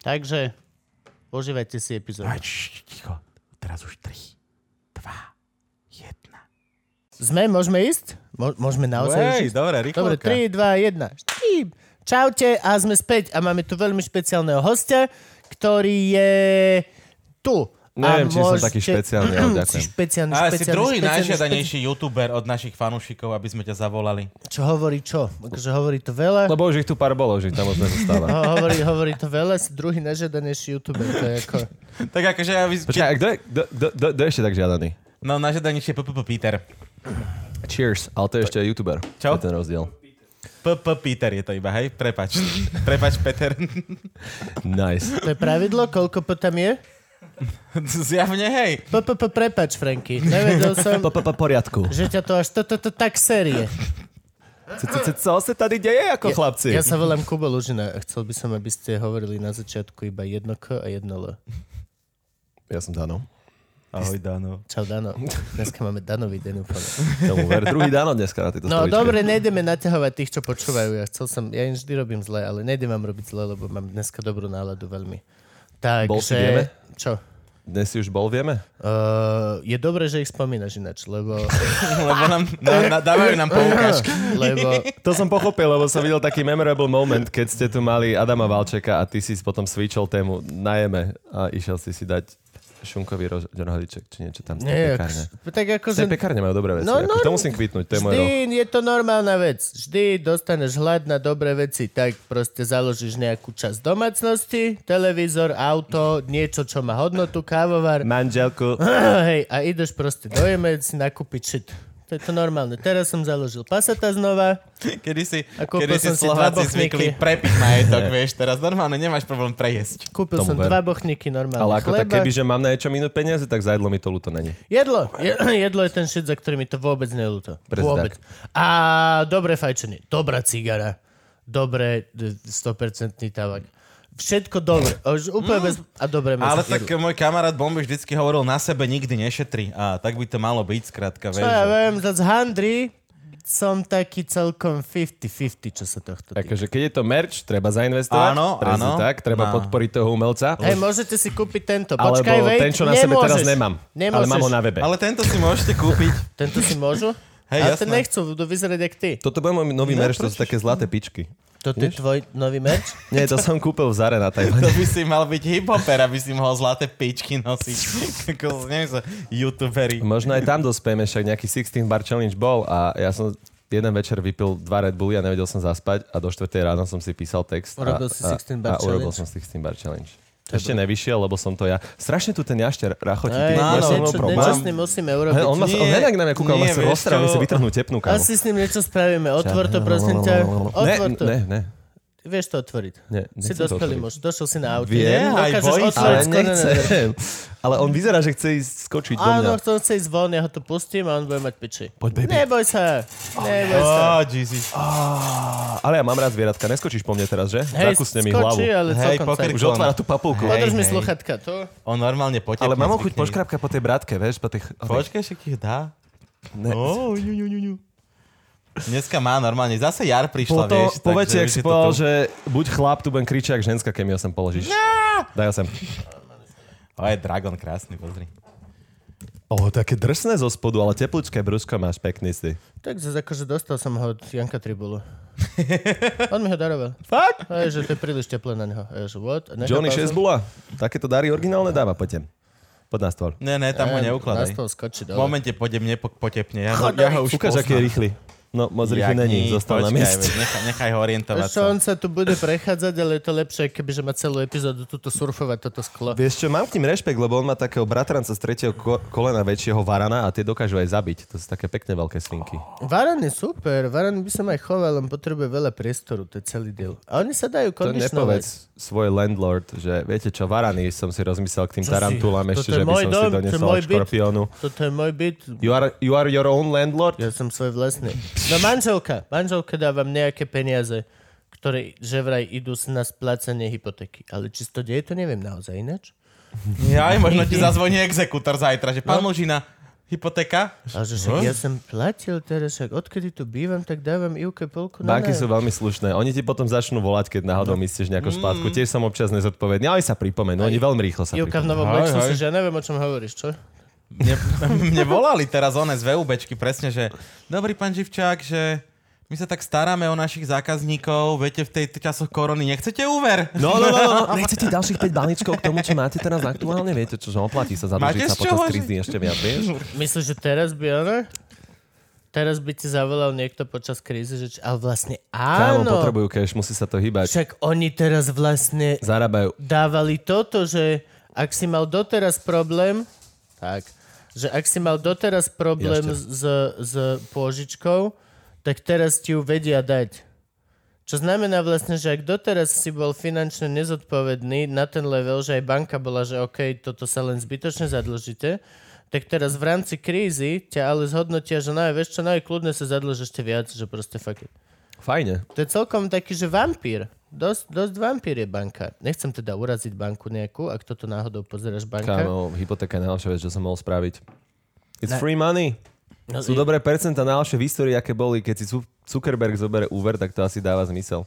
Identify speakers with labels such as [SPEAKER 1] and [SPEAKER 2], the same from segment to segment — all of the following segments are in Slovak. [SPEAKER 1] Takže užívajte si epizódu.
[SPEAKER 2] Aj, š, ticho, teraz už 3, 2, 1.
[SPEAKER 3] Sme, môžeme ísť? Mo- môžeme naozaj ísť?
[SPEAKER 2] dobre,
[SPEAKER 3] Dobre, 3, 2, 1. Štíp. Čaute a sme späť a máme tu veľmi špeciálneho hostia, ktorý je tu. a
[SPEAKER 4] Neviem, či som taký špeciálny, ale ďakujem.
[SPEAKER 3] Si špeciálny,
[SPEAKER 2] Ale si
[SPEAKER 3] špeciálny,
[SPEAKER 2] druhý
[SPEAKER 3] špeciálny,
[SPEAKER 2] najžiadanejší youtuber od našich fanúšikov, aby sme ťa zavolali.
[SPEAKER 3] špeciálny. Čo hovorí čo? Akože hovorí to veľa.
[SPEAKER 4] Lebo No už ich tu pár bolo, že ich tam moc nezostáva.
[SPEAKER 3] Ho- hovorí, hovorí to veľa, si druhý najžiadanejší youtuber. To je ako...
[SPEAKER 2] Tak akože ja vys...
[SPEAKER 4] Počkaj, a kto je, kto, kto, kto, kto je ešte tak žiadaný?
[SPEAKER 2] No, najžiadanejší je PPP Peter.
[SPEAKER 4] Cheers, ale to je ešte youtuber.
[SPEAKER 2] Čo?
[SPEAKER 4] Je ten rozdiel.
[SPEAKER 2] PP Peter je to iba, hej? Prepač. Prepač, Peter.
[SPEAKER 4] Nice.
[SPEAKER 3] To je pravidlo? Koľko po tam je?
[SPEAKER 2] Zjavne, hej.
[SPEAKER 3] PPP, prepač, Franky. Nevedel som,
[SPEAKER 4] Po, po, po poriadku.
[SPEAKER 3] že ťa to až toto to, to, tak série.
[SPEAKER 4] Co, co, co, co sa tady deje ako chlapci?
[SPEAKER 3] Ja sa volám Kubo Lužina a chcel by som, aby ste hovorili na začiatku iba jedno K a jedno L.
[SPEAKER 4] Ja som Dano.
[SPEAKER 2] Ahoj, Dano.
[SPEAKER 3] Čau, Dano. Dneska máme Danový deň úplne.
[SPEAKER 4] Tomu ver. Druhý Dano dneska na tejto
[SPEAKER 3] No
[SPEAKER 4] stoličke.
[SPEAKER 3] dobre, nejdeme naťahovať tých, čo počúvajú. Ja chcel som, ja im vždy robím zle, ale nejdem vám robiť zle, lebo mám dneska dobrú náladu veľmi.
[SPEAKER 4] Bol si
[SPEAKER 3] Takže,
[SPEAKER 4] vieme?
[SPEAKER 3] čo?
[SPEAKER 4] Dnes si už bol, vieme?
[SPEAKER 3] Uh, je dobré, že ich spomínaš ináč, lebo,
[SPEAKER 2] Lebo nám, na, na, dávajú nám poukážky.
[SPEAKER 3] lebo
[SPEAKER 4] To som pochopil, lebo som videl taký memorable moment, keď ste tu mali Adama Valčeka a ty si potom switchol tému na jeme a išiel si si dať šunkový rož- rohlíček, či niečo tam z tej
[SPEAKER 3] nie,
[SPEAKER 4] pekárne.
[SPEAKER 3] ako, tak
[SPEAKER 4] Z tej
[SPEAKER 3] akože
[SPEAKER 4] pekárne majú dobré veci.
[SPEAKER 3] No,
[SPEAKER 4] No,
[SPEAKER 3] no,
[SPEAKER 4] no, to musím kvitnúť, to je môj rol.
[SPEAKER 3] Vždy je to normálna vec. Vždy dostaneš hlad na dobré veci, tak proste založíš nejakú časť domácnosti, televízor, auto, niečo, čo má hodnotu, kávovar.
[SPEAKER 4] Manželku.
[SPEAKER 3] Hej, a ideš proste do jemec nakúpiť shit. To je to normálne. Teraz som založil pasata znova.
[SPEAKER 2] Kedy si,
[SPEAKER 3] A kúpil
[SPEAKER 2] kedy si
[SPEAKER 3] som si dva
[SPEAKER 2] Slováci
[SPEAKER 3] bochníky.
[SPEAKER 2] zvykli prepiť majetok, vieš, teraz normálne nemáš problém prejesť.
[SPEAKER 3] Kúpil som
[SPEAKER 4] Tomu ver.
[SPEAKER 3] dva bochníky normálne
[SPEAKER 4] Ale ako
[SPEAKER 3] chleba.
[SPEAKER 4] tak, keby, že mám na niečo minút peniaze, tak zajedlo mi to ľúto není.
[SPEAKER 3] Jedlo. Je, jedlo je ten shit, za ktorý mi to vôbec nelúto.
[SPEAKER 4] Presne
[SPEAKER 3] Vôbec. A dobré fajčenie. Dobrá cigara. Dobré d- 100% tabak. Všetko dobre. Už úplne bez... A dobre meso.
[SPEAKER 2] Ale
[SPEAKER 3] Jedlo.
[SPEAKER 2] tak môj kamarát Bomby vždycky hovoril, na sebe nikdy nešetri. A tak by to malo byť, skrátka,
[SPEAKER 3] Čo ja
[SPEAKER 2] vieš. že-
[SPEAKER 3] viem, za z handry som taký celkom 50-50, čo sa tohto týka.
[SPEAKER 4] Akože keď je to merch, treba zainvestovať.
[SPEAKER 2] Áno,
[SPEAKER 4] presne
[SPEAKER 2] áno.
[SPEAKER 4] tak, treba
[SPEAKER 2] No.
[SPEAKER 4] podporiť toho umelca.
[SPEAKER 3] Hej, môžete si kúpiť tento.
[SPEAKER 4] alebo
[SPEAKER 3] Počkaj, wait,
[SPEAKER 4] ten, čo na
[SPEAKER 3] nemôžeš.
[SPEAKER 4] sebe teraz nemám.
[SPEAKER 3] Nemôžeš.
[SPEAKER 4] Ale mám ho na webe.
[SPEAKER 2] Ale tento si môžete kúpiť.
[SPEAKER 3] Tento si môžu?
[SPEAKER 2] Hej,
[SPEAKER 3] Ale
[SPEAKER 2] jasné.
[SPEAKER 3] ten nechcú, budú vyzerať jak ty.
[SPEAKER 4] Toto bude môj
[SPEAKER 3] No,
[SPEAKER 4] nový merch, to sú také zlaté pičky.
[SPEAKER 3] Toto je tvoj nový merch?
[SPEAKER 4] Nie, to som kúpil v Zare na
[SPEAKER 2] To
[SPEAKER 4] Tajvane.
[SPEAKER 2] by si mal byť hiphoper, aby si mohol zlaté pičky nosiť. Ako, neviem sa, youtuberi.
[SPEAKER 4] Možno aj tam dospejeme, však nejaký 16 bar challenge bol a ja som jeden večer vypil dva Red Bulli a nevedel som zaspať a do 4 ráno som si písal text.
[SPEAKER 3] Urobil
[SPEAKER 4] a,
[SPEAKER 3] si 16 bar
[SPEAKER 4] a, a urobil
[SPEAKER 3] challenge?
[SPEAKER 4] som 16 bar challenge. Ešte nevyšiel, lebo som to ja. Strašne tu ten jašter rachotí.
[SPEAKER 3] Hej,
[SPEAKER 4] ty, ja
[SPEAKER 2] áno,
[SPEAKER 4] som mal
[SPEAKER 3] niečo,
[SPEAKER 4] problém.
[SPEAKER 3] niečo s ním musíme urobiť.
[SPEAKER 4] Hej, on ma on
[SPEAKER 2] Nie,
[SPEAKER 4] hneď na mňa kúkal, ma
[SPEAKER 2] nie,
[SPEAKER 4] chce
[SPEAKER 2] vieš
[SPEAKER 4] ostrať,
[SPEAKER 2] čo?
[SPEAKER 4] mi chce vytrhnúť tepnú kámo.
[SPEAKER 3] Asi s ním niečo spravíme. Otvor to, prosím ťa.
[SPEAKER 4] Ne,
[SPEAKER 3] Otvor to.
[SPEAKER 4] ne, ne.
[SPEAKER 3] Vieš to otvoriť.
[SPEAKER 4] Nie,
[SPEAKER 3] si
[SPEAKER 4] nechcem to
[SPEAKER 3] dospelý
[SPEAKER 4] otvoriť.
[SPEAKER 3] muž, došel si na aute.
[SPEAKER 4] Vie, aj
[SPEAKER 3] dokážeš
[SPEAKER 4] bojím sa, ale
[SPEAKER 3] otvoriť skoro na dvere.
[SPEAKER 4] nechcem. Ale on vyzerá, že chce ísť skočiť do mňa.
[SPEAKER 3] Áno, chcel chce ísť von, ja ho tu pustím a on bude mať piči.
[SPEAKER 4] Poď, baby. no.
[SPEAKER 3] Neboj sa, neboj sa.
[SPEAKER 5] Oh, Jesus.
[SPEAKER 4] Á, Ale ja mám rád zvieratka, neskočíš po mne teraz, že?
[SPEAKER 3] Hej,
[SPEAKER 4] Zakusne mi hlavu.
[SPEAKER 3] skočí, ale
[SPEAKER 5] Hej,
[SPEAKER 3] celkom
[SPEAKER 5] poker-
[SPEAKER 3] sa-
[SPEAKER 4] Už otvára tú papulku.
[SPEAKER 5] Hej.
[SPEAKER 3] Podrž mi sluchatka, tu.
[SPEAKER 5] On normálne potepne.
[SPEAKER 4] Ale mám chuť
[SPEAKER 5] zvykne.
[SPEAKER 4] poškrapka po tej bratke, vieš, po tej...
[SPEAKER 5] Počkaj, však ich dá.
[SPEAKER 4] Ne.
[SPEAKER 5] Ó, ňu, ňu, ňu, ňu. Dneska má normálne, zase jar prišla,
[SPEAKER 4] Po, to,
[SPEAKER 5] vieš.
[SPEAKER 4] po
[SPEAKER 5] takže
[SPEAKER 4] veci, ak
[SPEAKER 5] už
[SPEAKER 4] si
[SPEAKER 5] je to
[SPEAKER 4] povedal,
[SPEAKER 5] tu.
[SPEAKER 4] že buď chlap, tu budem kričať, jak ženská, keď mi ho sem položíš. Daj ho sem.
[SPEAKER 5] O, je dragon krásny, pozri.
[SPEAKER 4] O, také drsné zo spodu, ale teplúčké brusko máš pekný si.
[SPEAKER 3] Tak zase akože dostal som ho od Janka Tribulu. On mi ho daroval.
[SPEAKER 4] Fakt?
[SPEAKER 3] A je, že to je príliš teplé na neho. A je, že what? A nechápal
[SPEAKER 4] Johnny
[SPEAKER 3] som-
[SPEAKER 4] 6 bula. Takéto dary originálne dáva, poďte. Pod nás tvor.
[SPEAKER 5] Ne, ne, tam ho
[SPEAKER 3] Ja, Na
[SPEAKER 5] neukladaj.
[SPEAKER 3] stôl skočí
[SPEAKER 5] V
[SPEAKER 3] dole.
[SPEAKER 5] momente pôjdem nepo- potepne. Ja, ho- ja ho už
[SPEAKER 4] Ukáž, aký je
[SPEAKER 5] poznám.
[SPEAKER 4] rýchly. No, moc
[SPEAKER 5] Jak
[SPEAKER 4] rýchly není,
[SPEAKER 5] ni-
[SPEAKER 4] zostal na
[SPEAKER 5] počkaj,
[SPEAKER 4] mieste.
[SPEAKER 5] veď Nechaj, nechaj ho orientovať
[SPEAKER 3] Ešte
[SPEAKER 5] sa.
[SPEAKER 3] on sa tu bude prechádzať, ale je to lepšie, kebyže má celú epizódu tuto surfovať toto sklo.
[SPEAKER 4] Vieš čo, mám k ním rešpekt, lebo on má takého bratranca z tretieho ko- kolena väčšieho varana a tie dokážu aj zabiť. To sú také pekné veľké svinky.
[SPEAKER 3] Varan je super, Varan by som aj choval, len potrebuje veľa priestoru, to je celý deal. A oni sa dajú
[SPEAKER 4] To
[SPEAKER 3] kondičnovať.
[SPEAKER 4] nepovedz svoj landlord, že viete čo, varany som si rozmyslel k tým
[SPEAKER 3] Čo si?
[SPEAKER 4] tarantulám
[SPEAKER 3] Toto
[SPEAKER 4] ešte,
[SPEAKER 3] je
[SPEAKER 4] že by
[SPEAKER 3] môj
[SPEAKER 4] som
[SPEAKER 3] dom,
[SPEAKER 4] si
[SPEAKER 3] to je
[SPEAKER 4] donesol
[SPEAKER 3] môj
[SPEAKER 4] od
[SPEAKER 3] byt.
[SPEAKER 4] škorpiónu.
[SPEAKER 3] Toto je môj byt,
[SPEAKER 4] You are, you are your own landlord?
[SPEAKER 3] ja som svoj vlastný. No manželka, manželka dá vám nejaké peniaze, ktoré že vraj idú s- na splácanie hypotéky. Ale či to deje, to neviem naozaj ináč.
[SPEAKER 5] Jaj, možno ti zazvoní exekútor zajtra, že
[SPEAKER 4] No.
[SPEAKER 5] pán Mužina, hypotéka?
[SPEAKER 3] A že však ja som platil teraz, však odkedy tu bývam, tak dávam Ivke polku na
[SPEAKER 4] Banky
[SPEAKER 3] nájom.
[SPEAKER 4] sú veľmi slušné. Oni ti potom začnú volať, keď náhodou
[SPEAKER 3] No.
[SPEAKER 4] myslíš nejakú špátku. Tiež som občas nezodpovedný, ale oni sa pripomenú. Oni veľmi rýchlo sa
[SPEAKER 3] Ivka Mm. v
[SPEAKER 4] pripomenú.
[SPEAKER 3] novom
[SPEAKER 5] Hej,
[SPEAKER 3] lečnom
[SPEAKER 5] hej.
[SPEAKER 3] si, že ja neviem, o čom hovoríš, čo?
[SPEAKER 5] Mne, mne volali teraz one z VUBčky presne, že dobrý pán Živčák, že my sa tak staráme o našich zákazníkov, viete, v tej časoch korony nechcete úver?
[SPEAKER 4] No, no, no, no, nechcete ďalších 5 balíčkov k tomu, čo máte teraz aktuálne? Viete čo, že oplatí sa zadlžiť
[SPEAKER 5] Máte
[SPEAKER 4] sa
[SPEAKER 5] z čoho
[SPEAKER 4] počas
[SPEAKER 5] žiť?
[SPEAKER 4] krízy ešte viac, vieš?
[SPEAKER 3] Myslíš, že teraz by ono? Teraz by ti zavolal niekto počas krízy, že... či- Ale vlastne
[SPEAKER 4] Kámo,
[SPEAKER 3] áno.
[SPEAKER 4] potrebujú cash, musí sa to hýbať.
[SPEAKER 3] Však oni teraz vlastne
[SPEAKER 4] Zarábajú.
[SPEAKER 3] dávali toto, že ak si mal doteraz problém, tak, že ak si mal doteraz problém
[SPEAKER 4] Jašte.
[SPEAKER 3] s, s pôžičkou, tak teraz ti ju vedia dať. Čo znamená vlastne, že ak doteraz si bol finančne nezodpovedný na ten level, že aj banka bola, že OK, toto sa len zbytočne zadlžíte, tak teraz v rámci krízy ťa ale zhodnotia, že no, vieš čo, no, aj kľudne sa zadlž ešte viac, že proste fuck it.
[SPEAKER 4] Fajne.
[SPEAKER 3] To je celkom taký, že vampír. Dosť, dosť vampír je banka. Nechcem teda uraziť banku nejakú, ak toto náhodou pozeráš banka.
[SPEAKER 4] Kámo, hypotéka je najlepšia vec, čo som mohol spraviť. It's free money.
[SPEAKER 3] No,
[SPEAKER 4] Sú
[SPEAKER 3] i-
[SPEAKER 4] dobré percenta najlepšie v histórii, aké boli. Keď si Zu- Zuckerberg zobere úver, tak to asi dáva zmysel.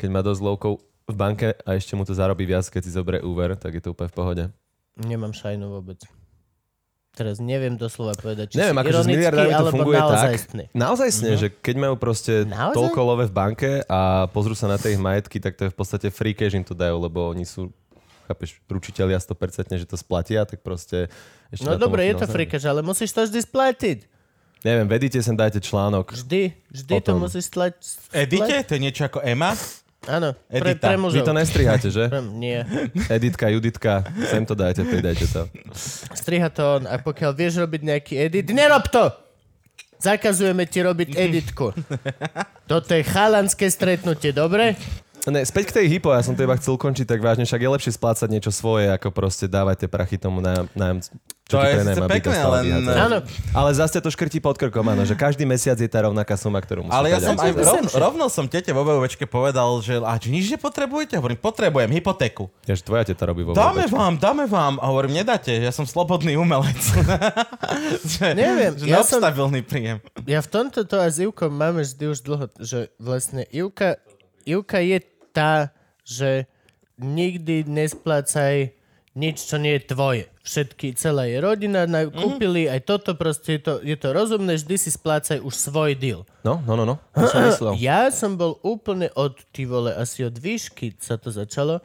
[SPEAKER 4] Keď má dosť lowkov v banke a ešte mu to zarobí viac, keď si zoberie úver, tak je to úplne v pohode.
[SPEAKER 3] Nemám šajnu vôbec. Teraz neviem doslova povedať, či
[SPEAKER 4] Neviem,
[SPEAKER 3] si
[SPEAKER 4] akože s
[SPEAKER 3] ironický,
[SPEAKER 4] miliardármi to
[SPEAKER 3] alebo
[SPEAKER 4] funguje tak.
[SPEAKER 3] naozajstný.
[SPEAKER 4] Naozaj mm-hmm. že keď majú proste
[SPEAKER 3] Naozaj?
[SPEAKER 4] toľko love v banke a pozrú sa na tie ich majetky, tak to je v podstate free cash im to dajú, lebo oni sú chápeš, ručiteľia 100% že to splatia, tak proste... Ešte
[SPEAKER 3] No
[SPEAKER 4] na tom
[SPEAKER 3] dobre, je to
[SPEAKER 4] možno-
[SPEAKER 3] frikaž, ale musíš to vždy splatiť.
[SPEAKER 4] Neviem, vedíte sem, dajte článok.
[SPEAKER 3] Vždy, vždy to
[SPEAKER 4] Potom.
[SPEAKER 3] musíš stlať.
[SPEAKER 5] Edite? To je niečo ako Ema?
[SPEAKER 3] Áno, pre,
[SPEAKER 5] Edita.
[SPEAKER 3] pre
[SPEAKER 4] Vy
[SPEAKER 3] mužov.
[SPEAKER 4] to nestriháte, že?
[SPEAKER 3] Pre- Nie.
[SPEAKER 4] Editka, Juditka, sem to dajte, pridajte to.
[SPEAKER 3] Striha to on a pokiaľ vieš robiť nejaký edit, nerob to! Zakazujeme ti robiť editku. Toto je chalanské stretnutie, dobre?
[SPEAKER 4] Ne, späť k tej hypo, ja som to iba chcel končiť tak vážne, však je lepšie splácať niečo svoje, ako proste dávať tie prachy tomu nájom, nájom čo ti
[SPEAKER 5] To je
[SPEAKER 4] prenajma
[SPEAKER 5] síce
[SPEAKER 4] byta
[SPEAKER 5] pekné,
[SPEAKER 4] stále
[SPEAKER 5] len-
[SPEAKER 4] vyhádzaš.
[SPEAKER 3] Áno.
[SPEAKER 4] Ale zase ťa to škrtí pod krkom, áno, že každý mesiac je tá rovnaká suma, ktorú musíš
[SPEAKER 5] Ale ja
[SPEAKER 4] dať
[SPEAKER 5] som
[SPEAKER 4] aj-
[SPEAKER 5] aj
[SPEAKER 3] Myslím,
[SPEAKER 5] rov,
[SPEAKER 3] že-
[SPEAKER 5] rovno som tete vo VUBčke povedal, že a či nič nepotrebujete? Hovorím, potrebujem hypotéku.
[SPEAKER 4] Ja, že tvoja teta robí vo
[SPEAKER 5] Dáme
[SPEAKER 4] vôbec.
[SPEAKER 5] vám, dáme vám. A hovorím, nedáte, ja som slobodný umelec. že,
[SPEAKER 3] Neviem,
[SPEAKER 5] že
[SPEAKER 3] ja
[SPEAKER 5] ja
[SPEAKER 3] som-
[SPEAKER 5] neobstabilný som... príjem.
[SPEAKER 3] Ja v tomto to aj s Ivkou máme vždy už dlho, že vlastne Ivka, Ivka je tá, že nikdy nesplácaj nič, čo nie je tvoje. Všetky, celá je rodina, na, kúpili aj toto, proste je to, je to rozumné, vždy si splácaj už svoj deal.
[SPEAKER 4] No, no, no, no. To som myslel.
[SPEAKER 3] Ja som bol úplne od ty vole, asi od výšky sa to začalo.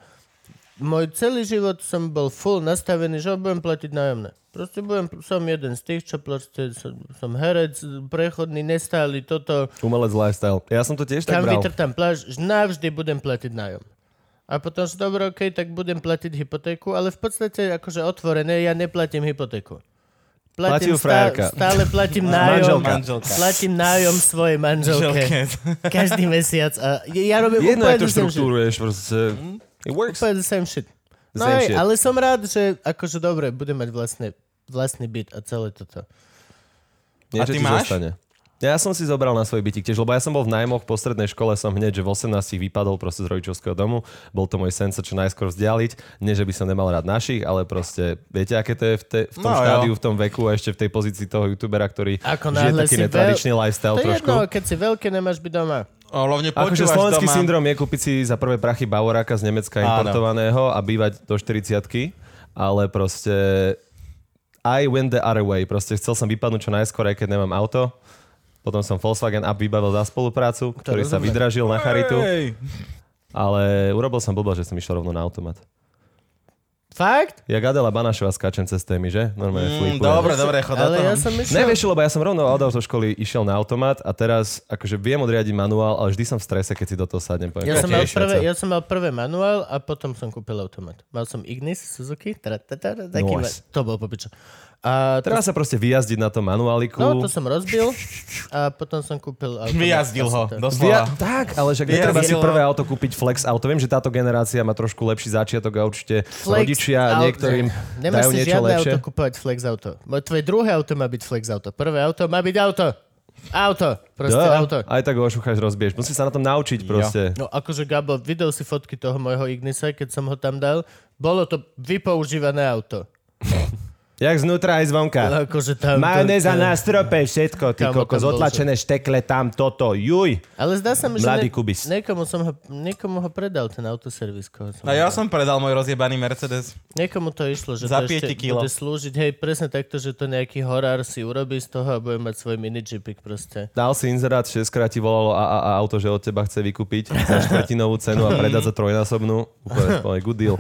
[SPEAKER 3] Môj celý život som bol full nastavený, že budem platiť nájomné. Proste budem, som jeden z tých, čo proste som, som herec, prechodný, nestály, toto,
[SPEAKER 4] Umelec lifestyle. Ja som to tiež
[SPEAKER 3] tam
[SPEAKER 4] tak bral.
[SPEAKER 3] vítr, tam pláž, že navždy budem platiť nájom. A potom si dobre, ok, tak budem platiť hypotéku, ale v podstate akože otvorené, ja neplatím hypotéku.
[SPEAKER 4] Platí ju frajerka.
[SPEAKER 3] stále platím nájom.
[SPEAKER 4] Manželka.
[SPEAKER 5] Manželka.
[SPEAKER 3] Platím nájom svojej manželke. Každý mesiac. A ja, ja robím
[SPEAKER 4] Jedno,
[SPEAKER 3] úplne Mhm. the
[SPEAKER 4] jak to
[SPEAKER 3] same shit.
[SPEAKER 4] štruktúruješ, proste... It works.
[SPEAKER 3] Úplne the same shit.
[SPEAKER 4] The
[SPEAKER 3] No
[SPEAKER 4] same
[SPEAKER 3] aj,
[SPEAKER 4] shit.
[SPEAKER 3] ale som rád, že akože dobre, budem mať vlastne, vlastný byt a celé toto.
[SPEAKER 4] Niečo
[SPEAKER 5] A
[SPEAKER 4] ti
[SPEAKER 5] ty máš?
[SPEAKER 4] zostane. Ja som si zobral na svoj bytík tiež, lebo ja som bol v najmoch po strednej škole, som hneď, že v 18 vypadol proste z rodičovského domu. Bol to môj sen sa čo najskôr vzdialiť. Nie, že by som nemal rád našich, ale proste, viete, aké to je v, te, v tom
[SPEAKER 5] No, jo.
[SPEAKER 4] no, štádiu, v tom veku a ešte v tej pozícii toho youtubera, ktorý
[SPEAKER 3] Ako
[SPEAKER 4] žije
[SPEAKER 3] náhle
[SPEAKER 4] taký
[SPEAKER 3] si
[SPEAKER 4] netradičný
[SPEAKER 3] To
[SPEAKER 4] lifestyle
[SPEAKER 3] je
[SPEAKER 4] trošku.
[SPEAKER 3] jedno, keď si veľké, nemáš byť doma.
[SPEAKER 5] Hlavne
[SPEAKER 4] Akože
[SPEAKER 5] počúvaš
[SPEAKER 4] slovenský
[SPEAKER 5] doma.
[SPEAKER 4] syndrom je kúpiť si za prvé prachy Bavoráka z Nemecka
[SPEAKER 5] Áno.
[SPEAKER 4] importovaného a bývať do 40 ale proste I went the other way. Proste chcel som vypadnúť čo najskôr, aj keď nemám auto. Potom som Volkswagen Up vybavil za spoluprácu, ktorý sa
[SPEAKER 3] rozumiem.
[SPEAKER 4] vydražil na charitu,
[SPEAKER 5] Hej.
[SPEAKER 4] ale urobil som blblo, že som išiel rovno na automat.
[SPEAKER 3] Fakt?
[SPEAKER 4] Jak Adela Banašová skáčem cez témy, že? Normálne mm,
[SPEAKER 5] Mm, dobre, dobre, chod do
[SPEAKER 3] Ale
[SPEAKER 5] toho.
[SPEAKER 3] ja som išiel...
[SPEAKER 4] Nevieš, lebo ja som rovno od autoškoly išiel na automat a teraz akože viem odriadiť manuál, ale vždy som v strese, keď si do toho sadnem. Poviem,
[SPEAKER 3] Ja som, mal
[SPEAKER 4] "Čo tiež
[SPEAKER 3] prvé,
[SPEAKER 4] veci?"
[SPEAKER 3] ja som mal prvé manuál a potom som kúpil automat. Mal som Ignis, Suzuki, teda, teda, teda, taký
[SPEAKER 4] Nice.
[SPEAKER 3] ma- to bol popičo. A to,
[SPEAKER 4] Treba sa proste vyjazdiť na tom manuáliku.
[SPEAKER 3] no, to som rozbil a potom som kúpil automat.
[SPEAKER 5] Vyjazdil ho,
[SPEAKER 3] Asi to-
[SPEAKER 5] doslova.
[SPEAKER 4] tak, ale však
[SPEAKER 5] Vyjazdil.
[SPEAKER 4] netreba si prvé auto kúpiť flex auto. Viem, že táto generácia má trošku lepší začiatok a určite
[SPEAKER 3] Flex
[SPEAKER 4] rodičia
[SPEAKER 3] auto.
[SPEAKER 4] niektorým
[SPEAKER 3] Nemáš
[SPEAKER 4] dajú
[SPEAKER 3] si
[SPEAKER 4] niečo
[SPEAKER 3] žiadne
[SPEAKER 4] lepšie.
[SPEAKER 3] auto kúpovať flex auto. Moje tvoje druhé auto má byť flex auto. Prvé auto má byť auto. Auto. Proste
[SPEAKER 4] Dá,
[SPEAKER 3] auto.
[SPEAKER 4] Aj tak ho ošucháš, rozbiješ. Musíš sa na tom naučiť proste.
[SPEAKER 3] No akože Gabo, videl si fotky toho môjho Ignisa, keď som ho tam dal. Bolo to vypoužívané auto.
[SPEAKER 4] Jak znútra aj zvonka.
[SPEAKER 3] Akože tam... to- to-
[SPEAKER 4] Majoneza na strope, všetko, ty
[SPEAKER 3] Kamo, tam bol,
[SPEAKER 4] kokos,
[SPEAKER 3] že-
[SPEAKER 4] otlačené štekle tam, toto, juj.
[SPEAKER 3] Ale zdá sa mi, že ne,
[SPEAKER 4] Mladý kubis.
[SPEAKER 3] niekomu, som ho, niekomu ho predal ten autoservis. Koho som
[SPEAKER 5] No ja som predal môj rozjebaný Mercedes.
[SPEAKER 3] Niekomu to išlo, že to
[SPEAKER 5] Za
[SPEAKER 3] ešte
[SPEAKER 5] 5 kilo.
[SPEAKER 3] bude slúžiť. Hej, presne takto, že to nejaký horár si urobí z toho a bude mať svoj minijipik proste.
[SPEAKER 4] Dal si inzerát, 6 krát ti volalo a, a, a auto, že od teba chce vykúpiť za štvrtinovú cenu a predať za trojnásobnú. Úplne, úplne good deal.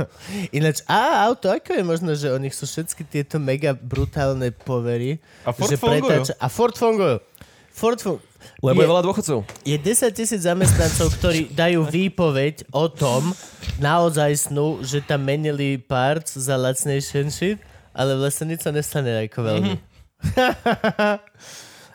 [SPEAKER 3] Ináč, a auto, ako je možné, že o nich sú všetky tieto mega brutálne povery.
[SPEAKER 5] A Ford
[SPEAKER 3] že
[SPEAKER 5] fungujú.
[SPEAKER 3] pretáča- A Ford fungujú. Ford fungujú.
[SPEAKER 4] Lebo je
[SPEAKER 3] Je-
[SPEAKER 4] veľa dôchodcov.
[SPEAKER 3] Je 10 tisíc zamestnancov, ktorí dajú výpoveď o tom, naozaj snú, že tam menili parts za lacnejšie and shit, ale vlastne nič sa nestane ako veľmi.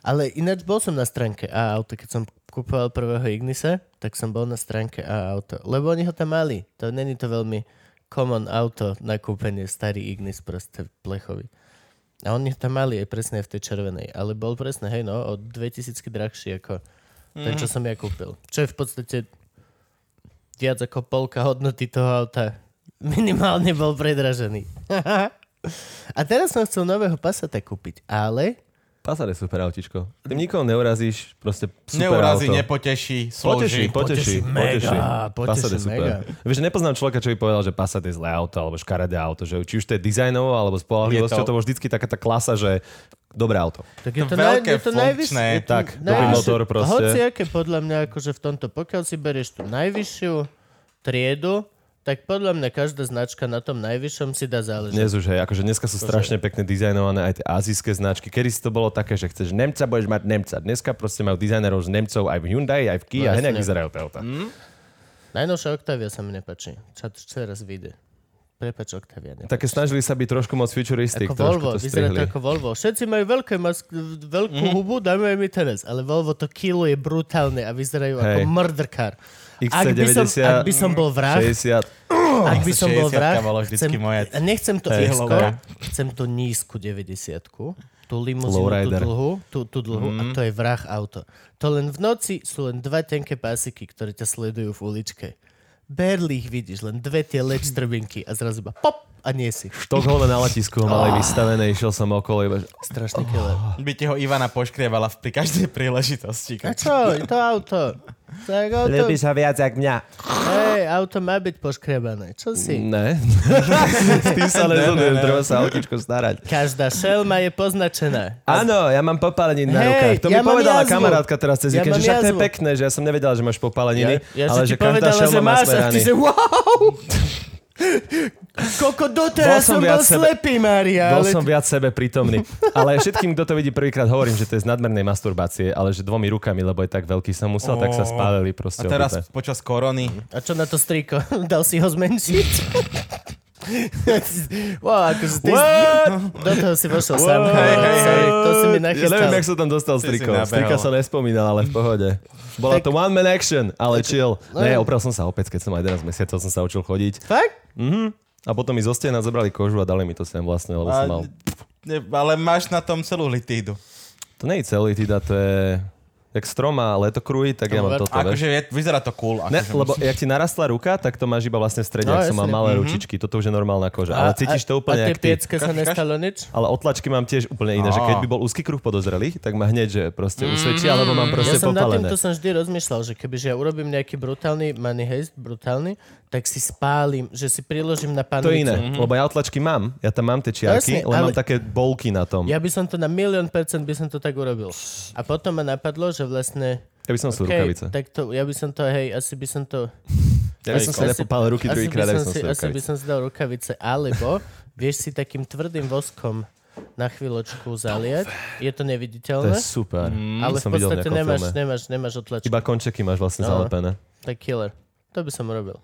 [SPEAKER 3] ale ináč bol som na stránke A auto, keď som kupoval prvého Ignisa, tak som bol na stránke A auto, lebo oni ho tam mali. To není to veľmi common auto na kúpenie, starý Ignis proste plechový. A oni ho tam mali aj presne v tej červenej, ale bol presne, hej no, o 2000 drahší ako ten,
[SPEAKER 4] Mhm.
[SPEAKER 3] čo som ja kúpil. Čo je v podstate viac ako polka hodnoty toho auta. Minimálne bol predražený. A teraz som chcel nového Passata kúpiť, ale
[SPEAKER 4] Pasar je super autičko. Tým nikoho neurazíš, proste super
[SPEAKER 5] Neurazí,
[SPEAKER 4] auto. Poteší,
[SPEAKER 5] nepoteší, slúži.
[SPEAKER 4] poteší,
[SPEAKER 3] Poteší
[SPEAKER 4] poteší.
[SPEAKER 3] mega, poteší
[SPEAKER 4] Passat je super.
[SPEAKER 3] mega.
[SPEAKER 4] Vieš, že nepoznám človeka, čo by povedal, že Passat je zlé auto, alebo škaredé auto, že či už to je dizajnovo, alebo
[SPEAKER 5] Je
[SPEAKER 4] spolahlivosťou,
[SPEAKER 5] to-
[SPEAKER 4] to bolo vždycky taká tá klasa, že dobré auto.
[SPEAKER 3] tak je
[SPEAKER 5] To
[SPEAKER 3] to, naj,
[SPEAKER 5] veľké,
[SPEAKER 3] je to najvyššie.
[SPEAKER 5] funkčné,
[SPEAKER 3] je to
[SPEAKER 4] tak, dobrý
[SPEAKER 3] najvyššie-
[SPEAKER 4] motor proste.
[SPEAKER 3] Hociaké podľa mňa, akože v tomto, pokiaľ si berieš tú najvyššiu triedu, tak podľa mňa každá značka na tom najvyššom si dá záležať.
[SPEAKER 4] Dnes už, hej, akože dneska sú strašne pekne dizajnované aj tie azijské značky. Kedy si to bolo také, že chceš Nemca, budeš mať Nemca. Dneska proste majú dizajnerov z Nemcov aj v Hyundai, aj v Kia,
[SPEAKER 3] No,
[SPEAKER 4] no, hneď
[SPEAKER 3] jasne.
[SPEAKER 4] vyzerajú tie auta.
[SPEAKER 5] Mhm.
[SPEAKER 3] Najnovšia Octavia sa mi nepáči. Čo, čo teraz vyjde? Prepač, Octavia. Nepáči.
[SPEAKER 4] Také snažili sa byť trošku moc futuristic,
[SPEAKER 3] Ako
[SPEAKER 4] trošku
[SPEAKER 3] Volvo,
[SPEAKER 4] to
[SPEAKER 3] vyzerá to
[SPEAKER 4] strihli. Mhm.
[SPEAKER 3] ako Volvo. Všetci majú veľké mask, veľkú mm-hmm. hubu, dajme aj my teraz. Ale Volvo to killuje brutálne a vyzerajú Hej. ako
[SPEAKER 4] Hej.
[SPEAKER 3] murder car. Ak by, som,
[SPEAKER 4] XC90,
[SPEAKER 3] ak by som bol vrah,
[SPEAKER 4] 60.
[SPEAKER 3] ak by som bol
[SPEAKER 5] 60-ka
[SPEAKER 3] vrah,
[SPEAKER 5] bolo
[SPEAKER 3] chcem,
[SPEAKER 5] vždycky moje.
[SPEAKER 3] a nechcem to
[SPEAKER 5] Hej.
[SPEAKER 3] x
[SPEAKER 5] Lowrider.
[SPEAKER 3] chcem tú nízku 90 tú limuzínu, tú
[SPEAKER 4] Lowrider.
[SPEAKER 3] dlhú, tú, tú dlhú mm. a to je vrah auto. To len v noci sú len dva tenké pásiky, ktoré ťa sledujú v uličke. Barely ich vidíš, len dve tie leč trbinky a zrazu iba pop a nie si.
[SPEAKER 4] Štokholme na letisku ho
[SPEAKER 3] Ah.
[SPEAKER 4] mali vystavené, išiel som okolo iba, že
[SPEAKER 3] Strašný killer.
[SPEAKER 5] By ti ho Ivana poškrievala v- pri každej príležitosti.
[SPEAKER 3] A čo? Je to auto. Tak auto,
[SPEAKER 4] Ľubíš ho viac jak mňa.
[SPEAKER 3] hej, auto má byť poškrebané. Čo si?
[SPEAKER 4] Ne. S tým sa nezodujem, treba sa autičko starať.
[SPEAKER 3] Každá šelma je poznačená.
[SPEAKER 4] Áno, ja mám popáleniny
[SPEAKER 3] Hej,
[SPEAKER 4] na rukách. To
[SPEAKER 3] ja
[SPEAKER 4] mi
[SPEAKER 3] mám
[SPEAKER 4] povedala
[SPEAKER 3] jazvu.
[SPEAKER 4] kamarátka teraz cez
[SPEAKER 3] Ja
[SPEAKER 4] víkend,
[SPEAKER 3] mám
[SPEAKER 4] že však to je
[SPEAKER 3] jazvu.
[SPEAKER 4] pekné, že ja som nevedela, že máš popáleniny,
[SPEAKER 3] Ja, ja
[SPEAKER 4] ale
[SPEAKER 3] že
[SPEAKER 4] že
[SPEAKER 3] ti
[SPEAKER 4] každá
[SPEAKER 3] povedala, že
[SPEAKER 4] šelma má
[SPEAKER 3] máš
[SPEAKER 4] svoje
[SPEAKER 3] a ty
[SPEAKER 4] rany.
[SPEAKER 3] že wow! Koko doteraz
[SPEAKER 4] Bol som
[SPEAKER 3] som,
[SPEAKER 4] viac
[SPEAKER 3] bol
[SPEAKER 4] sebe-
[SPEAKER 3] slepý, Mária.
[SPEAKER 4] Bol
[SPEAKER 3] ale
[SPEAKER 4] som
[SPEAKER 3] ty-
[SPEAKER 4] viac sebe prítomný. Ale všetkým, kto to vidí prvýkrát, hovorím, že to je z nadmernej masturbácie, ale že dvomi rukami, lebo je tak veľký som musel, tak sa
[SPEAKER 5] Ó.
[SPEAKER 4] spálili proste.
[SPEAKER 5] A teraz
[SPEAKER 4] obyte.
[SPEAKER 5] počas korony.
[SPEAKER 3] A čo na to striko? Dal si ho zmenšiť? wow, akože ty do toho si vošiel sám.
[SPEAKER 4] What?
[SPEAKER 3] Hej, hej, hej. To si mi
[SPEAKER 4] Ja
[SPEAKER 3] nachystal.
[SPEAKER 4] neviem, jak sa tam dostal
[SPEAKER 5] Si si
[SPEAKER 4] striko.
[SPEAKER 5] nabehol.
[SPEAKER 4] Strika sa nespomínal, ale v pohode. Bola
[SPEAKER 3] Tak- no
[SPEAKER 4] to one man action, ale chill. Ne,
[SPEAKER 3] neviem.
[SPEAKER 4] opral som sa opäť, keď som aj 11 mesiacov som sa učil chodiť.
[SPEAKER 3] Fakt?
[SPEAKER 4] A potom mi zo stena zabrali kožu a dali mi to sem vlastne, lebo som mal...
[SPEAKER 5] ne, ale máš na tom celú litídu.
[SPEAKER 4] To nie je celý teda, to je... Jak strom má letokruhy, tak ja mám
[SPEAKER 3] Dobre.
[SPEAKER 4] toto, vieš.
[SPEAKER 5] Akože je, vyzerá to cool. Akože
[SPEAKER 4] Ne, lebo jak ti narastla ruka, tak to máš iba vlastne v strede,
[SPEAKER 3] No,
[SPEAKER 4] ak som mal
[SPEAKER 3] jasne.
[SPEAKER 4] malé ručičky. Toto už je normálna koža. Ale cítiš to úplne
[SPEAKER 3] A tie
[SPEAKER 4] jak ty.
[SPEAKER 3] piecke sa
[SPEAKER 5] Kaš- kaš-
[SPEAKER 3] nestalo nič?
[SPEAKER 4] Ale otlačky mám tiež úplne iné, že keď by bol úzky kruh podozrelých, tak ma hneď, že proste usvedčia, alebo mám
[SPEAKER 3] Mm, Ja
[SPEAKER 4] proste
[SPEAKER 3] som nad
[SPEAKER 4] popálené.
[SPEAKER 3] týmto som vždy rozmýšľal, že kebyže ja urobím nejaký brutálny money heist, brutálny, tak si spálim, že si priložím na
[SPEAKER 4] To
[SPEAKER 3] panvicu.
[SPEAKER 4] je iné, lebo ja otlačky mám, ja tam mám tie
[SPEAKER 3] No
[SPEAKER 4] čiarky,
[SPEAKER 3] Jasne,
[SPEAKER 4] len mám
[SPEAKER 3] ale-
[SPEAKER 4] také bolky na tom. Ja,
[SPEAKER 3] Ja by som to na milión percent by som to tak urobil. A potom ma napadlo, že vlastne...
[SPEAKER 4] by som si
[SPEAKER 3] okej,
[SPEAKER 4] rukavice.
[SPEAKER 3] tak to, ja by som to, hej, asi by som to...
[SPEAKER 4] Ja by som sa
[SPEAKER 3] asi-
[SPEAKER 4] nepopálil
[SPEAKER 3] asi
[SPEAKER 4] ruky
[SPEAKER 3] by
[SPEAKER 4] druhýkrát, ak
[SPEAKER 3] som
[SPEAKER 4] som si
[SPEAKER 3] si- Asi by
[SPEAKER 4] rukavice.
[SPEAKER 3] som si dal rukavice, alebo vieš si takým tvrdým voskom na chvíľočku zaliať. Je to
[SPEAKER 4] To
[SPEAKER 3] neviditeľné,
[SPEAKER 4] je super.
[SPEAKER 3] ale v
[SPEAKER 4] To som videl
[SPEAKER 3] podstate
[SPEAKER 4] nejakom
[SPEAKER 3] nemáš,
[SPEAKER 4] filme.
[SPEAKER 3] nemáš, nemáš otlačky.
[SPEAKER 4] Iba končeky máš vlastne
[SPEAKER 3] No.
[SPEAKER 4] zalepené.
[SPEAKER 3] Tak killer. To by som robil.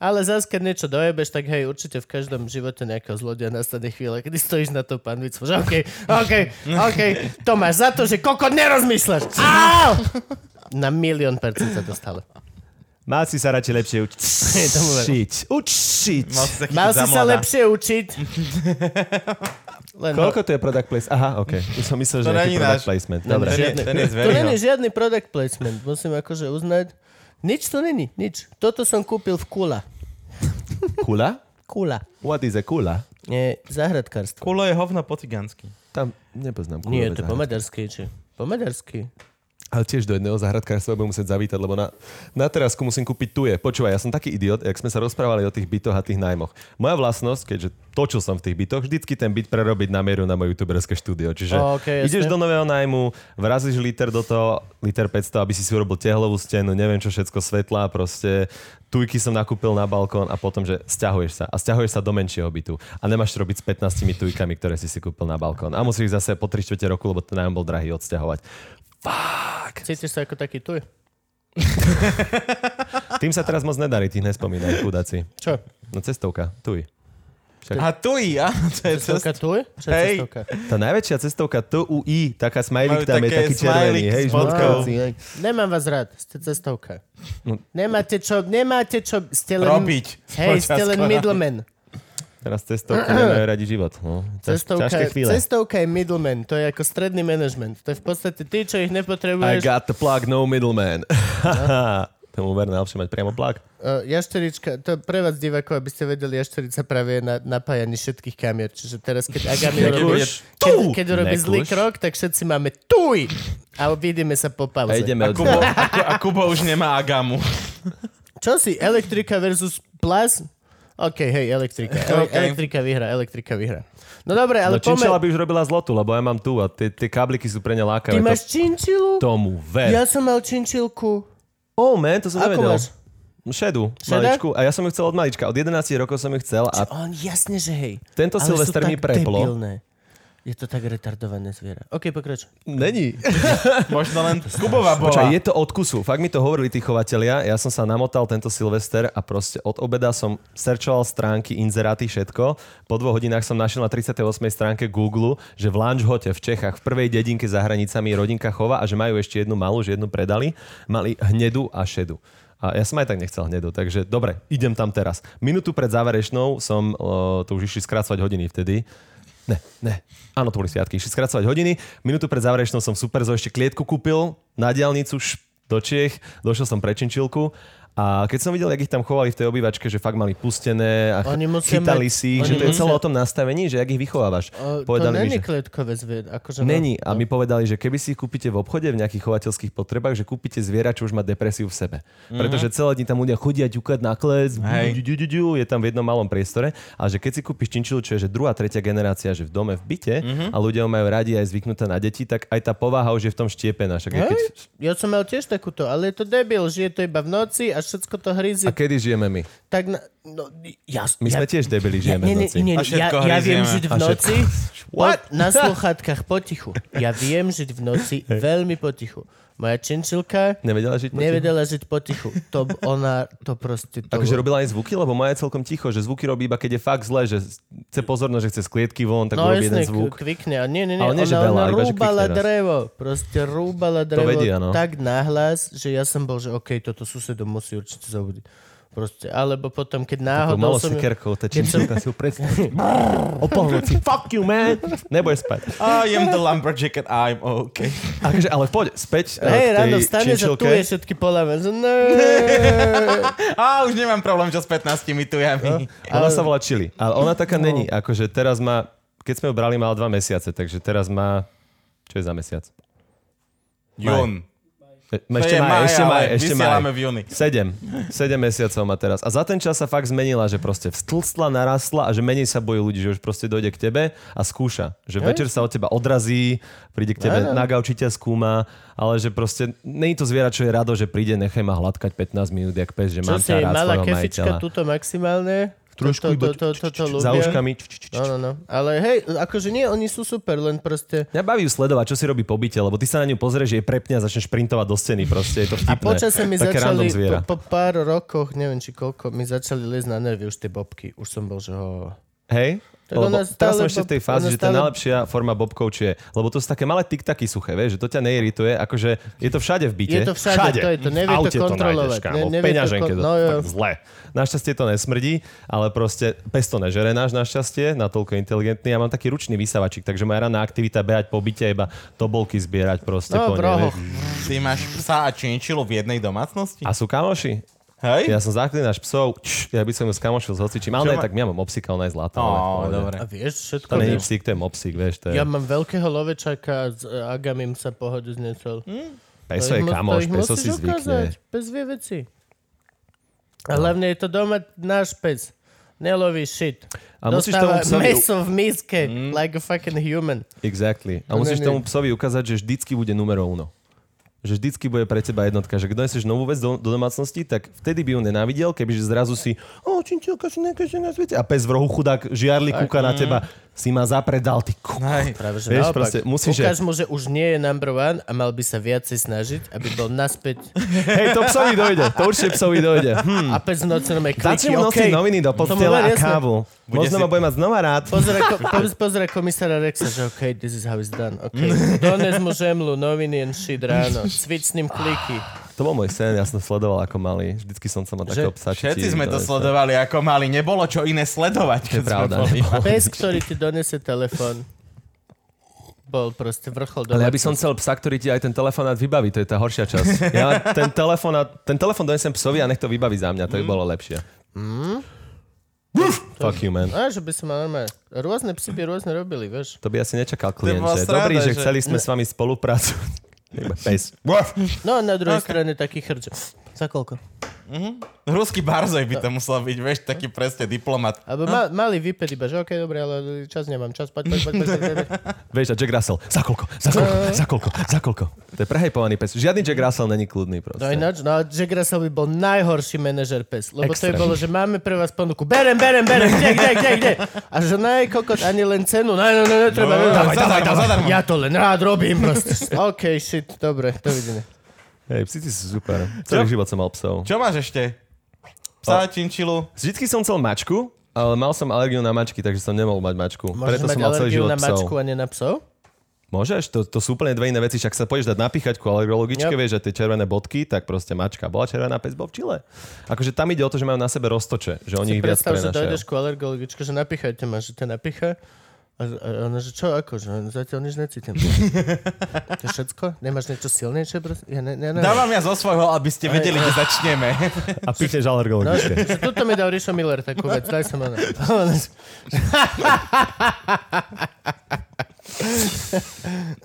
[SPEAKER 3] Ale zás, keď niečo dojebeš, tak hej, určite v každom živote nejakého zlodia nastane chvíľa, kedy stojíš na to panvicu, že okej, okej, okej, to máš za to, že koko nerozmýšľaš. Au! Na milión percent sa to stalo.
[SPEAKER 4] Má si sa radšej lepšie učiť.
[SPEAKER 3] tomu veru.
[SPEAKER 4] Učiť.
[SPEAKER 3] No.
[SPEAKER 5] Mal si, sa chytiť
[SPEAKER 3] Mal si
[SPEAKER 5] za
[SPEAKER 3] sa
[SPEAKER 5] mladá.
[SPEAKER 3] lepšie učiť. Len
[SPEAKER 4] Koľko to je product place? Aha, ok. Už som myslel, že
[SPEAKER 5] To
[SPEAKER 4] nejaký
[SPEAKER 5] není
[SPEAKER 4] product
[SPEAKER 5] náš.
[SPEAKER 4] placement.
[SPEAKER 3] Není
[SPEAKER 4] Dobre.
[SPEAKER 5] Ten je,
[SPEAKER 3] Žiadne.
[SPEAKER 5] ten je
[SPEAKER 3] no, To není
[SPEAKER 5] zverejný.
[SPEAKER 3] žiadny product placement, musím akože uznať. Nič to není, nič. Toto som kúpil v Kula.
[SPEAKER 4] Kula?
[SPEAKER 3] Kula.
[SPEAKER 4] What is a kula?
[SPEAKER 3] Nie, zahradkárstvo.
[SPEAKER 5] Kulo je hovno po cigánsky.
[SPEAKER 4] Tam nepoznám kulu.
[SPEAKER 3] Nie, to
[SPEAKER 4] bez
[SPEAKER 3] je po
[SPEAKER 4] záhrad.
[SPEAKER 3] maďarsky, či? Po maďarsky.
[SPEAKER 4] Ale tiež do jedného záhradkárstva budem musieť zavítať, lebo na, na terasku musím kúpiť tuje. Počúvaj, ja som taký idiot, jak sme sa rozprávali o tých bytoch a tých najmoch. Moja vlastnosť, keďže točil som v tých bytoch, vždycky ten byt prerobiť na mieru na moje youtuberské štúdio. Čiže
[SPEAKER 3] O, okej, jasne.
[SPEAKER 4] ideš do nového najmu, vrazíš liter do toho, liter 500, aby si si urobil tehlovú stenu, neviem čo všetko, svetla, proste tujky som nakúpil na balkón a potom, že sťahuješ sa a sťahuješ sa do menšieho bytu a nemáš čo robiť s 15 tujkami, ktoré si si kúpil na balkón. A musíš ich zase po 3 čtvrte roku, lebo ten nájom bol drahý, odsťahovať.
[SPEAKER 3] Cítiš sa ako taký tuj?
[SPEAKER 4] Tým sa teraz moc nedarí, tých nespomínaj, chudáci.
[SPEAKER 3] Čo?
[SPEAKER 4] No cestovka, tuj.
[SPEAKER 5] A tu i, áno, to je cest...
[SPEAKER 3] Cestovka tuj? Čo je
[SPEAKER 5] Hej.
[SPEAKER 3] cestovka?
[SPEAKER 4] Tá najväčšia cestovka TUI, taká smajlik
[SPEAKER 5] Majú
[SPEAKER 4] tam je,
[SPEAKER 5] také
[SPEAKER 4] taký červený,
[SPEAKER 5] smajlík
[SPEAKER 4] hej,
[SPEAKER 5] s bodkou.
[SPEAKER 4] žlutkáci. hej.
[SPEAKER 3] Nemám vás rád, ste cestovka.
[SPEAKER 4] No.
[SPEAKER 3] Nemáte čo, nemáte čo, ste len...
[SPEAKER 5] Robiť.
[SPEAKER 3] Hej, ste len
[SPEAKER 5] Počas
[SPEAKER 3] middleman.
[SPEAKER 4] Teraz cestovky nemajú radi život. No. Ťaž,
[SPEAKER 3] Cestovka,
[SPEAKER 4] ťažké chvíle.
[SPEAKER 3] cestovka je middleman, to je ako stredný manažment. To je v podstate ty, čo ich
[SPEAKER 4] I
[SPEAKER 3] nepotrebuješ.
[SPEAKER 4] got the plug, no middleman. Tomu ver, najlepšie mať priamo plug.
[SPEAKER 3] Uh, jašterička, to pre vás divakov, aby ste vedeli, jašterica práve je na napájaní všetkých kamier. Čiže teraz, keď Agami urobí,
[SPEAKER 4] Nekluš.
[SPEAKER 3] keď,
[SPEAKER 4] Tu!
[SPEAKER 3] keď urobí zlý
[SPEAKER 4] Nekluš.
[SPEAKER 3] krok, tak všetci máme tuj! A vidíme sa po
[SPEAKER 4] A
[SPEAKER 3] pauze.
[SPEAKER 4] ideme
[SPEAKER 5] A
[SPEAKER 4] od
[SPEAKER 5] Kubo, a, Ku- a Kubo už nemá agamu.
[SPEAKER 3] Čo si, elektrika versus plaz? OK, hej, elektrika. Ele-
[SPEAKER 5] OK.
[SPEAKER 3] Elektrika vyhra, elektrika vyhra. No dobre, ale
[SPEAKER 4] No
[SPEAKER 3] no, pomer...
[SPEAKER 4] činčela by už robila zlotu, lebo ja mám tu a tie, tie kabliky sú pre ne
[SPEAKER 3] Ty
[SPEAKER 4] lákavé.
[SPEAKER 3] máš
[SPEAKER 4] To-
[SPEAKER 3] činčilu?
[SPEAKER 4] Tomu
[SPEAKER 3] Ja
[SPEAKER 4] ver.
[SPEAKER 3] som mal činčilku.
[SPEAKER 4] Oh man, to som
[SPEAKER 3] Ako
[SPEAKER 4] nevedel.
[SPEAKER 3] máš?
[SPEAKER 4] Šedu,
[SPEAKER 3] Šedá?
[SPEAKER 4] maličku. A ja som ju chcel od malička. Od 11 rokov som ju chcel a
[SPEAKER 3] On, jasne, že hej.
[SPEAKER 4] Tento
[SPEAKER 3] Ale sú
[SPEAKER 4] Silvester
[SPEAKER 3] tak
[SPEAKER 4] mi preplo.
[SPEAKER 3] Debilné. Je to tak retardované zviera. OK, pokrač.
[SPEAKER 4] Není.
[SPEAKER 5] Možno len Kubova bola.
[SPEAKER 4] Počkaj, je to od kusu. Fakt mi to hovorili tí chovatelia. Ja som sa namotal tento Silvester a proste od obeda som searchoval stránky, inzeráty, všetko. Po dvoch hodinách som našiel na 38. stránke Google, že v Lanžhote v Čechách v prvej dedinke za hranicami rodinka chova a že majú ešte jednu malú, že jednu predali. Mali hnedu a šedu. A ja som aj tak nechcel hnedu, takže dobre, idem tam teraz. Minútu pred záverečnou som, o, to už išli skracovať hodiny vtedy, ne, ne. Áno, to boli sviatky. Išli skracovať hodiny. Minútu pred záverečnou som super zo ešte klietku kúpil na diálnicu šp, do Čiech. Došiel som pre činčilku. A keď som videl, jak ich tam chovali v tej obývačke, že fakt mali pustené a
[SPEAKER 3] Oni musia
[SPEAKER 4] chytali
[SPEAKER 3] mať-
[SPEAKER 4] si ich,
[SPEAKER 3] oni
[SPEAKER 4] že to je
[SPEAKER 3] musia-
[SPEAKER 4] celé o tom nastavení, že jak ich vychovávaš.
[SPEAKER 3] O, to
[SPEAKER 4] Povedali mi,
[SPEAKER 3] není
[SPEAKER 4] že-
[SPEAKER 3] klietkové zviera. Akože
[SPEAKER 4] Není. A mi povedali, že keby si ich kúpite v obchode v nejakých chovateľských potrebách, že kúpite zviera, čo už má depresiu v sebe. Pretože celé dni tam ľudia chodia ťukať na klec,
[SPEAKER 5] Hej.
[SPEAKER 4] du, du, du, du, je tam v jednom malom priestore. A že keď si kúpiš činčilu, čo je že druhá, tretia generácia, že v dome, v byte a ľudia ho majú radi aj zvyknuté na deti, tak aj tá povaha už je v tom štiepená. Však je, keď...
[SPEAKER 3] Ja som mal tiež takúto, ale je to debil, žije to iba v noci a všetko to hryzie.
[SPEAKER 4] A kedy žijeme my?
[SPEAKER 3] Tak na... No, ja,
[SPEAKER 4] My
[SPEAKER 3] ja,
[SPEAKER 4] sme tiež debili, že
[SPEAKER 3] ja,
[SPEAKER 4] jeme v
[SPEAKER 3] nie, nie,
[SPEAKER 4] noci.
[SPEAKER 3] nie, nie,
[SPEAKER 5] A
[SPEAKER 3] ja,
[SPEAKER 5] všetko
[SPEAKER 3] ja
[SPEAKER 5] hryzieme.
[SPEAKER 3] viem žiť v
[SPEAKER 4] A všetko-
[SPEAKER 3] noci.
[SPEAKER 4] What?
[SPEAKER 3] Po, na sluchátkach potichu. Ja viem žiť v noci veľmi potichu. Moja činčilka
[SPEAKER 4] Nevedela žiť? potichu?
[SPEAKER 3] nevedela žiť potichu. To b- ona, to proste... To,
[SPEAKER 4] Akože robila aj zvuky, lebo moja je celkom ticho, že zvuky robí iba keď je fakt zle, že chce pozornosť, že chce z klietky von, tak
[SPEAKER 3] no
[SPEAKER 4] urobí jeden
[SPEAKER 3] jasne, k-
[SPEAKER 4] zvuk.
[SPEAKER 3] kvikne. A nie, nie, nie.
[SPEAKER 4] Ale nie, že
[SPEAKER 3] ona,
[SPEAKER 4] veľa,
[SPEAKER 3] ona
[SPEAKER 4] iba že kvikne
[SPEAKER 3] rúbala
[SPEAKER 4] raz.
[SPEAKER 3] drevo. Proste rúbala drevo
[SPEAKER 4] vedia, no.
[SPEAKER 3] tak nahlas, že ja som bol, že OK, toto susedom musí určite zobudiť. Proste, alebo potom, keď
[SPEAKER 4] Ako
[SPEAKER 3] náhodou
[SPEAKER 4] malo
[SPEAKER 3] som...
[SPEAKER 4] som... sekerkou, tá činčilka si ju predstav. Opohnúť si, fuck you, man. Nebudeš spať.
[SPEAKER 5] I am the lumberjack and I'm okay.
[SPEAKER 4] Akože, ale poď, späť
[SPEAKER 3] Hej,
[SPEAKER 4] eh, k tej
[SPEAKER 3] ráno vstaneš a tu
[SPEAKER 4] činčilke.
[SPEAKER 3] je všetky polave. Že ne.
[SPEAKER 5] A už nemám problém, čo s 15 tujami.
[SPEAKER 4] Ona sa volá Chili, ale ona taká
[SPEAKER 3] No.
[SPEAKER 4] není. Akože teraz má, keď sme ju brali, mala dva mesiace, takže teraz má, čo je za mesiac?
[SPEAKER 3] No.
[SPEAKER 5] Jún.
[SPEAKER 4] E-
[SPEAKER 5] To
[SPEAKER 4] Ešte
[SPEAKER 5] je
[SPEAKER 4] má,
[SPEAKER 5] maj,
[SPEAKER 4] ešte
[SPEAKER 5] ale
[SPEAKER 4] má, ešte má.
[SPEAKER 5] vysielame v júni.
[SPEAKER 4] Sedem. Sedem mesiacov má teraz. A za ten čas sa fakt zmenila, že proste vstlstla, narastla a že menej sa bojí ľudí, že už proste dojde k tebe a skúša. Že večer sa od teba odrazí, príde k tebe na gauči ťa skúma, ale že proste není to zviera, čo je rado, že príde, nechaj ma hladkať 15 minút, jak pes,
[SPEAKER 3] Čo
[SPEAKER 4] že mám
[SPEAKER 3] si,
[SPEAKER 4] ťa rád
[SPEAKER 3] malá
[SPEAKER 4] svojho
[SPEAKER 3] kefička
[SPEAKER 4] majiteľa.
[SPEAKER 3] tuto maximálne? to,
[SPEAKER 4] Trošku iba
[SPEAKER 3] to, to, to, to
[SPEAKER 4] za
[SPEAKER 3] ľubia.
[SPEAKER 4] uškami. Č, č, č, č.
[SPEAKER 3] No, no, no. Ale hej, akože nie, oni sú super, len proste...
[SPEAKER 4] Mňa baví ju sledovať, čo si robí po byte, lebo ty sa na ňu pozrieš, že je prepne a začneš printovať do steny, proste je to vtipné.
[SPEAKER 3] A počasie mi
[SPEAKER 4] Také
[SPEAKER 3] začali,
[SPEAKER 4] random zviera.
[SPEAKER 3] po, po pár rokoch, neviem či koľko, mi začali liezť na nervy už tie bobky. Už som bol, že ho...
[SPEAKER 4] Hej?
[SPEAKER 3] Tak
[SPEAKER 4] lebo
[SPEAKER 3] ona
[SPEAKER 4] teraz
[SPEAKER 3] stále
[SPEAKER 4] som ešte v tej
[SPEAKER 3] bob-
[SPEAKER 4] fáze,
[SPEAKER 3] ona
[SPEAKER 4] že tá
[SPEAKER 3] stále-
[SPEAKER 4] najlepšia forma bobkov či je, lebo to sú také malé tiktaky suché, vieš, že to ťa neirituje, akože je to všade v byte.
[SPEAKER 3] Je to všade, to je to,
[SPEAKER 4] V
[SPEAKER 3] nevie to
[SPEAKER 4] aute
[SPEAKER 3] kontrolovať,
[SPEAKER 4] nájdeš, kámo,
[SPEAKER 3] ne- nevie
[SPEAKER 4] v peňaženke
[SPEAKER 3] to
[SPEAKER 4] to,
[SPEAKER 3] kon- no jo.
[SPEAKER 4] fakt zle. Našťastie to nesmrdí, ale proste pes to nežere náš našťastie, natoľko inteligentný. Ja mám taký ručný vysavačik, takže moja ranná aktivita behať po byte, iba tobolky zbierať proste
[SPEAKER 3] No,
[SPEAKER 4] po
[SPEAKER 3] v
[SPEAKER 4] nej,
[SPEAKER 3] rohoch.
[SPEAKER 4] vieš.
[SPEAKER 5] Ty máš psa a činčilu v jednej domácnosti?
[SPEAKER 4] A sú kamoši?
[SPEAKER 5] Hej?
[SPEAKER 4] Ja som záklinač psov, čš, ja by som ju skamošil s hocičím, ale
[SPEAKER 5] Čo
[SPEAKER 4] ne,
[SPEAKER 5] ma-
[SPEAKER 4] tak ja mám obsíka, ona je zlatá. ale v
[SPEAKER 5] Ó,
[SPEAKER 4] pohode.
[SPEAKER 5] dobre.
[SPEAKER 3] A vieš, všetko
[SPEAKER 4] To není
[SPEAKER 3] viem.
[SPEAKER 4] psík, to je mopsík, vieš, to je...
[SPEAKER 3] Ja mám veľkého lovečaka a s e, Agamim sa pohodu znesol.
[SPEAKER 4] Hm? Peso je
[SPEAKER 3] ich mu-
[SPEAKER 4] kamoš,
[SPEAKER 3] ich
[SPEAKER 4] peso
[SPEAKER 3] musíš
[SPEAKER 4] si zvykne. No.
[SPEAKER 3] ukázať. Pes vie veci. A hlavne je to doma náš pes. Neloví shit.
[SPEAKER 4] A musíš tomu Mm.
[SPEAKER 3] Dostáva
[SPEAKER 4] psovi-
[SPEAKER 3] meso v miske, like a fucking human.
[SPEAKER 4] Exactly. A
[SPEAKER 3] No,
[SPEAKER 4] musíš
[SPEAKER 3] nie, nie.
[SPEAKER 4] tomu psovi ukázať, že vždycky bude numero uno. Že vždycky bude pre teba jednotka. Že keď doneseš novú vec do, do domácnosti, tak vtedy by ju nenávidel, kebyže zrazu si o, činčilka, čo nekaže na svete. A pes v rohu chudák žiarli,
[SPEAKER 3] mm.
[SPEAKER 4] kúka na teba. Si ma zapredal, ty kuk.
[SPEAKER 5] Hej.
[SPEAKER 3] Práve, že
[SPEAKER 4] Vieš,
[SPEAKER 3] naopak.
[SPEAKER 4] proste musíš, že-
[SPEAKER 3] Ukáž mu, že už nie je number one a mal by sa viacej snažiť, aby bol naspäť.
[SPEAKER 4] Hej, to psovi dojde. To určite psovi dojde. Hm.
[SPEAKER 3] A pes v noci normálne
[SPEAKER 4] Začni
[SPEAKER 3] kričí,
[SPEAKER 4] mu nosiť
[SPEAKER 3] OK.
[SPEAKER 4] noviny do
[SPEAKER 3] bolo
[SPEAKER 4] postela a
[SPEAKER 3] jasné.
[SPEAKER 4] kávu. Možno
[SPEAKER 5] si-
[SPEAKER 4] ma bude mať znova rád.
[SPEAKER 3] Pozera, ko- poz- pozera komisára Rexa, že OK, this is how it's done. OK, dones mu žemlu, noviny and shit ráno. Cvič s ním kliky.
[SPEAKER 4] To bol môj sen, ja som sledoval ako malý. Vždycky som sa mal takého psa. či ti
[SPEAKER 5] Všetci sme to
[SPEAKER 4] donesel.
[SPEAKER 5] sledovali ako mali. Nebolo čo iné sledovať.
[SPEAKER 4] To je
[SPEAKER 5] keď sme
[SPEAKER 4] pravda.
[SPEAKER 5] boli
[SPEAKER 4] nebolo.
[SPEAKER 3] Pes, ktorý ti donese telefón, bol proste vrchol do
[SPEAKER 4] Ale ja by som chcel psa, ktorý ti aj ten telefonát vybaví, to je tá horšia časť. Ja ten telefonát, ten telefon donesem psovi a nech to vybaví za mňa, to
[SPEAKER 3] Mm.
[SPEAKER 4] by bolo lepšie. Fuck you, man.
[SPEAKER 3] Á, No, že by som mal normálne. Rôzne psy by rôzne robili, vieš.
[SPEAKER 4] To by asi nečakal klient,
[SPEAKER 5] bola
[SPEAKER 4] že?
[SPEAKER 5] sranda,
[SPEAKER 4] Dobrý, že
[SPEAKER 5] že-
[SPEAKER 4] chceli sme s vami spoluprácu. Iba Pes.
[SPEAKER 3] No a na druhej strane taký chrč. Za koľko?
[SPEAKER 5] Ruský barzoj by to musel byť, vieš, taký presne diplomat.
[SPEAKER 3] Alebo ma, malý výped iba, že OK, dobre, ale čas nemám, čas, poď, poď, poď, poď, poď, poď.
[SPEAKER 4] Vieš, a Jack Russell. Za koľko? Za koľko? Za koľko? Za koľko? To je prehejpovaný pes. Žiadny Jack Russell není kľudný
[SPEAKER 3] No
[SPEAKER 4] proste.
[SPEAKER 3] ináč, no Jack Russell by bol najhorší manažer pes, lebo Extrém. to je
[SPEAKER 4] Extrém.
[SPEAKER 3] bolo, že máme pre vás ponuku, berem, berem, berem, kde, kde, kde, kde. A že ne, kokot, ani len cenu, ne, ne, ne, netreba, no,
[SPEAKER 5] Dávaj, dávaj, zadarmo.
[SPEAKER 3] Ja to len rád robím proste. OK, shit, dobre, dovidenia.
[SPEAKER 4] Hej, psi sú super. Celý život som mal psov.
[SPEAKER 5] Čo máš ešte? Psa, činčilu?
[SPEAKER 4] Vždycky som chcel mačku, ale mal som alergiu na mačky, takže som nemohol mať mačku.
[SPEAKER 3] Môžeš
[SPEAKER 4] Preto
[SPEAKER 3] mať
[SPEAKER 4] som mal celý
[SPEAKER 3] alergiu
[SPEAKER 4] život
[SPEAKER 3] na
[SPEAKER 4] psov.
[SPEAKER 3] mačku a nie na psov?
[SPEAKER 4] Môžeš, to, to sú úplne dve iné veci, však sa pôjdeš dať napíchať ku
[SPEAKER 3] Yep.
[SPEAKER 4] alergologičke, yep. vieš, že tie červené bodky, tak proste mačka bola červená, pes bol v Čile. Akože tam ide o to, že majú na sebe roztoče, že
[SPEAKER 3] Si
[SPEAKER 4] oni ich viac
[SPEAKER 3] predstav, že
[SPEAKER 4] prenašajú.
[SPEAKER 3] dojdeš ku alergologičke, že napíchajte ma, že ťa napícha. A a ona, že čo, ako, že zatiaľ nič necítim. to je všetko? Nemáš niečo silnejšie? Proste? Ja ne, ne, ne,
[SPEAKER 5] Dávam ja zo svojho, aby ste vedeli, kde začneme.
[SPEAKER 4] A
[SPEAKER 3] No, že,
[SPEAKER 4] píchneš alergologičke.
[SPEAKER 3] že tuto mi dal Rišo Miller takú vec, daj sa ma na...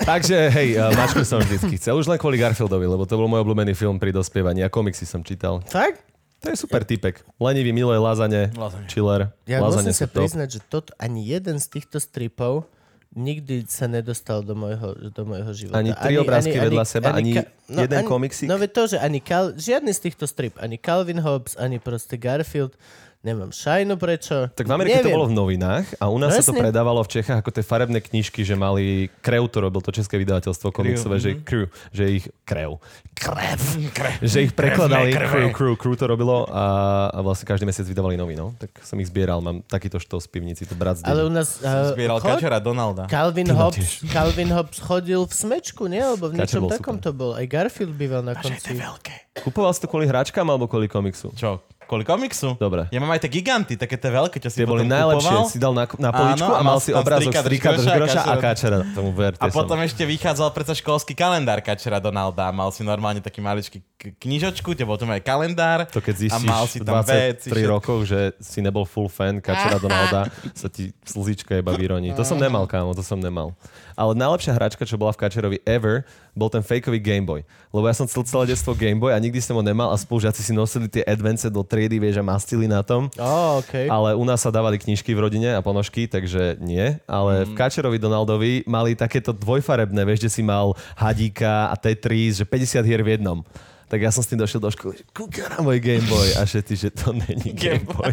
[SPEAKER 4] Takže hej, uh, mačku som vždycky chcel, už len kvôli Garfieldovi, lebo to bol môj obľúbený film pri dospievaní a komiksy som čítal.
[SPEAKER 3] Fakt?
[SPEAKER 4] To je super typek. Lenivý, milé, lazane, chiller.
[SPEAKER 3] Ja
[SPEAKER 4] lazane
[SPEAKER 3] musím sa
[SPEAKER 4] sú top.
[SPEAKER 3] priznať, že toto, ani jeden z týchto stripov nikdy sa nedostal do môjho, do môjho života.
[SPEAKER 4] Ani tri obrázky vedľa seba, ani
[SPEAKER 3] Ka-
[SPEAKER 4] jeden komiksík?
[SPEAKER 3] No veď to, že ani Cal, žiadny z týchto strip, ani Calvin Hobbes, ani proste Garfield, nemám šajnu prečo.
[SPEAKER 4] Tak v Amerike Neviem.
[SPEAKER 3] Neviem.
[SPEAKER 4] to bolo v novinách a u nás sa to
[SPEAKER 3] Presne.
[SPEAKER 4] predávalo v Čechách ako tie farebné knižky, že mali Kreu, to robil to české vydavateľstvo komiksové,
[SPEAKER 5] mhm.
[SPEAKER 4] že, crew, že ich Kreu. Krev. Že ich prekladali, crew, crew, crew to robilo a, a vlastne každý mesiac vydávali nový, no. Tak som ich zbieral, mám takýto štos v pivnici, to brat
[SPEAKER 3] Ale
[SPEAKER 4] zdieľa.
[SPEAKER 3] u nás... eh,
[SPEAKER 5] Zbieral
[SPEAKER 3] chod-
[SPEAKER 5] kačera Donalda.
[SPEAKER 3] Calvin
[SPEAKER 4] Ty ma
[SPEAKER 3] Hobbs, Calvin Hobbs chodil v smečku, nie? Alebo v
[SPEAKER 4] Kačer
[SPEAKER 3] niečom
[SPEAKER 4] bol
[SPEAKER 3] takom
[SPEAKER 4] super.
[SPEAKER 3] to bol. Aj Garfield býval na konci.
[SPEAKER 4] Kupoval si to kvôli hračkám alebo kvôli komiksu?
[SPEAKER 5] Čo? Kvôli komiksu?
[SPEAKER 4] Dobre.
[SPEAKER 5] Ja mám aj tie giganty, také tie veľké, čo si
[SPEAKER 4] Tie
[SPEAKER 5] potom
[SPEAKER 4] boli najlepšie,
[SPEAKER 5] kupoval.
[SPEAKER 4] si dal na, na poličku
[SPEAKER 5] Áno,
[SPEAKER 4] a mal si
[SPEAKER 5] tam
[SPEAKER 4] obrázok
[SPEAKER 5] strika
[SPEAKER 4] strika Držgroša a Kačera. Tomu verte
[SPEAKER 5] A potom ešte vychádzal predsa školský kalendár Kačera Donalda. Mal si normálne taký maličký k- knižočku, kde bol tam aj kalendár.
[SPEAKER 4] To keď
[SPEAKER 5] a
[SPEAKER 4] zistíš
[SPEAKER 5] mal si
[SPEAKER 4] v
[SPEAKER 5] tam
[SPEAKER 4] 23
[SPEAKER 5] veci. všetko.
[SPEAKER 4] rokoch, že si nebol full fan Kačera Donalda, sa ti slzička iba vyroní. To som
[SPEAKER 5] Mm.
[SPEAKER 4] nemal, kámo, to som nemal. Ale najlepšia hračka, čo bola v Kačerovi ever, bol ten fakeový Game Boy. Lebo ja som chcel celé detstvo Game Boy a nikdy som ho nemal a spolužiaci si nosili tie advance do triedy, vieš, a mastili na tom.
[SPEAKER 3] Ó, okej.
[SPEAKER 4] Ale u nás sa dávali knižky v rodine a ponožky, takže nie. Ale
[SPEAKER 3] Mm.
[SPEAKER 4] v Kačerovi Donaldovi mali takéto dvojfarebné, vieš, že si mal hadíka a Tetris, že 50 hier v jednom. Tak ja som s tým došiel do školy, že kúka na môj Game Boy a že ty, že to není Game Boy.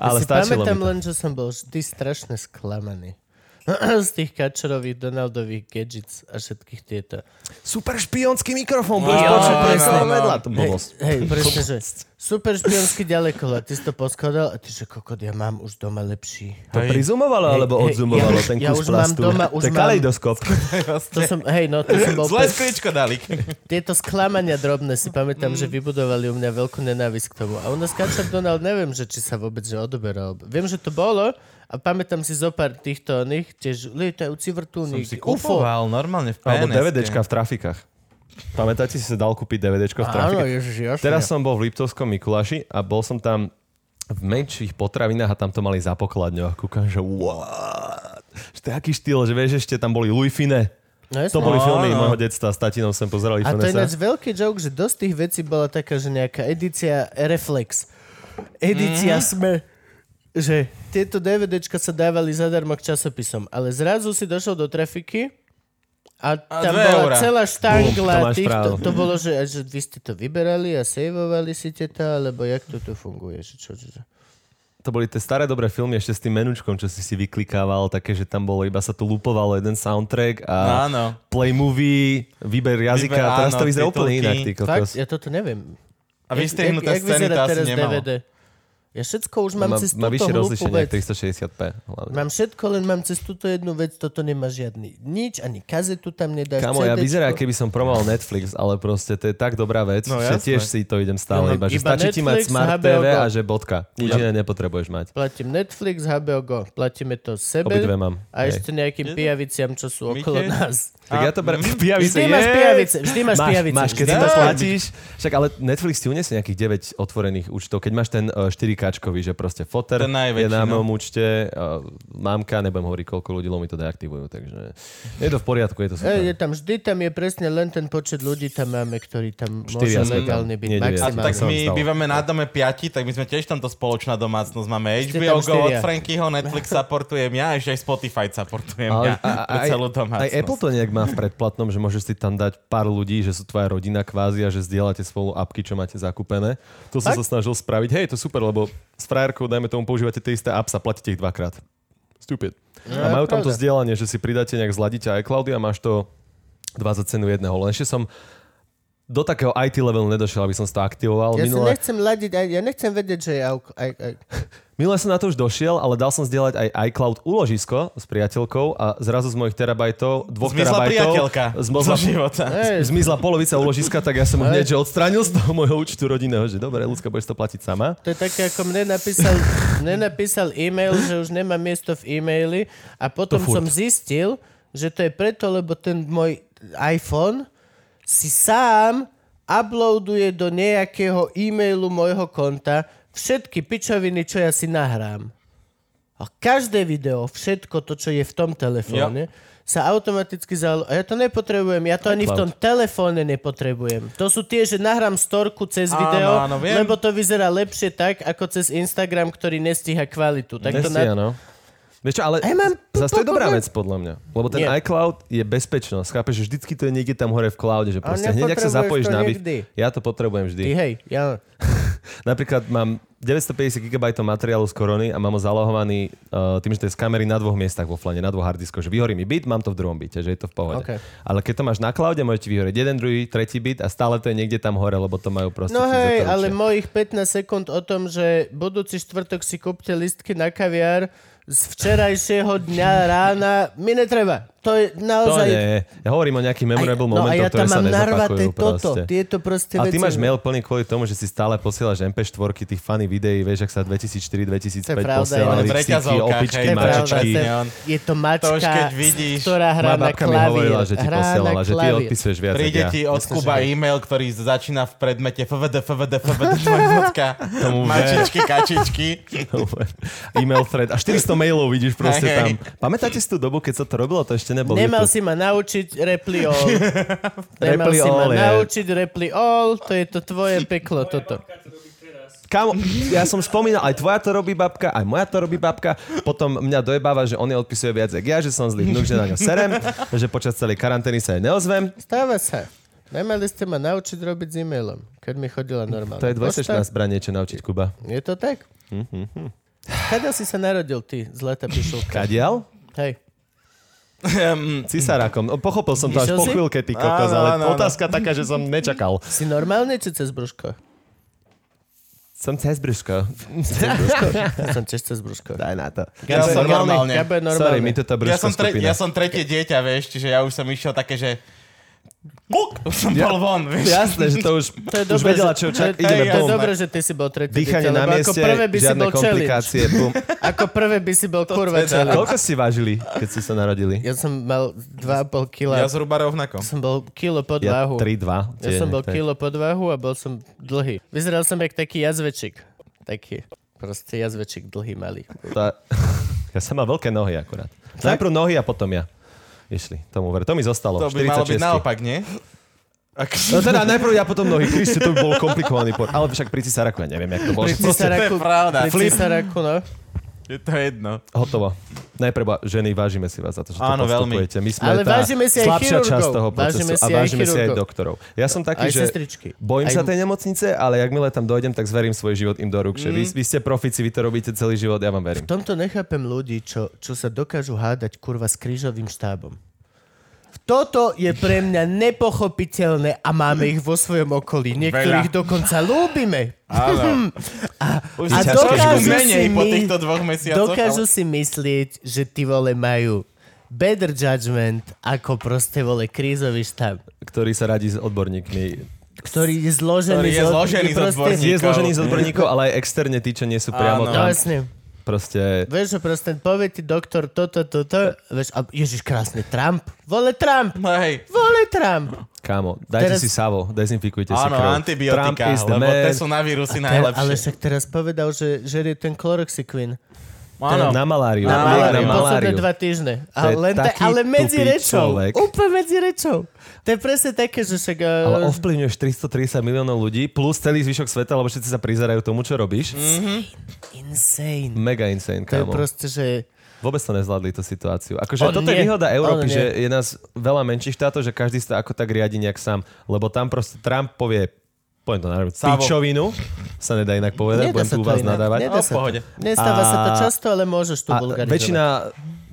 [SPEAKER 4] Ale
[SPEAKER 3] si
[SPEAKER 4] stačilo
[SPEAKER 3] pamätám
[SPEAKER 4] mi to.
[SPEAKER 3] len, že som bol vždy strašne sklamaný. Z tých kačerových Donaldových gadgets a všetkých tieto.
[SPEAKER 4] Super špionský mikrofón,
[SPEAKER 3] No,
[SPEAKER 5] Jo,
[SPEAKER 4] budeš počuť
[SPEAKER 5] áno,
[SPEAKER 4] presného
[SPEAKER 5] áno.
[SPEAKER 4] vedľa. To
[SPEAKER 3] Hej,
[SPEAKER 4] bolo
[SPEAKER 3] hej, presne, že super špionský ďalekohľad. Ty si to poskladal a ty, že kokot, ja mám už doma lepší.
[SPEAKER 4] to prizumovalo alebo
[SPEAKER 3] hej,
[SPEAKER 4] odzumovalo
[SPEAKER 3] ja už-
[SPEAKER 4] ten
[SPEAKER 3] ja
[SPEAKER 4] kus
[SPEAKER 3] už mám
[SPEAKER 4] plastu?
[SPEAKER 3] doma,
[SPEAKER 4] to
[SPEAKER 3] už
[SPEAKER 4] je
[SPEAKER 3] mám-
[SPEAKER 4] kaleidoskop.
[SPEAKER 3] To som, hej, no, to som bol...
[SPEAKER 5] Zle
[SPEAKER 3] úplne-
[SPEAKER 5] skričko dali.
[SPEAKER 3] tieto sklamania drobné si pamätám, že vybudovali u mňa veľkú nenávisť k tomu. A u nás Kačer Donald neviem, že či sa vôbec že odoberal. Viem, že to bolo a pamätám si zo pár týchto oných, tiež lietajúci
[SPEAKER 5] Som
[SPEAKER 3] vrtulník,
[SPEAKER 5] si
[SPEAKER 3] UFO.
[SPEAKER 5] kupoval normálne v PNS.
[SPEAKER 4] Alebo DVDčka v trafikách. Pamätáte si, sa dal kúpiť DVDčko v
[SPEAKER 3] Áno,
[SPEAKER 4] trafikách?
[SPEAKER 3] ježiš, jasne.
[SPEAKER 4] Teraz som bol v Liptovskom Mikuláši a bol som tam v menších potravinách a tam to mali za pokladňou. A kúkam, že what? Že to je aký štýl, že vieš, ešte tam boli Louis Fine.
[SPEAKER 3] no, jasne.
[SPEAKER 4] To boli filmy
[SPEAKER 5] Áno.
[SPEAKER 4] môjho detstva, s tatinom som pozerali
[SPEAKER 3] A to je
[SPEAKER 4] Finesa.
[SPEAKER 3] ináč veľký joke, že dosť tých vecí bola taká, že nejaká edícia Reflex. Edícia
[SPEAKER 5] Mhm.
[SPEAKER 3] mm. sme že tieto DVDčka sa dávali zadarmo k časopisom, ale zrazu si došel do trafiky a tam
[SPEAKER 5] dve
[SPEAKER 3] bola
[SPEAKER 5] eurá.
[SPEAKER 3] celá
[SPEAKER 4] Bum, to
[SPEAKER 3] štangla
[SPEAKER 4] máš
[SPEAKER 3] týchto.
[SPEAKER 4] právo.
[SPEAKER 3] To bolo, že, že vy ste to vyberali a saveovali si tieto, alebo jak to tu funguje? Že čo, čo, čo?
[SPEAKER 4] To boli tie staré dobré filmy ešte s tým menučkom, čo si si vyklikával, také, že tam bolo, iba sa tu lupovalo jeden soundtrack a
[SPEAKER 5] Áno.
[SPEAKER 4] play movie, výber jazyka,
[SPEAKER 5] Výber,
[SPEAKER 4] a teraz to
[SPEAKER 5] áno,
[SPEAKER 4] vyzerá úplne
[SPEAKER 5] titulky.
[SPEAKER 4] inak. Ty, kokos.
[SPEAKER 3] Fakt? Ja toto neviem.
[SPEAKER 5] A
[SPEAKER 3] Jak-
[SPEAKER 5] vystrihnuté
[SPEAKER 3] jak- jak
[SPEAKER 5] scény to
[SPEAKER 3] vyzerá
[SPEAKER 5] asi
[SPEAKER 3] teraz
[SPEAKER 5] nemalo.
[SPEAKER 3] DVD? Ja všetko už mám
[SPEAKER 4] má,
[SPEAKER 3] cez túto
[SPEAKER 4] má No vyššie
[SPEAKER 3] hlúpu
[SPEAKER 4] rozlišenie,
[SPEAKER 3] vec.
[SPEAKER 4] 360p. Hlavne.
[SPEAKER 3] Mám všetko, len mám cez túto jednu vec, toto nemá žiadny nič, ani kazetu tam nedáš.
[SPEAKER 4] Kamo, ja
[SPEAKER 3] CDčko.
[SPEAKER 4] vyzerá, keby som promoval Netflix, ale proste to je tak dobrá vec,
[SPEAKER 5] No,
[SPEAKER 4] no, že
[SPEAKER 5] jasné.
[SPEAKER 4] tiež si to idem
[SPEAKER 3] No,
[SPEAKER 4] stále iba, že
[SPEAKER 3] iba
[SPEAKER 4] stačí ti mať
[SPEAKER 3] Netflix,
[SPEAKER 4] Smart
[SPEAKER 3] HBO
[SPEAKER 4] TV
[SPEAKER 3] Go.
[SPEAKER 4] a že bodka. Nič iné nepotrebuješ mať.
[SPEAKER 3] Platím Netflix, HBO Go, platíme to sebe
[SPEAKER 4] Obidve mám.
[SPEAKER 3] a
[SPEAKER 4] Hej.
[SPEAKER 3] ešte nejakým pijaviciam, čo sú
[SPEAKER 5] My
[SPEAKER 3] okolo
[SPEAKER 5] tiež.
[SPEAKER 3] nás.
[SPEAKER 4] Tak ja to berem. Pijavice,
[SPEAKER 3] Vždy máš
[SPEAKER 4] jej!
[SPEAKER 3] pijavice, vždy máš pijavice.
[SPEAKER 4] Máš, keď si
[SPEAKER 3] vždy
[SPEAKER 4] to
[SPEAKER 3] máš pijavice.
[SPEAKER 4] platíš. Však ale Netflix ti uniesie nejakých 9 otvorených účtov, keď máš ten 4 kačkový, že proste foter
[SPEAKER 5] Ten
[SPEAKER 4] je
[SPEAKER 5] najväčší,
[SPEAKER 4] na
[SPEAKER 5] no.
[SPEAKER 4] mojom účte, uh, mamka, nebudem hovoriť, koľko ľudí, lebo mi to deaktivujú, takže je to v poriadku, je to super.
[SPEAKER 3] Ej, je tam, vždy tam je presne len ten počet ľudí tam máme, ktorí tam môžu
[SPEAKER 4] Štyria sme tam,
[SPEAKER 3] legálne byť
[SPEAKER 4] nie deviatka.
[SPEAKER 5] A
[SPEAKER 4] Maximálne.
[SPEAKER 5] tak
[SPEAKER 3] maximálne.
[SPEAKER 4] som
[SPEAKER 5] my
[SPEAKER 4] vzdal.
[SPEAKER 5] bývame na dome piati, tak my sme tiež tamto spoločná domácnosť. Máme
[SPEAKER 3] Ste
[SPEAKER 5] HBO
[SPEAKER 3] tam
[SPEAKER 5] Go od
[SPEAKER 3] štyria.
[SPEAKER 5] Frankyho, Netflix supportujem ja, a ešte aj Spotify supportujem
[SPEAKER 4] Ale
[SPEAKER 5] ja
[SPEAKER 4] a- a-
[SPEAKER 5] pre celú domácnosť.
[SPEAKER 4] Aj Apple to nejak má v predplatnom, že môžeš si tam dať pár ľudí, že sú tvoja rodina kvázi a že zdieľate spolu apky, čo máte zakúpené. To som sa snažil spraviť. Hej, to super, lebo s frajerkou, dajme tomu, používate tie isté apps a platíte ich dvakrát. Stupid.
[SPEAKER 3] No,
[SPEAKER 4] a
[SPEAKER 3] je
[SPEAKER 4] majú tam to
[SPEAKER 3] pravda.
[SPEAKER 4] zdieľanie, že si pridáte nejak, zladíte iCloudy a máš to 20 cenu jedného. Len ešte som do takého IT levelu nedošiel, aby som si to aktivoval.
[SPEAKER 3] Ja sa
[SPEAKER 4] Minule,
[SPEAKER 3] nechcem ladiť, aj- ja nechcem vedieť, že je auk- aj, aj,
[SPEAKER 4] minule som na to už došiel, ale dal som zdieľať aj iCloud úložisko s priateľkou a zrazu z mojich terabajtov, dvoch
[SPEAKER 5] Zmizla
[SPEAKER 4] terabajtov...
[SPEAKER 5] priateľka zo
[SPEAKER 4] Zmizla,
[SPEAKER 5] života.
[SPEAKER 4] Hej. Zmizla polovica uložiska, tak ja som ho hneď že odstránil z toho môjho účtu rodinného, že dobre, ľudská, budeš to platiť sama.
[SPEAKER 3] To je také, ako mne napísal, mne napísal e-mail, že už nemá miesto v e-maili a potom
[SPEAKER 4] To furt.
[SPEAKER 3] som zistil, že to je preto, lebo ten môj iPhone si sám uploaduje do nejakého e-mailu môjho konta všetky pičoviny, čo ja si nahrám. A každé video, všetko to, čo je v tom telefóne, sa automaticky zalo... A ja to nepotrebujem, ja to ani v tom telefóne nepotrebujem. To sú tie, že nahrám storku cez
[SPEAKER 5] Áno,
[SPEAKER 3] video,
[SPEAKER 5] áno, viem.
[SPEAKER 3] lebo to vyzerá lepšie tak, ako cez Instagram, ktorý nestíha kvalitu. Tak to
[SPEAKER 4] Nestia,
[SPEAKER 3] na...
[SPEAKER 4] no. Vieš čo, ale
[SPEAKER 3] A ja mám-
[SPEAKER 4] zase to je dobrá vec podľa mňa. Lebo ten
[SPEAKER 3] Nie.
[SPEAKER 4] iCloud je bezpečnosť. Chápeš, že vždycky to je niekde tam hore v cloude, že proste hneď ak
[SPEAKER 3] nepotrebuješ
[SPEAKER 4] sa zapojíš
[SPEAKER 3] to
[SPEAKER 4] na byt,
[SPEAKER 3] nikdy.
[SPEAKER 4] ja to potrebujem vždy.
[SPEAKER 3] Ty hej, ja...
[SPEAKER 4] Napríklad mám 950 GB materiálu z korony a mám ho zalohovaný uh, tým, že to je z kamery na dvoch miestach vo flane, na dvoch hardiskoch, že vyhorí mi byt, mám to v druhom byte, že je to v pohode.
[SPEAKER 3] OK.
[SPEAKER 4] Ale keď to máš na cloude, môže ti vyhorieť jeden, druhý, tretí byt a stále to je niekde tam hore, lebo to majú proste
[SPEAKER 3] No hej,
[SPEAKER 4] fyzioterapie.
[SPEAKER 3] ale mojich 15 sekúnd o tom, že budúci štvrtok si kúpte listky na kaviár z včerajšieho dňa rána, mi netreba. To je
[SPEAKER 4] To
[SPEAKER 3] naozaj...
[SPEAKER 4] nie. Ja hovorím o nejakých memorable
[SPEAKER 3] no a ja
[SPEAKER 4] momentoch, ktoré
[SPEAKER 3] tam
[SPEAKER 4] sa
[SPEAKER 3] mám narvaté
[SPEAKER 4] nezopakujú
[SPEAKER 3] toto.
[SPEAKER 4] proste.
[SPEAKER 3] Tieto proste
[SPEAKER 4] A
[SPEAKER 3] veci.
[SPEAKER 4] ty máš mail plný kvôli tomu, že si stále posielaš MP4 tých funny videí, vieš, ak sa 2004-2005
[SPEAKER 3] To je pravda, je
[SPEAKER 4] posielali
[SPEAKER 5] to. V
[SPEAKER 4] vsíky,
[SPEAKER 5] reťazovkách,
[SPEAKER 4] opičky,
[SPEAKER 5] hej,
[SPEAKER 3] To je pravda,
[SPEAKER 4] mačičky.
[SPEAKER 3] to je- Je to mačka,
[SPEAKER 5] To už keď vidíš,
[SPEAKER 3] ktorá hrá
[SPEAKER 4] Moja
[SPEAKER 3] na
[SPEAKER 4] babka mi
[SPEAKER 3] klavír.
[SPEAKER 4] hovorila, že ti
[SPEAKER 3] hrá na
[SPEAKER 4] posielala, že ty
[SPEAKER 3] klavír.
[SPEAKER 4] odpisuješ viac. ako
[SPEAKER 5] Príde
[SPEAKER 4] ja.
[SPEAKER 5] ti od Kuba e-mail, ktorý začína v predmete FVD, FVD, FVD, dvojmotka,
[SPEAKER 4] Tomu ver.
[SPEAKER 5] mačičky, kačičky.
[SPEAKER 4] e-mail thread. A 400 mailov vidíš proste
[SPEAKER 5] Hej, hej.
[SPEAKER 4] tam. Pamätáte si tú dobu, keď sa to robilo? To ešte nebolo.
[SPEAKER 3] Nemal
[SPEAKER 4] YouTube.
[SPEAKER 3] si ma naučiť repli all. Nemal
[SPEAKER 4] Reply
[SPEAKER 3] si ma
[SPEAKER 4] all je-
[SPEAKER 3] naučiť repli all, to je to tvoje peklo, toto.
[SPEAKER 4] Kamo, ja som spomínal, aj tvoja to robí babka, aj moja to robí babka. Potom mňa dojebáva, že on je odpisuje viac jak ja, že som zlý vnúk, že na ňo serem, že počas celej karantény sa jej neozvem.
[SPEAKER 3] Stáva sa. Nemali ste ma naučiť robiť s e-mailom, keď mi chodila normálne.
[SPEAKER 4] To je dvojsečná Mhm,
[SPEAKER 3] pošta.
[SPEAKER 4] zbranie, čo naučiť Kuba.
[SPEAKER 3] Je to tak? Kada si sa narodil ty, zlatá pišulka?
[SPEAKER 4] Kadial?
[SPEAKER 3] Hej.
[SPEAKER 5] Ehm,
[SPEAKER 4] Cisárakom. No, Pochopil som to až
[SPEAKER 3] Išiel
[SPEAKER 4] po
[SPEAKER 3] si?
[SPEAKER 4] chvíľke, ty kokos,
[SPEAKER 5] Áno,
[SPEAKER 4] ale
[SPEAKER 5] áno, áno.
[SPEAKER 4] otázka taká, že som nečakal.
[SPEAKER 3] Si normálne či cez brúško?
[SPEAKER 4] Som cez brúško.
[SPEAKER 3] Som tiež cez brúško.
[SPEAKER 4] Daj na to.
[SPEAKER 5] Ja som normálne.
[SPEAKER 3] Gabo je normálne.
[SPEAKER 4] Sorry, my to tá
[SPEAKER 5] Ja
[SPEAKER 4] brúško
[SPEAKER 5] som, tre-
[SPEAKER 4] skupina.
[SPEAKER 5] ja som tretie dieťa, vieš, čiže ja už som išiel také, že... Kuk! Už som bol von, vieš.
[SPEAKER 4] Jasné, že to už,
[SPEAKER 3] To je
[SPEAKER 4] už
[SPEAKER 3] dobré,
[SPEAKER 4] vedela,
[SPEAKER 3] že-
[SPEAKER 4] čo čak,
[SPEAKER 3] to, je-
[SPEAKER 4] ideme,
[SPEAKER 3] to je
[SPEAKER 4] bum.
[SPEAKER 3] dobré, že ty si bol tretí.
[SPEAKER 4] Dýchanie
[SPEAKER 3] dieťa,
[SPEAKER 4] na
[SPEAKER 3] lebo
[SPEAKER 4] mieste,
[SPEAKER 3] ako prvé by si
[SPEAKER 4] žiadne
[SPEAKER 3] bol komplikácie.
[SPEAKER 4] komplikácie, teda- bum.
[SPEAKER 3] Challenge. Ako prvé by si bol kurva challenge.
[SPEAKER 4] Koľko ste vážili, keď ste sa narodili?
[SPEAKER 3] Ja som mal 2,5 kg.
[SPEAKER 5] Ja zhruba rovnako.
[SPEAKER 3] som bol kilo pod
[SPEAKER 4] Ja
[SPEAKER 3] váhu.
[SPEAKER 4] 3-2.
[SPEAKER 3] Ja
[SPEAKER 4] tie,
[SPEAKER 3] som bol
[SPEAKER 4] tak.
[SPEAKER 3] kilo pod váhu a bol som dlhý. Vyzeral som jak taký jazvečik. Taký. Proste jazvečik dlhý malý.
[SPEAKER 4] Tá... Ja som mal veľké nohy akurát. Najprv nohy a potom ja. Išli, tomu ver. To mi zostalo.
[SPEAKER 5] To by malo
[SPEAKER 4] 46.
[SPEAKER 5] byť naopak, nie? Ak...
[SPEAKER 4] No teda najprv ja potom nohy. Kriste, to by bol komplikovaný por. Ale však pri Cisáraku, ja neviem, jak to bolo.
[SPEAKER 3] Pri
[SPEAKER 4] Proste
[SPEAKER 3] Cisaraku, pri
[SPEAKER 5] pravda. Flip.
[SPEAKER 3] Cisaraku, no.
[SPEAKER 5] Je to jedno.
[SPEAKER 4] Hotovo. Najprv ženy, vážime si vás za to, že to
[SPEAKER 5] Áno, veľmi.
[SPEAKER 4] podstupujete. My sme
[SPEAKER 3] Ale
[SPEAKER 4] tá
[SPEAKER 3] vážime si aj
[SPEAKER 4] slabšia
[SPEAKER 3] chirurgov.
[SPEAKER 4] časť toho procesu
[SPEAKER 3] Vážime
[SPEAKER 4] a
[SPEAKER 3] si aj
[SPEAKER 4] vážime si aj
[SPEAKER 3] chirurgov.
[SPEAKER 4] doktorov. Ja som taký,
[SPEAKER 3] Aj
[SPEAKER 4] že
[SPEAKER 3] sestričky.
[SPEAKER 4] bojím
[SPEAKER 3] Aj-
[SPEAKER 4] sa tej nemocnice, ale jakmile tam dojdem, tak zverím svoj život im do rúk. Že
[SPEAKER 3] Mm.
[SPEAKER 4] vy, vy ste profici, vy to robíte celý život, ja vám verím.
[SPEAKER 3] V tomto nechápem ľudí, čo, čo sa dokážu hádať kurva s krížovým štábom. Toto je pre mňa nepochopiteľné a máme ich vo svojom okolí. Niektorých dokonca ľúbime.
[SPEAKER 5] Áno. Už
[SPEAKER 3] A
[SPEAKER 5] sa
[SPEAKER 3] dokážu
[SPEAKER 5] trošku
[SPEAKER 3] si
[SPEAKER 5] menej po
[SPEAKER 3] my-
[SPEAKER 5] týchto dvoch mesiacoch.
[SPEAKER 3] Dokážu si myslieť, že ty vole majú better judgment ako proste vole krízový štáb,
[SPEAKER 4] Ktorý sa radí s odborníkmi.
[SPEAKER 3] ktorý je zložený,
[SPEAKER 5] Ktorý je
[SPEAKER 3] od-
[SPEAKER 5] zložený z
[SPEAKER 3] proste-
[SPEAKER 5] odborníkov.
[SPEAKER 4] Je zložený z odborníkov, ale aj externe tí, čo nie sú priamo
[SPEAKER 5] Áno.
[SPEAKER 3] No
[SPEAKER 4] tam.
[SPEAKER 3] jasne.
[SPEAKER 4] Proste
[SPEAKER 3] Vieš, že proste povie ti doktor toto, toto, vieš, a ježiš krásne, Trump, vole Trump,
[SPEAKER 5] Ale- No Hej.
[SPEAKER 3] vole Trump.
[SPEAKER 4] Kámo, dajte
[SPEAKER 3] Teraz-
[SPEAKER 4] si savo, dezinfikujte si
[SPEAKER 5] Áno,
[SPEAKER 4] krv. Trump
[SPEAKER 5] antibiotika,
[SPEAKER 4] is the
[SPEAKER 5] lebo
[SPEAKER 4] man.
[SPEAKER 5] tie sú na vírusy
[SPEAKER 3] Te- Ale
[SPEAKER 5] najlepšie.
[SPEAKER 3] však teraz povedal, že žerie ten Chloroxyquin.
[SPEAKER 5] Áno.
[SPEAKER 4] Na maláriu. Na
[SPEAKER 5] maláriu.
[SPEAKER 4] Na
[SPEAKER 3] Posledné
[SPEAKER 4] maláriu.
[SPEAKER 3] dva týždne.
[SPEAKER 4] To je
[SPEAKER 3] Ale, len ta,
[SPEAKER 4] taký
[SPEAKER 3] ale medzi
[SPEAKER 4] tupý
[SPEAKER 3] rečou.
[SPEAKER 4] človek.
[SPEAKER 3] Úplne medzi rečou. To je presne také, že však... eh,
[SPEAKER 4] Ale ovplyvňuješ 330 miliónov ľudí plus celý zvyšok sveta, lebo všetci sa prizerajú tomu, čo robíš.
[SPEAKER 3] Insane.
[SPEAKER 4] Mega
[SPEAKER 3] Mhm.
[SPEAKER 4] insane,
[SPEAKER 3] To je
[SPEAKER 4] Mm, kámo.
[SPEAKER 3] proste, že...
[SPEAKER 4] Vôbec to nezvládli, tú situáciu. Akože
[SPEAKER 3] On
[SPEAKER 4] toto je
[SPEAKER 3] nie.
[SPEAKER 4] výhoda
[SPEAKER 3] On
[SPEAKER 4] Európy,
[SPEAKER 3] nie.
[SPEAKER 4] že je nás veľa menších štátov, že každý sa ako tak riadi nejak sám. Lebo tam proste Trump povie, poviem to naravno,
[SPEAKER 5] Savo.
[SPEAKER 4] pičovinu, sa nedá inak povedať,
[SPEAKER 3] Nedá
[SPEAKER 4] budem
[SPEAKER 3] sa
[SPEAKER 4] tu u
[SPEAKER 3] to
[SPEAKER 4] vás
[SPEAKER 3] inak,
[SPEAKER 4] nadávať.
[SPEAKER 3] nedá
[SPEAKER 5] No, v
[SPEAKER 3] sa to.
[SPEAKER 5] pohode.
[SPEAKER 3] Nestáva sa to
[SPEAKER 4] A-
[SPEAKER 3] často, ale môžeš tu
[SPEAKER 4] A
[SPEAKER 3] vulgarizovať.
[SPEAKER 4] väčšina,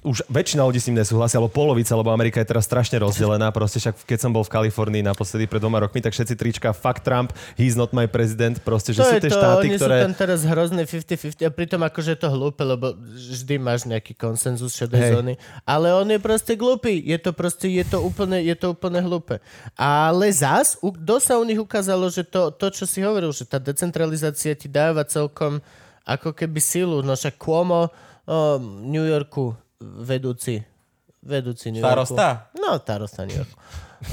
[SPEAKER 4] už väčšina ľudí s ním nesúhlasí, alebo polovica, lebo Amerika je teraz strašne rozdelená. Proste však keď som bol v Kalifornii naposledy pred dvoma rokmi, tak všetci trička fuck Trump, he's not my president. Proste,
[SPEAKER 3] to
[SPEAKER 4] že sú
[SPEAKER 3] je
[SPEAKER 4] tie
[SPEAKER 3] to,
[SPEAKER 4] štáty,
[SPEAKER 3] oni
[SPEAKER 4] ktoré...
[SPEAKER 3] sú tam teraz hrozné 50-50 a pritom akože je to hlúpe, lebo vždy máš nejaký konsenzus šedej
[SPEAKER 4] Hej.
[SPEAKER 3] zóny. Ale on je proste glúpy. Je to proste, je to úplne, je to úplne hlúpe. Ale zás, u, dosť sa u nich ukázalo, že to, to, čo si hovoril, že tá decentralizácia ti dáva celkom ako keby silu. No však Cuomo, o, New Yorku vedúci, vedúci New Yorku.
[SPEAKER 5] Starosta?
[SPEAKER 3] No, starosta New Yorku.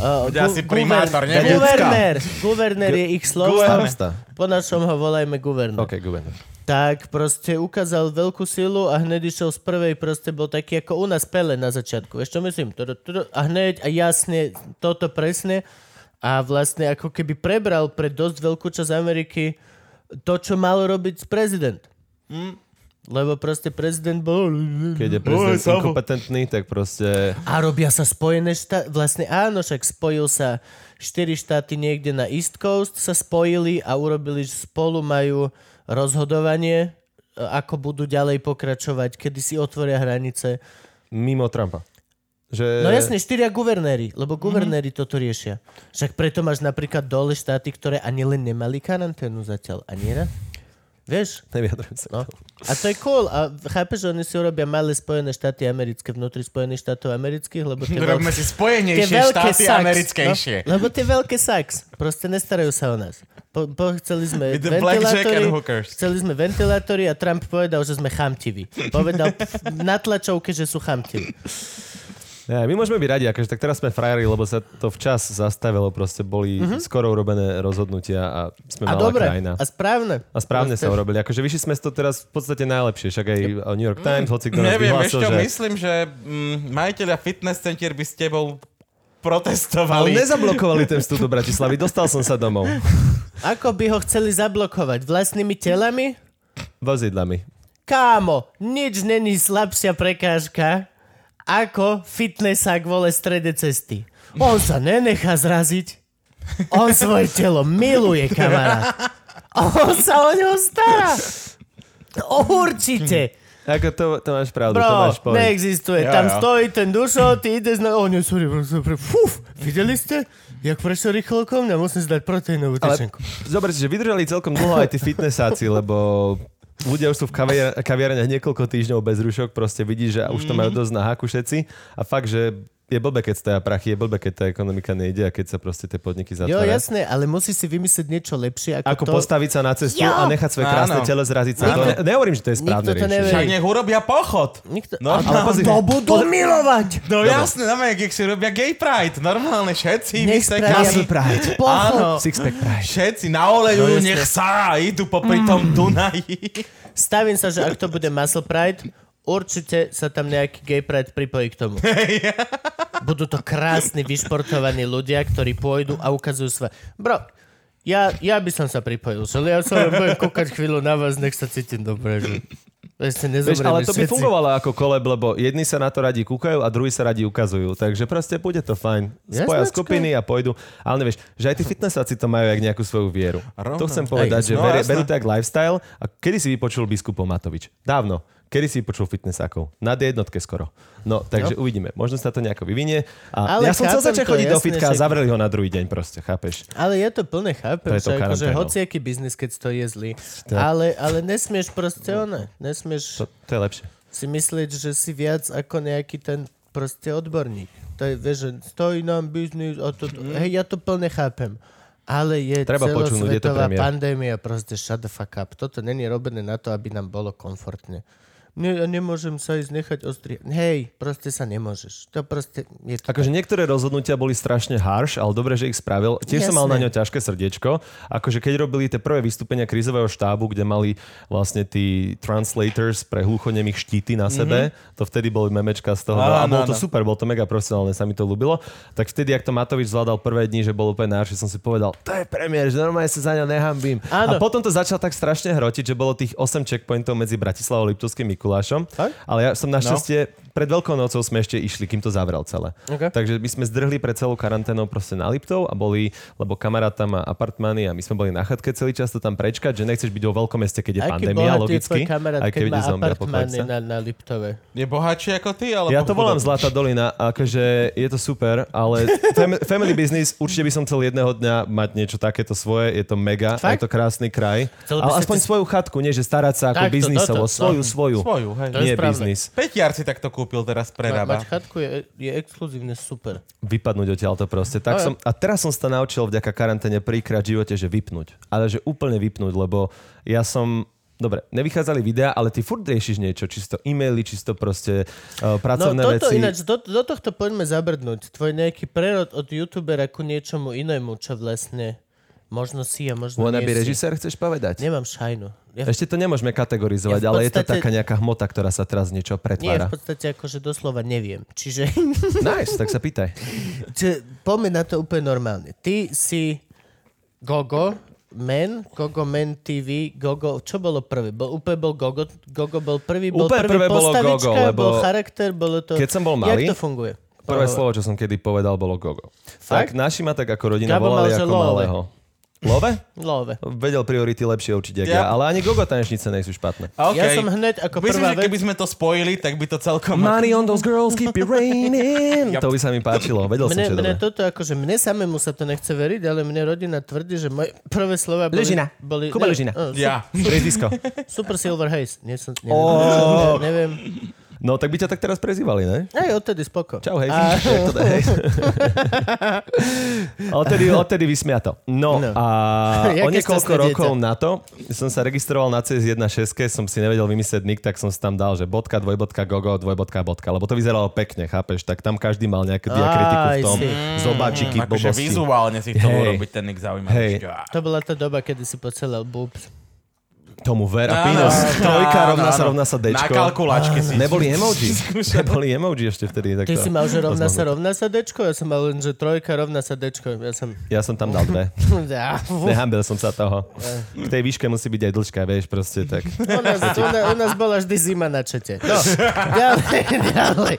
[SPEAKER 3] Uh,
[SPEAKER 5] Veď asi primátor, neviem.
[SPEAKER 3] guvernér, guvernér je ich slovo.
[SPEAKER 4] Starosta.
[SPEAKER 3] Po našom ho volajme guvernér.
[SPEAKER 4] OK, guvernér.
[SPEAKER 3] Tak proste ukázal veľkú silu a hneď išiel z prvej, proste bol taký ako u nás Pele na začiatku. Vieš čo myslím? Tudu, tudu, A hneď a jasne, toto presne. A vlastne ako keby prebral pre dosť veľkú časť Ameriky to, čo mal robiť prezident. Hm? Lebo proste prezident bol...
[SPEAKER 4] Keď je prezident inkompetentný, tak proste...
[SPEAKER 3] A robia sa Spojené štáty, vlastne áno, však spojil sa štyri štáty niekde na East Coast, sa spojili a urobili, že spolu majú rozhodovanie, e, ako budú ďalej pokračovať, kedy si otvoria hranice.
[SPEAKER 4] Mimo Trumpa.
[SPEAKER 3] No
[SPEAKER 4] Že...
[SPEAKER 3] jasne, štyria guvernéri, lebo guvernéri mm-hmm. toto riešia. Však preto máš napríklad dole štáty, ktoré ani len nemali karanténu zatiaľ, ani raz. Vieš?
[SPEAKER 4] Nevyjadrujem sa.
[SPEAKER 3] No. A to je cool. A chápeš, že oni si urobia malé Spojené štáty americké vnútri Spojených štátov amerických, lebo tie, veľ...
[SPEAKER 5] Robíme si
[SPEAKER 3] tie
[SPEAKER 5] spojenejšie
[SPEAKER 3] veľké
[SPEAKER 5] štáty
[SPEAKER 3] sax,
[SPEAKER 5] americkejšie.
[SPEAKER 3] No? Lebo tie veľké sax. Proste nestarajú sa o nás. Po, po chceli sme
[SPEAKER 5] With the blackjack
[SPEAKER 3] ventilátory,
[SPEAKER 5] and hookers.
[SPEAKER 3] chceli sme ventilátory a Trump povedal, že sme chamtiví. Povedal pf, na tlačovke, že sú chamtiví.
[SPEAKER 4] Ja, my môžeme byť radi, akože tak teraz sme frajeri, lebo sa to včas zastavilo, proste boli mm-hmm. skoro urobené rozhodnutia a sme
[SPEAKER 3] Mhm. A
[SPEAKER 4] malá
[SPEAKER 3] dobre,
[SPEAKER 4] krajina.
[SPEAKER 3] a správne.
[SPEAKER 4] A správne
[SPEAKER 3] Proste-
[SPEAKER 4] sa urobili. Akože vyšli sme z to teraz v podstate najlepšie. Však aj uh, New York
[SPEAKER 3] Mm,
[SPEAKER 4] Times, hoci kto nás
[SPEAKER 5] Neviem, ešte
[SPEAKER 4] vyhlásil, že...
[SPEAKER 5] myslím, že mm, majiteľia fitness centier by s tebou
[SPEAKER 4] Ale
[SPEAKER 5] protestovali.
[SPEAKER 4] nezablokovali ten vstup do Bratislavy. Dostal som sa domov.
[SPEAKER 3] Ako by ho chceli zablokovať? Vlastnými telami?
[SPEAKER 4] Vozidlami.
[SPEAKER 3] Kámo, nič není slabšia prekážka ako fitnessák vole strede cesty. On sa nenechá zraziť. On svoje telo miluje, kamarát. On sa o ňo stará. Určite.
[SPEAKER 4] Ako to, to máš pravdu, to
[SPEAKER 3] Bro,
[SPEAKER 4] máš point.
[SPEAKER 3] neexistuje.
[SPEAKER 5] Jo,
[SPEAKER 3] Tam
[SPEAKER 5] jo.
[SPEAKER 3] stojí ten dušo, ty ideš na... O, nie, sorry, bro, sorry. Fuf, videli ste? Jak prešiel rýchlo ko mňa, musím si dať proteínovú
[SPEAKER 4] Ale
[SPEAKER 3] tyčenku.
[SPEAKER 4] zoberte, že vydržali celkom dlho aj tí fitnessáci, lebo ľudia už sú v kaviar- kaviarniach niekoľko týždňov bez rušok, proste vidíš, že už to majú
[SPEAKER 3] Mhm.
[SPEAKER 4] dosť na haku všetci a fakt, že je blbé, keď stoja prachy, je blbé, keď tá ekonomika nejde a keď sa proste tie podniky
[SPEAKER 3] Jo,
[SPEAKER 4] zatvárajú.
[SPEAKER 3] jasné, ale musíš si vymyslieť niečo lepšie ako,
[SPEAKER 4] Ako
[SPEAKER 3] to...
[SPEAKER 4] postaviť sa na cestu
[SPEAKER 3] Jo!
[SPEAKER 4] a nechať svoje krásne
[SPEAKER 5] Áno.
[SPEAKER 4] telo zraziť sa. To ne- nehovorím, že to je správne
[SPEAKER 3] Nikto to
[SPEAKER 4] riešenie.
[SPEAKER 5] Však nech urobia pochod.
[SPEAKER 3] Nikto... No,
[SPEAKER 5] No, ale
[SPEAKER 3] ale
[SPEAKER 4] pozri-
[SPEAKER 3] to budú milovať.
[SPEAKER 5] No jasné, normálne, keď si robia gay pride. Normálne všetci
[SPEAKER 3] Nech
[SPEAKER 5] vysekajú.
[SPEAKER 3] spravia
[SPEAKER 4] Muscle pride.
[SPEAKER 5] Áno.
[SPEAKER 3] pochod.
[SPEAKER 4] Sixpack pride.
[SPEAKER 5] Všetci naolejujú,
[SPEAKER 3] No jasne.
[SPEAKER 5] nech sa idú popri tom Dunaji.
[SPEAKER 3] Stavím sa, že ak to bude Muscle Pride, určite sa tam nejaký gay pride pripojí k tomu. Budú to krásni, vyšportovaní ľudia, ktorí pôjdu a ukazujú svoje... Bro, ja, ja by som sa pripojil, že ja sa len budem kúkať chvíľu na vás, nech sa cítim dobre, že... Ešte
[SPEAKER 4] Vieš,
[SPEAKER 3] nezomrieme
[SPEAKER 4] ale to by
[SPEAKER 3] všetci.
[SPEAKER 4] fungovalo ako koleb, lebo jedni sa na to radi kúkajú a druhí sa radi ukazujú. Takže proste bude to fajn. Spoja
[SPEAKER 3] Jasnačka.
[SPEAKER 4] skupiny a pôjdu. Ale nevieš, že aj tí fitnessáci to majú jak nejakú svoju vieru.
[SPEAKER 5] Rovno.
[SPEAKER 4] To chcem povedať,
[SPEAKER 5] Hej,
[SPEAKER 4] že
[SPEAKER 5] no,
[SPEAKER 4] verie-
[SPEAKER 5] jasné.
[SPEAKER 4] berú to jak lifestyle. A kedy si vypočul biskupov Matovič? Dávno. Kedy si vypočul fitnessákov? Na jednotke skoro. No, takže uvidíme. Možno sa to nejako vyvinie. A
[SPEAKER 3] Ale
[SPEAKER 4] ja som chcel
[SPEAKER 3] chápem
[SPEAKER 4] začať
[SPEAKER 3] to,
[SPEAKER 4] chodiť do
[SPEAKER 3] jasné,
[SPEAKER 4] fitka a
[SPEAKER 3] však.
[SPEAKER 4] zavreli ho na druhý deň proste, chápeš?
[SPEAKER 3] Ale ja to plne chápem,
[SPEAKER 4] To
[SPEAKER 3] že
[SPEAKER 4] je to
[SPEAKER 3] akože
[SPEAKER 4] karanténou.
[SPEAKER 3] hociaký biznis, keď to je zlý. Ale, ale nesmieš proste ono, nesmieš...
[SPEAKER 4] To, to je lepšie.
[SPEAKER 3] si myslieť, že si viac ako nejaký ten proste odborník. To je, vieš, že stojí nám biznis a to, to, hej, ja to plne chápem. Ale je
[SPEAKER 4] Mhm. Treba počuť, je to
[SPEAKER 3] celosvetová
[SPEAKER 4] premiér.
[SPEAKER 3] pandémia, proste shut the fuck up. Toto není robené na to, aby nám bolo komfortne. Ne, ja nemôžem sa ísť nechať ostrihať. Hej, proste sa nemôžeš. To proste je to
[SPEAKER 4] Akože niektoré rozhodnutia boli strašne harsh, ale dobre, že ich spravil. Tiež som mal na
[SPEAKER 3] Jasné.
[SPEAKER 4] ňo ťažké srdiečko. Akože keď robili tie prvé vystúpenia krizového štábu, kde mali vlastne tí translators pre hluchonemých štíty na
[SPEAKER 3] Mhm.
[SPEAKER 4] sebe, mm-hmm. to vtedy boli memečka z toho. no a
[SPEAKER 3] no,
[SPEAKER 5] Áno,
[SPEAKER 4] bolo to
[SPEAKER 5] áno.
[SPEAKER 4] super, bolo to mega profesionálne, sa mi to ľúbilo. Tak vtedy, ak to Matovič zvládal prvé dni, že bol úplne náš, som si povedal, to je premiér, že normálne sa za ňo nehambím.
[SPEAKER 3] Áno.
[SPEAKER 4] A potom to začal tak strašne hrotiť, že bolo tých 8 checkpointov medzi Bratislavou a Liptovským Mikulášom.
[SPEAKER 3] Tak?
[SPEAKER 4] Ale ja som našťastie, no. pred Veľkou nocou sme ešte išli, kým to zavrel celé.
[SPEAKER 3] Ok.
[SPEAKER 4] Takže my sme zdrhli pre celú karanténou proste na Liptov a boli, lebo kamarát tam má apartmány a my sme boli na chatke celý čas to tam prečkať, že nechceš byť vo veľkom meste, keď je pandémia, logicky.
[SPEAKER 3] kamarát,
[SPEAKER 4] aj
[SPEAKER 3] keď má
[SPEAKER 4] keď ide zombie
[SPEAKER 3] apartmány
[SPEAKER 4] apokalypsa.
[SPEAKER 3] na, na Liptove.
[SPEAKER 5] Je bohatší ako ty, alebo...
[SPEAKER 4] Ja to volám
[SPEAKER 5] chudobný?
[SPEAKER 4] Zlatá dolina, akože je to super, ale fam- family business, určite by som chcel jedného dňa mať niečo takéto svoje, je to mega,
[SPEAKER 3] Fakt?
[SPEAKER 4] je to krásny kraj.
[SPEAKER 3] Chcel by
[SPEAKER 4] Ale
[SPEAKER 3] si
[SPEAKER 4] aspoň
[SPEAKER 3] ty-
[SPEAKER 4] svoju chatku, nie že starať sa ako
[SPEAKER 3] Takto,
[SPEAKER 4] biznisovo,
[SPEAKER 3] toto, no.
[SPEAKER 4] svoju, svoju,
[SPEAKER 5] Svoju, hej.
[SPEAKER 3] To je
[SPEAKER 4] nie
[SPEAKER 3] správne.
[SPEAKER 4] biznis.
[SPEAKER 5] Peťiar si takto kúpil,
[SPEAKER 3] Ma,
[SPEAKER 5] teraz prerába.
[SPEAKER 3] mať chatku je, je exkluzívne super.
[SPEAKER 4] vypadnúť odtiaľ to proste. Tak
[SPEAKER 3] No jo.
[SPEAKER 4] som, a teraz som sa naučil vďaka karanténe prvýkrát v živote, že vypnúť. Ale že úplne vypnúť, lebo ja som Dobre, nevychádzali videá, ale ty furt riešiš niečo, čisto e-maily, čisto proste uh, pracovné
[SPEAKER 3] no, toto
[SPEAKER 4] veci.
[SPEAKER 3] Ináč, do, do tohto poďme zabrnúť. Tvoj nejaký prerod od youtubera ku niečomu inému, čo vlastne možno si a možno
[SPEAKER 4] Wanna
[SPEAKER 3] nie
[SPEAKER 4] be
[SPEAKER 3] si.
[SPEAKER 4] režisér, chceš povedať?
[SPEAKER 3] Nemám šajnu. Ja,
[SPEAKER 4] Ešte to nemôžeme kategorizovať,
[SPEAKER 3] Ja v
[SPEAKER 4] ale je to
[SPEAKER 3] podstate-
[SPEAKER 4] taká nejaká hmota, ktorá sa teraz niečo
[SPEAKER 3] nie,
[SPEAKER 4] pretvára.
[SPEAKER 3] v podstate akože doslova neviem. Čiže
[SPEAKER 4] Nice, tak sa pýtaj.
[SPEAKER 3] či, poďme na to úplne normálne. Ty si gogo, Men, Gogo Men TV, Gogo, čo bolo prvý? Bol, úplne bol Gogo, Gogo bol prvý, bol
[SPEAKER 4] Úplne
[SPEAKER 3] prvý
[SPEAKER 4] prvé bolo
[SPEAKER 3] postavička,
[SPEAKER 4] Gogo, lebo
[SPEAKER 3] bol charakter, bolo to...
[SPEAKER 4] keď som bol malý,
[SPEAKER 3] Jak to funguje?
[SPEAKER 4] Prvé
[SPEAKER 3] Pohovor.
[SPEAKER 4] slovo, čo som kedy povedal, bolo gogo.
[SPEAKER 3] Fakt?
[SPEAKER 4] Tak naši ma tak ako rodina
[SPEAKER 3] Gabo mal,
[SPEAKER 4] volali
[SPEAKER 3] že
[SPEAKER 4] ako
[SPEAKER 3] love.
[SPEAKER 4] malého. Love?
[SPEAKER 3] Love.
[SPEAKER 4] Vedel priority lepšie určite, ako ja.
[SPEAKER 5] Ja-
[SPEAKER 4] ale ani gogo tanečnice nejsú špatné.
[SPEAKER 5] Okay.
[SPEAKER 3] Ja som hneď ako
[SPEAKER 5] Myslím,
[SPEAKER 3] prvá
[SPEAKER 5] že keby sme to spojili, tak by to celkom...
[SPEAKER 4] Money on those girls, keep it raining. To by sa mi páčilo, vedel som,
[SPEAKER 3] Mne,
[SPEAKER 4] čo je
[SPEAKER 3] mne
[SPEAKER 4] dobré.
[SPEAKER 3] toto akože, mne samému sa to nechce veriť, ale mne rodina tvrdí, že moje prvé slova boli...
[SPEAKER 4] Lužina.
[SPEAKER 3] Boli,
[SPEAKER 4] Kuba
[SPEAKER 3] ne-
[SPEAKER 4] Lužina.
[SPEAKER 3] o, su-
[SPEAKER 5] Ja.
[SPEAKER 4] Prezisko.
[SPEAKER 3] Super Silver Haze. Nie som, neviem.
[SPEAKER 4] Ó.
[SPEAKER 3] Ne- neviem.
[SPEAKER 4] No tak by ťa tak teraz prezývali, ne?
[SPEAKER 3] Aj odtedy spoko.
[SPEAKER 4] Čau, hej. A... To dá, hej. A odtedy, odtedy vysmiato. No,
[SPEAKER 3] No.
[SPEAKER 4] no. a o
[SPEAKER 3] Jaké
[SPEAKER 4] niekoľko
[SPEAKER 3] šťastné
[SPEAKER 4] rokov
[SPEAKER 3] dieťa.
[SPEAKER 4] na to som sa registroval na CS1.6, som si nevedel vymyslieť nick, tak som si tam dal, že bodka, dvojbodka, gogo, dvojbodka, bodka, lebo to vyzeralo pekne, chápeš? Tak tam každý mal nejakú diakritiku
[SPEAKER 3] Aj,
[SPEAKER 4] v tom,
[SPEAKER 3] si.
[SPEAKER 4] zobáčiky,
[SPEAKER 5] Akože
[SPEAKER 4] blbosti.
[SPEAKER 5] vizuálne si chcel
[SPEAKER 4] Hej.
[SPEAKER 5] urobiť ten nick zaujímavý.
[SPEAKER 4] Hej.
[SPEAKER 3] To bola tá doba, kedy si pocelal boobs.
[SPEAKER 4] Tomu ver a
[SPEAKER 5] Áno,
[SPEAKER 4] pínos.
[SPEAKER 5] áno,
[SPEAKER 4] Trojka
[SPEAKER 5] áno,
[SPEAKER 4] rovná sa
[SPEAKER 5] áno.
[SPEAKER 4] rovná sa
[SPEAKER 5] Na
[SPEAKER 4] dečko.
[SPEAKER 5] kalkulačke si...
[SPEAKER 4] Neboli emoji. Neboli emoji ešte vtedy. Tak
[SPEAKER 3] Ty
[SPEAKER 4] to-
[SPEAKER 3] si mal, že
[SPEAKER 4] to
[SPEAKER 3] rovná
[SPEAKER 4] sme-
[SPEAKER 3] sa rovná sa dečko? Ja som mal len, že trojka rovná sa dečko. Ja som...
[SPEAKER 4] Ja som tam dal dve.
[SPEAKER 3] Ja, u,
[SPEAKER 4] Nehambil som sa toho. K tej výške musí byť aj dlžka, vieš, proste tak.
[SPEAKER 3] u, nás, u, nás, u nás bola vždy zima na čete. No, ďalej, ďalej.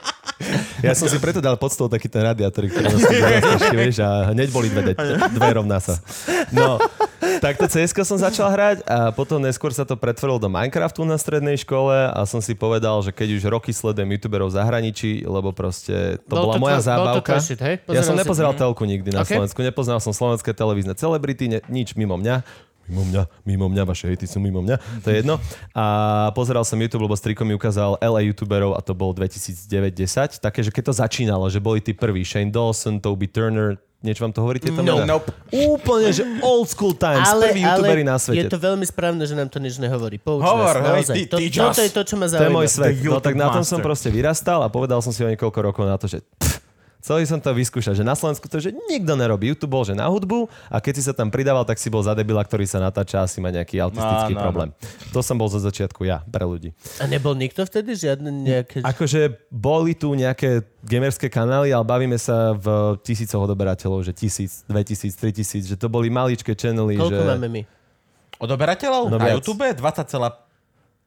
[SPEAKER 4] Ja som si preto dal pod stôl taký ten radiátor, ktorý nosím do rozkošky, vieš, a hneď boli dve, de- dve rovná sa. No, takto cs som začal hrať a potom neskôr sa to pretvorilo do Minecraftu na strednej škole a som si povedal, že keď už roky sledujem youtuberov v zahraničí, lebo proste to
[SPEAKER 3] Bol
[SPEAKER 4] bola
[SPEAKER 3] to
[SPEAKER 4] moja
[SPEAKER 3] tvoj- bol to
[SPEAKER 4] zábavka.
[SPEAKER 3] tvoj shit, hej?
[SPEAKER 4] Ja som
[SPEAKER 3] Pozeral si-
[SPEAKER 4] nepozeral telku nikdy na
[SPEAKER 3] Okay.
[SPEAKER 4] Slovensku, nepoznal som slovenské televízne celebrity, ne, nič mimo mňa. Mimo mňa, mimo mňa, vaše hejty sú mimo mňa, to je jedno. A pozeral som YouTube, lebo striko mi ukázal LA youtuberov a to bol 2009-10. Také, že keď to začínalo, že boli tí prví, Shane Dawson, Toby Turner, niečo vám to hovorí tieto
[SPEAKER 5] No,
[SPEAKER 4] mená?
[SPEAKER 5] nope.
[SPEAKER 4] Úplne, že old school times, ale, prví youtuberi na
[SPEAKER 3] je
[SPEAKER 4] svete.
[SPEAKER 3] to veľmi správne, že nám to nič nehovorí. Pouč
[SPEAKER 5] Hovor, hej,
[SPEAKER 3] nás, naozaj.
[SPEAKER 5] ty-
[SPEAKER 3] to,
[SPEAKER 5] ty
[SPEAKER 3] toto
[SPEAKER 5] čas.
[SPEAKER 3] je to, čo ma
[SPEAKER 4] To je
[SPEAKER 3] zaujíma.
[SPEAKER 4] môj svet.
[SPEAKER 5] The
[SPEAKER 4] No tak na tom
[SPEAKER 5] YouTube
[SPEAKER 4] som
[SPEAKER 5] master.
[SPEAKER 4] proste vyrastal a povedal som si o niekoľko rokov na to, že pff, Chcel som to vyskúšať, že na Slovensku to, že nikto nerobí. YouTube bol, že na hudbu a keď si sa tam pridával, tak si bol za debila, ktorý sa natáča asi má nejaký autistický
[SPEAKER 5] No, no, no.
[SPEAKER 4] problém. To som bol zo začiatku ja, pre ľudí.
[SPEAKER 3] A nebol nikto vtedy žiadny nejaký...
[SPEAKER 4] Akože boli tu nejaké gamerské kanály, ale bavíme sa v tisícoch odoberateľov, že tisíc, dve tisíc, tri tisíc, že to boli maličké channely.
[SPEAKER 3] Koľko
[SPEAKER 4] že...
[SPEAKER 3] máme my?
[SPEAKER 5] Odoberateľov
[SPEAKER 4] No
[SPEAKER 5] na
[SPEAKER 4] viac.
[SPEAKER 5] YouTube? 20, celá-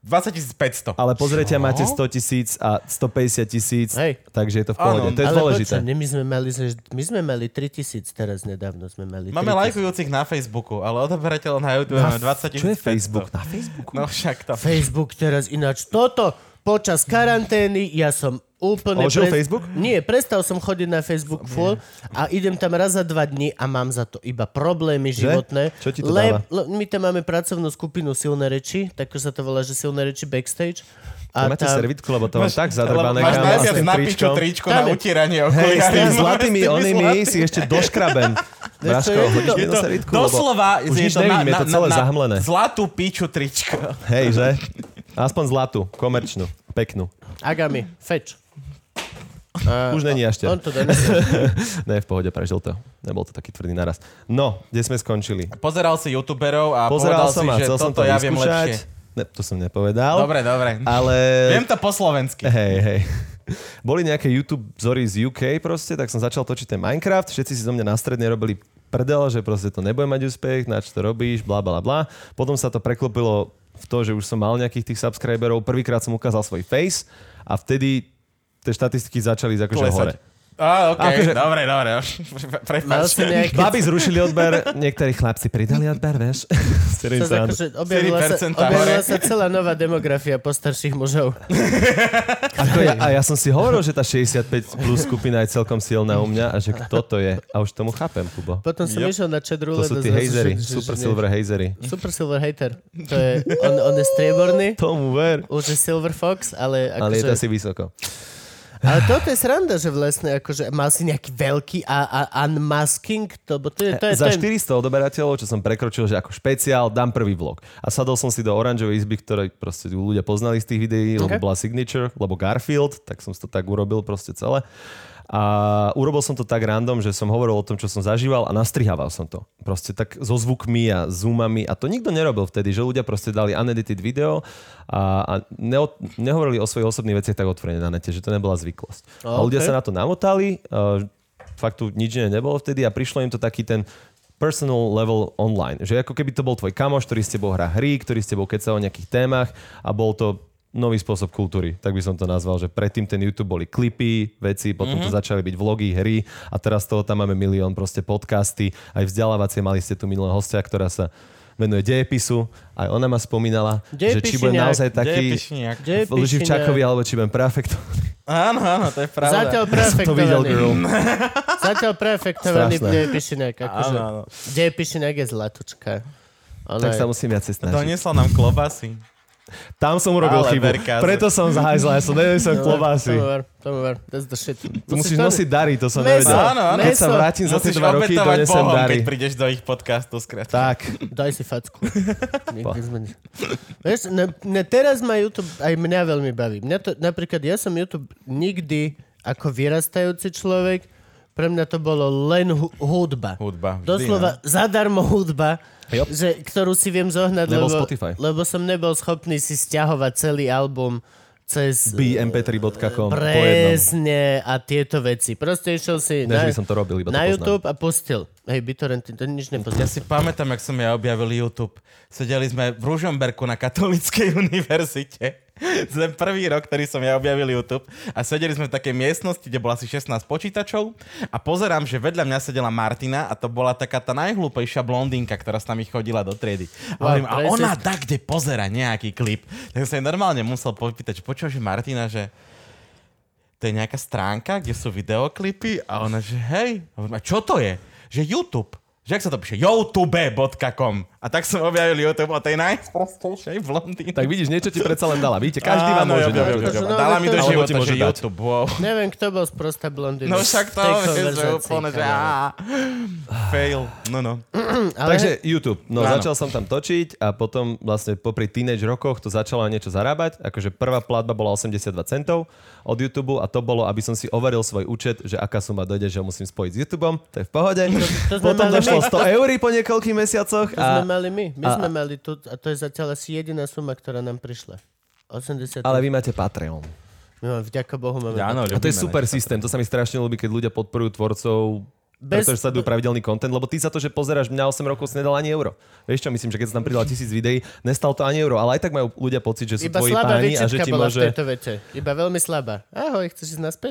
[SPEAKER 5] 20 500.
[SPEAKER 4] Ale pozrite, máte 100 tisíc a 150 tisíc,
[SPEAKER 3] Hej.
[SPEAKER 4] takže je to v
[SPEAKER 5] Áno,
[SPEAKER 4] pohode. to je
[SPEAKER 3] Ale
[SPEAKER 4] dôležité.
[SPEAKER 3] počkaj, ne, my sme mali, že- my sme mali 3000 teraz nedávno sme mali
[SPEAKER 5] Máme
[SPEAKER 3] 3000.
[SPEAKER 5] lajkujúcich na Facebooku, ale odoberateľov na YouTube máme 20
[SPEAKER 4] Čo je
[SPEAKER 5] 500.
[SPEAKER 4] Facebook? Na Facebooku?
[SPEAKER 5] No však to.
[SPEAKER 3] Facebook teraz ináč. Toto počas karantény ja som úplne...
[SPEAKER 4] Ožil Facebook?
[SPEAKER 3] Nie, prestal som chodiť na Facebook full a idem tam raz za dva dní a mám za to iba problémy životné.
[SPEAKER 4] Čo ti to dáva?
[SPEAKER 3] le, My tam máme pracovnú skupinu Silné reči, tak sa to volá, že Silné reči backstage.
[SPEAKER 4] A máte
[SPEAKER 3] tam-
[SPEAKER 4] servitku, lebo to mám tak zadrbané.
[SPEAKER 5] Máš
[SPEAKER 4] kámo, a
[SPEAKER 5] najviac
[SPEAKER 4] s tým
[SPEAKER 5] na piču
[SPEAKER 4] tričkom.
[SPEAKER 5] tričko na
[SPEAKER 3] Tam je-
[SPEAKER 5] utieranie
[SPEAKER 4] Hej, s
[SPEAKER 5] okuliarov.
[SPEAKER 4] tými zlatými
[SPEAKER 5] S tými
[SPEAKER 4] onými
[SPEAKER 5] zlatými.
[SPEAKER 4] si ešte doškraben. Braško,
[SPEAKER 3] je to-
[SPEAKER 4] hodíš mi
[SPEAKER 5] Je
[SPEAKER 4] do
[SPEAKER 5] to
[SPEAKER 4] servitku, lebo
[SPEAKER 5] doslova,
[SPEAKER 4] už
[SPEAKER 5] je
[SPEAKER 4] nič
[SPEAKER 5] to na,
[SPEAKER 4] nevidím, je
[SPEAKER 5] na,
[SPEAKER 4] to celé
[SPEAKER 5] na,
[SPEAKER 4] zahmlené.
[SPEAKER 5] na zlatú piču tričko.
[SPEAKER 4] Hej, že? Aspoň zlatú, komerčnú, peknú.
[SPEAKER 3] Agami, feč.
[SPEAKER 4] Už není až
[SPEAKER 3] On to donesie.
[SPEAKER 4] Ne, v pohode, prežil to. Nebol to taký tvrdý naraz. No, kde sme skončili?
[SPEAKER 5] Pozeral si youtuberov a
[SPEAKER 4] Pozeral
[SPEAKER 5] povedal
[SPEAKER 4] som
[SPEAKER 5] si,
[SPEAKER 4] a
[SPEAKER 5] že
[SPEAKER 4] chcel som to
[SPEAKER 5] toto ja viem
[SPEAKER 4] vyskúšať.
[SPEAKER 5] lepšie.
[SPEAKER 4] Ne, to som nepovedal.
[SPEAKER 5] Dobre, dobre.
[SPEAKER 4] Ale...
[SPEAKER 5] Viem to po slovensky.
[SPEAKER 4] Hej, hej. Boli nejaké YouTube vzory z UK proste, tak som začal točiť ten Minecraft, všetci si zo mňa na stredne robili prdel, že proste to nebude mať úspech, na čo to robíš, bla bla bla. Potom sa to preklopilo v to, že už som mal nejakých tých subscriberov, prvýkrát som ukázal svoj face a vtedy tie štatistiky začali ísť akože
[SPEAKER 5] Klesať.
[SPEAKER 4] hore.
[SPEAKER 5] Á, ok,
[SPEAKER 4] Akože- Vlastne
[SPEAKER 5] dobre, dobre.
[SPEAKER 3] Mal
[SPEAKER 5] Prepač.
[SPEAKER 3] si nejaké...
[SPEAKER 4] Babi zrušili odber, niektorí chlapci pridali odber, vieš. S ktorým
[SPEAKER 3] sa
[SPEAKER 4] sa-
[SPEAKER 3] akože objavila, sa,
[SPEAKER 5] 4%
[SPEAKER 3] objavila
[SPEAKER 5] hore.
[SPEAKER 3] sa celá nová demografia postarších mužov.
[SPEAKER 4] Ako ja, a ja som si hovoril, že tá 65 plus skupina je celkom silná u mňa a že kto to je. A už tomu chápem, Kubo.
[SPEAKER 3] Potom som
[SPEAKER 5] Yep.
[SPEAKER 3] išiel na chat
[SPEAKER 4] To
[SPEAKER 3] roulette.
[SPEAKER 4] sú
[SPEAKER 3] a
[SPEAKER 4] tí
[SPEAKER 3] zrazu,
[SPEAKER 4] hejzery,
[SPEAKER 3] že- že-
[SPEAKER 4] super
[SPEAKER 3] že-
[SPEAKER 4] silver hejzery.
[SPEAKER 3] Super silver hater. To je, on, on je strieborný.
[SPEAKER 4] Tomu ver.
[SPEAKER 3] Už je Silver Fox, ale, akože,
[SPEAKER 4] Ale je to asi vysoko.
[SPEAKER 3] ale toto je sranda, že vlastne akože mal si nejaký veľký a, a unmasking, to, bo to je, to je, to
[SPEAKER 4] Za
[SPEAKER 3] je,
[SPEAKER 4] 400 odoberateľov, čo som prekročil, že ako špeciál dám prvý vlog. A sadol som si do oranžovej izby, ktoré proste ľudia poznali z tých videí,
[SPEAKER 3] Okay.
[SPEAKER 4] okay. lebo bola Signature, lebo Garfield, tak som si to tak urobil proste celé. A urobil som to tak random, že som hovoril o tom, čo som zažíval a nastrihával som to. Proste tak so zvukmi a zoomami a to nikto nerobil vtedy, že ľudia proste dali unedited video a, a neo, nehovorili o svojich osobných veciach tak otvorene na nete, že to nebola zvyklosť. A ľudia
[SPEAKER 3] Okay.
[SPEAKER 4] sa na to namotali, eh, fakt tu nič iné nebolo vtedy a prišlo im to taký ten personal level online. Že ako keby to bol tvoj kamoš, ktorý s tebou hrá hry, ktorý s tebou keca o nejakých témach a bol to nový spôsob kultúry, tak by som to nazval, že predtým ten YouTube boli klipy, veci, potom mm-hmm. to začali byť vlogy, hry a teraz toho tam máme milión proste podcasty, aj vzdelávacie, mali ste tu minulého hostia, ktorá sa venuje dejepisu, aj ona ma spomínala, že či bude
[SPEAKER 3] Dejepišňák,
[SPEAKER 4] naozaj taký
[SPEAKER 5] Dejepišniak.
[SPEAKER 4] Živčákovi alebo či budem perfekt.
[SPEAKER 5] Áno, áno, to je pravda.
[SPEAKER 3] Zatiaľ
[SPEAKER 4] To videl girl.
[SPEAKER 3] prefektovaný. Zatiaľ prefektovaný
[SPEAKER 4] Strašné.
[SPEAKER 3] Deje Pišinek. Akože,
[SPEAKER 5] Áno, áno.
[SPEAKER 3] Deje Pišinek je zlatočka. Ona
[SPEAKER 4] Tak
[SPEAKER 3] je-
[SPEAKER 4] sa musím viacej snažiť.
[SPEAKER 5] Doniesla nám klobasy.
[SPEAKER 4] Tam som urobil
[SPEAKER 5] Ale
[SPEAKER 4] chybu.
[SPEAKER 5] Berkaz.
[SPEAKER 4] Preto som zahajzla, ja som neviem, som klobásy.
[SPEAKER 3] Tomu ver, tomu ver. That's the shit.
[SPEAKER 4] To musíš nosiť dary, to som
[SPEAKER 3] Meso.
[SPEAKER 4] nevedel.
[SPEAKER 5] Áno, áno.
[SPEAKER 4] Keď sa
[SPEAKER 3] Meso.
[SPEAKER 4] vrátim za tie
[SPEAKER 5] Musíš
[SPEAKER 4] dva roky,
[SPEAKER 5] obetovať
[SPEAKER 4] donesem
[SPEAKER 5] Bohom,
[SPEAKER 4] dary.
[SPEAKER 5] keď prídeš do ich podcastu skrátka.
[SPEAKER 4] Tak,
[SPEAKER 3] Daj si facku. Nikdy sme ne- Vieš, ne, ne, teraz ma YouTube aj mňa veľmi baví. Mňa to, napríklad ja som YouTube nikdy ako vyrastajúci človek, pre mňa to bolo len hu- hudba.
[SPEAKER 5] Hudba. Vždy,
[SPEAKER 3] Doslova
[SPEAKER 5] no.
[SPEAKER 3] zadarmo hudba,
[SPEAKER 4] Jop.
[SPEAKER 3] že, ktorú si viem zohnať,
[SPEAKER 4] Nebol
[SPEAKER 3] lebo,
[SPEAKER 4] Spotify.
[SPEAKER 3] lebo som nebol schopný si stiahovať celý album cez...
[SPEAKER 4] bmp3.com po jednom.
[SPEAKER 3] Presne a tieto veci. Proste išiel si
[SPEAKER 4] Ne, že
[SPEAKER 3] na,
[SPEAKER 4] by som to robil, iba to
[SPEAKER 3] na
[SPEAKER 4] poznám.
[SPEAKER 3] YouTube a pustil. Hej, BitTorrent, ty to nič nepoznal.
[SPEAKER 5] Ja si pamätám, jak som ja objavil YouTube. Sedeli sme v Ružomberku na Katolíckej univerzite. Ten prvý rok, ktorý som ja objavil YouTube. A sedeli sme v takej miestnosti, kde bola asi 16 počítačov. A pozerám, že vedľa mňa sedela Martina a to bola taká tá najhlúpejšia blondinka, ktorá s nami chodila do triedy. A,
[SPEAKER 3] Wow,
[SPEAKER 5] hovorím, a
[SPEAKER 3] presne.
[SPEAKER 5] ona tak, kde pozera nejaký klip. Tak som sa jej normálne musel popýtať, že počúvaš že Martina, že to je nejaká stránka, kde sú videoklipy a ona, že hej, Hovorím, a čo to je? Že YouTube. Že ak sa to píše? youtube.com A tak som objavil YouTube o tej najsprostejšej v Londýne.
[SPEAKER 4] Tak vidíš, niečo ti predsa len dala. Vidíte, každý vám
[SPEAKER 3] ja,
[SPEAKER 4] môže niečo.
[SPEAKER 3] ja, ja.
[SPEAKER 5] Dala mi do
[SPEAKER 4] Alebo ti
[SPEAKER 5] života,
[SPEAKER 4] môže
[SPEAKER 5] že
[SPEAKER 4] dať.
[SPEAKER 5] YouTube, wow.
[SPEAKER 3] Neviem, kto bol sprostá blondina.
[SPEAKER 5] No však to
[SPEAKER 3] v tej
[SPEAKER 5] je, no. že
[SPEAKER 3] konverzácii,
[SPEAKER 5] úplne, že
[SPEAKER 3] kamarát.
[SPEAKER 5] á, fail. No, no.
[SPEAKER 3] Ale
[SPEAKER 4] Takže YouTube. No
[SPEAKER 5] Áno.
[SPEAKER 4] začal som tam točiť a potom vlastne popri teenage rokoch to začalo aj niečo zarábať. Akože prvá platba bola 82 centov od YouTube a to bolo, aby som si overil svoj účet, že aká suma dojde, že ho musím spojiť s YouTubeom. To je v pohode.
[SPEAKER 3] to sme
[SPEAKER 4] Potom
[SPEAKER 3] mali
[SPEAKER 4] došlo
[SPEAKER 3] my.
[SPEAKER 4] 100 eur po niekoľkých mesiacoch.
[SPEAKER 3] To sme
[SPEAKER 4] A...
[SPEAKER 3] mali my. My
[SPEAKER 4] a-
[SPEAKER 3] sme mali tu, a to je zatiaľ asi jediná suma, ktorá nám prišla. 80.
[SPEAKER 4] Ale vy máte Patreon.
[SPEAKER 3] My máme, vďaka Bohu máme.
[SPEAKER 5] Ja, áno,
[SPEAKER 4] A to je
[SPEAKER 5] ľubíme
[SPEAKER 4] super
[SPEAKER 5] niečo.
[SPEAKER 4] systém, to sa mi strašne ľúbi, keď ľudia podporujú tvorcov
[SPEAKER 3] Bez-
[SPEAKER 4] Bez... pretože sledujú pravidelný kontent, lebo ty za to, že pozeráš mňa 8 rokov, si nedal ani euro. Vieš čo, myslím, že keď sa tam pridal tisíc videí, nestal to ani euro, ale aj tak majú ľudia pocit, že sú
[SPEAKER 3] Iba
[SPEAKER 4] tvoji
[SPEAKER 3] slabá
[SPEAKER 4] páni a že
[SPEAKER 3] výčitka
[SPEAKER 4] ti
[SPEAKER 3] bola v
[SPEAKER 4] môže...
[SPEAKER 3] tejto vete. Iba veľmi slabá. Ahoj, chceš ísť naspäť?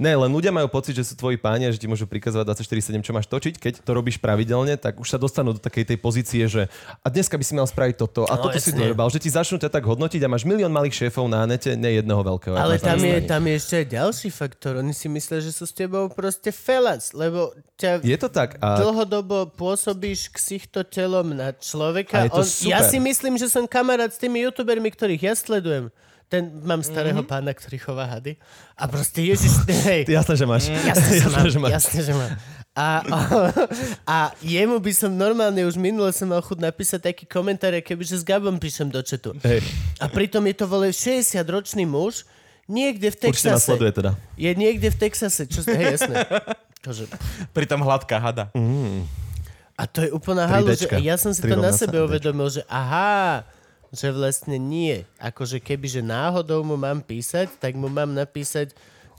[SPEAKER 4] Ne, len ľudia majú pocit, že sú tvoji páni a že ti môžu prikazovať 24-7, čo máš točiť. Keď to robíš pravidelne, tak už sa dostanú do takej tej pozície, že a dneska by si mal spraviť toto a
[SPEAKER 3] No,
[SPEAKER 4] toto si
[SPEAKER 3] jasne.
[SPEAKER 4] dojebal, že ti začnú ťa tak hodnotiť a máš milión malých šéfov na nete, ne jedného veľkého.
[SPEAKER 3] Ale
[SPEAKER 4] ako máš na
[SPEAKER 3] tam je,
[SPEAKER 4] strane.
[SPEAKER 3] tam je ešte aj ďalší faktor. Oni si myslia, že sú s tebou proste felac, lebo ťa
[SPEAKER 4] Je to tak. A
[SPEAKER 3] dlhodobo pôsobíš ksichto telom na človeka.
[SPEAKER 4] A je to
[SPEAKER 3] On, ja
[SPEAKER 4] super.
[SPEAKER 3] si myslím, že som kamarát s tými youtubermi, ktorých ja sledujem. Ten, mám
[SPEAKER 4] Mhm.
[SPEAKER 3] starého mm-hmm. pána, ktorý chová hady. A proste, ježiš, hej.
[SPEAKER 4] jasné, že máš.
[SPEAKER 3] Jasne, Mm, že mám,
[SPEAKER 4] že máš.
[SPEAKER 3] jasne, že mám. A, a, a jemu by som normálne, už minule som mal chuť napísať taký komentár, keby že s Gabom píšem do četu.
[SPEAKER 4] Hej,
[SPEAKER 3] A pritom je to vole 60-ročný muž, niekde v
[SPEAKER 4] určite ma
[SPEAKER 3] Texase.
[SPEAKER 4] sleduje teda.
[SPEAKER 3] Je niekde v Texase, čo hej, jasné. Akože,
[SPEAKER 5] Pritom hladká hada.
[SPEAKER 4] Mm,
[SPEAKER 3] a to je úplná halu, že
[SPEAKER 4] 3Dčka.
[SPEAKER 3] ja som si
[SPEAKER 4] Tri
[SPEAKER 3] to na
[SPEAKER 4] rovná sa
[SPEAKER 3] sebe
[SPEAKER 4] 3Dčka.
[SPEAKER 3] uvedomil, že aha, že vlastne nie. Akože keby, že náhodou mu mám písať, tak mu mám napísať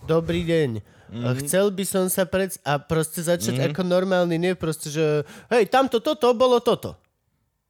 [SPEAKER 3] dobrý deň. Mm. Chcel by som sa pred... A proste začať mm. ako normálny, nie proste, že hej, tamto, toto, bolo toto.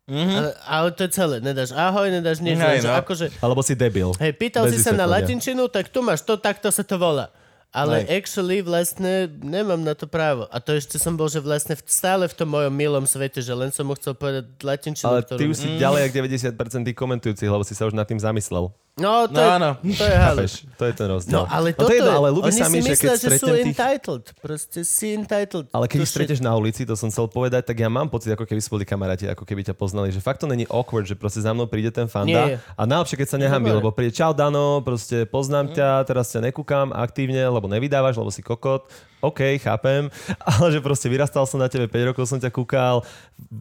[SPEAKER 3] Mm-hmm. Ale, ale to je celé. Nedáš ahoj, nedáš nič. Hej,
[SPEAKER 5] Hej,
[SPEAKER 3] no.
[SPEAKER 5] no.
[SPEAKER 3] akože,
[SPEAKER 4] Alebo si debil.
[SPEAKER 3] Hej, pýtal si
[SPEAKER 4] Bez
[SPEAKER 3] sa na
[SPEAKER 4] vysvetlenia.
[SPEAKER 3] latinčinu, tak tu máš to, takto sa to volá. Ale
[SPEAKER 5] Hej.
[SPEAKER 3] actually vlastne nemám na to právo. A to ešte som bol, že vlastne v, stále v tom mojom milom svete, že len som mu chcel povedať latinčinu,
[SPEAKER 4] Ale
[SPEAKER 3] ktorú... Mm.
[SPEAKER 4] ty už si ďalej jak 90% tých komentujúcich, lebo si sa už nad tým zamyslel.
[SPEAKER 3] No, to,
[SPEAKER 5] No,
[SPEAKER 3] je,
[SPEAKER 5] áno.
[SPEAKER 3] to je haluš.
[SPEAKER 4] Chápeš? To je ten rozdiel.
[SPEAKER 3] No, ale
[SPEAKER 4] to
[SPEAKER 3] toto
[SPEAKER 4] je jedno, ale ľúbi
[SPEAKER 3] Oni
[SPEAKER 4] sa mi,
[SPEAKER 3] si
[SPEAKER 4] že keď
[SPEAKER 3] myslia, že, sú
[SPEAKER 4] stretnem tých...
[SPEAKER 3] entitled. Proste si entitled.
[SPEAKER 4] Ale keď
[SPEAKER 3] to
[SPEAKER 4] ich stretneš na ulici, to som chcel povedať, tak ja mám pocit, ako keby spolu kamaráti, ako keby ťa poznali, že fakt to není awkward, že proste za mnou príde ten
[SPEAKER 3] Nie.
[SPEAKER 4] fanda a najlepšie, keď sa nehambí,
[SPEAKER 3] Dobre.
[SPEAKER 4] lebo príde čau Dano, proste
[SPEAKER 3] Mhm.
[SPEAKER 4] poznám ťa, teraz ťa nekúkam aktívne, lebo nevydávaš, lebo si kokot, OK, chápem, ale že proste vyrastal som na tebe, 5 rokov som ťa kúkal,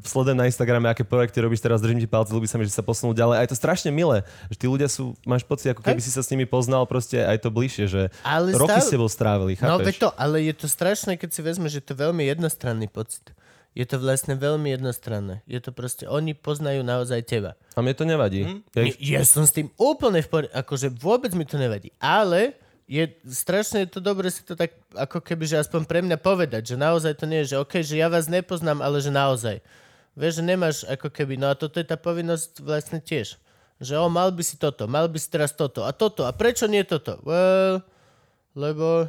[SPEAKER 4] sledujem na Instagrame, aké projekty robíš teraz, držím ti palce, ľúbi sa mi, že sa posunú ďalej. A je to strašne milé, že tí ľudia sú, máš pocit, ako keby si sa s nimi poznal proste aj to bližšie, že
[SPEAKER 3] Ale
[SPEAKER 4] roky
[SPEAKER 3] stále-
[SPEAKER 4] s tebou strávili, chápeš?
[SPEAKER 3] No veď to, ale je to strašné, keď si vezme, že je to veľmi jednostranný pocit. Je to vlastne veľmi jednostranné. Je to proste, oni poznajú naozaj teba. Mhm.
[SPEAKER 4] A mne to nevadí. Ja ich
[SPEAKER 3] Ja som s tým úplne v poriadku, akože vôbec mi to nevadí, ale je strašne je to dobre si to tak ako keby, že aspoň pre mňa povedať, že naozaj to nie je, že OK, že ja vás nepoznám, ale že naozaj. Vieš, že nemáš ako keby, no a toto je tá povinnosť vlastne tiež. Že o, mal by si toto, mal by si teraz toto a toto. A prečo nie toto? Well, lebo...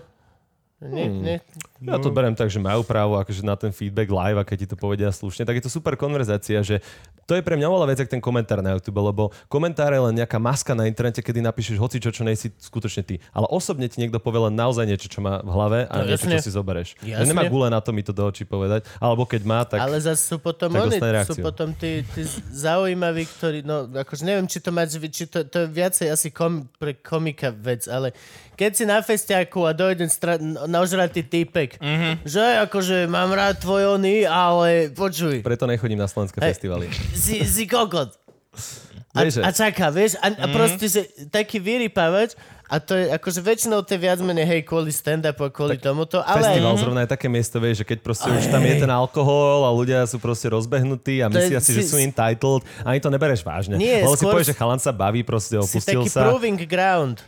[SPEAKER 3] Nie, nie.
[SPEAKER 4] Ja
[SPEAKER 3] No.
[SPEAKER 4] to berem tak, že majú právo akože na ten feedback live a keď ti to povedia slušne, tak je to super konverzácia, že to je pre mňa oveľa vec, ako ten komentár na YouTube, lebo komentár je len nejaká maska na internete, kedy napíšeš hoci čo, čo nejsi skutočne ty. Ale osobne ti niekto povie len naozaj niečo, čo má v hlave a
[SPEAKER 3] No,
[SPEAKER 4] no, niečo,
[SPEAKER 3] jasne.
[SPEAKER 4] čo si zobereš.
[SPEAKER 3] Jasne.
[SPEAKER 4] Jasne. Nemá gule na to mi to do očí povedať, alebo keď má, tak...
[SPEAKER 3] Ale zase sú potom
[SPEAKER 4] tak
[SPEAKER 3] oni,
[SPEAKER 4] dostane
[SPEAKER 3] sú
[SPEAKER 4] reakciu.
[SPEAKER 3] potom tí, tí zaujímaví, ktorí, no akože neviem, či to máš, či to, to je viacej asi kom, pre komika vec, ale keď si na festiaku a dojde stra- naožratý týpek, mm-hmm. že akože mám rád tvoj oný, ale počuj,
[SPEAKER 4] Preto nechodím na slovenské
[SPEAKER 3] Hej.
[SPEAKER 4] festivaly.
[SPEAKER 3] si, si kokot. A,
[SPEAKER 4] Vieš, že-
[SPEAKER 3] a čaká, vieš, a, a proste že taký vyrypávač a to je akože väčšinou to je viac menej hej kvôli stand-upu a kvôli tomuto, ale aj,
[SPEAKER 4] Festival zrovna je také miesto, vieš, že keď proste už tam je ten alkohol a ľudia sú proste rozbehnutí a
[SPEAKER 3] To je-
[SPEAKER 4] myslia si, že
[SPEAKER 3] si-
[SPEAKER 4] sú entitled, ani to nebereš vážne.
[SPEAKER 3] Nie,
[SPEAKER 4] Lebo si
[SPEAKER 3] skôr
[SPEAKER 4] povieš,
[SPEAKER 3] si-
[SPEAKER 4] že chalan sa baví,
[SPEAKER 3] si
[SPEAKER 4] proste
[SPEAKER 3] taký
[SPEAKER 4] opustil sa.
[SPEAKER 3] proving ground.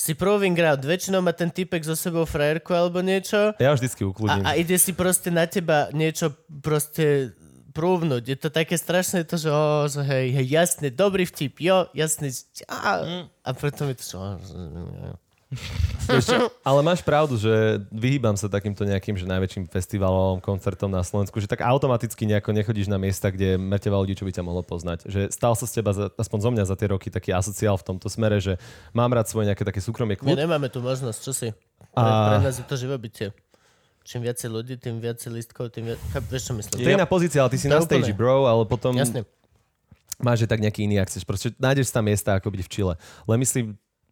[SPEAKER 3] Si proving ground. Väčšinou má ten typek so sebou frajerku alebo niečo
[SPEAKER 4] Ja vždycky
[SPEAKER 3] a,
[SPEAKER 4] ukludím.
[SPEAKER 3] a ide si proste na teba niečo proste prúvnuť. Je to také strašné to, že, ó, že hej, hej, jasne, dobrý vtip, jo, jasne. č- A, a preto mi to, že, ó, že,
[SPEAKER 4] Vieš čo, ale máš pravdu, že vyhýbam sa takýmto nejakým že najväčším festivalom, koncertom na Slovensku, že tak automaticky nejako nechodíš na miesta, kde je mŕteva ľudí, čo by ťa mohlo poznať. Že stal sa z teba, za, aspoň zo mňa za tie roky, taký asociál v tomto smere, že mám rád svoje nejaké také súkromie
[SPEAKER 3] my
[SPEAKER 4] kľud.
[SPEAKER 3] nemáme tu možnosť, čo si. Pre,
[SPEAKER 4] Hm? A-
[SPEAKER 3] pre nás je to živobytie. Čím viacej ľudí, tým viacej listkov, tým viac... Cháp- Vieš, čo myslím?
[SPEAKER 4] To je iná pozícia, ale ty si
[SPEAKER 3] To je
[SPEAKER 4] na stage,
[SPEAKER 3] úplne.
[SPEAKER 4] bro, ale potom
[SPEAKER 3] Jasne.
[SPEAKER 4] máš že tak nejaký iný akces. Proste nájdeš tam miesta, ako byť v Čile. Len myslím,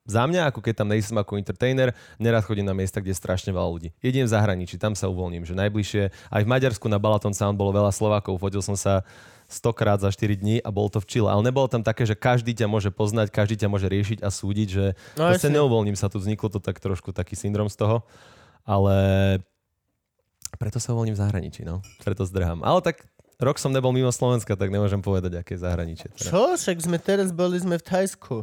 [SPEAKER 4] za mňa, ako keď tam nejsem ako entertainer, nerad chodím na miesta, kde je strašne veľa ľudí. Jediem v zahraničí, tam sa uvoľním, že najbližšie. Aj v Maďarsku na Balaton Sound bolo veľa Slovákov, fotil som sa stokrát za 4 dní a bol to v Chile. Ale nebolo tam také, že každý ťa môže poznať, každý ťa môže riešiť a súdiť, že
[SPEAKER 3] No,
[SPEAKER 4] no, proste
[SPEAKER 3] jasne.
[SPEAKER 4] neuvoľním sa tu. Vzniklo to tak trošku taký syndrom z toho. Ale preto sa uvoľním v zahraničí, no. Preto zdrhám. Ale tak rok som nebol mimo Slovenska, tak nemôžem povedať, aké je zahraničie. Teda.
[SPEAKER 3] Čo? Však sme teraz boli sme v Thajsku.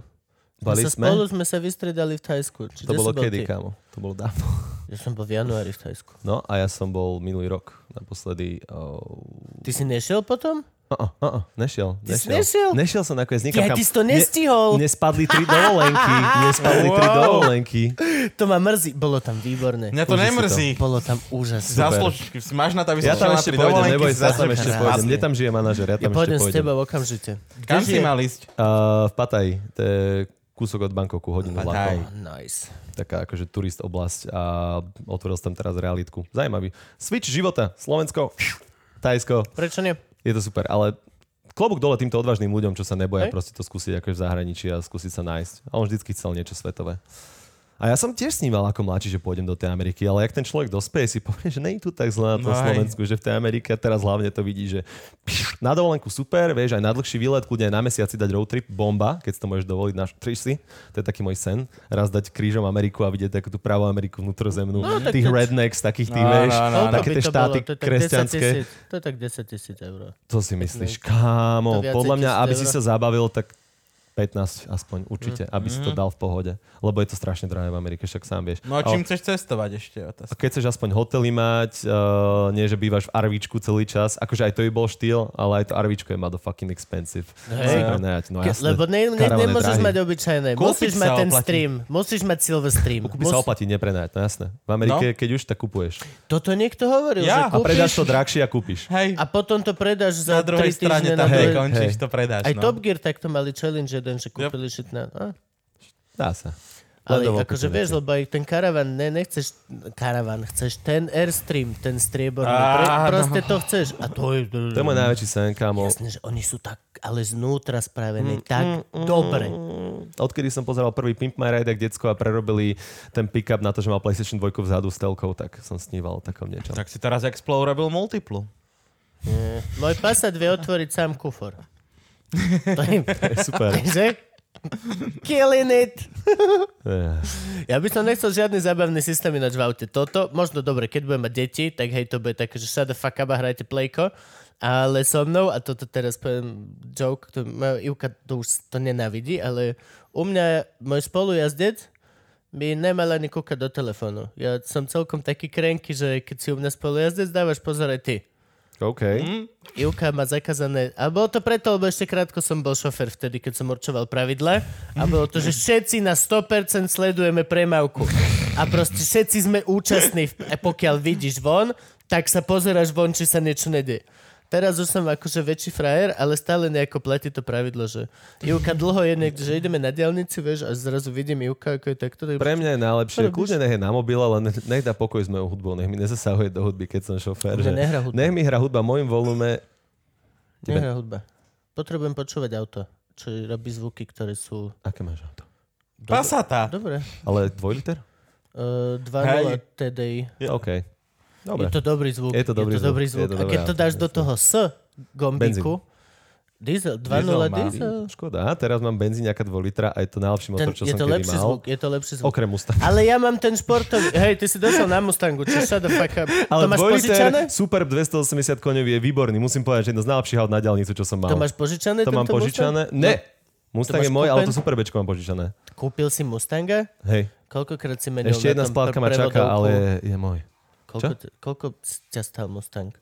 [SPEAKER 3] sme
[SPEAKER 4] Bali
[SPEAKER 3] sa
[SPEAKER 4] sme?
[SPEAKER 3] spolu sme sa vystredali v Thajsku. Či kde
[SPEAKER 4] To bolo
[SPEAKER 3] si bol
[SPEAKER 4] kedy,
[SPEAKER 3] ty?
[SPEAKER 4] kámo? To bolo dávno.
[SPEAKER 3] Ja som bol v januári v Thajsku.
[SPEAKER 4] No a ja som bol minulý rok naposledy... Oh...
[SPEAKER 3] Ty si nešiel potom?
[SPEAKER 4] Oh, oh, oh, nešiel,
[SPEAKER 3] Ty si nešiel?
[SPEAKER 4] nešiel. Nešiel som nakoniec nikam.
[SPEAKER 3] Ja,
[SPEAKER 4] kam-
[SPEAKER 3] ty si to
[SPEAKER 4] Ne-
[SPEAKER 3] nestihol.
[SPEAKER 4] Nespadli tri dovolenky. Nespadli tri
[SPEAKER 5] Wow.
[SPEAKER 4] dovolenky.
[SPEAKER 3] To ma mrzí. Bolo tam výborné.
[SPEAKER 5] Mňa to
[SPEAKER 4] Užij si
[SPEAKER 5] nemrzí.
[SPEAKER 3] Bolo tam úžasné.
[SPEAKER 5] Zaslož, máš na to, aby som
[SPEAKER 4] Ja tam
[SPEAKER 5] šiel na
[SPEAKER 4] ešte
[SPEAKER 5] tri
[SPEAKER 4] pôjdem,
[SPEAKER 5] dovolenky,
[SPEAKER 4] neboj sa, ja tam
[SPEAKER 5] zasluž-
[SPEAKER 4] ešte
[SPEAKER 5] Krásne.
[SPEAKER 4] pôjdem. Kde tam žije manažer? Ja
[SPEAKER 3] Ja
[SPEAKER 4] tam ešte
[SPEAKER 3] pôjdem s
[SPEAKER 4] pôjdem.
[SPEAKER 3] tebou okamžite. Kde
[SPEAKER 5] Kam si
[SPEAKER 3] žije?
[SPEAKER 5] mal ísť?
[SPEAKER 4] Uh, v Pataji, to je kúsok od Bankoku, hodinu
[SPEAKER 5] Pataj.
[SPEAKER 4] vlakom.
[SPEAKER 3] Nice.
[SPEAKER 4] taká akože turist oblasť a otvoril som tam teraz realitku. Zajímavý. Switch života. Slovensko, Tajsko.
[SPEAKER 3] Prečo nie?
[SPEAKER 4] Je to super, ale klobúk dole týmto odvážnym ľuďom, čo sa neboja
[SPEAKER 3] Hej.
[SPEAKER 4] proste to skúsiť akože v zahraničí a skúsiť sa nájsť. A on vždycky chcel niečo svetové. A ja som tiež sníval ako mladší, že pôjdem do tej Ameriky, ale jak ten človek dospeje, si povie, že není tu tak zle na tom
[SPEAKER 5] No aj.
[SPEAKER 4] Slovensku, že v tej Amerike teraz hlavne to vidí, že pš, na dovolenku super, vieš, aj na dlhší výlet, kľudne aj na mesiaci dať road trip, bomba, keď si to môžeš dovoliť na si. To je taký môj sen, raz dať krížom Ameriku a vidieť takú tú pravú Ameriku vnútrozemnú,
[SPEAKER 3] No, tak
[SPEAKER 4] tých
[SPEAKER 3] to-
[SPEAKER 4] rednecks, takých tých,
[SPEAKER 5] No,
[SPEAKER 4] vieš,
[SPEAKER 5] no, no, no.
[SPEAKER 4] také tie štáty
[SPEAKER 3] to je tak 10
[SPEAKER 4] kresťanské.
[SPEAKER 3] tisíc- To je tak 10 tisíc eur.
[SPEAKER 4] To si myslíš,
[SPEAKER 3] To
[SPEAKER 4] kámo,
[SPEAKER 3] viacej
[SPEAKER 4] podľa mňa,
[SPEAKER 3] tisíc
[SPEAKER 4] aby si
[SPEAKER 3] eur. Mm.
[SPEAKER 4] sa zabavil, tak 15 aspoň určite, aby si to dal v pohode. Lebo je to strašne drahé v Amerike, však sám vieš.
[SPEAKER 5] No a čím chceš cestovať ešte? je
[SPEAKER 4] A
[SPEAKER 5] Otázka.
[SPEAKER 4] keď chceš aspoň hotely mať, uh, nie že bývaš v arvičku celý čas, akože aj to by bol štýl, ale aj to arvičku je motherfucking expensive.
[SPEAKER 3] Hej.
[SPEAKER 4] Si prenajať, no jasné.
[SPEAKER 3] Lebo ne, ne,
[SPEAKER 4] Karavan je
[SPEAKER 3] nemôžeš
[SPEAKER 4] drahý.
[SPEAKER 3] mať obyčajné.
[SPEAKER 5] Kúpiť
[SPEAKER 3] Musíš
[SPEAKER 5] sa
[SPEAKER 3] mať ten
[SPEAKER 5] oplatí.
[SPEAKER 3] stream. Musíš mať silver stream.
[SPEAKER 4] Kúpi sa oplatí, neprenajať, no jasné. V Amerike, keď už, tak kupuješ.
[SPEAKER 3] Toto niekto hovoril, že
[SPEAKER 5] Ja? A
[SPEAKER 4] A
[SPEAKER 3] kúpiš
[SPEAKER 4] predáš to drahšie a kúpiš.
[SPEAKER 5] Hej,
[SPEAKER 3] a potom to predáš za
[SPEAKER 5] na
[SPEAKER 3] 3
[SPEAKER 5] druhej strane
[SPEAKER 3] týždne na
[SPEAKER 5] tam
[SPEAKER 4] hej,
[SPEAKER 3] druhej
[SPEAKER 4] kon-
[SPEAKER 5] končíš,
[SPEAKER 4] hej.
[SPEAKER 5] to predáš.
[SPEAKER 3] Aj
[SPEAKER 5] no.
[SPEAKER 3] Top Gear takto mali challenge jeden, že kúpili yep. na... A?
[SPEAKER 4] Dá sa.
[SPEAKER 3] Ale
[SPEAKER 4] Ledovo
[SPEAKER 3] akože
[SPEAKER 4] kúpili.
[SPEAKER 3] vieš, lebo aj ten karavan, ne, nechceš karavan, chceš ten Airstream, ten strieborný,
[SPEAKER 5] Á,
[SPEAKER 3] pre,
[SPEAKER 5] no.
[SPEAKER 3] proste to chceš. A to je...
[SPEAKER 4] To je môj najväčší sen, kámo.
[SPEAKER 3] Jasné, že oni sú tak, ale znútra spravené, tak dobre.
[SPEAKER 4] odkedy som pozeral prvý Pimp My Ride, ak decko a prerobili ten pick-up na to, že mal PlayStation 2 vzadu s telkou, tak som sníval o takom niečom.
[SPEAKER 5] Tak si teraz Explore robil multiplu.
[SPEAKER 3] Môj pasat vie otvoriť sám kufor. To je,
[SPEAKER 4] To je super.
[SPEAKER 3] že? Killing it.
[SPEAKER 4] Eh,
[SPEAKER 3] Ja by som nechcel žiadny zábavný systém ináč v aute. Toto, možno dobre, keď budem mať deti, tak hej, to bude také, že shut the fuck up a hrajte plejko. Ale so mnou, a toto teraz poviem joke, to, ma- Ivka to už to nenávidí, ale u mňa môj spolujazdec mi nemala ani kúkať do telefónu. Ja som celkom taký krenky, že keď si u mňa spolujazdec, dávaš pozor aj ty.
[SPEAKER 4] OK.
[SPEAKER 3] Ivka má zakázané, a bolo to preto, lebo ešte krátko som bol šofer vtedy, keď som určoval pravidla a bolo to, že všetci na 100% sledujeme premávku a proste všetci sme účastní, v- a pokiaľ vidíš von, tak sa pozeráš von, či sa niečo nedie. Teraz už som akože väčší frajer, ale stále nejako platí to pravidlo, že Ivka dlho je niekde, že ideme na diálnici, vieš, a zrazu vidím Ivka, ako je takto. tak-
[SPEAKER 4] Pre mňa je najlepšie,
[SPEAKER 3] Čo robíš?
[SPEAKER 4] kľudne nech je na mobile, ale ne- nech dá pokoj s mojou hudbou, nech mi nezasahuje do hudby, keď som šofér.
[SPEAKER 3] Mne nehrá hudba.
[SPEAKER 4] Nech mi hra hudba mojim volume. tebe.
[SPEAKER 3] Nehrá hudba. Potrebujem počúvať auto, čo robí zvuky, ktoré sú...
[SPEAKER 4] Aké máš auto?
[SPEAKER 5] Pasata.
[SPEAKER 3] Dobre.
[SPEAKER 4] Ale dvojliter?
[SPEAKER 3] Uh, 2.0
[SPEAKER 5] Hej.
[SPEAKER 3] TDI.
[SPEAKER 4] Je... OK.
[SPEAKER 3] Je
[SPEAKER 4] Dobre.
[SPEAKER 3] to dobrý zvuk.
[SPEAKER 4] Je to dobrý zvuk, je to
[SPEAKER 3] zvuk. A
[SPEAKER 4] dobré
[SPEAKER 3] keď to
[SPEAKER 4] auto,
[SPEAKER 3] dáš do toho S gombíku, diesel, 2.0 diesel,
[SPEAKER 5] má.
[SPEAKER 4] Škoda, teraz mám benzíňaka 2 litra a je to najlepší
[SPEAKER 3] Ten,
[SPEAKER 4] motor, čo
[SPEAKER 3] je
[SPEAKER 4] som
[SPEAKER 3] to
[SPEAKER 4] kedy
[SPEAKER 3] lepší
[SPEAKER 4] mal.
[SPEAKER 3] zvuk, je to lepší zvuk.
[SPEAKER 4] Okrem ústa.
[SPEAKER 3] Ale ja mám ten športový. Hej, ty si došiel na Mustangu, čo shut the fuck up. to máš požičané?
[SPEAKER 4] Superb 280 koňový je výborný. Musím povedať, že jedno z najlepších aut na diálnicu, čo som mal.
[SPEAKER 3] To máš požičané?
[SPEAKER 4] to mám
[SPEAKER 3] tento No,
[SPEAKER 4] požičané. Ne,
[SPEAKER 3] To
[SPEAKER 4] Mustang je
[SPEAKER 3] máš
[SPEAKER 4] môj, ale
[SPEAKER 3] kúpen?
[SPEAKER 4] to Superbečko mám požičané.
[SPEAKER 3] Mustang? Kúpil si Mustanga?
[SPEAKER 4] Hej.
[SPEAKER 3] Koľkokrát si menil
[SPEAKER 4] Ešte
[SPEAKER 3] na
[SPEAKER 4] jedna
[SPEAKER 3] tom
[SPEAKER 4] splávka ma
[SPEAKER 3] prevodovku?
[SPEAKER 4] čaká, ale je, je môj.
[SPEAKER 3] Koľko, t- koľko ťa stal Mustang?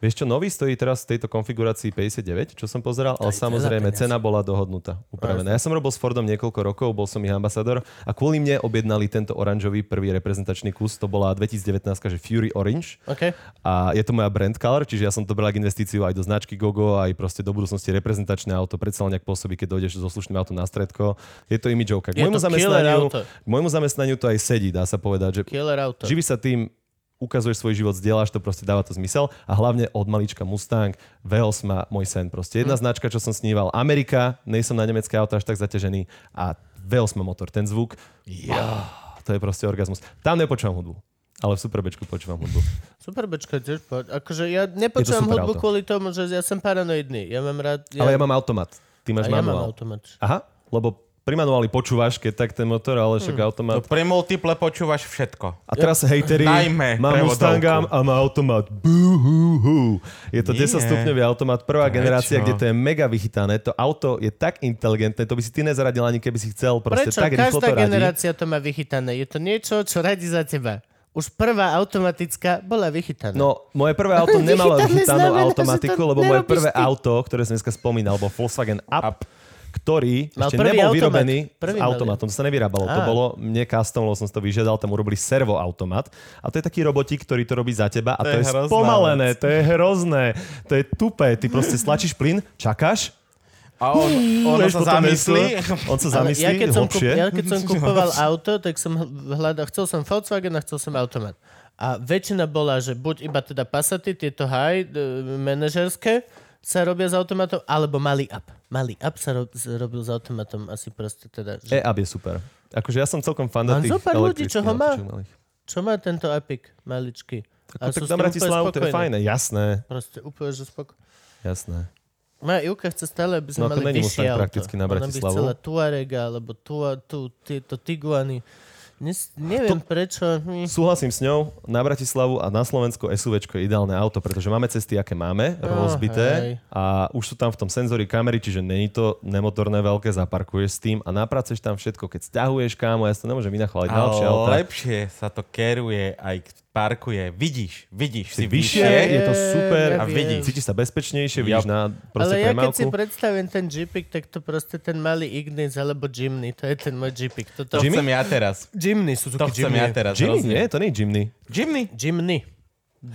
[SPEAKER 4] Vieš čo, nový stojí teraz v tejto konfigurácii 59, čo som pozeral, ale
[SPEAKER 3] je veľa
[SPEAKER 4] samozrejme
[SPEAKER 3] peňazí.
[SPEAKER 4] cena bola dohodnutá, upravená. Ja som robil s Fordom niekoľko rokov, bol som ich ambasador a kvôli mne objednali tento oranžový prvý reprezentačný kus, to bola 2019, že Fury Orange.
[SPEAKER 3] OK.
[SPEAKER 4] A je to moja brand color, čiže ja som to bral ako investíciu aj do značky Gogo, aj proste do budúcnosti reprezentačné auto, predsa len nejak pôsobí, keď dojdeš so slušným autom na stredko. Je to imidžovka.
[SPEAKER 3] Je
[SPEAKER 4] K
[SPEAKER 3] to
[SPEAKER 4] môjmu,
[SPEAKER 3] killer
[SPEAKER 4] zamestnaniu,
[SPEAKER 3] auto.
[SPEAKER 4] k môjmu zamestnaniu to aj sedí, dá sa povedať, že
[SPEAKER 3] Killer auto.
[SPEAKER 4] Živí sa tým, ukazuješ svoj život, zdieľaš to, proste dáva to zmysel. A hlavne od malička Mustang, V8 má môj sen. Proste
[SPEAKER 3] Mhm.
[SPEAKER 4] jedna značka, čo som sníval. Amerika, nejsem na nemecké auto až tak zaťažený. A V8 motor, ten zvuk. Ja. To je proste orgazmus. Tam nepočúvam hudbu. Ale v Superbečku počúvam hudbu.
[SPEAKER 3] Superbečka tiež. po- Akože ja nepočúvam
[SPEAKER 4] super
[SPEAKER 3] hudbu
[SPEAKER 4] auto.
[SPEAKER 3] kvôli tomu, že ja som paranoidný. Ja mám rád... Ja,
[SPEAKER 4] Ale ja mám automat. Ty
[SPEAKER 3] a
[SPEAKER 4] máš
[SPEAKER 3] ja mám
[SPEAKER 4] manuál.
[SPEAKER 3] automat.
[SPEAKER 4] Aha, lebo pri manuáli počúvaš, keď tak ten motor, ale
[SPEAKER 3] Hm.
[SPEAKER 4] však automat.
[SPEAKER 5] Pre multiple počúvaš všetko.
[SPEAKER 4] A teraz hejteri,
[SPEAKER 5] Najmä
[SPEAKER 4] má
[SPEAKER 5] prevodovku.
[SPEAKER 4] Mustanga a má automat. Búhuhu. Je to
[SPEAKER 5] Nie. no.
[SPEAKER 4] 10 stupňový automat, prvá
[SPEAKER 5] Prečo?
[SPEAKER 4] generácia, kde to je mega vychytané. To auto je tak inteligentné, to by si ty nezaradil ani keby si chcel. Proste
[SPEAKER 3] Prečo?
[SPEAKER 4] tak rýchlo
[SPEAKER 3] Každá
[SPEAKER 4] to radí.
[SPEAKER 3] generácia to má vychytané. Je to niečo, čo radí za teba. Už prvá automatická bola vychytaná.
[SPEAKER 4] No, moje prvé auto
[SPEAKER 3] Ale
[SPEAKER 4] nemalo
[SPEAKER 3] vychytané
[SPEAKER 4] vychytanú
[SPEAKER 3] znamená, že
[SPEAKER 4] automatiku,
[SPEAKER 3] to
[SPEAKER 4] lebo moje
[SPEAKER 3] nerobíš
[SPEAKER 4] prvé
[SPEAKER 3] ty.
[SPEAKER 4] auto, ktoré som dneska spomínal, bol Volkswagen Up, ktorý
[SPEAKER 3] Mal
[SPEAKER 4] ešte
[SPEAKER 3] prvý
[SPEAKER 4] nebol
[SPEAKER 3] automat.
[SPEAKER 4] vyrobený
[SPEAKER 3] Prvý
[SPEAKER 4] s
[SPEAKER 3] mali.
[SPEAKER 4] automatom, to sa nevyrábalo. To
[SPEAKER 3] Á.
[SPEAKER 4] bolo mne custom, lebo som si to vyžiadal, tam urobili servo automat. A to je taký robotík, ktorý to robí za teba a to,
[SPEAKER 5] je
[SPEAKER 4] je,
[SPEAKER 5] hrozná
[SPEAKER 4] spomalené, to je hrozné, to je tupé. Ty proste stlačíš plyn, čakáš,
[SPEAKER 5] A on, ono
[SPEAKER 4] vieš,
[SPEAKER 5] sa
[SPEAKER 4] potom
[SPEAKER 5] zamyslí.
[SPEAKER 4] myslí, on sa
[SPEAKER 3] Ale
[SPEAKER 4] zamyslí
[SPEAKER 3] ja, keď som
[SPEAKER 4] hlbšie.
[SPEAKER 3] ja keď som kupoval auto, tak som hl- hľadal, chcel som Volkswagen a chcel som automat. A väčšina bola, že buď iba teda Passaty, tieto high, d- manažerské, sa robia s automatom, alebo malý up. Malý up sa ro- z- robil s automatom asi proste teda. Že...
[SPEAKER 4] E-Up je super. Akože ja som celkom fan
[SPEAKER 3] Mám zo
[SPEAKER 4] tých
[SPEAKER 3] pár ľudí,
[SPEAKER 4] elektrických
[SPEAKER 3] čo ho
[SPEAKER 4] aut,
[SPEAKER 3] má.
[SPEAKER 4] čo malých.
[SPEAKER 3] Čo má tento apik maličký?
[SPEAKER 4] Ako, No tak
[SPEAKER 3] sú s tým
[SPEAKER 4] na
[SPEAKER 3] úplne
[SPEAKER 4] Bratislavu to je
[SPEAKER 3] spokojní.
[SPEAKER 4] fajné, jasné,
[SPEAKER 3] Proste úplne, že spoko.
[SPEAKER 4] jasné.
[SPEAKER 3] Moja Ivka chce stále, aby sme
[SPEAKER 4] No, to
[SPEAKER 3] mali
[SPEAKER 4] není
[SPEAKER 3] vyššie
[SPEAKER 4] Mustang
[SPEAKER 3] auto.
[SPEAKER 4] prakticky na Bratislavu.
[SPEAKER 3] Ona by chcela Tuarega, alebo tua, tu, tieto Tiguany. Nes, neviem to... prečo. Hm.
[SPEAKER 4] Súhlasím s ňou, na Bratislavu a na Slovensko SUV je ideálne auto, pretože máme cesty, aké máme,
[SPEAKER 3] hej.
[SPEAKER 4] rozbité a už sú tam v tom senzory kamery, čiže není to nemotorné veľké, zaparkuješ s tým a napraceš tam všetko, keď stiahuješ kámo, ja si to nemôžem vynachváliť na lepšie auta.
[SPEAKER 5] Ale lepšie sa to keruje, aj parkuje. Vidíš, vidíš
[SPEAKER 4] Si
[SPEAKER 5] si
[SPEAKER 4] vyššie, je to super
[SPEAKER 3] Ja
[SPEAKER 4] a
[SPEAKER 5] viem.
[SPEAKER 4] vidíš, cítiš sa bezpečnejšie, vidíš
[SPEAKER 5] Jap.
[SPEAKER 4] na proste
[SPEAKER 3] Ale ja keď si
[SPEAKER 4] premávku.
[SPEAKER 3] predstavím ten Jeepik, tak to proste ten malý Ignis alebo Jimny. To je ten môj Jeepik. Toto...
[SPEAKER 5] To
[SPEAKER 4] Jimmy?
[SPEAKER 5] chcem ja teraz.
[SPEAKER 3] Jimny, Suzuki
[SPEAKER 5] To chcem ja teraz.
[SPEAKER 4] Jimny,
[SPEAKER 5] hrozne.
[SPEAKER 4] nie, to nie je Jimny.
[SPEAKER 5] Jimny.
[SPEAKER 3] Jimny.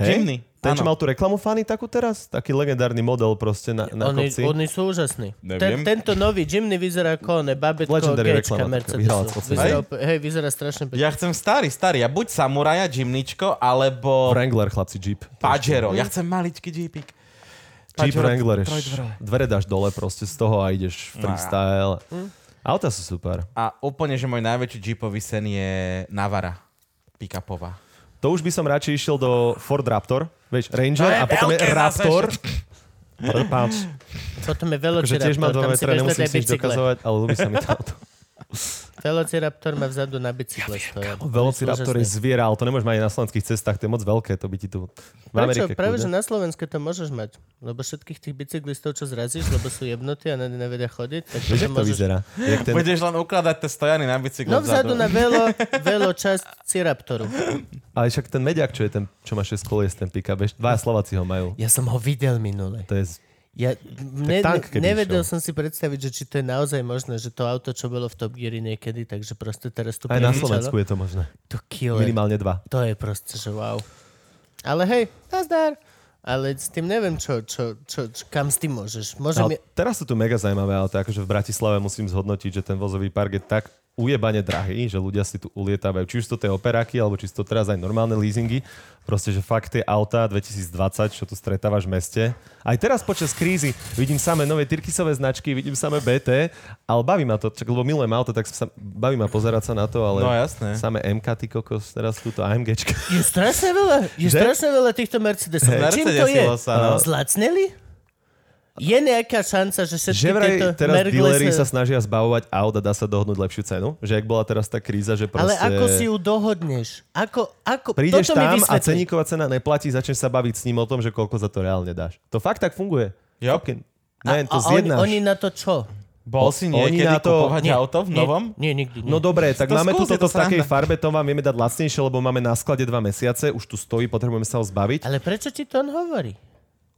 [SPEAKER 4] Hej?
[SPEAKER 5] Jimny.
[SPEAKER 4] Ten, čo
[SPEAKER 5] áno.
[SPEAKER 4] mal tú reklamu fany takú teraz? Taký legendárny model proste na, na
[SPEAKER 3] Oni,
[SPEAKER 4] kopci.
[SPEAKER 3] oni sú úžasní.
[SPEAKER 5] Neviem.
[SPEAKER 3] Ten, tento nový Jimny vyzerá ako one, babetko,
[SPEAKER 4] Legendary
[SPEAKER 3] gečka,
[SPEAKER 4] reklama, taká vyhrala
[SPEAKER 3] Mercedesu.
[SPEAKER 4] cez
[SPEAKER 3] Vyzerá, ope- hej, vyzerá strašne pekne.
[SPEAKER 5] Ja chcem starý, starý. Ja buď samuraja, Jimničko, alebo
[SPEAKER 4] Wrangler, chlapci, Jeep.
[SPEAKER 5] Pajero. Ja chcem maličký Jeepik.
[SPEAKER 4] Jeep
[SPEAKER 5] Pajero
[SPEAKER 4] Wrangler, je š-
[SPEAKER 5] trojdverové.
[SPEAKER 4] dvere dáš dole proste z toho a ideš
[SPEAKER 3] No
[SPEAKER 4] freestyle.
[SPEAKER 3] Hm.
[SPEAKER 4] Auta sú super.
[SPEAKER 5] A úplne, že môj najväčší Jeepový sen je Navara. Pick-upová.
[SPEAKER 4] To už by som radšej išiel do Ford Raptor, vieš, Ranger
[SPEAKER 5] To je
[SPEAKER 4] a potom je
[SPEAKER 5] veľké zase,
[SPEAKER 4] Raptor.
[SPEAKER 5] že-
[SPEAKER 4] Prepáč,
[SPEAKER 3] Potom je
[SPEAKER 4] že Akože tiež
[SPEAKER 3] velociraptor,
[SPEAKER 4] teda mám
[SPEAKER 3] tam
[SPEAKER 4] 2
[SPEAKER 3] si
[SPEAKER 4] metre,
[SPEAKER 3] vieš dať
[SPEAKER 4] nemusím
[SPEAKER 3] aj
[SPEAKER 4] si nič
[SPEAKER 3] bicykle.
[SPEAKER 4] dokazovať, ale ľúbi sa mi to auto.
[SPEAKER 3] Velociraptor má vzadu na bicykle stoja.
[SPEAKER 4] Velociraptor je zviera, ale to nemôžeš mať aj na slovenských cestách, to je moc veľké, to by ti tu... V
[SPEAKER 3] Prečo?
[SPEAKER 4] Amerike
[SPEAKER 3] Práve, že
[SPEAKER 4] kľudne.
[SPEAKER 3] na Slovenske to môžeš mať. Lebo všetkých tých bicyklistov, čo zrazíš, lebo sú jebnutí a ne- nevedia chodiť, tak
[SPEAKER 4] Vieš,
[SPEAKER 3] to
[SPEAKER 4] jak to
[SPEAKER 3] môžeš...
[SPEAKER 4] vyzerá? Jak ten...
[SPEAKER 5] Budeš len ukladať tie stojany na bicykle
[SPEAKER 3] No vzadu na velo, velo časť Ciraptoru.
[SPEAKER 4] Ale však ten mediak, čo je ten, čo má 6 kolies, ten pick-up, vieš, dvaja Slováci ho majú.
[SPEAKER 3] Ja som ho videl minule.
[SPEAKER 4] To je... z-
[SPEAKER 3] Ja ne,
[SPEAKER 4] tank, keby
[SPEAKER 3] nevedel
[SPEAKER 4] išiel.
[SPEAKER 3] som si predstaviť, že či to je naozaj možné, že to auto, čo bolo v Top Gear niekedy, takže proste teraz tu
[SPEAKER 4] Aj na
[SPEAKER 3] prelietalo.
[SPEAKER 4] Slovensku je to možné.
[SPEAKER 3] no? To killer.
[SPEAKER 4] Minimálne dva.
[SPEAKER 3] To je proste, že wow. Ale hej, nazdar. Ale s tým neviem, čo, čo, čo, čo kam s tým môžeš.
[SPEAKER 4] No,
[SPEAKER 3] Môžem... No.
[SPEAKER 4] teraz sú tu mega zaujímavé auta, akože v Bratislave musím zhodnotiť, že ten vozový park je tak ujebane drahý, že ľudia si tu ulietávajú. Či už sú to tie operáky, alebo či sú to teraz aj normálne leasingy. Proste, že fakt tie autá 2020, čo tu stretávaš v meste. Aj teraz počas krízy vidím samé nové Tyrkisové značky, vidím samé BT, ale baví ma to, čak, lebo milujem auto, tak sa, baví ma pozerať sa na to, ale
[SPEAKER 5] No, jasné.
[SPEAKER 4] samé MK, ty kokos, teraz túto AMGčka.
[SPEAKER 3] Je strašne veľa, je
[SPEAKER 4] Že?
[SPEAKER 3] strašne veľa týchto Mercedesov.
[SPEAKER 5] Hej.
[SPEAKER 3] Čím to je?
[SPEAKER 5] Mercedesilo sa, no.
[SPEAKER 3] Zlacneli? Je nejaká šanca, že všetky
[SPEAKER 4] Že vraj
[SPEAKER 3] tieto
[SPEAKER 4] teraz
[SPEAKER 3] mergle
[SPEAKER 4] dealery sa snažia zbavovať aut a dá sa dohodnúť lepšiu cenu. Že ak bola teraz tá kríza, že proste...
[SPEAKER 3] Ale ako si ju dohodneš? Ako, ako...
[SPEAKER 4] Prídeš
[SPEAKER 3] Toto mi
[SPEAKER 4] tam a
[SPEAKER 3] vysvetli.
[SPEAKER 4] ceníková cena neplatí, začneš sa baviť s ním o tom, že koľko za to reálne dáš. To fakt tak funguje.
[SPEAKER 5] Jo.
[SPEAKER 4] Fucking-
[SPEAKER 3] A,
[SPEAKER 4] Man,
[SPEAKER 3] a
[SPEAKER 4] to
[SPEAKER 3] oni,
[SPEAKER 4] zjednáš.
[SPEAKER 3] oni na to čo?
[SPEAKER 5] Bol si
[SPEAKER 4] Oni
[SPEAKER 5] niekedy
[SPEAKER 4] na to-
[SPEAKER 5] kupovať
[SPEAKER 3] Nie,
[SPEAKER 5] auto v
[SPEAKER 3] nie,
[SPEAKER 5] novom?
[SPEAKER 3] Nie, nikdy. Nie.
[SPEAKER 4] No dobre, tak
[SPEAKER 5] To
[SPEAKER 4] máme tu
[SPEAKER 5] skús, je
[SPEAKER 4] toto
[SPEAKER 5] to
[SPEAKER 4] v takej
[SPEAKER 5] sranda.
[SPEAKER 4] farbe, to vám vieme dať lacnejšie, lebo máme na sklade dva mesiace, už tu stojí, potrebujeme sa ho zbaviť,
[SPEAKER 3] Ale prečo ti to on hovorí?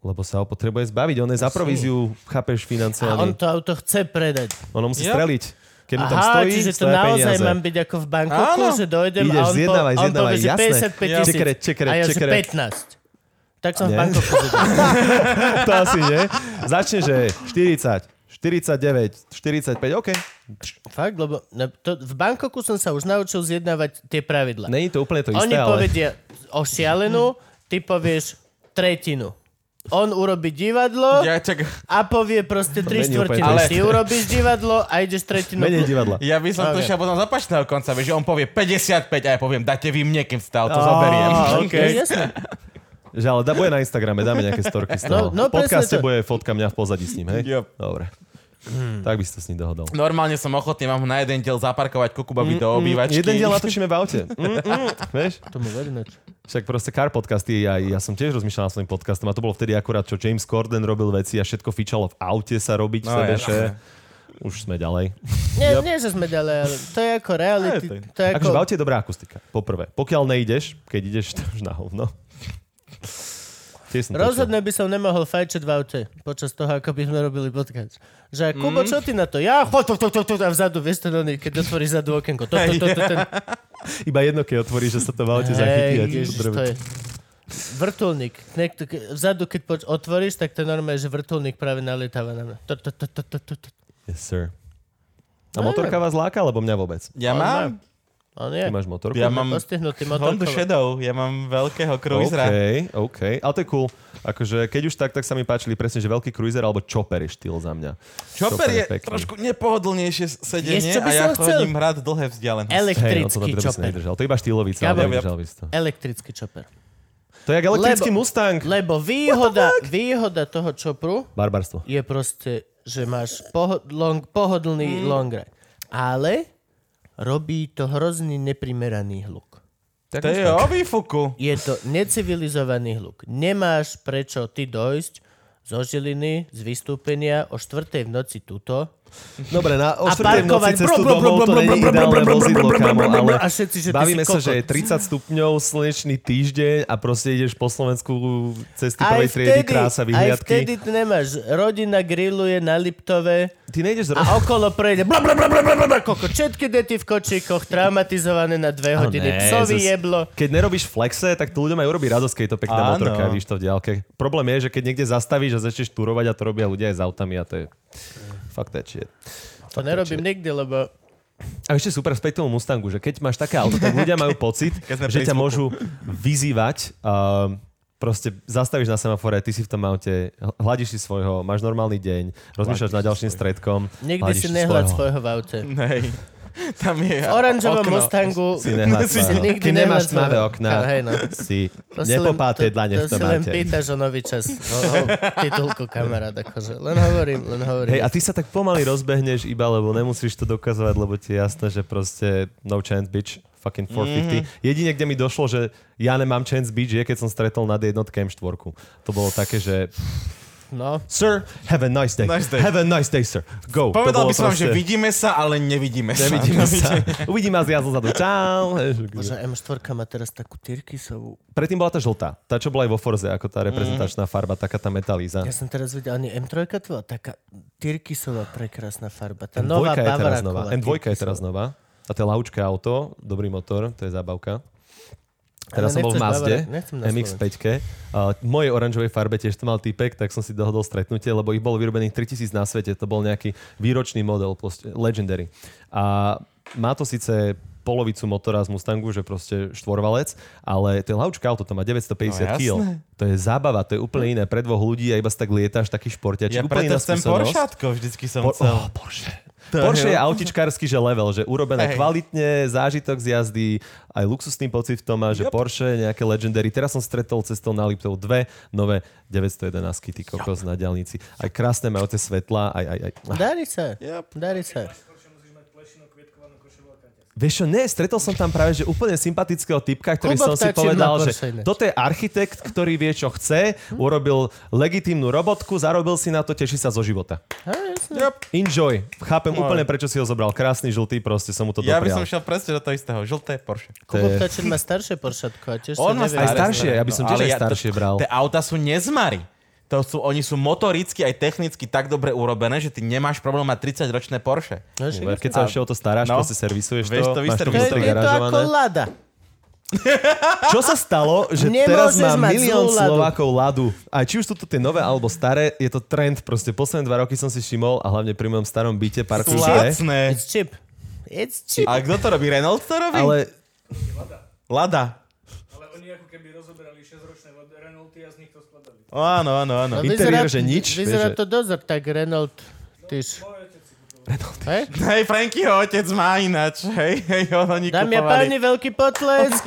[SPEAKER 4] lebo sa ho potrebuje zbaviť. On je za províziu,
[SPEAKER 3] A
[SPEAKER 4] chápeš,
[SPEAKER 3] on
[SPEAKER 4] financovaný.
[SPEAKER 3] to auto chce predať.
[SPEAKER 4] On ho musí
[SPEAKER 5] Jo.
[SPEAKER 4] streliť. Keď mu tam
[SPEAKER 3] Aha,
[SPEAKER 4] stojí,
[SPEAKER 3] čiže to
[SPEAKER 4] stoja
[SPEAKER 3] naozaj
[SPEAKER 4] peniaze.
[SPEAKER 3] mám byť ako v Bankoku,
[SPEAKER 5] Áno.
[SPEAKER 3] že dojdem
[SPEAKER 4] Ideš,
[SPEAKER 3] a on,
[SPEAKER 4] zjednávaj,
[SPEAKER 3] po, on
[SPEAKER 4] zjednávaj,
[SPEAKER 3] povie, že
[SPEAKER 4] jasné.
[SPEAKER 3] 55 tisíc.
[SPEAKER 4] Čekere, čekere,
[SPEAKER 3] a ja,
[SPEAKER 4] čekere.
[SPEAKER 3] že 15. Tak som v
[SPEAKER 4] Nie.
[SPEAKER 3] Bankoku.
[SPEAKER 4] to asi nie. Začne, že 40, 49, 45, OK.
[SPEAKER 3] Fakt, lebo ne, to, v Bankoku som sa už naučil zjednávať tie pravidla.
[SPEAKER 4] Není to úplne to isté,
[SPEAKER 3] Oni
[SPEAKER 4] ale...
[SPEAKER 3] povedia ošialenú, ty povieš tretinu. On urobí divadlo
[SPEAKER 5] Ja, čak,
[SPEAKER 3] a povie proste tri
[SPEAKER 4] není
[SPEAKER 3] štvrtiny.
[SPEAKER 4] úplne to
[SPEAKER 3] Ale...
[SPEAKER 4] isté.
[SPEAKER 3] Ty urobíš divadlo a ideš tretinu.
[SPEAKER 4] Menej divadla.
[SPEAKER 5] ja by
[SPEAKER 3] Ok.
[SPEAKER 4] No,
[SPEAKER 5] som okay. tušil potom z opačného konca, vieš, že on povie 55 a ja poviem, dajte vy mne, keď si to auto zoberiem.
[SPEAKER 3] Okay. Jasné.
[SPEAKER 4] Že ale da, bude na Instagrame, dáme nejaké storky z toho.
[SPEAKER 3] No, no,
[SPEAKER 4] v podcaste
[SPEAKER 3] presne to. Hmm.
[SPEAKER 4] bude fotka mňa v pozadí s ním, hej?
[SPEAKER 5] Yep.
[SPEAKER 4] Dobre. Tak by si to s ním dohodol.
[SPEAKER 5] Normálne som ochotný vám ho na jeden diel zaparkovať kukubaby do
[SPEAKER 4] Mm,
[SPEAKER 5] obývačky.
[SPEAKER 4] Jeden diel natočíme v aute. Mm, mm, vieš?
[SPEAKER 3] Tomu vedno.
[SPEAKER 4] Však proste car podcasty, aj ja som tiež rozmýšľal nad svojím podcastom a to bolo vtedy akurát, čo James Corden robil veci a všetko fičalo v aute sa robiť no,
[SPEAKER 5] No,
[SPEAKER 4] sebeše. Už sme ďalej.
[SPEAKER 3] Nie, nie, že sme ďalej, ale to je ako reality.
[SPEAKER 5] Aj, to je-
[SPEAKER 3] To je
[SPEAKER 4] Ako...
[SPEAKER 3] ako...
[SPEAKER 4] Akože v aute je dobrá akustika, poprvé. Pokiaľ nejdeš, keď ideš, to už na hovno. Tiež som No to
[SPEAKER 3] Rozhodne by som nemohol fajčiť v aute počas toho, ako by sme robili podcast. Že
[SPEAKER 4] Mhm.
[SPEAKER 3] Kubo, čo ty na to? Ja, ho, to, to, to, to, a vzadu, vieš to, oný, keď otvorí zadu okienko. To, to, to, to, ten...
[SPEAKER 4] čul. Iba jedno, keď otvoríš, že sa to v aute zachytí.
[SPEAKER 3] Hej,
[SPEAKER 4] a ti to
[SPEAKER 3] ježiš,
[SPEAKER 4] drbe.
[SPEAKER 3] to je... Vrtulník. Niekto, ke- vzadu, keď poč- otvoríš, tak to je normálne, že vrtulník práve nalietáva na mňa. To, to, to, to, to, to, to.
[SPEAKER 4] Yes, sir. A motorka vás láka, alebo mňa vôbec?
[SPEAKER 5] Ja
[SPEAKER 3] On
[SPEAKER 5] mám,
[SPEAKER 3] On je.
[SPEAKER 4] Ty máš motorku?
[SPEAKER 3] On
[SPEAKER 5] Ja
[SPEAKER 3] je
[SPEAKER 5] mám
[SPEAKER 3] No Postihnutý
[SPEAKER 5] Hondu
[SPEAKER 3] motorkou.
[SPEAKER 5] Shadow, ja mám veľkého cruisera.
[SPEAKER 4] OK, OK. Ale to je cool. Akože, keď už tak, tak sa mi páčili presne, že veľký cruiser alebo chopper je štýl za mňa.
[SPEAKER 5] Chopper je
[SPEAKER 4] pekný. no
[SPEAKER 5] trošku nepohodlnejšie
[SPEAKER 3] Vieš,
[SPEAKER 5] sedenie
[SPEAKER 3] čo by
[SPEAKER 5] a ja
[SPEAKER 3] som chcel?
[SPEAKER 5] chodím hrať dlhé vzdialenosti.
[SPEAKER 4] Hej, no
[SPEAKER 3] Elektrický
[SPEAKER 4] to dobre by si
[SPEAKER 3] čoper.
[SPEAKER 4] nedržal. To je iba štýlový cel,
[SPEAKER 5] Gabo, ja-
[SPEAKER 4] nedržal by si to.
[SPEAKER 3] Elektrický čoper.
[SPEAKER 4] To je jak elektrický
[SPEAKER 3] Lebo-
[SPEAKER 4] Mustang.
[SPEAKER 3] Lebo výhoda, výhoda toho čopru
[SPEAKER 4] Barbarstvo.
[SPEAKER 3] je proste, že máš pohod, long, pohodlný mm. long ride. Ale robí to hrozný neprimeraný hluk.
[SPEAKER 5] To je o výfuku.
[SPEAKER 3] Je to necivilizovaný hluk. Nemáš prečo ty dojsť zo Žiliny, z vystúpenia o 4. v noci tuto
[SPEAKER 4] Dobre, na
[SPEAKER 3] a
[SPEAKER 4] o štvrtej v noci
[SPEAKER 3] parkovať
[SPEAKER 4] cestu
[SPEAKER 3] brum, brum,
[SPEAKER 4] domov to
[SPEAKER 3] brum, brum,
[SPEAKER 4] není
[SPEAKER 3] brum,
[SPEAKER 4] ideálne
[SPEAKER 3] brum, brum,
[SPEAKER 4] vozidlo,
[SPEAKER 3] brum,
[SPEAKER 4] kámo,
[SPEAKER 3] brum, brum,
[SPEAKER 4] ale
[SPEAKER 3] a všetci, že ty
[SPEAKER 4] bavíme
[SPEAKER 3] si
[SPEAKER 4] sa, že je
[SPEAKER 3] kokot.
[SPEAKER 4] 30 stupňov, slnečný týždeň a proste ideš po Slovensku cesty
[SPEAKER 3] Aj
[SPEAKER 4] prvej triedy,
[SPEAKER 3] vtedy,
[SPEAKER 4] krása,
[SPEAKER 3] aj
[SPEAKER 4] vyhliadky.
[SPEAKER 3] vtedy tu nemáš. Rodina grilluje na Liptove
[SPEAKER 4] Ty nejdeš z
[SPEAKER 3] a okolo prejde bla bla bla bla bla bla koko. Všetky deti v kočíkoch traumatizované na dve
[SPEAKER 4] Áno,
[SPEAKER 3] hodiny.
[SPEAKER 4] ne,
[SPEAKER 3] Psovi
[SPEAKER 4] zas-
[SPEAKER 3] jeblo.
[SPEAKER 4] Keď nerobíš flexe, tak to ľuďom aj urobí radosť, keď je to pekná
[SPEAKER 5] Áno.
[SPEAKER 4] motorka, vidíš to v diálke. Problém je, že keď niekde zastavíš a začneš turovať a to robia ľudia aj s autami a to je... Fuck that shit.
[SPEAKER 3] To nerobím nikdy, lebo
[SPEAKER 4] A ešte super späť k tomu Mustangu, že keď máš také auto, tak ľudia majú pocit,
[SPEAKER 5] Keď sme
[SPEAKER 4] že
[SPEAKER 5] pri
[SPEAKER 4] ťa
[SPEAKER 5] zvuku.
[SPEAKER 4] môžu vyzývať. Um, proste zastavíš na semafore, ty si v tom aute, hľadíš si svojho, máš normálny deň, rozmýšľaš nad ďalším stredkom.
[SPEAKER 3] nikdy
[SPEAKER 4] hľadíš
[SPEAKER 3] si nehľad svojho v aute.
[SPEAKER 5] Hej. Tam je
[SPEAKER 3] V oranžovom
[SPEAKER 5] okno.
[SPEAKER 3] Mustangu
[SPEAKER 4] Si nemáš
[SPEAKER 5] Si
[SPEAKER 4] tmavé.
[SPEAKER 3] nikdy
[SPEAKER 4] Ty nemáš
[SPEAKER 3] nemáš
[SPEAKER 4] tmavé
[SPEAKER 3] tmavé
[SPEAKER 4] okná.
[SPEAKER 3] okná, hej, no.
[SPEAKER 4] Si
[SPEAKER 3] To si len-
[SPEAKER 4] nepopáté
[SPEAKER 3] to-
[SPEAKER 4] dlane v
[SPEAKER 3] To si len
[SPEAKER 4] tomáte.
[SPEAKER 3] pýtaš o nový čas. O, o titulku kamarát, akože. Len hovorím, len hovorím.
[SPEAKER 4] Hej, a ty sa tak pomaly rozbehneš iba, lebo nemusíš to dokazovať, lebo ti je jasné, že proste no chance, bitch, fucking
[SPEAKER 5] Mhm.
[SPEAKER 4] 450. Jedine, kde mi došlo, že ja nemám chance, bitch, je, keď som stretol nad jednotke M4. To bolo také, že
[SPEAKER 3] No,
[SPEAKER 4] sir, have a nice day.
[SPEAKER 5] Nice day.
[SPEAKER 4] Have a nice day, sir. Go. To
[SPEAKER 5] Povedal
[SPEAKER 4] bolo
[SPEAKER 5] by som vám, že
[SPEAKER 4] proste-
[SPEAKER 5] vidíme sa, ale nevidíme sa.
[SPEAKER 4] Nevidíme sa. Uvidím vás ja zozadu. Čau.
[SPEAKER 3] bože, M4 má teraz takú tyrkysovú.
[SPEAKER 4] Predtým bola tá žltá. Tá, čo bola aj vo Forze, ako
[SPEAKER 5] Mhm.
[SPEAKER 4] tá reprezentačná farba, taká tá metalíza.
[SPEAKER 3] Ja som teraz videl, ani M3 to bola taká tyrkysová prekrásna farba. Tá
[SPEAKER 4] M2
[SPEAKER 3] nová
[SPEAKER 4] je teraz
[SPEAKER 3] Bavara
[SPEAKER 4] nová.
[SPEAKER 3] kola
[SPEAKER 4] M2 je
[SPEAKER 3] tyrkysová.
[SPEAKER 4] teraz nová. A to je laučké auto, dobrý motor, to je zábavka. Teraz
[SPEAKER 3] Ale
[SPEAKER 4] som bol v
[SPEAKER 3] nechceš
[SPEAKER 4] Mazde,
[SPEAKER 3] Bavara- nechcem na
[SPEAKER 4] MX-5. A v mojej oranžovej farbe tiež to mal typek, tak som si dohodol stretnutie, lebo ich bolo vyrobených 3000 na svete. To bol nejaký výročný model, proste legendary. A má to síce polovicu motora z Mustangu, že proste štvorvalec, ale to je laučké auto, to má 950
[SPEAKER 5] No, jasné.
[SPEAKER 4] kg. To je zábava, to je úplne iné. Pre dvoch ľudí a iba si tak lietáš, taký športiačik.
[SPEAKER 5] Ja
[SPEAKER 4] úplne
[SPEAKER 5] preto
[SPEAKER 4] iná
[SPEAKER 5] chcem
[SPEAKER 4] skúsenosť.
[SPEAKER 5] Poršátko, vždycky som
[SPEAKER 4] Por-
[SPEAKER 5] chcel.
[SPEAKER 4] oh, Porsche. Porsche je autičkársky že level, že urobené
[SPEAKER 5] Hej.
[SPEAKER 4] kvalitne, zážitok z jazdy, aj luxusný pocit v tom má, že
[SPEAKER 5] Yep.
[SPEAKER 4] Porsche, nejaké legendary. Teraz som stretol cestou na Liptov dve nové 911 ty kokos na diálnici. Aj krásne majú tie svetlá, aj, aj, aj. Ah,
[SPEAKER 3] Darí sa,
[SPEAKER 5] Yep.
[SPEAKER 3] darí sa.
[SPEAKER 4] Vieš čo, nie, stretol som tam práve že úplne sympatického typka, ktorý
[SPEAKER 3] Kubo
[SPEAKER 4] som si
[SPEAKER 3] Vtáčik má
[SPEAKER 4] povedal, že
[SPEAKER 3] Porsche ináč.
[SPEAKER 4] toto je architekt, ktorý vie, čo chce,
[SPEAKER 5] Hm?
[SPEAKER 4] urobil legitímnu robotku, zarobil si na to, teší sa zo života.
[SPEAKER 3] Hej, jasné.
[SPEAKER 5] Yep.
[SPEAKER 4] Enjoy. Chápem úplne, prečo si ho zobral. Krásny žltý, proste som mu to
[SPEAKER 5] Ja by
[SPEAKER 4] doprial.
[SPEAKER 5] som šiel presne do toho istého. Žlté Porsche.
[SPEAKER 3] Kubo Ptačin má staršie Poršatko a tiež
[SPEAKER 5] On
[SPEAKER 3] sa
[SPEAKER 4] Aj
[SPEAKER 5] má
[SPEAKER 3] nevie-
[SPEAKER 5] staré. no.
[SPEAKER 4] staršie, ja by som tiež
[SPEAKER 5] ale
[SPEAKER 4] aj
[SPEAKER 5] ja-
[SPEAKER 4] staršie bral.
[SPEAKER 5] Tie auta sú nezmary. To sú, oni sú motoricky aj technicky tak dobre urobené, že ty nemáš problém mať 30-ročné Porsche.
[SPEAKER 3] No, však-
[SPEAKER 4] Keď sa ešte o to staráš,
[SPEAKER 5] No.
[SPEAKER 4] proste servisuješ to, máš
[SPEAKER 5] Vieš to
[SPEAKER 4] to
[SPEAKER 5] vyservisovať.
[SPEAKER 4] vnútri
[SPEAKER 3] je to ako
[SPEAKER 4] garážované.
[SPEAKER 3] lada.
[SPEAKER 4] Čo sa stalo, že
[SPEAKER 3] Nemôžeš
[SPEAKER 4] teraz má
[SPEAKER 3] mať
[SPEAKER 4] milión
[SPEAKER 3] zlú ladu.
[SPEAKER 4] Slovákov ladu. A či už sú to tie nové alebo staré, je to trend. Proste posledné dva roky som si všimol a hlavne pri mojom starom byte
[SPEAKER 5] Sú
[SPEAKER 4] parkuje.
[SPEAKER 5] lacné.
[SPEAKER 3] It's cheap. It's cheap.
[SPEAKER 5] A kto to robí? Renault to robí?
[SPEAKER 4] Ale
[SPEAKER 5] Lada.
[SPEAKER 6] Ale oni ako keby rozoberali 6-ročné Renaulty a z nich to skladali.
[SPEAKER 5] Áno, áno, áno.
[SPEAKER 3] No,
[SPEAKER 4] interiér, že nič,
[SPEAKER 3] Vyzerá
[SPEAKER 4] vieš, že-
[SPEAKER 3] to dozor, tak Renault. Tyž. Hej?
[SPEAKER 5] Hej, Frankyho otec má ináč. Hej, hej, on oni
[SPEAKER 3] Dámy a
[SPEAKER 5] kupovali.
[SPEAKER 3] páni, veľký potlesk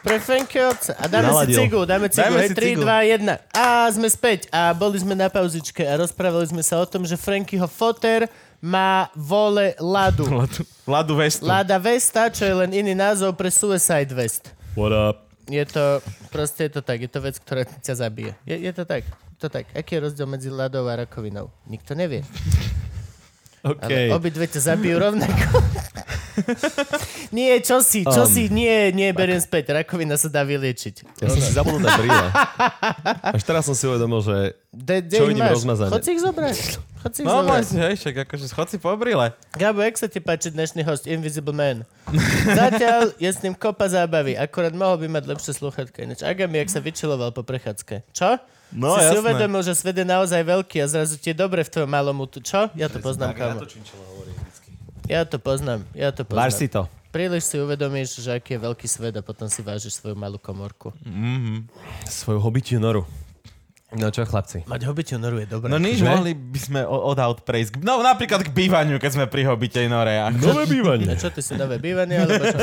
[SPEAKER 3] pre Franky Otca. A dáme
[SPEAKER 4] Naladil.
[SPEAKER 3] si cigu, dáme cigu.
[SPEAKER 5] Dajme
[SPEAKER 3] Hej,
[SPEAKER 5] si
[SPEAKER 3] 3,
[SPEAKER 5] cigu.
[SPEAKER 3] 2, 1. A sme späť. A boli sme na pauzičke a rozprávali sme sa o tom, že Frankyho foter má vole ladu.
[SPEAKER 5] Ladu Vestu.
[SPEAKER 3] Lada Vesta, čo je len iný názov pre Suicide Vest.
[SPEAKER 4] What up?
[SPEAKER 3] Je to, proste je to tak, je to vec, ktorá ťa zabije. Je, je to tak, je to tak. Aký je rozdiel medzi ľadou a rakovinou? Nikto nevie.
[SPEAKER 4] OK.
[SPEAKER 3] Ale obidve ťa zabijú rovnako. nie, čo si, čo
[SPEAKER 4] Um,
[SPEAKER 3] si, nie, nie, beriem späť. Rakovina sa dá vyliečiť.
[SPEAKER 4] Ja som si zabudol na brýle. Až teraz som si uvedomil, že
[SPEAKER 3] De, de
[SPEAKER 4] Čo
[SPEAKER 3] ich
[SPEAKER 4] vidím
[SPEAKER 3] máš?
[SPEAKER 4] rozmazané?
[SPEAKER 3] Chod si ich zobrať. Chod si ich zobrať.
[SPEAKER 5] No, poď si, hej, však akože schod si po brýle.
[SPEAKER 3] Gabo, jak sa ti páči dnešný host Invisible Man? Zatiaľ je s ním kopa zábavy, akorát mohol by mať lepšie sluchatka. Ináč Agami, jak sa vyčiloval po prechádzke. Čo?
[SPEAKER 5] No,
[SPEAKER 3] si si
[SPEAKER 5] jasné.
[SPEAKER 3] uvedomil, že svet je naozaj veľký a zrazu ti je dobre v tvojom malom útu. Čo? Ja to poznám, kámo. Ja to poznám, ja to poznám.
[SPEAKER 4] váž si to.
[SPEAKER 3] Príliš si uvedomíš, že aký je veľký svet a potom si vážiš svoju malú komorku.
[SPEAKER 4] Svoju hobitiu noru. No čo, chlapci?
[SPEAKER 3] Mať hobitiu noru je dobré.
[SPEAKER 5] No nič,
[SPEAKER 4] Že?
[SPEAKER 5] mohli by sme o- od aut prejsť. k- No napríklad k bývaniu, keď sme pri hobitej nore. a-
[SPEAKER 4] Nové
[SPEAKER 3] A
[SPEAKER 4] bývanie.
[SPEAKER 3] čo, ty si nové bývanie, alebo čo?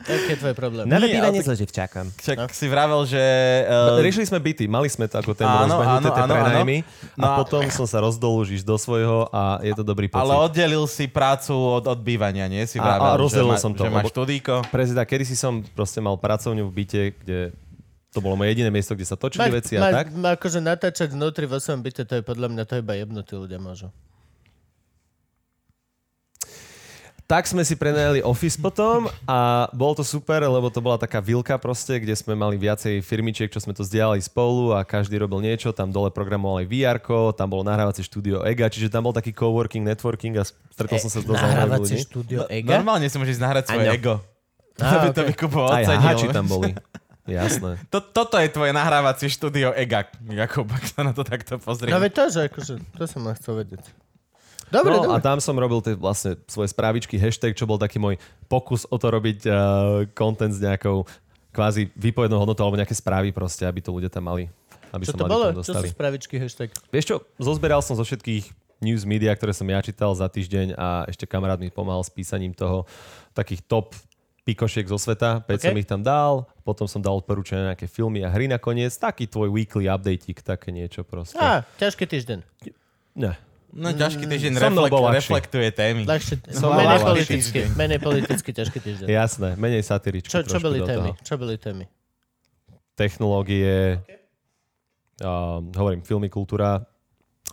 [SPEAKER 3] Aký je tvoj problém?
[SPEAKER 5] Nové Nie, bývanie ale
[SPEAKER 4] zleží včakám.
[SPEAKER 5] Však si vravel, že... eh,
[SPEAKER 4] Riešili sme byty, mali sme to ako tému
[SPEAKER 5] Áno,
[SPEAKER 4] rozbehnuté,
[SPEAKER 5] áno,
[SPEAKER 4] tie
[SPEAKER 5] áno, áno.
[SPEAKER 4] prenajmy. A
[SPEAKER 5] No a-
[SPEAKER 4] potom som sa rozdol už ísť do svojho a je to dobrý pocit.
[SPEAKER 5] Ale oddelil si prácu od odbývania, nie? Si
[SPEAKER 4] A-
[SPEAKER 5] vravel,
[SPEAKER 4] a rozdelil
[SPEAKER 5] že,
[SPEAKER 4] som to,
[SPEAKER 5] že máš
[SPEAKER 4] lebo-
[SPEAKER 5] študíko.
[SPEAKER 4] Prezida, kedy si som proste mal pracovňu v byte, kde to bolo moje jediné miesto, kde sa
[SPEAKER 3] Mať-
[SPEAKER 4] točili veci a
[SPEAKER 3] mať-
[SPEAKER 4] tak.
[SPEAKER 3] ma- Akože natáčať vnútri vo svojom byte, to je podľa mňa, to iba jebnutí ľudia môžu.
[SPEAKER 4] Tak sme si prenajali office potom a bolo to super, lebo to bola taká vilka proste, kde sme mali viacej firmičiek, čo sme to zdieľali spolu a každý robil niečo, tam dole programoval aj vr tam bolo nahrávacie štúdio EGA, čiže tam bol taký coworking, networking a stretol som sa s dosť zaujímavými
[SPEAKER 3] E, Nahrávacie
[SPEAKER 4] ľuďmi.
[SPEAKER 3] štúdio Ega?
[SPEAKER 5] Normálne si môžeš nahrať svoje
[SPEAKER 4] Áno.
[SPEAKER 5] ego.
[SPEAKER 3] Á,
[SPEAKER 5] To by, to
[SPEAKER 3] ok.
[SPEAKER 5] by Kubo
[SPEAKER 4] Aj
[SPEAKER 5] ocenil.
[SPEAKER 4] háči tam boli. Jasné.
[SPEAKER 5] To, toto je tvoje nahrávacie štúdio Ega, Jakub, ak sa na to takto pozrie.
[SPEAKER 3] No veď to, že akože, to som len chcel vedieť. Dobre,
[SPEAKER 4] No a
[SPEAKER 3] dobre.
[SPEAKER 4] tam som robil tie vlastne svoje správičky, hashtag, čo bol taký môj pokus o to robiť eh, content s nejakou kvázi výpovednou hodnotou alebo nejaké správy proste, aby to ľudia tam mali.
[SPEAKER 3] Čo
[SPEAKER 4] Aby sa
[SPEAKER 3] to
[SPEAKER 4] mali
[SPEAKER 3] bolo?
[SPEAKER 4] tam
[SPEAKER 3] Čo sú
[SPEAKER 4] dostali.
[SPEAKER 3] spravičky hashtag?
[SPEAKER 4] Vieš čo, zozberal som zo všetkých news media, ktoré som ja čítal za týždeň a ešte kamarát mi pomáhal s písaním toho takých top pikošiek zo sveta, 5 okay. som
[SPEAKER 2] Ok.
[SPEAKER 4] ich tam dal, potom som dal odporúčania na nejaké filmy a hry nakoniec, taký tvoj weekly updateik, také niečo proste.
[SPEAKER 3] Á, ťažký týždeň.
[SPEAKER 4] Ne.
[SPEAKER 5] No ťažký
[SPEAKER 4] Mm,
[SPEAKER 5] týždeň
[SPEAKER 4] So mnou
[SPEAKER 5] reflekt,
[SPEAKER 4] bol ľahší.
[SPEAKER 5] reflektuje témy.
[SPEAKER 3] No, Ľahšie,
[SPEAKER 4] Som
[SPEAKER 3] menej
[SPEAKER 4] mal
[SPEAKER 3] politicky, menej politicky ťažký týždeň.
[SPEAKER 4] Jasné, menej satiričky.
[SPEAKER 3] Čo, čo
[SPEAKER 4] trošku
[SPEAKER 3] boli
[SPEAKER 4] do
[SPEAKER 3] témy?
[SPEAKER 4] toho.
[SPEAKER 3] Čo boli témy?
[SPEAKER 4] Technológie, um, hovorím, filmy, kultúra,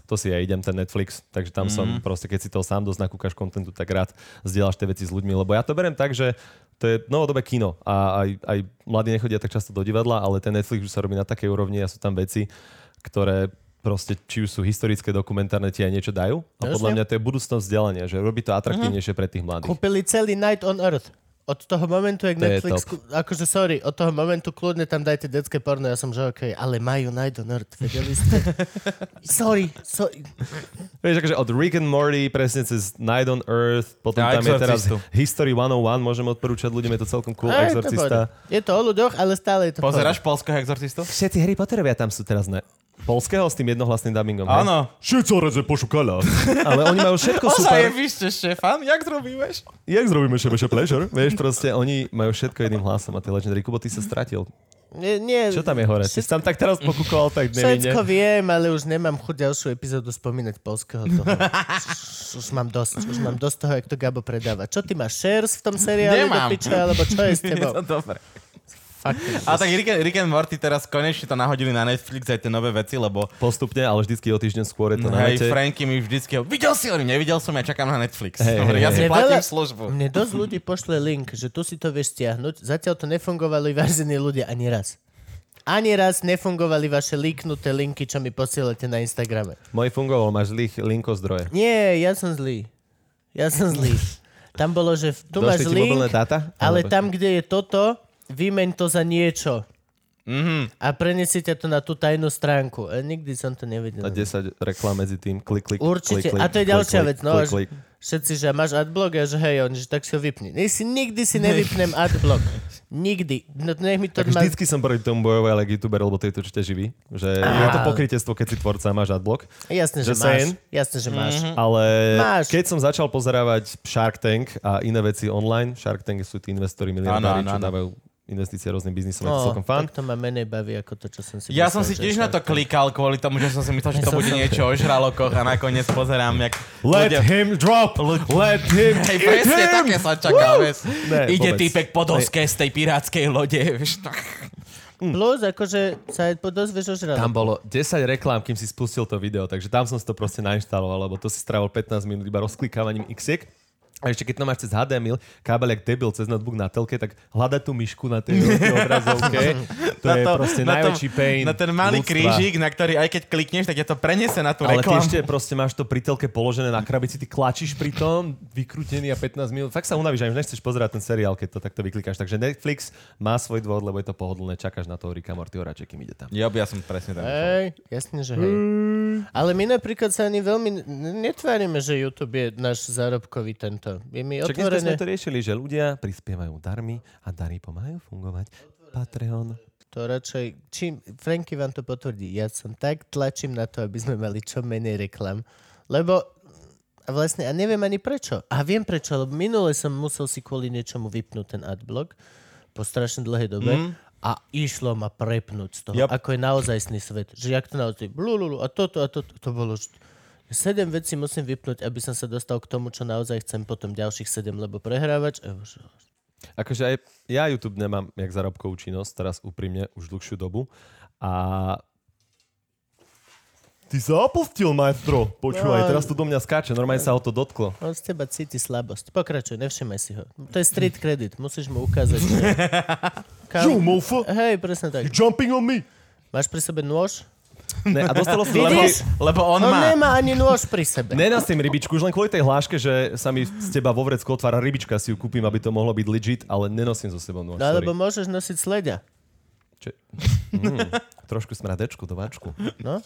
[SPEAKER 4] to si ja idem, ten Netflix, takže tam mm. som proste, keď si to sám dosť nakúkaš kontentu, tak rád zdieľaš tie veci s ľuďmi, lebo ja to berem tak, že to je novodobé kino a aj, aj mladí nechodia tak často do divadla, ale ten Netflix už sa robí na takej úrovni a sú tam veci, ktoré proste, či už sú historické, dokumentárne, ti aj niečo dajú. A podľa mňa to je budúcnosť vzdelania, že robí to atraktívnejšie pre tých mladých.
[SPEAKER 3] Kúpili celý Night on Earth. Od toho momentu, jak
[SPEAKER 4] To je
[SPEAKER 3] Netflix...
[SPEAKER 4] top.
[SPEAKER 3] Ku, akože, sorry, od toho momentu kľudne tam dajte detské porno. Ja som, že okej, ale majú Night on Earth, vedeli ste? sorry, sorry.
[SPEAKER 4] Vieš, akože od Rick and Morty, presne cez Night on Earth, potom
[SPEAKER 5] A
[SPEAKER 4] tam je teraz
[SPEAKER 5] Exorcistu.
[SPEAKER 4] History 101, môžem odporúčať ľuďom, je to celkom cool,
[SPEAKER 3] Aj, to
[SPEAKER 4] Exorcista.
[SPEAKER 3] pohoda. Je to o ľuďoch, ale stále je to
[SPEAKER 5] Pozeráš polského exorcistu?
[SPEAKER 4] Všetci Harry Potterovia tam sú teraz, ne? Polského s tým jednohlasným dubbingom. hej?
[SPEAKER 5] Áno.
[SPEAKER 4] Všetci reze pošukala. Ale oni majú všetko super.
[SPEAKER 5] Ozaj je vyšte, Štefan, jak zrobíš?
[SPEAKER 4] Jak zrobíme šebeše pleasure? Vieš, proste oni majú všetko jedným hlasom a tie legendary. Kubo, ty sa stratil.
[SPEAKER 3] pohoda. Nie, nie,
[SPEAKER 4] Čo tam je hore? Ty si tam tak teraz pokúkoval, tak
[SPEAKER 3] Všetko
[SPEAKER 4] nevinne.
[SPEAKER 3] viem, ale už nemám chuť ďalšiu epizódu spomínať polského toho. Už- už mám dosť, už mám dosť toho, jak to Gabo predáva. Čo ty máš shares v tom seriáli do
[SPEAKER 5] Nemám.
[SPEAKER 3] piče, alebo čo je s tebou?
[SPEAKER 5] No dobre.
[SPEAKER 3] Fakt.
[SPEAKER 5] A tak Rick and, Rick and Morty teraz konečne to nahodili na Netflix aj tie nové veci, lebo
[SPEAKER 4] Postupne, ale vždycky o týždeň skôr je to na
[SPEAKER 5] hej,
[SPEAKER 4] nete.
[SPEAKER 5] Franky mi vždycky... Videl si, hovorím, nevidel som, ja čakám na Netflix.
[SPEAKER 4] Hej,
[SPEAKER 5] Hovorím, ja
[SPEAKER 4] hej,
[SPEAKER 5] si
[SPEAKER 3] hej.
[SPEAKER 5] platím
[SPEAKER 3] Veľa-
[SPEAKER 5] službu.
[SPEAKER 3] Mne dosť ľudí pošle link, že tu si to vieš stiahnuť. Zatiaľ to nefungovali vážení ľudia ani raz. Ani raz nefungovali vaše líknuté linky, čo mi posielate na Instagrame.
[SPEAKER 4] Môj fungoval, máš zlých linkozdroje.
[SPEAKER 3] Nie, ja som zlý. Ja som zlý. Tam bolo, že v- tu máš
[SPEAKER 4] Došli ti mobilné
[SPEAKER 3] link,
[SPEAKER 4] dáta?
[SPEAKER 3] ale
[SPEAKER 4] Alebo-
[SPEAKER 3] tam, kde je toto, vymeň to za niečo. Mm-hmm. A prenesite to na tú tajnú stránku. E, nikdy som to nevedel.
[SPEAKER 4] A 10 reklám medzi tým, klik, klik,
[SPEAKER 3] Určite.
[SPEAKER 4] klik, klik,
[SPEAKER 3] a to je
[SPEAKER 4] klik,
[SPEAKER 3] ďalšia
[SPEAKER 4] klik,
[SPEAKER 3] vec. No,
[SPEAKER 4] klik,
[SPEAKER 3] že
[SPEAKER 4] klik.
[SPEAKER 3] Všetci, že máš adblock a že hej, oni, že tak si ho vypni. Ne, si, nikdy si nevypnem adblock. Nikdy. No, nech mi to
[SPEAKER 4] Tak
[SPEAKER 3] má...
[SPEAKER 4] vždycky som proti tomu bojoval, ale youtuber, lebo to je to určite živý. Že je to pokrytectvo, keď si tvorca a máš adblock.
[SPEAKER 3] Jasne, že máš.
[SPEAKER 4] Just saying.
[SPEAKER 3] Jasne, že máš. Mm-hmm.
[SPEAKER 4] Ale
[SPEAKER 3] Máš.
[SPEAKER 4] keď som začal pozerávať Shark Tank a iné veci online, Shark Tank sú tí investori, miliardári,
[SPEAKER 5] Áno, áno,
[SPEAKER 4] čo
[SPEAKER 5] áno.
[SPEAKER 4] dávajú investície rôznym biznisom, je to celkom
[SPEAKER 3] No,
[SPEAKER 4] fan.
[SPEAKER 3] tak to ma menej baví ako to, čo som si myslel,
[SPEAKER 5] Ja som si
[SPEAKER 3] že
[SPEAKER 5] tiež
[SPEAKER 3] ešte-
[SPEAKER 5] na to klikal kvôli tomu, že som si myslel, že to bude niečo o žralokoch a nakoniec pozerám, jak... ľudia-
[SPEAKER 4] him drop! Let him
[SPEAKER 5] Hej, presne, také som čakal, vieš.
[SPEAKER 4] Ne,
[SPEAKER 5] Ide
[SPEAKER 4] vôbec.
[SPEAKER 5] týpek po doske z tej pirátskej lode, vieš. tak.
[SPEAKER 3] Plus, akože sa aj podozvieš ožral.
[SPEAKER 4] Tam bolo 10 reklám, kým si spustil to video, takže tam som si to proste nainštaloval, lebo to si strávil 15 minút iba rozklikávaním xiek. A ešte keď to máš cez HDMI, kábel jak debil cez notebook na telke, tak hľadať tú myšku na tej veľkej obrazovke, to je proste
[SPEAKER 5] na to-
[SPEAKER 4] najväčší pain
[SPEAKER 5] Na ten malý
[SPEAKER 4] ľudstva.
[SPEAKER 5] krížik, na ktorý aj keď klikneš, tak je to prenese na tú
[SPEAKER 4] Ale ty
[SPEAKER 5] reklamu.
[SPEAKER 4] ešte proste máš to pri telke položené na krabici, ty klačíš pri tom, vykrútený a 15 minút. Fakt sa unavíš, aj už nechceš pozerať ten seriál, keď to takto vyklikáš. Takže Netflix má svoj dôvod, lebo je to pohodlné, čakáš na toho Rika Mortyho radšej, kým ide tam.
[SPEAKER 5] Jo, ja som presne tak.
[SPEAKER 3] Hej, jasne, že hej. Ale my napríklad sa ani veľmi n- netvárime, že YouTube je náš zárobkový tento. Je mi
[SPEAKER 4] Čak dneska
[SPEAKER 3] otvorené...
[SPEAKER 4] sme to riešili, že ľudia prispievajú darmi a dary pomáhajú fungovať. Patreon.
[SPEAKER 3] To radšej, čím, Franky vám to potvrdí, ja som tak tlačím na to, aby sme mali čo menej reklam, lebo a vlastne, a neviem ani prečo. A viem prečo, lebo minule som musel si kvôli niečomu vypnúť ten adblock po strašne dlhej dobe mm. a išlo ma prepnúť z toho, yep.
[SPEAKER 5] Yep.
[SPEAKER 3] ako je naozaj sný svet. Že jak to naozaj, blululu, a toto, a toto, to bolo... š- Sedem vecí musím vypnúť, aby som sa dostal k tomu, čo naozaj chcem, potom ďalších sedem, lebo prehrávač... e, už-
[SPEAKER 4] Akože aj ja YouTube nemám jak zárobkovú činnosť, teraz úprimne, už dlhšiu dobu. A Ty sa opustil, maestro.
[SPEAKER 3] No.
[SPEAKER 4] Počúvaj, teraz tu do mňa skáče, normálne sa ho to dotklo.
[SPEAKER 3] On z teba cíti slabosť. Pokračuj, nevšimaj si ho. To je street credit, musíš mu ukázať. Že... Kam...
[SPEAKER 4] mofo,
[SPEAKER 3] Hej, presne tak.
[SPEAKER 4] jumping on me.
[SPEAKER 3] Máš pri sebe nôž?
[SPEAKER 4] Ne, a dostalo sa to, lebo...
[SPEAKER 3] Vidíš?
[SPEAKER 5] Lebo on
[SPEAKER 3] On
[SPEAKER 5] má...
[SPEAKER 3] nemá ani nôž pri sebe.
[SPEAKER 4] Nenastím rybičku, už len kvôli tej hláške, že sa mi z teba vo vrecku otvára rybička, si ju kúpim, aby to mohlo byť legit, ale nenosím so sebou nôž.
[SPEAKER 3] No
[SPEAKER 4] sorry.
[SPEAKER 3] alebo môžeš nosiť sledia.
[SPEAKER 4] Čo? Mm, trošku smradečku, do váčku.
[SPEAKER 3] No?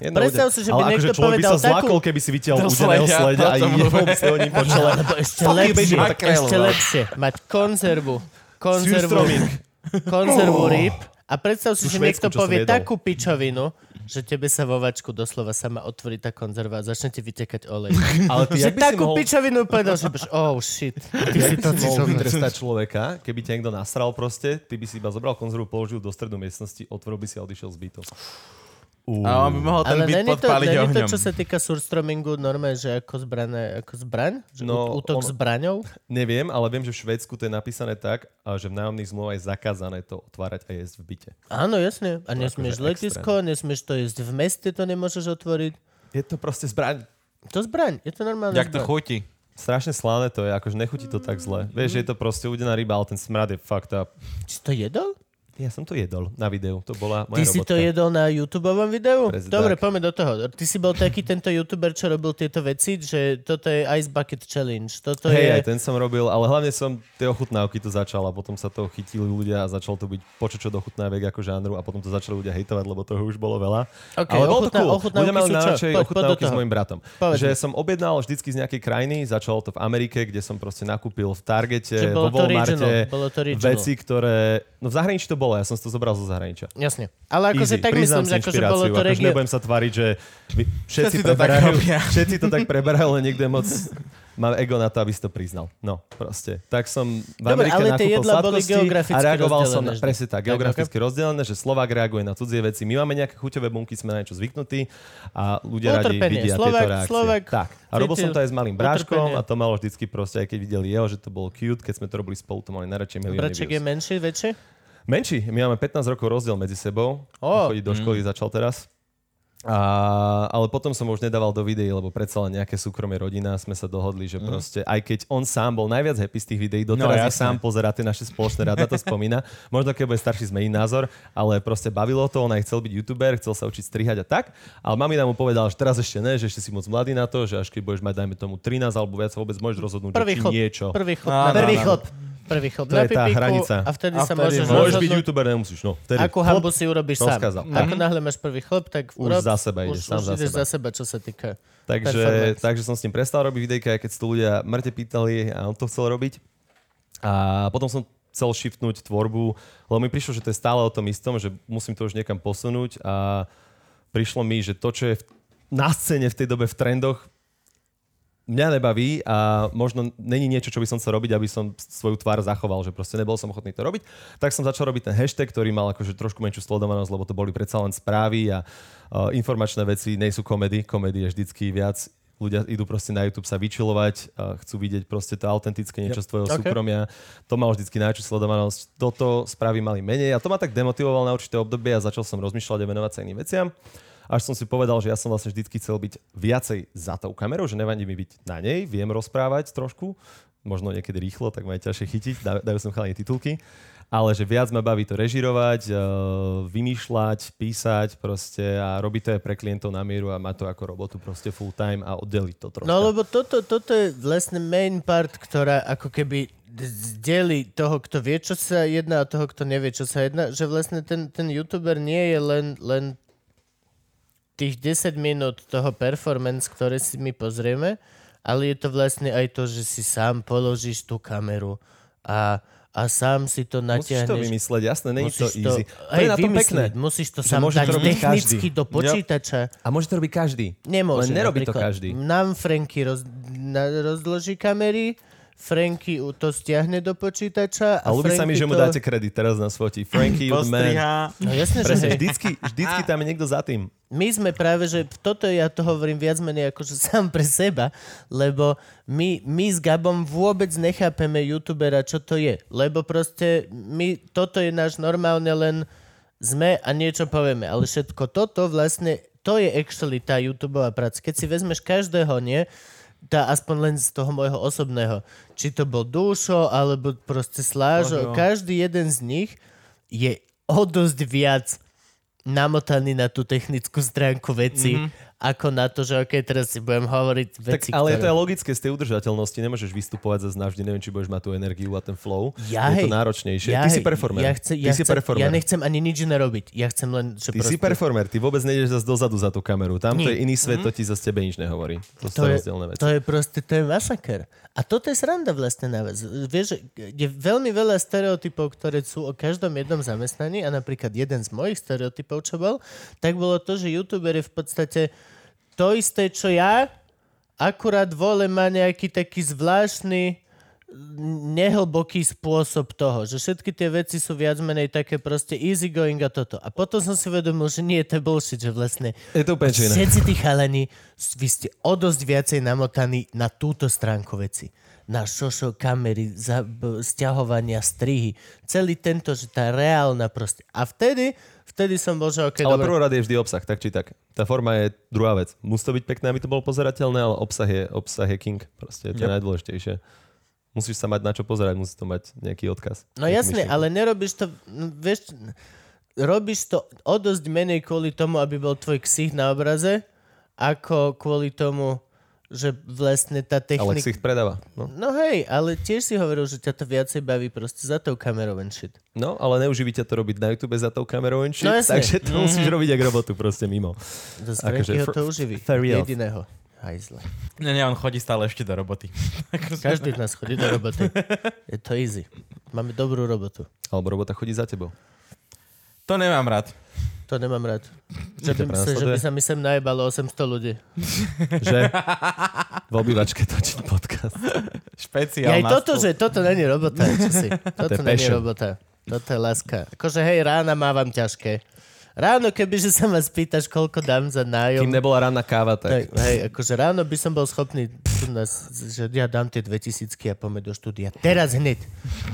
[SPEAKER 4] Jedno
[SPEAKER 3] Predstav
[SPEAKER 4] bude.
[SPEAKER 3] si, že by
[SPEAKER 4] Ale akože
[SPEAKER 3] niekto
[SPEAKER 4] človek by sa
[SPEAKER 3] povedal takú-
[SPEAKER 4] zlákol, keby si vytiaľ
[SPEAKER 5] To
[SPEAKER 4] údeného
[SPEAKER 5] sledia,
[SPEAKER 4] sledia a
[SPEAKER 5] to som
[SPEAKER 4] jebol si o ním po čele.
[SPEAKER 3] Alebo ešte
[SPEAKER 4] Fuck you,
[SPEAKER 3] lepšie,
[SPEAKER 4] baby, makrelu,
[SPEAKER 3] ešte
[SPEAKER 4] no.
[SPEAKER 3] lepšie. Mať konzervu. Konzervu,
[SPEAKER 4] Surströmming.
[SPEAKER 3] konzervu rýb. A predstav si,
[SPEAKER 4] Oh.
[SPEAKER 3] že niekto
[SPEAKER 4] Tú švédsku, čo som
[SPEAKER 3] povie
[SPEAKER 4] jedol.
[SPEAKER 3] takú pičovinu, že tebe sa vo vačku doslova sama otvorí tá konzerva a začne ti vytekať olej.
[SPEAKER 4] Ale ty,
[SPEAKER 3] Že
[SPEAKER 4] jak by si
[SPEAKER 3] takú
[SPEAKER 4] mohol,
[SPEAKER 3] pičovinu povedal, že budeš, oh shit, ty si to
[SPEAKER 4] jak by si mohol
[SPEAKER 3] cítil.
[SPEAKER 4] vytrestať človeka, keby ťa niekto nasral proste, ty by si iba zobral konzervu, položil do stredu miestnosti, otvoril by si a odišiel z bytu.
[SPEAKER 5] A on by mohol ten
[SPEAKER 3] Ale
[SPEAKER 5] byt
[SPEAKER 3] není to,
[SPEAKER 5] podpáliť
[SPEAKER 3] není to,
[SPEAKER 5] ohňom.
[SPEAKER 3] čo sa týka surstromingu normálne, že ako zbrané, ako zbraň? Že
[SPEAKER 4] No,
[SPEAKER 3] no, útok
[SPEAKER 4] ono-
[SPEAKER 3] zbraňou?
[SPEAKER 4] Neviem, ale viem, že v Švédsku to je napísané tak, a že v nájomných zmluvách je zakázané to otvárať a jesť v byte.
[SPEAKER 3] Áno, jasne. A nesmieš
[SPEAKER 4] akože
[SPEAKER 3] letisko, nesmieš to jesť v meste, to nemôžeš otvoriť.
[SPEAKER 4] Je to proste zbraň.
[SPEAKER 3] To zbraň, je to normálne
[SPEAKER 5] Jak to
[SPEAKER 3] zbraň.
[SPEAKER 5] chutí.
[SPEAKER 4] Strašne slané to je, akože nechutí to tak zle. Vieš, že je to proste udená ryba, ale ten smrad je fucked up.
[SPEAKER 3] Či to jedol?
[SPEAKER 4] Ja som to jedol na videu, to bola
[SPEAKER 3] Ty
[SPEAKER 4] moja
[SPEAKER 3] si to
[SPEAKER 4] robotka.
[SPEAKER 3] jedol na YouTubeovom videu?
[SPEAKER 4] Prezidák.
[SPEAKER 3] Dobre, poďme do toho. Ty si bol taký tento YouTuber, čo robil tieto veci, že toto je Ice Bucket Challenge. Toto
[SPEAKER 4] Hej,
[SPEAKER 3] je...
[SPEAKER 4] aj ten som robil, ale hlavne som tie ochutnávky to začal a potom sa to chytili ľudia a začalo to byť počučo dochutnávek ako žánru a potom to začali ľudia hejtovať, lebo toho už bolo veľa.
[SPEAKER 3] Ok,
[SPEAKER 4] ale bolo to
[SPEAKER 3] ochutná-
[SPEAKER 4] cool.
[SPEAKER 3] ochutnávky
[SPEAKER 4] Ľudia mali
[SPEAKER 3] sú čo? Poď-
[SPEAKER 4] najradšej
[SPEAKER 3] poď do
[SPEAKER 4] ochutnávky s
[SPEAKER 3] toho.
[SPEAKER 4] mojim bratom.
[SPEAKER 3] Povedz
[SPEAKER 4] Že som objednal vždycky z nejakej krajiny, začalo to v Amerike, kde som proste nakúpil v Targete,
[SPEAKER 3] Čiže bolo
[SPEAKER 4] vo
[SPEAKER 3] to original,
[SPEAKER 4] Walmarte,
[SPEAKER 3] bolo to original.
[SPEAKER 4] veci, ktoré... No v zahraničí to bolo, ja som si to zobral zo zahraničia.
[SPEAKER 3] Jasne. Ale ako si
[SPEAKER 4] Easy.
[SPEAKER 3] tak myslím,
[SPEAKER 4] Priznám si
[SPEAKER 3] že akože bolo
[SPEAKER 4] inšpiráciu,
[SPEAKER 3] to
[SPEAKER 4] akože
[SPEAKER 3] regio...
[SPEAKER 4] nebudem sa tváriť, že vy- všetci,
[SPEAKER 5] Všetci
[SPEAKER 4] všetci,
[SPEAKER 5] to
[SPEAKER 4] to
[SPEAKER 5] tak
[SPEAKER 4] preberajú,
[SPEAKER 5] robia.
[SPEAKER 4] všetci to tak preberajú, len niekto je moc mám ego na to, aby si to priznal. No, proste. Tak som v
[SPEAKER 3] Dobre,
[SPEAKER 4] Amerike
[SPEAKER 3] ale tie
[SPEAKER 4] nakúpil
[SPEAKER 3] jedlá boli
[SPEAKER 4] sladkosti
[SPEAKER 3] geograficky
[SPEAKER 4] a reagoval som
[SPEAKER 3] rozdelené
[SPEAKER 4] na,
[SPEAKER 3] vždy.
[SPEAKER 4] presne tak,
[SPEAKER 3] Tak,
[SPEAKER 4] geograficky rozdelené, že Slovák reaguje na cudzie veci. My máme nejaké chuťové bunky, sme na niečo zvyknutí a ľudia radi
[SPEAKER 3] Utrpenie.
[SPEAKER 4] vidia
[SPEAKER 3] Slovák-
[SPEAKER 4] tieto reakcie.
[SPEAKER 3] Slovák
[SPEAKER 4] tak. A robil som
[SPEAKER 3] cítil
[SPEAKER 4] to aj s malým bráškom
[SPEAKER 3] utrpenie.
[SPEAKER 4] a to malo vždycky proste, aj keď videli jeho, že to bolo cute, keď sme to robili spolu, to mali najradšej milióny
[SPEAKER 3] Braček je
[SPEAKER 4] views.
[SPEAKER 3] menší, väčší?
[SPEAKER 4] Menší, my máme 15 rokov rozdiel medzi sebou.
[SPEAKER 3] Ó.
[SPEAKER 4] Oh. Chodí do školy, začal teraz. A, ale potom som ho už nedával do videí, lebo predsa len nejaké súkromie rodina sme sa dohodli,
[SPEAKER 3] Mhm.
[SPEAKER 4] že proste, aj keď on sám bol najviac happy z tých videí,
[SPEAKER 5] No,
[SPEAKER 4] doteraz no,
[SPEAKER 5] jasné.
[SPEAKER 4] sám pozerá tie naše spoločné rada, to spomína. Možno keď bude starší, zmení názor, ale proste bavilo to, on aj chcel byť youtuber, chcel sa učiť strihať a tak. Ale mamina mu povedala, že teraz ešte ne, že ešte si moc mladý na to, že až keď budeš mať, dajme tomu 13 alebo viac, sa vôbec môžeš rozhodnúť,
[SPEAKER 3] Prvý
[SPEAKER 4] že či
[SPEAKER 3] chod.
[SPEAKER 4] niečo.
[SPEAKER 3] Prvý chod.
[SPEAKER 5] Áno,
[SPEAKER 3] Prvý
[SPEAKER 5] áno.
[SPEAKER 3] chod. Prvý chod.
[SPEAKER 4] To
[SPEAKER 3] na
[SPEAKER 4] je tá
[SPEAKER 3] pipiku
[SPEAKER 4] hranica.
[SPEAKER 3] A vtedy
[SPEAKER 5] A
[SPEAKER 3] sa
[SPEAKER 5] vtedy
[SPEAKER 3] môžeš
[SPEAKER 4] Môžeš byť
[SPEAKER 3] rozhodnúť,
[SPEAKER 4] youtuber, nemusíš. No, vtedy.
[SPEAKER 3] akú hambu si urobíš
[SPEAKER 4] to
[SPEAKER 3] sám.
[SPEAKER 4] skázal.
[SPEAKER 3] Ako náhle máš prvý chlop, tak
[SPEAKER 4] Už za seba
[SPEAKER 3] už,
[SPEAKER 4] ideš, sám
[SPEAKER 3] už
[SPEAKER 4] za
[SPEAKER 3] ideš
[SPEAKER 4] seba.
[SPEAKER 3] za seba, čo sa týka
[SPEAKER 4] Takže,
[SPEAKER 3] performance.
[SPEAKER 4] takže som s ním prestal robiť videjka, aj keď sa to ľudia mŕte pýtali a on to chcel robiť. A potom som chcel shiftnúť tvorbu, lebo mi prišlo, že to je stále o tom istom, že musím to už niekam posunúť a prišlo mi, že to, čo je v, na scéne v tej dobe v trendoch, mňa nebaví a možno není niečo, čo by som chcel robiť, aby som svoju tvár zachoval, že proste nebol som ochotný to robiť. Tak som začal robiť ten hashtag, ktorý mal akože trošku menšiu sledovanosť, lebo to boli predsa len správy a uh, informačné veci, nejsú komedy, komedy je vždycky viac ľudia idú proste na YouTube sa vyčilovať, a chcú vidieť proste to autentické niečo z tvojho
[SPEAKER 3] Ok.
[SPEAKER 4] súkromia. To mal vždycky najväčšiu sledovanosť. Toto správy mali menej a to ma tak demotivoval na určité obdobie a začal som rozmýšľať a venovať sa iným veciam až som si povedal, že ja som vlastne vždycky chcel byť viacej za tou kamerou, že nevadí mi byť na nej, viem rozprávať trošku, možno niekedy rýchlo, tak ma je ťažšie chytiť, da- dajú som chalani titulky, ale že viac ma baví to režirovať, eh, vymýšľať, písať proste a robiť to aj pre klientov na mieru a mať to ako robotu proste full time a oddeliť to trošku.
[SPEAKER 3] No lebo toto, toto je vlastne main part, ktorá ako keby zdeli toho, kto vie, čo sa jedná a toho, kto nevie, čo sa jedná. Že vlastne ten, ten youtuber nie je len, len tých 10 minút toho performance, ktoré si my pozrieme, ale je to vlastne aj to, že si sám položíš tú kameru a, a sám si to
[SPEAKER 4] Musíš to
[SPEAKER 3] natiahneš.
[SPEAKER 4] vymysleť, jasné, není to
[SPEAKER 3] Musíš
[SPEAKER 4] easy. To,
[SPEAKER 3] aj
[SPEAKER 4] je na tom pekné.
[SPEAKER 3] vymyslieť, Musíš to
[SPEAKER 4] že
[SPEAKER 3] sám
[SPEAKER 4] môže to
[SPEAKER 3] dať
[SPEAKER 4] robiť každý.
[SPEAKER 3] technicky do
[SPEAKER 4] Jo.
[SPEAKER 3] počítača.
[SPEAKER 4] A môže to robiť každý.
[SPEAKER 3] Nemôže.
[SPEAKER 4] Len nerobí to
[SPEAKER 3] napríklad.
[SPEAKER 4] každý.
[SPEAKER 3] Nám Franky roz, na, rozloží kamery, Franky u- to stiahne do počítača.
[SPEAKER 4] A
[SPEAKER 3] A,
[SPEAKER 4] ľúbi
[SPEAKER 3] Franky
[SPEAKER 4] sa mi, že mu
[SPEAKER 3] to...
[SPEAKER 4] dáte kredit, teraz nás fotí. Frankie, you the man.
[SPEAKER 5] Postriha.
[SPEAKER 3] No jasne, že
[SPEAKER 4] Presne,
[SPEAKER 3] hej.
[SPEAKER 4] vždycky, vždycky tam je niekto za tým.
[SPEAKER 3] My sme práve, že toto ja to hovorím viac menej akože sám pre seba, lebo my, my s Gabom vôbec nechápeme youtubera, čo to je. Lebo proste my, toto je náš normálne len sme a niečo povieme. Ale všetko toto vlastne, to je actually tá youtubeová práca. Keď si vezmeš každého, nie? Tá aspoň len z toho môjho osobného. Či to bol Dušo, alebo proste Slážo. Každý jeden z nich je o dosť viac namotaný na tú technickú stránku veci mm-hmm. ako na to, že OK, teraz si budem hovoriť
[SPEAKER 4] Mhm. Tak,
[SPEAKER 3] veci,
[SPEAKER 4] ale to je
[SPEAKER 3] ktoré...
[SPEAKER 4] logické z tej udržateľnosti. Nemôžeš vystupovať zase navždy, neviem, či budeš mať tú energiu a ten flow.
[SPEAKER 3] Ja
[SPEAKER 4] je
[SPEAKER 3] hej,
[SPEAKER 4] to náročnejšie. ty si performer.
[SPEAKER 3] Ja, chce,
[SPEAKER 4] ty
[SPEAKER 3] ja,
[SPEAKER 4] si
[SPEAKER 3] chcem,
[SPEAKER 4] performer.
[SPEAKER 3] ja nechcem ani nič nerobiť. Ja chcem len... Že
[SPEAKER 4] Ty si
[SPEAKER 3] proste-
[SPEAKER 4] performer, ty vôbec nejdeš zase dozadu za tú kameru. Tam to
[SPEAKER 3] Nie. Mhm.
[SPEAKER 4] je iný svet, to ti zase tebe nič nehovorí. To, sú
[SPEAKER 3] to je,
[SPEAKER 4] rozdielne veci.
[SPEAKER 3] to je proste, to je masaker. A toto je sranda vlastne na vec. Vieš, že je veľmi veľa stereotypov, ktoré sú o každom jednom zamestnaní a napríklad jeden z mojich stereotypov, čo bol, tak bolo to, že youtuber je v podstate to isté, čo ja, akurát vole má nejaký taký zvláštny nehlboký spôsob toho, že všetky tie veci sú viac menej také proste easy going a toto. A potom som si uvedomil, že nie, to je bullshit, že vlastne
[SPEAKER 4] Je to úplne čo iné.
[SPEAKER 3] Všetci tí chalani, s- vy ste o dosť viacej namotaní na túto stránku veci. Na šošo, kamery, za, b, stiahovania, strihy. Celý tento, že tá reálna proste. A vtedy, vtedy som bol, že okay,
[SPEAKER 4] Ale
[SPEAKER 3] dobre.
[SPEAKER 4] prvorad je vždy obsah, tak či tak. Tá forma je druhá vec. Musí to byť pekné, aby to bolo pozerateľné, ale obsah je, obsah je king. Proste to je najdôležitejšie. Musíš sa mať na čo pozerať, musí to mať nejaký odkaz.
[SPEAKER 3] No
[SPEAKER 4] nejakú
[SPEAKER 3] jasne,
[SPEAKER 4] myšlienku.
[SPEAKER 3] ale nerobíš to, no, vieš, robíš to o dosť menej kvôli tomu, aby bol tvoj ksich na obraze, ako kvôli tomu, že vlastne tá
[SPEAKER 4] Ale
[SPEAKER 3] technika...
[SPEAKER 4] si ich predáva. No.
[SPEAKER 3] No hej, ale tiež si hovoril, že ťa to viacej baví proste za tou kamerou and shit.
[SPEAKER 4] no, ale neuživí ťa to robiť na YouTube za tou kamerou and shit,
[SPEAKER 3] No jasne.
[SPEAKER 4] takže to musíš robiť ak robotu proste mimo.
[SPEAKER 3] To z
[SPEAKER 4] Akože
[SPEAKER 3] Frankyho
[SPEAKER 4] fr-
[SPEAKER 3] to uživí.
[SPEAKER 4] for real.
[SPEAKER 3] Jediného. Hajzle.
[SPEAKER 5] Nie, nie, on chodí stále ešte do roboty.
[SPEAKER 3] Každý z nás chodí do roboty. Je to easy. Máme dobrú robotu.
[SPEAKER 4] Alebo robota chodí za tebou.
[SPEAKER 5] To nemám rád.
[SPEAKER 3] To nemám rád. Že by,
[SPEAKER 4] pre nás
[SPEAKER 3] sa, že by
[SPEAKER 4] sleduje?
[SPEAKER 3] sa mi sem najebalo 800 ľudí.
[SPEAKER 4] Že v obývačke točiť podcast.
[SPEAKER 3] Ja
[SPEAKER 5] Špeciálna.
[SPEAKER 3] aj toto, že toto není robota. Čo si?
[SPEAKER 4] To je
[SPEAKER 3] Toto není
[SPEAKER 4] passion.
[SPEAKER 3] robota. Toto je láska. Akože hej, rána mávam ťažké. Ráno, kebyže sa ma spýtaš, koľko dám za nájom,
[SPEAKER 4] Kým nebola ranná káva,
[SPEAKER 3] Tak,
[SPEAKER 4] tak...
[SPEAKER 3] hej, akože ráno by som bol schopný, tu nás, že ja dám tie 2000 a poďme do štúdia. Teraz hneď.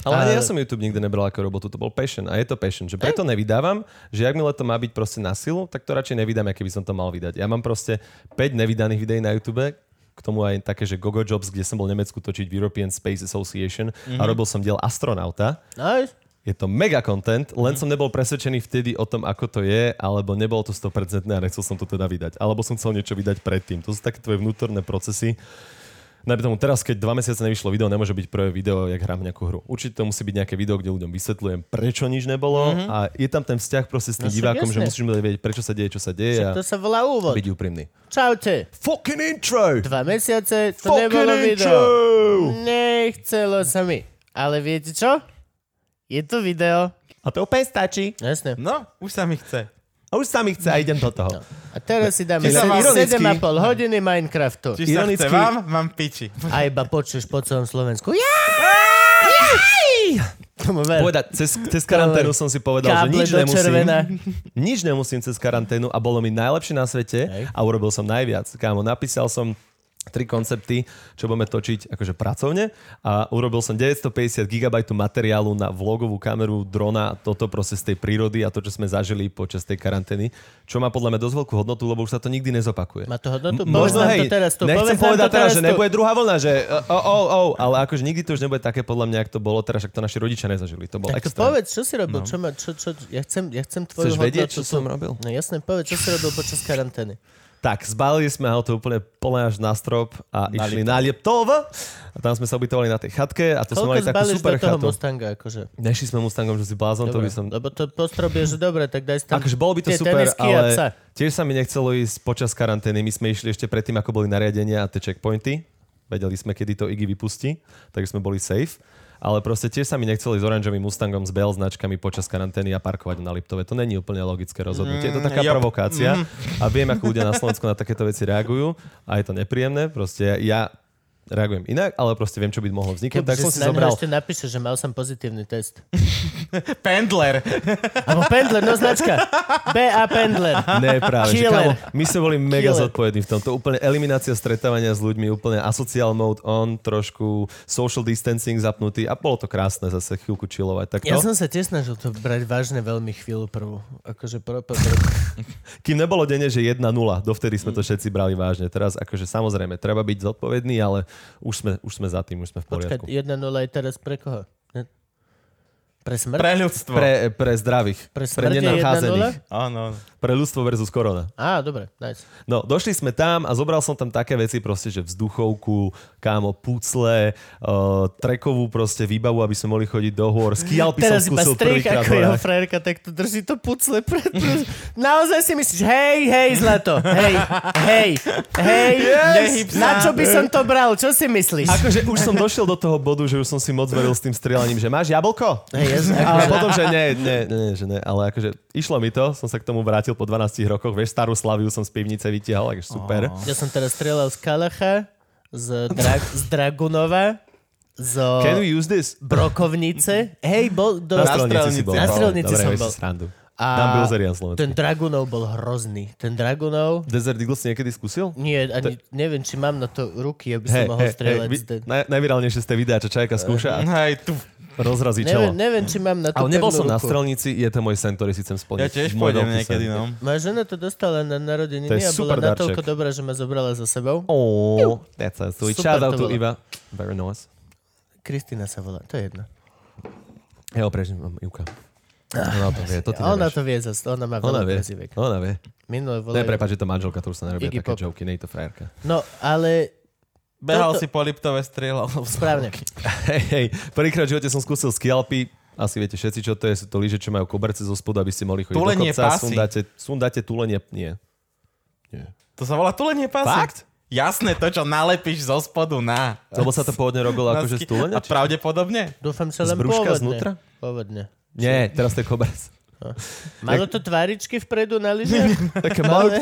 [SPEAKER 4] Ale ani ja som YouTube nikdy nebral ako robotu, to bol passion a je to passion, že preto nevydávam, že akmile to má byť proste na silu, tak to radšej nevydám, aké by som to mal vydať. Ja mám proste 5 nevydaných videí na YouTube, k tomu aj také, že Gogo Jobs, kde som bol v Nemecku točiť v European Space Association a robil som diel astronauta.
[SPEAKER 3] Aj,
[SPEAKER 4] Je to mega content, len
[SPEAKER 3] Mhm.
[SPEAKER 4] som nebol presvedčený vtedy o tom, ako to je, alebo nebolo to 100% a nechcel som to teda vydať. Alebo som chcel niečo vydať predtým. To sú také tvoje vnútorné procesy. Najmä tomu teraz, keď dva mesiace nevyšlo video, nemôže byť prvé video, jak hrám nejakú hru. Určite to musí byť nejaké video, kde ľuďom vysvetľujem, prečo nič nebolo mm-hmm. a je tam ten vzťah proste s
[SPEAKER 3] Mhm. No
[SPEAKER 4] tým no,
[SPEAKER 3] však
[SPEAKER 4] divákom, že
[SPEAKER 3] jasné.
[SPEAKER 4] musíš mu dať vedieť, prečo sa deje, čo sa deje a
[SPEAKER 3] to sa volá úvod.
[SPEAKER 4] byť úprimný.
[SPEAKER 3] Čaute.
[SPEAKER 4] Fucking intro!
[SPEAKER 3] Dva mesiace, to
[SPEAKER 4] Fucking
[SPEAKER 3] nebolo video.
[SPEAKER 4] intro!
[SPEAKER 3] Nechcelo sa mi. Ale viete čo? Je tu video.
[SPEAKER 4] A to úplne stačí.
[SPEAKER 3] Jasne.
[SPEAKER 5] No, už sa mi chce.
[SPEAKER 4] A už sa mi chce a idem do
[SPEAKER 3] No.
[SPEAKER 4] toho.
[SPEAKER 3] A teraz si dáme
[SPEAKER 4] Čiže ironicky-
[SPEAKER 3] 7,5 hodiny Minecraftu.
[SPEAKER 5] Či sa
[SPEAKER 4] Ironicky-
[SPEAKER 5] chce vám, mám piči.
[SPEAKER 3] A iba počuješ po celom Slovensku. Ja! Tomu ver.
[SPEAKER 4] Povedať, cez, cez karanténu som si povedal, že
[SPEAKER 3] Káble
[SPEAKER 4] nič
[SPEAKER 3] do
[SPEAKER 4] nemusím.
[SPEAKER 3] červená.
[SPEAKER 4] Nič nemusím cez karanténu a bolo mi najlepšie na svete
[SPEAKER 3] Hej.
[SPEAKER 4] a urobil som najviac. Kámo, napísal som tri koncepty, čo budeme točiť akože pracovne a urobil som 950 GB materiálu na vlogovú kameru drona, toto proste z tej prírody a to, čo sme zažili počas tej karantény, čo má podľa mňa dosť veľkú hodnotu, lebo už sa to nikdy nezopakuje.
[SPEAKER 3] Má to hodnotu?
[SPEAKER 4] M-
[SPEAKER 3] Povedz nám to teraz tu.
[SPEAKER 4] nechcem
[SPEAKER 3] Povedz nám
[SPEAKER 4] povedať
[SPEAKER 3] to
[SPEAKER 4] teraz,
[SPEAKER 3] teraz
[SPEAKER 4] že
[SPEAKER 3] tu.
[SPEAKER 4] nebude druhá vlna, že o, o, o, ale akože nikdy to už nebude také podľa mňa, ako to bolo teraz, ak to naši rodičia nezažili. To bolo
[SPEAKER 3] Tak to
[SPEAKER 4] extra. No.
[SPEAKER 3] povedz, čo si robil? Čo ma, čo, čo, ja, chcem, ja chcem tvoju
[SPEAKER 4] Chceš vedieť,
[SPEAKER 3] hodnotu
[SPEAKER 4] čo
[SPEAKER 3] tu.
[SPEAKER 4] som robil?
[SPEAKER 3] No jasne, povedz, čo si robil počas karantény.
[SPEAKER 4] Tak, zbalili sme auto úplne plné až na strop a na išli na Lieptov. A tam sme sa ubytovali na tej chatke a to sme mali
[SPEAKER 3] Koľko
[SPEAKER 4] takú
[SPEAKER 3] zbalíš do
[SPEAKER 4] super
[SPEAKER 3] toho
[SPEAKER 4] chatu.
[SPEAKER 3] Mustanga? Akože?
[SPEAKER 4] Nešli sme Mustangom, že si blázon, to
[SPEAKER 3] Dobre,
[SPEAKER 4] by som...
[SPEAKER 3] Lebo to postrobie, že dobre, tak daj si tam
[SPEAKER 4] Akože bolo by to
[SPEAKER 3] tie
[SPEAKER 4] super,
[SPEAKER 3] tenisky a psa.
[SPEAKER 4] ale tiež sa mi nechcelo ísť počas karantény. My sme išli ešte predtým, ako boli nariadenia a tie checkpointy. Vedeli sme, kedy to Iggy vypustí, takže sme boli safe. Ale proste tiež sa mi nechceli s oranžovým Mustangom s BL značkami počas karantény a parkovať na Liptove. To není úplne logické rozhodnutie. je to taká
[SPEAKER 5] Mm, yep.
[SPEAKER 4] provokácia a viem, ako ľudia na Slovensku na takéto veci reagujú a je to nepríjemné. Proste ja reagujem inak, ale proste viem, čo by mohlo vzniknúť.
[SPEAKER 3] Keby,
[SPEAKER 4] Tak
[SPEAKER 3] že
[SPEAKER 4] som
[SPEAKER 3] si
[SPEAKER 4] si
[SPEAKER 3] na neho
[SPEAKER 4] zobral
[SPEAKER 3] ešte napíše, že mal som pozitívny test.
[SPEAKER 5] Pendler.
[SPEAKER 3] Alebo pendler, no značka. BA pendler.
[SPEAKER 4] Ne, práve. Že,
[SPEAKER 3] Killer.
[SPEAKER 4] kámo, my sme boli mega
[SPEAKER 3] Killer.
[SPEAKER 4] zodpovední v tomto. Úplne eliminácia stretávania s ľuďmi, úplne asocial mode on, trošku social distancing zapnutý a bolo to krásne zase chvíľku chillovať. Tak
[SPEAKER 3] Ja
[SPEAKER 4] to,
[SPEAKER 3] som sa tiež snažil to brať vážne veľmi chvíľu prvú. Akože pro, pro, pro.
[SPEAKER 4] Kým nebolo denne, že 1-0, dovtedy sme to všetci brali vážne. Teraz akože samozrejme, treba byť zodpovedný, ale už sme, už sme za tým, už sme v poriadku.
[SPEAKER 3] Počkaj, 1-0 je teraz pre koho? Ne? Pre smrť?
[SPEAKER 5] Pre ľudstvo. Pre...
[SPEAKER 4] Pre, pre zdravých.
[SPEAKER 3] Pre
[SPEAKER 4] pre
[SPEAKER 3] smrť je
[SPEAKER 4] nenacházených.
[SPEAKER 3] 1-0?
[SPEAKER 5] Áno.
[SPEAKER 4] Pre ľudstvo versus korona.
[SPEAKER 3] Á, dobre, nice.
[SPEAKER 4] No, došli sme tam a zobral som tam také veci proste, že vzduchovku, kámo, pucle, uh, trekovú proste výbavu, aby sme mohli chodiť do hôr. Skialpy som
[SPEAKER 3] Teraz iba
[SPEAKER 4] skúsil
[SPEAKER 3] strich,
[SPEAKER 4] prvýkrát.
[SPEAKER 3] ako
[SPEAKER 4] v
[SPEAKER 3] jeho
[SPEAKER 4] horách.
[SPEAKER 3] frajerka, tak to drží to pucle pred... Naozaj si myslíš, hej, hej, zlato, hej, hej, hej,
[SPEAKER 5] Nehyb sa.
[SPEAKER 3] na čo by som to bral, čo si myslíš?
[SPEAKER 4] Akože už som došiel do toho bodu, že už som si moc veril s tým strieľaním, že máš jablko?
[SPEAKER 3] Hej, ja som-
[SPEAKER 4] Ale potom, že nie, nie, nie, že nie, ale akože išlo mi to, som sa k tomu vrátil po 12 rokoch, vieš, starú Slaviu som z pivnice vytiahol, takže super.
[SPEAKER 3] Ja som teraz strieľal z Kalacha, z, Dra- z Dragunova, z
[SPEAKER 4] Can we use this?
[SPEAKER 3] Brokovnice. Hej, bol do...
[SPEAKER 4] Na strelnici si bol.
[SPEAKER 3] Na strelnici
[SPEAKER 4] Dobre,
[SPEAKER 3] som
[SPEAKER 4] robíš si
[SPEAKER 3] bol.
[SPEAKER 4] srandu.
[SPEAKER 3] A
[SPEAKER 4] Tam Bilzerian slovenský.
[SPEAKER 3] ten Dragunov bol hrozný. Ten Dragunov...
[SPEAKER 4] Desert Eagle si niekedy skúsil?
[SPEAKER 3] Nie, ani neviem, či mám na to ruky, aby som
[SPEAKER 4] Hej,
[SPEAKER 3] mohol
[SPEAKER 4] hej,
[SPEAKER 3] strieľať.
[SPEAKER 4] hej,
[SPEAKER 3] z den-
[SPEAKER 4] vy- naj- najvirálnejšie ste videá, čo čajka skúša a
[SPEAKER 5] Hej, tu.
[SPEAKER 4] rozrazí
[SPEAKER 3] Eh, Neviem,
[SPEAKER 4] čelo.
[SPEAKER 3] neviem, či mám na to
[SPEAKER 4] Ale nebol
[SPEAKER 3] pevnú
[SPEAKER 4] som na
[SPEAKER 3] ruku.
[SPEAKER 4] strelnici, je to môj sen, ktorý si chcem splniť.
[SPEAKER 5] Ja tiež
[SPEAKER 4] Môj veľký
[SPEAKER 5] pôjdem
[SPEAKER 4] sen.
[SPEAKER 5] niekedy, no.
[SPEAKER 3] Moja žena to dostala na narodeniny
[SPEAKER 4] To je
[SPEAKER 3] a bola
[SPEAKER 4] super
[SPEAKER 3] natoľko
[SPEAKER 4] darček.
[SPEAKER 3] dobrá, že ma zobrala za sebou.
[SPEAKER 4] Ó, that's a sweet.
[SPEAKER 3] Super
[SPEAKER 4] Shout out
[SPEAKER 3] to
[SPEAKER 4] to
[SPEAKER 3] bolo.
[SPEAKER 4] Iva. Very nice.
[SPEAKER 3] Kristina sa volá, to je jedno.
[SPEAKER 4] Ja ho prežím, mám Ivka. Ona to vie, to ty
[SPEAKER 3] Ah, Ona
[SPEAKER 4] nevieš.
[SPEAKER 3] to vie, zas, ona má
[SPEAKER 4] Ona
[SPEAKER 3] veľa
[SPEAKER 4] vie,
[SPEAKER 3] prezivek.
[SPEAKER 4] ona vie.
[SPEAKER 3] Minule volajú.
[SPEAKER 4] Ne, prepáč, je to manželka, to už sa nerobia
[SPEAKER 3] Iggy
[SPEAKER 4] také
[SPEAKER 3] Pop.
[SPEAKER 4] joky, nej to frajerka.
[SPEAKER 3] No, ale
[SPEAKER 5] Behal
[SPEAKER 3] Toto-
[SPEAKER 5] si po Liptove, strieľal.
[SPEAKER 3] správne.
[SPEAKER 4] Hej, hej, prvýkrát v živote som skúsil skialpy, asi viete všetci, čo to je, sú to lyže, čo majú koberce zo spodu, aby ste mohli chodiť
[SPEAKER 5] Tulenie
[SPEAKER 4] do kopca,
[SPEAKER 5] pásy.
[SPEAKER 4] sundáte, sundáte tulenie, nie.
[SPEAKER 5] To sa volá tulenie pása. Fakt? Jasné, to, čo nalepíš zo spodu na...
[SPEAKER 4] Lebo sa to pôvodne robilo
[SPEAKER 5] na
[SPEAKER 4] akože z
[SPEAKER 5] ski-
[SPEAKER 4] tulenia?
[SPEAKER 5] A pravdepodobne?
[SPEAKER 3] Dúfam sa
[SPEAKER 4] Z
[SPEAKER 3] len pôvodne.
[SPEAKER 4] brúška znútra?
[SPEAKER 3] Pôvodne.
[SPEAKER 4] Nie, teraz to je koberec.
[SPEAKER 3] Malo to tváričky vpredu na lyžiach?
[SPEAKER 4] Také malé,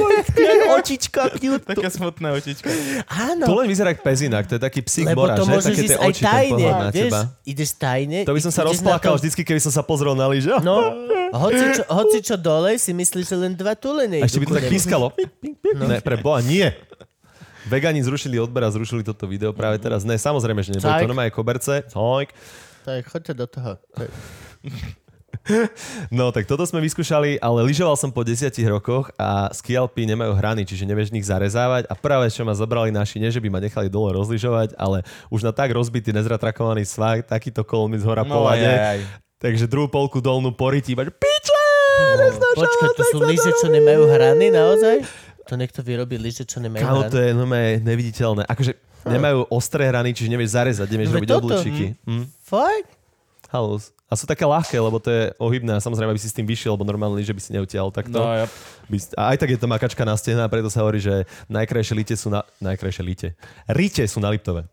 [SPEAKER 4] očička, cute.
[SPEAKER 5] Také smutné otička.
[SPEAKER 3] Áno.
[SPEAKER 4] Tuleň vyzerá jak pezinák, to je taký psík
[SPEAKER 3] Lebo
[SPEAKER 4] mora,
[SPEAKER 3] to
[SPEAKER 4] že?
[SPEAKER 3] môžeš
[SPEAKER 4] Také tie
[SPEAKER 3] ísť aj
[SPEAKER 4] oči, ten
[SPEAKER 3] tajne,
[SPEAKER 4] pohľad na
[SPEAKER 3] vieš?
[SPEAKER 4] teba.
[SPEAKER 3] Ideš tajne.
[SPEAKER 4] To by som sa
[SPEAKER 3] ideš na
[SPEAKER 4] rozplakal
[SPEAKER 3] tom-
[SPEAKER 4] vždycky, keby som sa pozrel na lyže.
[SPEAKER 3] No, hoci čo, hoci čo dole si myslíš, že len dva tulene
[SPEAKER 4] A ešte by
[SPEAKER 3] idú
[SPEAKER 4] to tak
[SPEAKER 3] ku nebu.
[SPEAKER 4] pískalo. Pik, pik, pik. Ne, pre boha, nie. Vegani zrušili odber a zrušili toto video práve teraz. Ne, samozrejme, že neboli to
[SPEAKER 3] Cajk.
[SPEAKER 4] normálne koberce. Cajk.
[SPEAKER 3] Tak choďte do toho. Tak.
[SPEAKER 4] No, tak toto sme vyskúšali, ale lyžoval som po 10 rokoch a skialpy nemajú hrany, čiže nevieš v nich zarezávať. A práve čo ma zabrali naši, nie že by ma nechali dole rozlyžovať, ale už na tak rozbitý, nezratrakovaný svah, takýto kol mi z hora
[SPEAKER 5] No,
[SPEAKER 4] povade.
[SPEAKER 5] aj, aj.
[SPEAKER 4] Takže druhú polku dolnú porytí, iba že piče!
[SPEAKER 3] No, Počkaj, to sú lyže, čo nemajú hrany naozaj? To niekto vyrobí lyže, čo nemajú
[SPEAKER 4] Kámo,
[SPEAKER 3] hrany.
[SPEAKER 4] to je normálne neviditeľné. Akože nemajú ostré hrany, čiže nevieš zarezať, nevieš
[SPEAKER 3] No,
[SPEAKER 4] robiť
[SPEAKER 3] toto,
[SPEAKER 4] obličiky. Hm.
[SPEAKER 3] Fakt?
[SPEAKER 4] Halus. A sú také ľahké, lebo to je ohybné a samozrejme, aby si s tým vyšiel, lebo normálne lyže by si neutiahol takto.
[SPEAKER 5] No, ja,
[SPEAKER 4] By ste- A aj tak je to makačka na stehná, preto sa hovorí, že najkrajšie lite sú na... Najkrajšie lite. Rite sú na Liptove.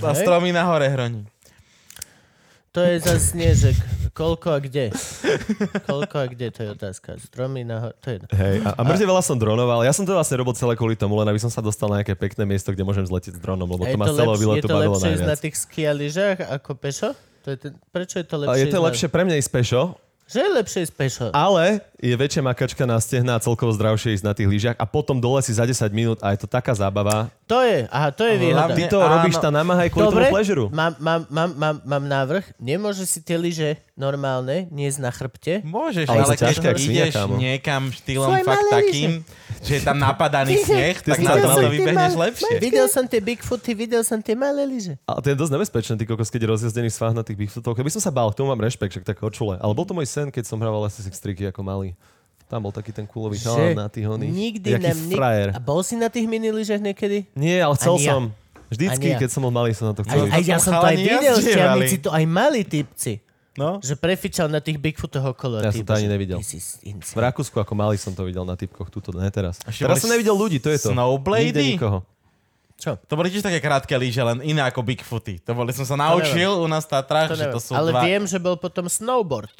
[SPEAKER 5] a stromy na hore hroní.
[SPEAKER 3] To je za snežek. Koľko a kde? Koľko a kde, to je otázka. Stromy nahor, to je jedno.
[SPEAKER 4] Hej. A, a mŕte veľa som dronoval. Ja som to vlastne robil celé kvôli tomu, len aby som sa dostal na nejaké pekné miesto, kde môžem zletieť s dronom, lebo
[SPEAKER 3] A
[SPEAKER 4] to
[SPEAKER 3] je
[SPEAKER 4] ma
[SPEAKER 3] to
[SPEAKER 4] z celého
[SPEAKER 3] lepšie, je
[SPEAKER 4] výletu
[SPEAKER 3] to
[SPEAKER 4] bavilo
[SPEAKER 3] lepšie ísť na
[SPEAKER 4] najviac.
[SPEAKER 3] tých skia lyžach ako pešo? To je ten, prečo je to
[SPEAKER 4] A
[SPEAKER 3] lepšie?
[SPEAKER 4] je to
[SPEAKER 3] ísť na-
[SPEAKER 4] lepšie pre mňa ísť pešo,
[SPEAKER 3] Že je lepšie ísť pešo?
[SPEAKER 4] Ale je väčšia makačka na stehná a celkovo zdravšie ísť na tých lyžiach a potom dole si za 10 minút a je to taká zábava.
[SPEAKER 3] To je, aha, to je výhoda.
[SPEAKER 4] Ty
[SPEAKER 5] Hlavne-
[SPEAKER 4] to
[SPEAKER 5] Áno.
[SPEAKER 4] robíš tá námaha aj
[SPEAKER 3] E,
[SPEAKER 4] kvôli
[SPEAKER 3] Dobre,
[SPEAKER 4] tomu pleasure
[SPEAKER 3] mám, mám, mám, mám, mám návrh. Nemôže si tie lyže normálne niesť na chrbte?
[SPEAKER 5] Môžeš,
[SPEAKER 4] Ale
[SPEAKER 5] ale,
[SPEAKER 4] sú ťažké
[SPEAKER 5] keď
[SPEAKER 4] jak svinia,
[SPEAKER 5] ideš
[SPEAKER 4] kámo.
[SPEAKER 5] niekam štýlom
[SPEAKER 3] Svoje
[SPEAKER 5] fakt
[SPEAKER 3] malé
[SPEAKER 5] takým, že je tam napadaný sneh, tak
[SPEAKER 4] si videl
[SPEAKER 5] na to, na
[SPEAKER 4] som
[SPEAKER 5] to
[SPEAKER 4] tie
[SPEAKER 5] vybehneš lepšie.
[SPEAKER 3] Videl som tie Bigfooty, videl som tie malé lyže.
[SPEAKER 4] Ale to je dosť nebezpečné, ty kokos, keď je rozjazdený svah na tých bigfootov. Keby som sa bál, k tomu mám rešpekt, však tak očule. Ale bol to môj sen, keď som hrával asi six triky ako malý. Tam bol taký ten kulový chalán na tých honých.
[SPEAKER 3] nikdy
[SPEAKER 4] Jaký
[SPEAKER 3] nám... nik-
[SPEAKER 4] frajer.
[SPEAKER 3] A bol si na tých mini lyžach niekedy?
[SPEAKER 4] Nie, ale chcel
[SPEAKER 3] Ani ja.
[SPEAKER 4] som. Vždycky,
[SPEAKER 3] Ani ja.
[SPEAKER 4] keď som bol malý, som na
[SPEAKER 3] Aj,
[SPEAKER 4] to chcel. ísť.
[SPEAKER 3] aj ja
[SPEAKER 5] tam
[SPEAKER 3] som to aj
[SPEAKER 5] chalani
[SPEAKER 3] videl,
[SPEAKER 5] jazdívali.
[SPEAKER 3] šťavnici to aj mali typci.
[SPEAKER 5] No.
[SPEAKER 3] Že prefičal na tých Bigfootoch okolo. a
[SPEAKER 4] Ja
[SPEAKER 3] ty
[SPEAKER 4] som to ani
[SPEAKER 3] bože,
[SPEAKER 4] nevidel.
[SPEAKER 3] ty si s-
[SPEAKER 4] V
[SPEAKER 3] insane.
[SPEAKER 4] Rakúsku ako malý som to videl na typkoch, tuto, ne teraz.
[SPEAKER 5] Ešte
[SPEAKER 4] Teraz
[SPEAKER 5] boli
[SPEAKER 4] som nevidel ľudí, to je to.
[SPEAKER 5] snowblady?
[SPEAKER 4] Nikde nikoho.
[SPEAKER 3] Čo?
[SPEAKER 5] To boli tiež také krátke lyže, len iné ako Bigfooty. To boli, som sa naučil u nás v Tatrách,
[SPEAKER 3] To
[SPEAKER 5] že
[SPEAKER 3] neviem.
[SPEAKER 5] to sú
[SPEAKER 3] Ale
[SPEAKER 5] dva...
[SPEAKER 3] viem, že bol potom snowboard.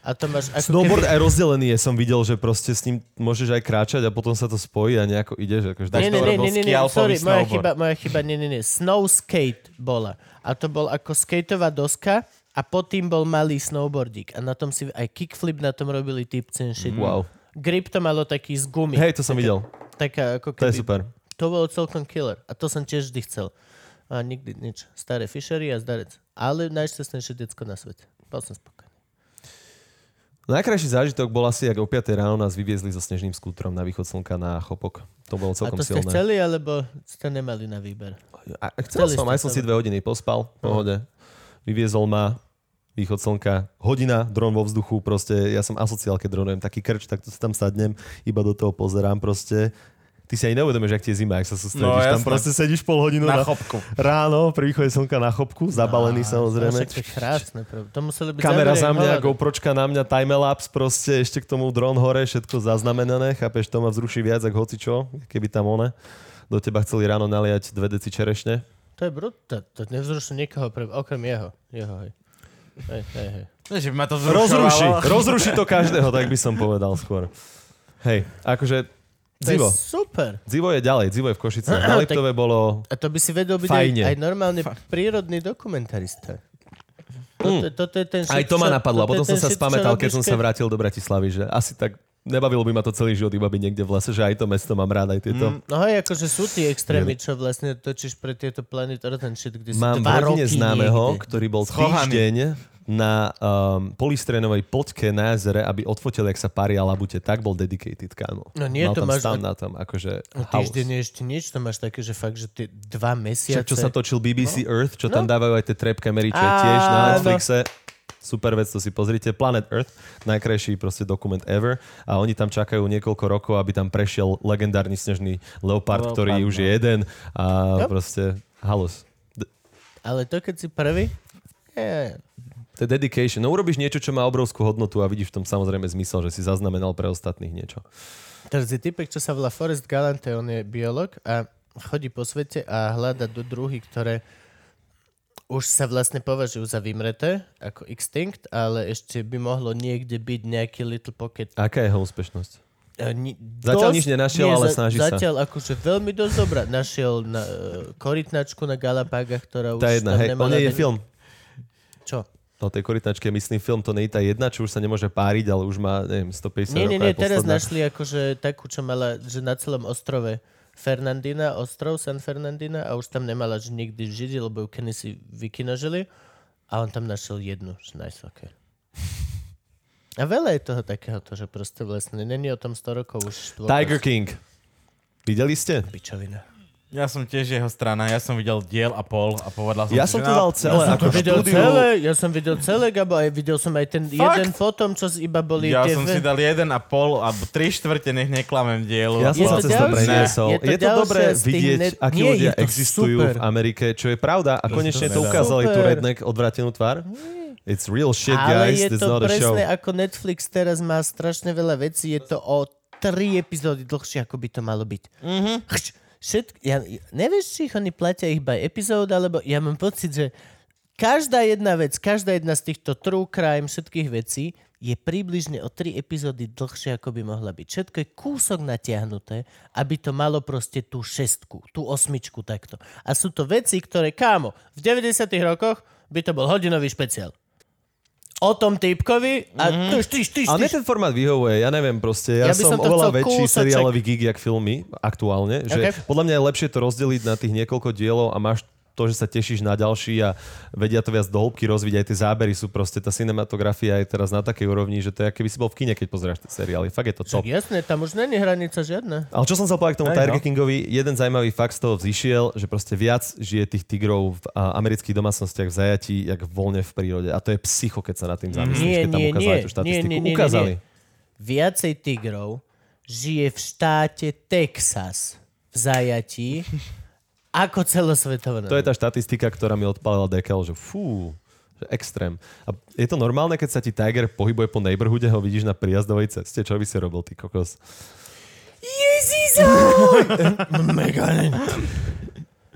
[SPEAKER 3] A to máš ako
[SPEAKER 4] Snowboard
[SPEAKER 3] keby...
[SPEAKER 4] aj rozdelený je, som videl, že proste s ním môžeš aj kráčať a potom sa to spojí a nejako ideš.
[SPEAKER 3] Nie,
[SPEAKER 4] Akože dáš
[SPEAKER 3] nie,
[SPEAKER 4] to-
[SPEAKER 3] nie,
[SPEAKER 5] bol
[SPEAKER 3] nie, nie, nie,
[SPEAKER 5] skialpový
[SPEAKER 3] sorry, moja
[SPEAKER 5] snowboard.
[SPEAKER 3] chyba, moja chyba, nie, nie, nie. Snow skate bola. A to bol ako skateová doska a pod tým bol malý snowboardík. A na tom si aj kickflip na tom robili typci and shit.
[SPEAKER 4] Wow.
[SPEAKER 3] Grip to malo taký z gumy.
[SPEAKER 4] Hej, to som videl.
[SPEAKER 3] Taká ako
[SPEAKER 4] To
[SPEAKER 3] keby...
[SPEAKER 4] je super.
[SPEAKER 3] To bolo celkom killer. A to som tiež vždy chcel. A nikdy nič. Staré Fishery a zdarec. Ale najšťastnejšie decko na svete. Bol som spokojný.
[SPEAKER 4] Najkrajší zážitok bol asi, ak o 5 ráno nás vyviezli so snežným skútrom na východ slnka na Chopok. To bolo
[SPEAKER 3] A
[SPEAKER 4] celkom
[SPEAKER 3] to ste
[SPEAKER 4] silné.
[SPEAKER 3] chceli, alebo ste nemali na výber?
[SPEAKER 4] A chcel
[SPEAKER 3] Chceli No.
[SPEAKER 4] som,
[SPEAKER 3] ste
[SPEAKER 4] aj som si
[SPEAKER 3] chceli.
[SPEAKER 4] dve hodiny pospal, v pohode. Vyviezol ma, východ slnka, hodina, dron vo vzduchu, proste ja som asociál, keď dronujem taký krč, tak to si tam sadnem, iba do toho pozerám proste. Ty si aj neuvedomíš, ak ti je zima, ak sa sústredíš.
[SPEAKER 5] No,
[SPEAKER 4] tam
[SPEAKER 5] jasné.
[SPEAKER 4] proste sedíš pol hodinu
[SPEAKER 5] Na chopku.
[SPEAKER 4] ráno, pri východe slnka na chopku, zabalený samozrejme.
[SPEAKER 3] Však to je krásne. pravda. To museli byť zábery
[SPEAKER 4] Kamera za
[SPEAKER 3] jak
[SPEAKER 4] mňa,
[SPEAKER 3] hovado.
[SPEAKER 4] GoPročka na mňa, timelapse proste, ešte k tomu dron hore, všetko zaznamenané, chápeš, to ma vzruší viac ako hocičo, keby tam one do teba chceli ráno naliať dve deci čerešne.
[SPEAKER 3] To je brut, to, to nevzrušilo nikoho, pre, okrem jeho. Jeho, hej. Hej, hej, hej.
[SPEAKER 5] Nie, že by ma to
[SPEAKER 4] Rozruší,
[SPEAKER 5] zrušovalo.
[SPEAKER 4] rozruší to každého, tak by som povedal skôr. Hej, akože
[SPEAKER 3] To je
[SPEAKER 4] Zivo.
[SPEAKER 3] super.
[SPEAKER 4] Zivo je ďalej, Zivo je v Košice. Na Liptove bolo...
[SPEAKER 3] A to by si vedel byť aj,
[SPEAKER 4] Fajne. Hm.
[SPEAKER 3] aj normálny prírodný dokumentarista. Toto, toto je ten
[SPEAKER 4] Aj
[SPEAKER 3] shit,
[SPEAKER 4] to ma
[SPEAKER 3] čo-
[SPEAKER 4] napadlo, a
[SPEAKER 3] toto je
[SPEAKER 4] potom som
[SPEAKER 3] ten
[SPEAKER 4] sa
[SPEAKER 3] shit, čo
[SPEAKER 4] spamätal, keď
[SPEAKER 3] robíš,
[SPEAKER 4] som sa vrátil do Bratislavy, že asi tak nebavilo by ma to celý život iba byť niekde v lese, že aj to mesto mám rád, aj tieto.
[SPEAKER 3] No hej, akože sú tí extrémy, čo vlastne točíš pre tieto Planet Earth and shit, kde si
[SPEAKER 4] Mám
[SPEAKER 3] dva
[SPEAKER 4] v rodine
[SPEAKER 3] roky
[SPEAKER 4] známeho,
[SPEAKER 3] niekde.
[SPEAKER 4] ktorý bol
[SPEAKER 5] Schovaný.
[SPEAKER 4] týždeň na um, polystrénovej potke na jazere, aby odfotil, jak sa paria labute. Tak bol dedicated, kámo.
[SPEAKER 3] No nie,
[SPEAKER 4] Mal
[SPEAKER 3] to
[SPEAKER 4] tam
[SPEAKER 3] máš-
[SPEAKER 4] stan na tom, akože
[SPEAKER 3] No
[SPEAKER 4] house.
[SPEAKER 3] týždeň je ešte nič, to máš také, že fakt, že tie dva mesiace.
[SPEAKER 4] Však čo sa točil BBC Earth, čo tam dávajú aj tie trap kamery, čo
[SPEAKER 3] No.
[SPEAKER 4] je
[SPEAKER 3] Áno.
[SPEAKER 4] tiež na Netflixe. Super vec, to si pozrite. Planet Earth, najkrajší proste dokument ever. A oni tam čakajú niekoľko rokov, aby tam prešiel legendárny snežný leopard,
[SPEAKER 5] Leopard,
[SPEAKER 4] ktorý už je
[SPEAKER 3] no.
[SPEAKER 4] jeden. A
[SPEAKER 3] Yep.
[SPEAKER 4] proste halus. D-
[SPEAKER 3] Ale to, keď si prvý, je,
[SPEAKER 4] To je dedication. No urobíš niečo, čo má obrovskú hodnotu a vidíš v tom samozrejme zmysel, že si zaznamenal pre ostatných niečo.
[SPEAKER 3] Teraz je typek, čo sa volá Forest Galante, on je biolog a chodí po svete a hľada do druhy, ktoré už sa vlastne považujú za vymreté, ako extinct, ale ešte by mohlo niekde byť nejaký little pocket.
[SPEAKER 4] Aká je jeho úspešnosť?
[SPEAKER 3] E, ni-
[SPEAKER 4] Zatiaľ nič nenašiel, ale snaží sa.
[SPEAKER 3] zatiaľ Zatiaľ akože veľmi dosť dobrá. Našiel na, e, korytnačku na Galapagách, ktorá už
[SPEAKER 4] Tá jedna,
[SPEAKER 3] tam
[SPEAKER 4] hej, o
[SPEAKER 3] nemala
[SPEAKER 4] nej je
[SPEAKER 3] ani-
[SPEAKER 4] film.
[SPEAKER 3] Čo?
[SPEAKER 4] O tej korytnačke, myslím, film, to nie je tá jedna, čo už sa nemôže páriť, ale už má, neviem, 150
[SPEAKER 3] Nie, nie,
[SPEAKER 4] rokov,
[SPEAKER 3] nie,
[SPEAKER 4] je
[SPEAKER 3] teraz
[SPEAKER 4] posledná.
[SPEAKER 3] našli akože takú, čo mala, že na celom ostrove Fernandina, ostrov San Fernandina a už tam nemala že nikdy žiť, lebo ju si vykinožili a on tam našiel jednu, že nice, okay. A veľa je toho takéhoto, že proste vlastne není o tom 100 rokov už. dôkaz.
[SPEAKER 4] Tiger King. Videli ste?
[SPEAKER 3] Pičovina.
[SPEAKER 5] Ja som tiež jeho strana, ja som videl diel a pol a povedal som
[SPEAKER 4] Ja
[SPEAKER 5] si,
[SPEAKER 4] som
[SPEAKER 5] že no,
[SPEAKER 4] to
[SPEAKER 5] na-
[SPEAKER 4] dal celé
[SPEAKER 3] Ja som
[SPEAKER 4] ako
[SPEAKER 3] to videl
[SPEAKER 4] štúdiu.
[SPEAKER 3] celé, ja som videl celé, Gabo, aj videl som aj ten
[SPEAKER 5] Fakt?
[SPEAKER 3] jeden potom, čo si iba boli
[SPEAKER 5] Ja
[SPEAKER 3] tie
[SPEAKER 5] som si
[SPEAKER 3] ve-
[SPEAKER 5] dal jeden a pol, alebo tri štvrte, nech neklamem dielu.
[SPEAKER 4] Ja som
[SPEAKER 3] Je
[SPEAKER 4] sa
[SPEAKER 3] to
[SPEAKER 4] cez to
[SPEAKER 3] ďalšie-
[SPEAKER 4] preniesol.
[SPEAKER 3] je to
[SPEAKER 4] Je to
[SPEAKER 3] ďalšie
[SPEAKER 4] dobré
[SPEAKER 3] z tých
[SPEAKER 4] vidieť,
[SPEAKER 3] net-
[SPEAKER 4] akí
[SPEAKER 3] Nie,
[SPEAKER 4] ľudia
[SPEAKER 3] je to
[SPEAKER 4] existujú
[SPEAKER 3] super.
[SPEAKER 4] v Amerike, čo je pravda. A konečne to
[SPEAKER 5] super.
[SPEAKER 4] ukázali tu
[SPEAKER 3] Super.
[SPEAKER 4] redneck odvratenú tvár. It's real shit,
[SPEAKER 3] Ale
[SPEAKER 4] guys.
[SPEAKER 3] je
[SPEAKER 4] It's
[SPEAKER 3] to
[SPEAKER 4] not a show.
[SPEAKER 3] presne ako Netflix teraz má strašne veľa vecí, je to o tri epizódy dlhšie, ako by to malo byť.
[SPEAKER 4] Mhm.
[SPEAKER 3] Mm-hmm. Všetk, ja, nevieš, či ich oni platia ich by epizód, alebo ja mám pocit, že každá jedna vec, každá jedna z týchto true crime, všetkých vecí je približne o tri epizódy dlhšie, ako by mohla byť. Všetko je kúsok natiahnuté, aby to malo proste tú šestku, tú osmičku takto. A sú to veci, ktoré, kámo, v 90 rokoch by to bol hodinový špeciál o tom typkovi a mm-hmm. tyš, tyš, tyš,
[SPEAKER 4] Ale mne
[SPEAKER 3] tyš.
[SPEAKER 4] ten formát vyhovuje, ja neviem proste, ja,
[SPEAKER 3] Ja by som
[SPEAKER 4] som,
[SPEAKER 3] to
[SPEAKER 4] oveľa
[SPEAKER 3] chcel
[SPEAKER 4] väčší
[SPEAKER 3] kúsoček.
[SPEAKER 4] seriálový gig jak filmy aktuálne, že
[SPEAKER 3] Ok.
[SPEAKER 4] podľa mňa je lepšie to rozdeliť na tých niekoľko dielov a máš to, že sa tešíš na ďalší a vedia to viac do hĺbky rozviť, aj tie zábery sú proste, tá cinematografia je teraz na takej úrovni, že to je, keby si bol v kine, keď pozeráš tie seriály, fakt je to
[SPEAKER 3] Však
[SPEAKER 4] top.
[SPEAKER 3] jasné, tam už není hranica žiadna.
[SPEAKER 4] Ale čo som chcel povedať k tomu
[SPEAKER 5] Hej,
[SPEAKER 4] Tiger
[SPEAKER 5] no.
[SPEAKER 4] Kingovi, jeden zaujímavý fakt z toho vzýšiel, že proste viac žije tých tigrov v a, amerických domácnostiach v zajatí, jak voľne v prírode. A to je psycho, keď sa nad tým zamyslíš,
[SPEAKER 3] Nie,
[SPEAKER 4] keď tam
[SPEAKER 3] nie,
[SPEAKER 4] ukázali
[SPEAKER 3] nie,
[SPEAKER 4] tú štatistiku.
[SPEAKER 3] nie, nie, nie, nie, nie.
[SPEAKER 4] ukázali.
[SPEAKER 3] Viacej tigrov žije v štáte Texas v zajatí ako celosvetovo.
[SPEAKER 4] To je tá štatistika, ktorá mi odpalila dekel, že fú, že extrém. A je to normálne, keď sa ti Tiger pohybuje po neighborhoode, ho vidíš na prijazdovej ceste, čo by si robil, ty kokos?
[SPEAKER 3] Mega.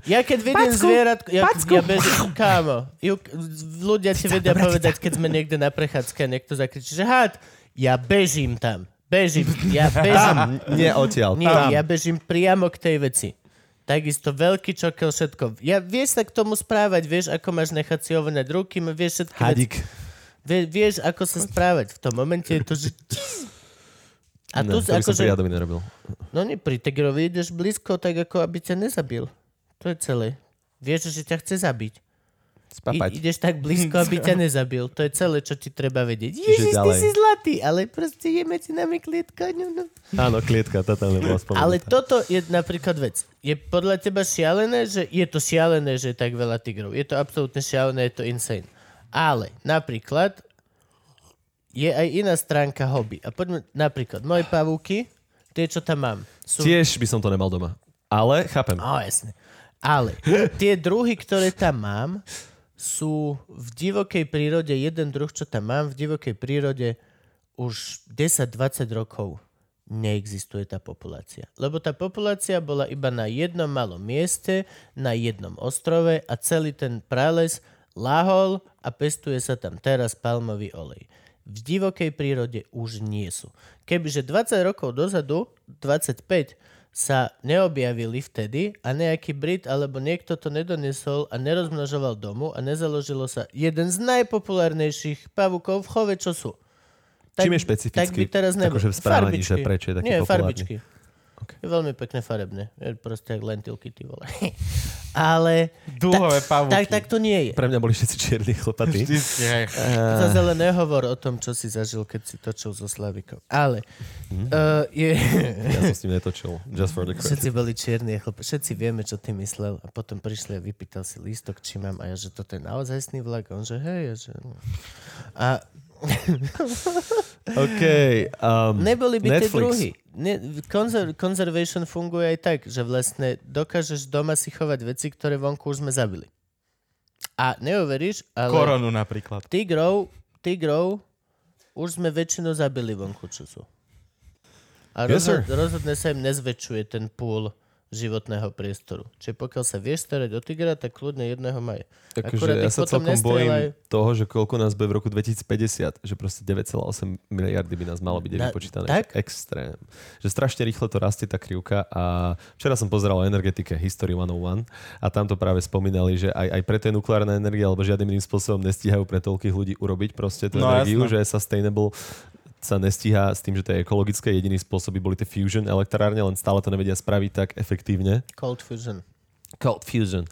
[SPEAKER 3] Ja keď vidím zvieratko, ja, ja bez... Kámo, ju, ľudia ti vedia povedať, keď sme niekde na prechádzke a niekto zakričí, že had, ja bežím tam. Bežím, ja bežím.
[SPEAKER 4] Nie odtiaľ,
[SPEAKER 3] Nie,
[SPEAKER 4] tam.
[SPEAKER 3] ja bežím priamo k tej veci. Takisto veľký čokel, všetko. Ja, vieš sa k tomu správať, vieš, ako máš nechať si oveňať ruky, m- vieš všetky veci.
[SPEAKER 4] Hadik.
[SPEAKER 3] Vie, vieš, ako sa správať. V tom momente je to, že... A
[SPEAKER 4] No,
[SPEAKER 3] tu,
[SPEAKER 4] to by som
[SPEAKER 3] akože,
[SPEAKER 4] pri Jadovi nerobil.
[SPEAKER 3] no nie, pri Tigrovi ideš blízko, tak ako aby ťa nezabil. To je celé. Vieš, že ťa chce zabiť. I,
[SPEAKER 4] Spapať.
[SPEAKER 3] ideš tak blízko, aby ťa nezabil. To je celé, čo ti treba vedieť. Ježiš, ty
[SPEAKER 4] ďalej.
[SPEAKER 3] si zlatý, ale proste je medzi nami klietka. No, no.
[SPEAKER 4] Áno, klietka, tá tam nebola spomenutá.
[SPEAKER 3] Ale toto je napríklad vec. Je podľa teba šialené, že je to šialené, že je tak veľa tigrov. Je to absolútne šialené, je to insane. Ale napríklad je aj iná stránka hobby. A poďme napríklad moje pavúky, tie, čo tam mám, sú...
[SPEAKER 4] Tiež by som to nemal doma. Ale chápem.
[SPEAKER 3] No, jasne. Ale tie druhy, ktoré tam mám, sú v divokej prírode, jeden druh, čo tam mám, v divokej prírode už 10-20 rokov neexistuje tá populácia. Lebo tá populácia bola iba na jednom malom mieste, na jednom ostrove a celý ten prales lahol a pestuje sa tam teraz palmový olej. V divokej prírode už nie sú. Kebyže 20 rokov dozadu, 25, sa neobjavili vtedy a nejaký Brit alebo niekto to nedonesol a nerozmnožoval domu a nezaložilo sa jeden z najpopulárnejších pavúkov v chove, čo sú.
[SPEAKER 4] Čím je špecifický?
[SPEAKER 3] Tak by teraz nebol.
[SPEAKER 4] Akože v správaní, že prečo je taký
[SPEAKER 3] Nie,
[SPEAKER 4] populárny?
[SPEAKER 3] farbičky. Je veľmi pekné farebné. Je proste jak lentilky, ty vole. Ale...
[SPEAKER 5] Dúhové pavúky.
[SPEAKER 3] Tak, tak to nie je.
[SPEAKER 4] Pre mňa boli všetci čierni chlpatí.
[SPEAKER 5] Vždycky, hej.
[SPEAKER 3] Zase ale nehovor o tom, čo si zažil, keď si točil so Slavikom. Ale... Uh, je...
[SPEAKER 4] Ja som s ním netočil. Just for the credit.
[SPEAKER 3] Všetci boli čierni, chlap. Všetci vieme, čo ty myslel. A potom prišli a vypýtal si lístok, či mám. A ja, že toto je naozaj sný vlak. A on, že hej, ja, že... no. A
[SPEAKER 4] OK. Um,
[SPEAKER 3] neboli by tie
[SPEAKER 4] Netflix.
[SPEAKER 3] druhy. Ne, konzer, conservation funguje aj tak, že vlastne dokážeš doma si chovať veci, ktoré vonku už sme zabili. A neuveríš, ale...
[SPEAKER 5] Koronu napríklad.
[SPEAKER 3] Tigrov, tigrov už sme väčšinu zabili vonku, čo sú. A
[SPEAKER 4] Yes,
[SPEAKER 3] rozhod, rozhodne sa im nezväčšuje ten púl životného priestoru. Čiže pokiaľ sa vieš starať o tigra, tak kľudne jedného maj. Akurát
[SPEAKER 4] Takže Akože ja
[SPEAKER 3] ich
[SPEAKER 4] sa
[SPEAKER 3] potom
[SPEAKER 4] celkom
[SPEAKER 3] nestrieľajú.
[SPEAKER 4] bojím toho, že koľko nás bude v roku 2050, že proste 9,8 miliardy by nás malo byť
[SPEAKER 3] Na-
[SPEAKER 4] vypočítané.
[SPEAKER 3] tak?
[SPEAKER 4] Extrém. Že strašne rýchlo to rastie tá krivka a včera som pozeral o energetike History 101 a tam to práve spomínali, že aj, aj preto je nukleárna energia, alebo žiadnym iným spôsobom nestíhajú pre toľkých ľudí urobiť proste tú
[SPEAKER 5] No,
[SPEAKER 4] energiu,
[SPEAKER 5] jasné.
[SPEAKER 4] že sustainable sa nestíha s tým, že to je ekologické. Jediný spôsob by boli tie fusion elektrárne, len stále to nevedia spraviť tak efektívne.
[SPEAKER 3] Cold fusion.
[SPEAKER 4] Cold Fusion.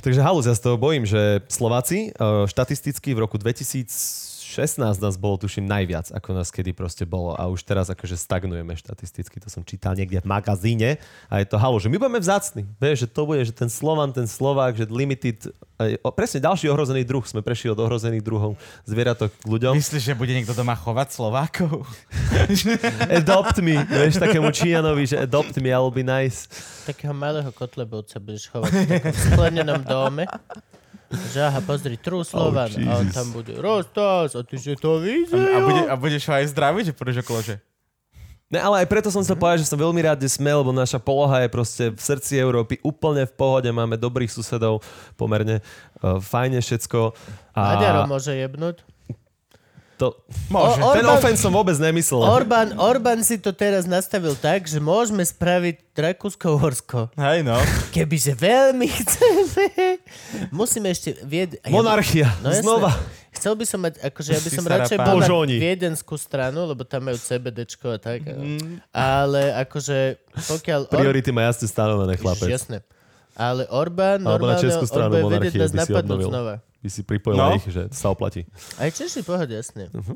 [SPEAKER 4] Takže halus, ja z toho bojím, že Slováci eh, štatisticky v roku 2016 nás bolo tuším najviac, ako nás kedy proste bolo. A už teraz akože stagnujeme štatisticky. To som čítal niekde v magazíne. A je to halu, že my budeme vzácni. Vieš, že to bude, že ten Slovan, ten Slovák, že limited... eh, o- presne ďalší ohrozený druh. Sme prešli od ohrozených druhov zvieratok k ľuďom.
[SPEAKER 5] Myslíš, že bude niekto doma chovať Slovákov?
[SPEAKER 4] Adopt me. Vieš, takému Číjanovi, že adopt me, I'll be nice.
[SPEAKER 3] Takého malého kotlebovca budeš chovať v takom sklenenom dome. Že aha, pozri,
[SPEAKER 4] Oh,
[SPEAKER 3] trú Slovan. a on tam bude, Rostas, a ty že to
[SPEAKER 5] A,
[SPEAKER 3] vidíš?
[SPEAKER 5] bude, a budeš ho aj zdraviť, že pôjdeš okolo, že...
[SPEAKER 4] Ne, ale aj preto som
[SPEAKER 3] Mhm.
[SPEAKER 4] chcel povedať, že som veľmi rád, kde sme, lebo naša poloha je proste v srdci Európy úplne v pohode, máme dobrých susedov, pomerne uh, fajne všetko.
[SPEAKER 3] Maďaro
[SPEAKER 4] A
[SPEAKER 3] môže jebnúť.
[SPEAKER 4] to,
[SPEAKER 5] Môže.
[SPEAKER 3] O- o-
[SPEAKER 4] ten
[SPEAKER 3] Orbán-
[SPEAKER 4] ofens som vôbec nemyslel.
[SPEAKER 3] Orbán, Orbán si to teraz nastavil tak, že môžeme spraviť Rakúsko-Horsko.
[SPEAKER 5] Hej, no.
[SPEAKER 3] Kebyže veľmi chceme. Musíme ešte vied... ja by-
[SPEAKER 4] Monarchia,
[SPEAKER 3] No jasné.
[SPEAKER 4] znova.
[SPEAKER 3] Chcel by som mať, akože ja by
[SPEAKER 5] Si
[SPEAKER 3] som
[SPEAKER 5] stará
[SPEAKER 3] radšej
[SPEAKER 5] pána.
[SPEAKER 3] bol na
[SPEAKER 4] Božoni.
[SPEAKER 3] viedenskú stranu, lebo tam majú CBDčko a tak. Ale akože pokiaľ...
[SPEAKER 4] Mm. Priority má jasne stanovené,
[SPEAKER 3] Ježiš,
[SPEAKER 4] chlapec.
[SPEAKER 3] jasné. Ale Orbán
[SPEAKER 4] Alebo na
[SPEAKER 3] normálne
[SPEAKER 4] českú
[SPEAKER 3] on
[SPEAKER 4] stranu
[SPEAKER 3] bude vedieť
[SPEAKER 4] monarchie by
[SPEAKER 3] nás
[SPEAKER 4] si
[SPEAKER 3] napadnúť
[SPEAKER 4] obnovil.
[SPEAKER 3] znova.
[SPEAKER 4] By si pripojil
[SPEAKER 5] No.
[SPEAKER 4] ich, že sa oplatí.
[SPEAKER 3] Aj Češi pohod, jasne.
[SPEAKER 4] Mhm.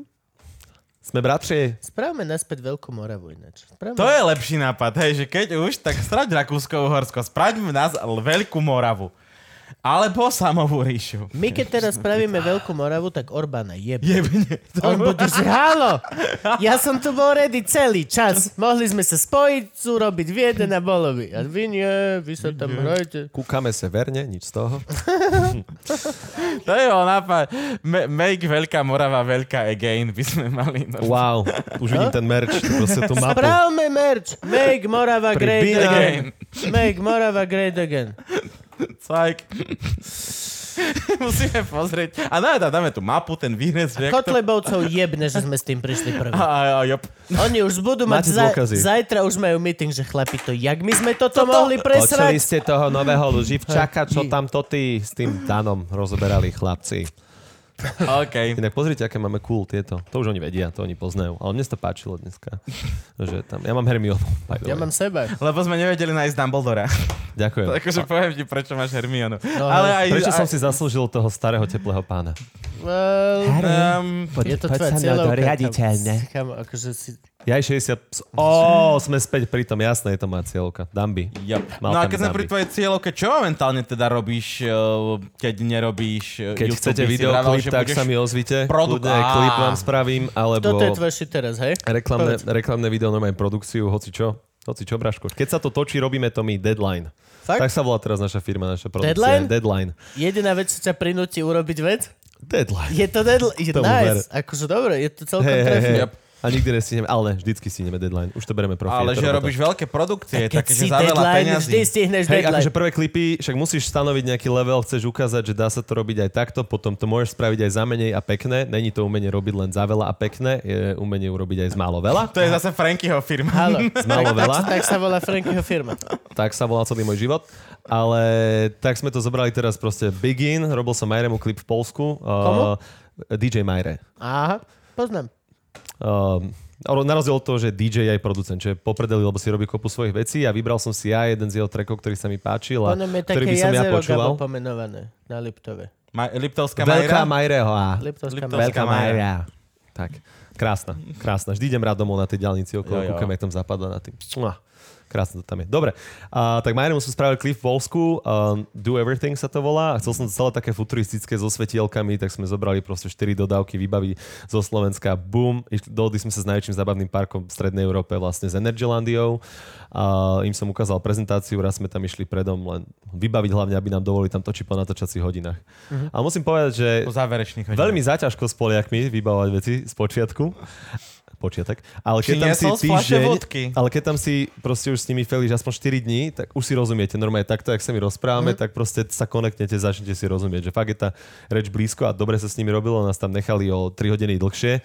[SPEAKER 4] Sme bratrie.
[SPEAKER 3] Správame naspäť Veľkú Moravu ináč. Správame...
[SPEAKER 5] To je lepší nápad, hej, že keď už, tak straď Rakúsko-Uhorsko, spraďme nás L- Veľkú Moravu. Alebo Samovú ríšu.
[SPEAKER 3] My keď teraz spravíme Veľkú Moravu, tak Orbána jeb.
[SPEAKER 5] Jebne.
[SPEAKER 3] On bude, že halo, ja som tu bol ready celý čas. Mohli sme sa spojiť, urobiť v jeden a bolo by. A vy nie, vy sa tam hrajte.
[SPEAKER 4] Kúkame sa verne, nič z toho.
[SPEAKER 5] To je o nápad. Ma- Make Veľká Morava Veľká again by sme mali. No.
[SPEAKER 4] Wow, už vidím ten merch, proste tú mapu.
[SPEAKER 3] Správme merch. Make Morava great
[SPEAKER 4] Beer
[SPEAKER 3] again. Make Morava great again.
[SPEAKER 5] Cajk. Musíme pozrieť. A dáme, tam- dáme tú mapu, ten výrez. že jak to-
[SPEAKER 3] Kotlebovcov jebne, že sme s tým prišli
[SPEAKER 5] A,
[SPEAKER 3] prvý.
[SPEAKER 5] a, a, jop.
[SPEAKER 3] Oni už budú mať,
[SPEAKER 4] Máte
[SPEAKER 3] za,
[SPEAKER 4] dôkazy.
[SPEAKER 3] zajtra už majú meeting, že chlapi to, jak my sme toto, mohli
[SPEAKER 4] Počuli
[SPEAKER 3] presrať.
[SPEAKER 4] ste toho nového Luživčaka, čo tam to ty s tým Danom rozoberali chlapci.
[SPEAKER 5] OK.
[SPEAKER 4] Inak pozrite, aké máme cool tieto. To už oni vedia, to oni poznajú. Ale mne sa to páčilo dneska. Že tam, ja mám Hermionu. by the
[SPEAKER 3] Ja
[SPEAKER 4] way.
[SPEAKER 3] mám seba.
[SPEAKER 5] Lebo sme nevedeli nájsť Dumbledora.
[SPEAKER 4] Ďakujem.
[SPEAKER 5] Takže poviem ti, prečo máš Hermionu.
[SPEAKER 3] No,
[SPEAKER 5] Ale aj,
[SPEAKER 4] Prečo
[SPEAKER 5] aj,
[SPEAKER 4] som si zaslúžil toho starého teplého pána?
[SPEAKER 3] Well,
[SPEAKER 5] Um,
[SPEAKER 3] je to tvoja cieľovka. kam- Kamo, akože si...
[SPEAKER 4] Ja aj 60... Ó, sme späť pri tom, jasné, je to moja cieľovka. Dambi.
[SPEAKER 5] Yep.
[SPEAKER 4] Mal
[SPEAKER 5] No a
[SPEAKER 4] tam
[SPEAKER 5] keď sme
[SPEAKER 4] zábik.
[SPEAKER 5] pri tvojej cieľovke, čo momentálne teda robíš, eh, keď nerobíš eh,
[SPEAKER 4] Keď
[SPEAKER 5] YouTube,
[SPEAKER 4] chcete
[SPEAKER 5] si vravel,
[SPEAKER 4] videoklip,
[SPEAKER 5] že
[SPEAKER 4] tak
[SPEAKER 5] budeš-
[SPEAKER 4] sa mi ozvite.
[SPEAKER 5] produkt-
[SPEAKER 4] Kľudne aj klip
[SPEAKER 5] Á.
[SPEAKER 4] vám spravím, alebo
[SPEAKER 3] Toto je tvoj shit teraz, hej?
[SPEAKER 4] reklamné, reklamné video, normálne produkciu, hoci čo. Hoci čo, Braško. Keď sa to točí, robíme to my Deadline.
[SPEAKER 3] Fakt?
[SPEAKER 4] Tak sa volá teraz naša firma, naša produkcia.
[SPEAKER 3] Deadline?
[SPEAKER 4] Deadline.
[SPEAKER 3] Jediná vec, čo ťa prinúti urobiť vec,
[SPEAKER 4] Deadline.
[SPEAKER 3] je to deadl- je
[SPEAKER 4] Tomu
[SPEAKER 3] nice. Akože dobre, je to celkom
[SPEAKER 4] Hej,
[SPEAKER 3] hey,
[SPEAKER 4] hej, hej.
[SPEAKER 5] Yep.
[SPEAKER 4] A nikdy nestihneme, ale ne, vždycky stihneme deadline. Už to bereme profi.
[SPEAKER 5] Ale
[SPEAKER 4] je to
[SPEAKER 5] že
[SPEAKER 4] robota.
[SPEAKER 5] robíš veľké produkcie,
[SPEAKER 3] Keď
[SPEAKER 5] také,
[SPEAKER 3] si
[SPEAKER 5] že za veľa
[SPEAKER 3] deadline,
[SPEAKER 5] peňazí.
[SPEAKER 3] vždy stihneš
[SPEAKER 4] Hej,
[SPEAKER 3] deadline.
[SPEAKER 4] akože prvé klipy, však musíš stanoviť nejaký level, chceš ukázať, že dá sa to robiť aj takto, potom to môžeš spraviť aj za menej a pekné. Není to umenie robiť len za veľa a pekné, je umenie urobiť aj z málo veľa.
[SPEAKER 5] To je zase Frankyho firma.
[SPEAKER 3] Halo,
[SPEAKER 4] Z málo
[SPEAKER 3] tak,
[SPEAKER 4] veľa.
[SPEAKER 3] tak sa volá Frankyho firma.
[SPEAKER 4] tak sa volá celý môj život. Ale tak sme to zobrali teraz proste Begin, robil som Majremu klip v Polsku.
[SPEAKER 3] Komu?
[SPEAKER 4] Uh, DJ Majre.
[SPEAKER 3] Aha, poznám.
[SPEAKER 4] Um, ale na rozdiel od toho, že DJ je aj producent, čo je popredeli, lebo si robí kopu svojich vecí a vybral som si ja jeden z jeho trackov, ktorý sa mi páčil a
[SPEAKER 3] Ono je
[SPEAKER 4] ktorý
[SPEAKER 3] také
[SPEAKER 4] by som ja
[SPEAKER 3] jazero
[SPEAKER 4] počúval.
[SPEAKER 3] Gabo pomenované na Liptove.
[SPEAKER 5] Ma- Liptovská
[SPEAKER 4] Veľká
[SPEAKER 5] Majra.
[SPEAKER 4] Majreho a...
[SPEAKER 3] Liptovská
[SPEAKER 5] Liptovská
[SPEAKER 3] Majra.
[SPEAKER 4] Veľká Majra. Tak, krásna, krásna. Vždy idem rád domov na tej diálnici okolo,
[SPEAKER 5] Jo, jo.
[SPEAKER 4] kúkam, jak tam zapadla na tým. Mua. Krásne to tam je. Dobre, a, tak Majremu som spravil klip v Polsku, um, Do Everything sa to volá, a chcel som to celé také futuristické so svetielkami, tak sme zobrali proste 4 dodávky výbavy zo Slovenska, boom, Išli- dohodli sme sa s najväčším zábavným parkom v Strednej Európe, vlastne s Energylandiou, a im som ukázal prezentáciu, raz sme tam išli predom len vybaviť hlavne, aby nám dovolili tam točiť po natočacích hodinách.
[SPEAKER 5] Mhm.
[SPEAKER 4] A musím povedať, že
[SPEAKER 5] Po záverečných hodinách.
[SPEAKER 4] Veľmi zaťažko s Poliakmi vybavovať veci z počiatku. Počiatak. Ale keď tam si
[SPEAKER 5] Priniesol z fľaše
[SPEAKER 4] týždeň,
[SPEAKER 5] vodky.
[SPEAKER 4] ale keď tam si proste už s nimi felíš aspoň 4 dní, tak už si rozumiete. Normálne takto, jak sa my rozprávame,
[SPEAKER 5] Mhm.
[SPEAKER 4] tak proste sa konektnete, začnete si rozumieť, že fakt je tá reč blízko a dobre sa s nimi robilo, nás tam nechali o 3 hodiny dlhšie.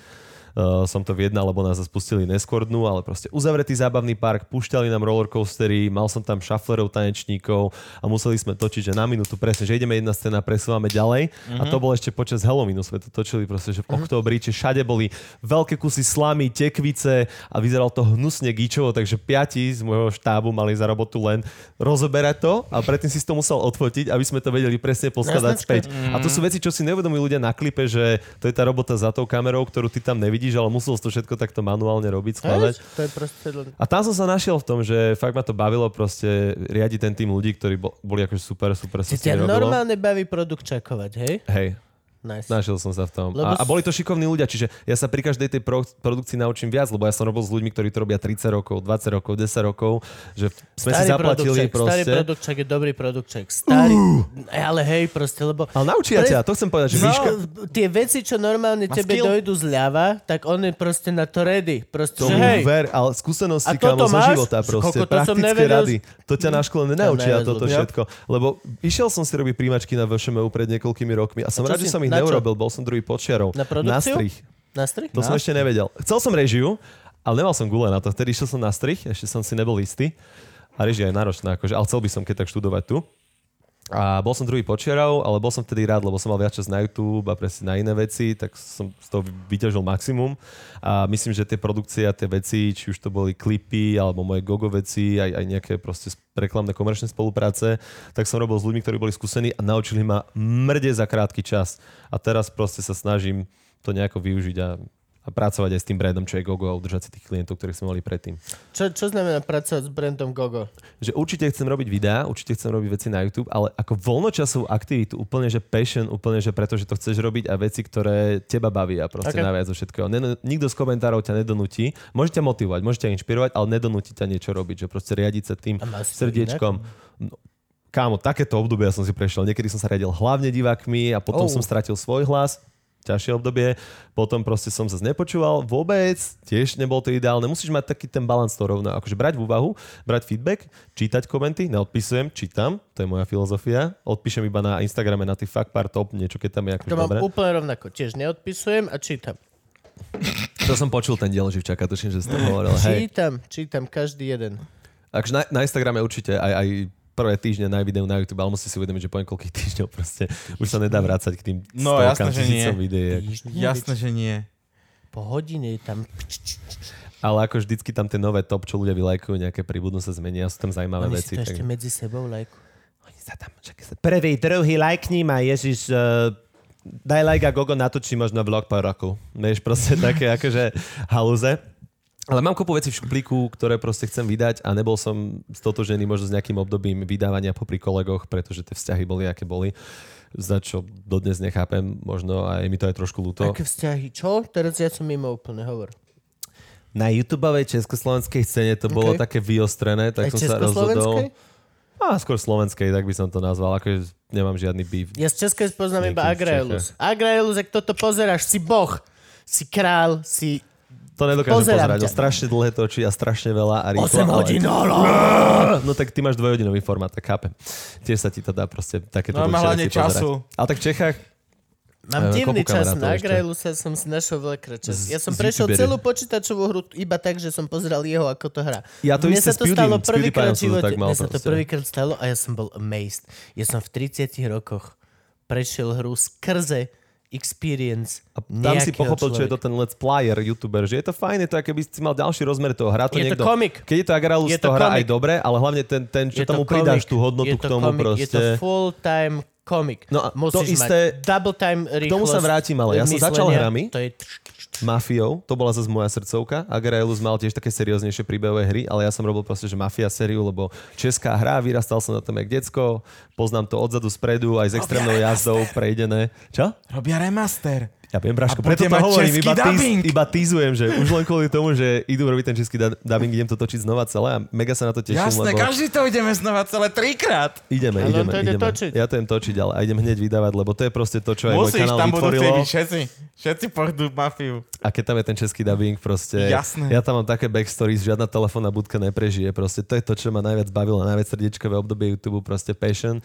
[SPEAKER 4] Uh, som to vyjednal, lebo nás spustili neskôr dnu, ale proste uzavretý zábavný park, púšťali nám rollercoastery, mal som tam šaflerov, tanečníkov a museli sme točiť, že na minútu presne, že ideme jedna scéna, presúvame ďalej mm-hmm. a to bolo ešte počas Halloweenu, sme to točili proste, že v októbri, či všade boli veľké kusy slamy, tekvice a vyzeralo to hnusne gíčovo, takže piati z môjho štábu mali za robotu len rozoberať to a predtým si to musel odfotiť, aby sme to vedeli presne poskladať
[SPEAKER 3] Jasnačka.
[SPEAKER 4] späť. A to sú veci, čo si neuvedomujú ľudia na klipe, že to je tá robota za tou kamerou, ktorú ty tam nevidíš, ale musel si to všetko takto manuálne robiť, skladať.
[SPEAKER 3] Vieš, To je proste len...
[SPEAKER 4] A tam som sa našiel v tom, že fakt ma to bavilo proste riadiť ten tým ľudí, ktorí bol, boli akože super, super sa
[SPEAKER 3] Či
[SPEAKER 4] s nimi
[SPEAKER 3] ťa
[SPEAKER 4] robilo.
[SPEAKER 3] normálne baví produkt čakovať, hej?
[SPEAKER 4] Hej,
[SPEAKER 3] Nice.
[SPEAKER 4] našiel som sa v tom.
[SPEAKER 3] Lebo
[SPEAKER 4] A, a
[SPEAKER 3] s-
[SPEAKER 4] boli to šikovní ľudia, čiže ja sa pri každej tej pro- produkcii naučím viac, lebo ja som robil s ľuďmi, ktorí to robia 30 rokov, 20 rokov, 10 rokov, že sme si
[SPEAKER 3] produkček,
[SPEAKER 4] zaplatili proste. Uh.
[SPEAKER 3] Starý produkček je dobrý produkček. Starý, ale hej, proste, lebo...
[SPEAKER 4] Ale naučia
[SPEAKER 3] Pre-
[SPEAKER 4] ťa, to chcem povedať, že
[SPEAKER 3] No,
[SPEAKER 4] výška...
[SPEAKER 3] tie veci, čo normálne tebe
[SPEAKER 5] skill.
[SPEAKER 3] dojdu zľava, tak on je proste na to ready. Proste, že
[SPEAKER 4] Tomu
[SPEAKER 3] hej,
[SPEAKER 4] ver, ale skúsenosti
[SPEAKER 3] A toto
[SPEAKER 4] kámo zo
[SPEAKER 3] máš?
[SPEAKER 4] života proste,
[SPEAKER 3] Koko, to som
[SPEAKER 4] praktické
[SPEAKER 3] nevedel.
[SPEAKER 4] rady. To ťa na škole nenaučia
[SPEAKER 3] nevedel.
[SPEAKER 4] toto
[SPEAKER 3] Ja.
[SPEAKER 4] všetko. Lebo išiel som si robiť príjmačky na VŠMU pred niekoľkými rokmi a
[SPEAKER 3] čo
[SPEAKER 4] som rád,
[SPEAKER 3] si-
[SPEAKER 4] že som ich
[SPEAKER 3] na čo?
[SPEAKER 4] neurobil, bol som druhý počiarov.
[SPEAKER 3] Na
[SPEAKER 4] Na
[SPEAKER 3] produkciu?
[SPEAKER 4] strich.
[SPEAKER 3] na no. strich?
[SPEAKER 4] To som ešte nevedel. Chcel som režiu, ale nemal som gule na to. Vtedy išiel som na strich, ešte som si nebol istý. A režia je náročná, akože, ale chcel by som keď tak študovať tu. A bol som druhý počiarov, ale bol som vtedy rád, lebo som mal viac čas na YouTube a presne na iné veci, tak som z toho vyťažil maximum. A myslím, že tie produkcie a tie veci, či už to boli klipy, alebo moje gogo veci, aj, aj nejaké proste reklamné komerčné spolupráce, tak som robil s ľuďmi, ktorí boli skúsení a naučili ma mrde za krátky čas. A teraz proste sa snažím to nejako využiť a, a pracovať aj s tým brandom, čo je gogo a udržať si tých klientov, ktorých sme mali predtým
[SPEAKER 3] Čo, čo znamená pracovať s brandom Gogo?
[SPEAKER 4] že určite chcem robiť videá, určite chcem robiť veci na YouTube, ale ako voľnočasovú aktivitu, úplne že passion, úplne že preto, že to chceš robiť a veci, ktoré teba bavia
[SPEAKER 3] Ok.
[SPEAKER 4] proste okay. najviac zo všetkého. Nen, nikto z komentárov ťa nedonúti, môže ťa motivovať, môže ťa inšpirovať, ale nedonúti ťa niečo robiť, že proste riadiť sa tým
[SPEAKER 3] A máš to
[SPEAKER 4] srdiečkom. No, Kámo, takéto obdobia som si prešiel. Niekedy som sa riadil hlavne divákmi a potom
[SPEAKER 3] Oh.
[SPEAKER 4] oh. som stratil svoj hlas ťažšie obdobie, potom proste som sa nepočúval vôbec, tiež nebol to ideálne. Musíš mať taký ten balans to rovno, akože brať v úvahu, brať feedback, čítať komenty, neodpisujem, čítam, to je moja filozofia, odpíšem iba na Instagrame na tých fuck pár top, niečo keď tam je akože
[SPEAKER 3] To mám
[SPEAKER 4] dobre.
[SPEAKER 3] úplne rovnako. Tiež neodpisujem a čítam.
[SPEAKER 4] To som počul ten diel Živčaka, tuším, že si to hovoril. Hej.
[SPEAKER 3] Čítam, čítam každý jeden.
[SPEAKER 4] Akože na, na Instagrame určite aj, aj prvé týždne na videu na YouTube, ale musíš si uvedomiť, že po niekoľkých týždňov proste už sa nedá vrácať k tým
[SPEAKER 5] No, jasné,
[SPEAKER 4] stovkám,
[SPEAKER 5] že
[SPEAKER 4] tisícom
[SPEAKER 5] nie.
[SPEAKER 4] videí.
[SPEAKER 5] Jasné, že nie.
[SPEAKER 3] Po hodine je tam...
[SPEAKER 4] Ale ako vždycky tam tie nové top, čo ľudia vylajkujú, nejaké pribudnú sa zmenia, sú tam zaujímavé
[SPEAKER 3] Oni si
[SPEAKER 4] veci.
[SPEAKER 3] to ešte medzi sebou lajku.
[SPEAKER 4] Oni sa tam, čak, sa...
[SPEAKER 7] Prvý, druhý, lajkni ma, Ježiš,
[SPEAKER 4] e,
[SPEAKER 7] uh,
[SPEAKER 4] Daj like a Gogo natočí možno vlog po roku. Vieš, proste také akože halúze. Ale mám kopu vecí v šuplíku, ktoré proste chcem vydať a nebol som stotožený možno s nejakým obdobím vydávania popri kolegoch, pretože tie vzťahy boli, aké boli. Za čo dodnes nechápem, možno a je mi to aj trošku ľúto.
[SPEAKER 3] Aké vzťahy? Čo? Teraz ja som mimo úplne, hovor.
[SPEAKER 4] Na YouTubeovej československej scéne to bolo
[SPEAKER 3] OK.
[SPEAKER 4] také vyostrené, tak
[SPEAKER 3] Aj
[SPEAKER 4] som sa rozhodol. No,
[SPEAKER 3] československej?
[SPEAKER 4] A skôr slovenskej, tak by som to nazval. Akože nemám žiadny býv.
[SPEAKER 3] Ja z Českej spoznám iba
[SPEAKER 4] Niekým v
[SPEAKER 3] Agraelus. Agraelus, ak toto pozeráš, si boh, si král, si
[SPEAKER 4] To nedokážem
[SPEAKER 3] Pozerám
[SPEAKER 4] pozerať.
[SPEAKER 3] ťa.
[SPEAKER 4] On strašne dlhé točí a strašne veľa a rýchlo.
[SPEAKER 3] 8
[SPEAKER 4] ale-
[SPEAKER 3] hodín.
[SPEAKER 4] No tak ty máš dvojhodinový formát, tak chápem. Tiež sa ti to dá proste takéto
[SPEAKER 5] No, má
[SPEAKER 4] dlhšie
[SPEAKER 5] hlavne
[SPEAKER 4] veci pozerať.
[SPEAKER 5] času.
[SPEAKER 4] Ale tak v Čechách
[SPEAKER 3] Mám
[SPEAKER 4] Eh,
[SPEAKER 3] divný
[SPEAKER 4] kopu
[SPEAKER 3] čas
[SPEAKER 4] kamarátov
[SPEAKER 3] na
[SPEAKER 4] ešte.
[SPEAKER 3] Grailu sa som si našiel veľakrát čas. Ja
[SPEAKER 4] Z-
[SPEAKER 3] som
[SPEAKER 4] z
[SPEAKER 3] prešiel
[SPEAKER 4] YouTubery.
[SPEAKER 3] celú počítačovú hru iba tak, že som pozrel jeho, ako to hrá.
[SPEAKER 4] Ja to
[SPEAKER 3] Mne sa
[SPEAKER 4] isté
[SPEAKER 3] to
[SPEAKER 4] s PewDie-
[SPEAKER 3] stalo
[SPEAKER 4] s PewDiePie
[SPEAKER 3] prvýkrát
[SPEAKER 4] som to
[SPEAKER 3] v živote.
[SPEAKER 4] tak mal
[SPEAKER 3] Mne sa to
[SPEAKER 4] proste.
[SPEAKER 3] prvýkrát stalo a ja som bol amazed. Ja som v 30 rokoch prešiel hru skrze experience
[SPEAKER 4] a tam si pochopil, čo je to ten let's player, youtuber, že je to fajn, je to, keby si mal ďalší rozmer toho hra. To
[SPEAKER 3] Je to
[SPEAKER 4] niekto,
[SPEAKER 3] komik.
[SPEAKER 4] Keď je to Agralus,
[SPEAKER 3] Je to
[SPEAKER 4] to, hra
[SPEAKER 3] komik.
[SPEAKER 4] aj dobre, ale hlavne ten, ten čo tomu pridáš tú hodnotu
[SPEAKER 3] je
[SPEAKER 4] k
[SPEAKER 3] to
[SPEAKER 4] tomu
[SPEAKER 3] komik,
[SPEAKER 4] proste.
[SPEAKER 3] Je to full-time komik.
[SPEAKER 4] No a to
[SPEAKER 3] Musíš
[SPEAKER 4] isté-
[SPEAKER 3] mať double-time rýchlosť.
[SPEAKER 4] tomu sa vrátim, ale ja som
[SPEAKER 3] myslenia.
[SPEAKER 4] začal hrami.
[SPEAKER 3] To je...
[SPEAKER 4] Mafiou, to bola zase moja srdcovka. Agraelus mal tiež také serióznejšie príbehové hry, ale ja som robil proste, že Mafia sériu, lebo česká hra, vyrastal som na tom jak decko, poznám to odzadu, spredu, aj s extrémnou jazdou prejdené. Čo?
[SPEAKER 5] Robia remaster.
[SPEAKER 4] Ja viem, Braško,
[SPEAKER 5] A
[SPEAKER 4] preto
[SPEAKER 5] budete
[SPEAKER 4] to
[SPEAKER 5] mať
[SPEAKER 4] hovorím,
[SPEAKER 5] český
[SPEAKER 4] iba, tíz,
[SPEAKER 5] dubbing.
[SPEAKER 4] iba tízujem, že už len kvôli tomu, že idú robiť ten český da- dubbing, idem to točiť znova celé a mega sa na to teším,
[SPEAKER 5] Jasné,
[SPEAKER 4] lebo
[SPEAKER 5] každý to ideme znova celé trikrát.
[SPEAKER 4] ideme,
[SPEAKER 3] Ale on
[SPEAKER 4] ideme,
[SPEAKER 3] to ide
[SPEAKER 4] ideme.
[SPEAKER 3] točiť.
[SPEAKER 4] Ja to idem točiť, ale a idem hneď vydávať, lebo to je proste to, čo aj môj
[SPEAKER 5] Musíš,
[SPEAKER 4] kanál
[SPEAKER 5] tam budú
[SPEAKER 4] vytvorilo.
[SPEAKER 5] chcieť byť všetci. Všetci pôjdu mafiu.
[SPEAKER 4] A keď tam je ten český dubbing, proste...
[SPEAKER 5] Jasné.
[SPEAKER 4] Ja tam mám také backstories, žiadna telefónna budka neprežije. Proste to je to, čo ma najviac bavilo, najviac srdiečkové obdobie YouTube, proste passion.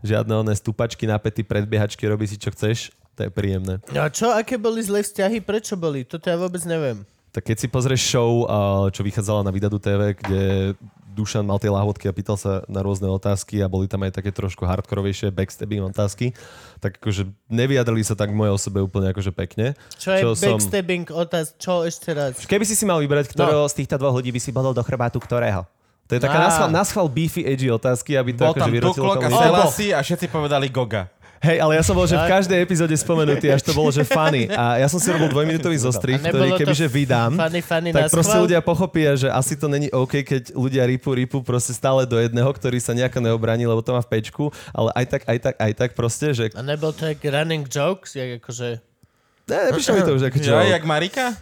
[SPEAKER 4] Žiadne oné stupačky, napäty, predbiehačky, robí si čo chceš. To je príjemné.
[SPEAKER 3] No a čo, aké boli zlé vzťahy? Prečo boli? Toto ja vôbec neviem.
[SPEAKER 4] Tak keď si pozrieš show, a čo vychádzala na Vidadu TV, kde Dušan mal tie láhodky a pýtal sa na rôzne otázky a boli tam aj také trošku hardkorovejšie backstabbing otázky, tak akože nevyjadrili sa tak k mojej osobe úplne akože pekne.
[SPEAKER 3] Čo je
[SPEAKER 4] som-
[SPEAKER 3] backstabbing otáz? Čo ešte raz?
[SPEAKER 4] Keby si si mal vybrať,
[SPEAKER 7] Ktorého
[SPEAKER 4] ktorého
[SPEAKER 7] z týchto dvoch ľudí by si bodol do chrbátu ktorého?
[SPEAKER 4] To je
[SPEAKER 3] No.
[SPEAKER 4] taká
[SPEAKER 3] Á.
[SPEAKER 4] naschval, naschval beefy, edgy otázky, aby to
[SPEAKER 5] Bol tam
[SPEAKER 4] akože vyrotilo
[SPEAKER 5] Tuklok a
[SPEAKER 4] komu.
[SPEAKER 5] Selassie a všetci povedali Goga.
[SPEAKER 4] Hej, ale ja som bol, že v každej epizóde spomenutý, až to bolo, že funny. A ja som si robil dvojminútový zostrih,
[SPEAKER 3] A nebolo
[SPEAKER 4] ktorý
[SPEAKER 3] to
[SPEAKER 4] kebyže vydám,
[SPEAKER 3] funny, funny na
[SPEAKER 4] tak proste
[SPEAKER 3] schvál?
[SPEAKER 4] ľudia pochopia, že asi to není OK, keď ľudia ripu, ripu proste stále do jedného, ktorý sa nejako neobraní, lebo to má v pečku, ale aj tak, aj tak, aj tak proste, že...
[SPEAKER 3] A nebol to jak running jokes? Jak akože...
[SPEAKER 4] Ne, prišlo mi to už ako čo.
[SPEAKER 5] Čo, jak Marika?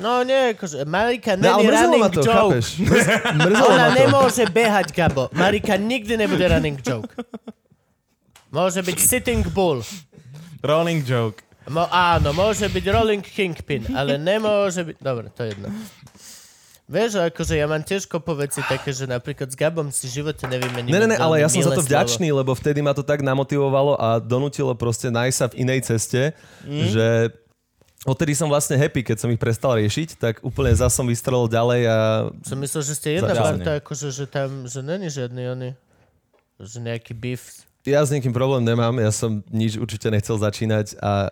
[SPEAKER 3] No nie, akože Marika
[SPEAKER 4] Ne, No, ale
[SPEAKER 3] není
[SPEAKER 4] mrzelo ma
[SPEAKER 3] running
[SPEAKER 4] to,
[SPEAKER 3] joke.
[SPEAKER 4] chápeš? Mrz- Mrzelo ma
[SPEAKER 3] Ona
[SPEAKER 4] to.
[SPEAKER 3] nemôže behať, Gabo. Marika nikdy nebude running joke. Môže byť sitting bull.
[SPEAKER 5] Rolling joke.
[SPEAKER 3] Mo, áno, môže byť rolling kingpin, ale nemôže byť... Dobre, to je jedno. Vieš, akože ja mám tiež kopu veci také, že napríklad s Gabom si v živote nevymeníme.
[SPEAKER 4] Ne, ne, ne,
[SPEAKER 3] veľmi
[SPEAKER 4] ale ja som za
[SPEAKER 3] milé
[SPEAKER 4] to
[SPEAKER 3] slovo.
[SPEAKER 4] vďačný, lebo vtedy ma to tak namotivovalo a donútilo proste nájsť sa v inej ceste,
[SPEAKER 3] Mhm.
[SPEAKER 4] že odtedy som vlastne happy, keď som ich prestal riešiť, tak úplne zase som vystrelil ďalej a
[SPEAKER 3] Som myslel, že ste jedna
[SPEAKER 5] Začal
[SPEAKER 3] parta, akože, že tam, že není žiadny oný, že nejaký beef.
[SPEAKER 4] ja s niekým problém nemám, ja som nič určite nechcel začínať a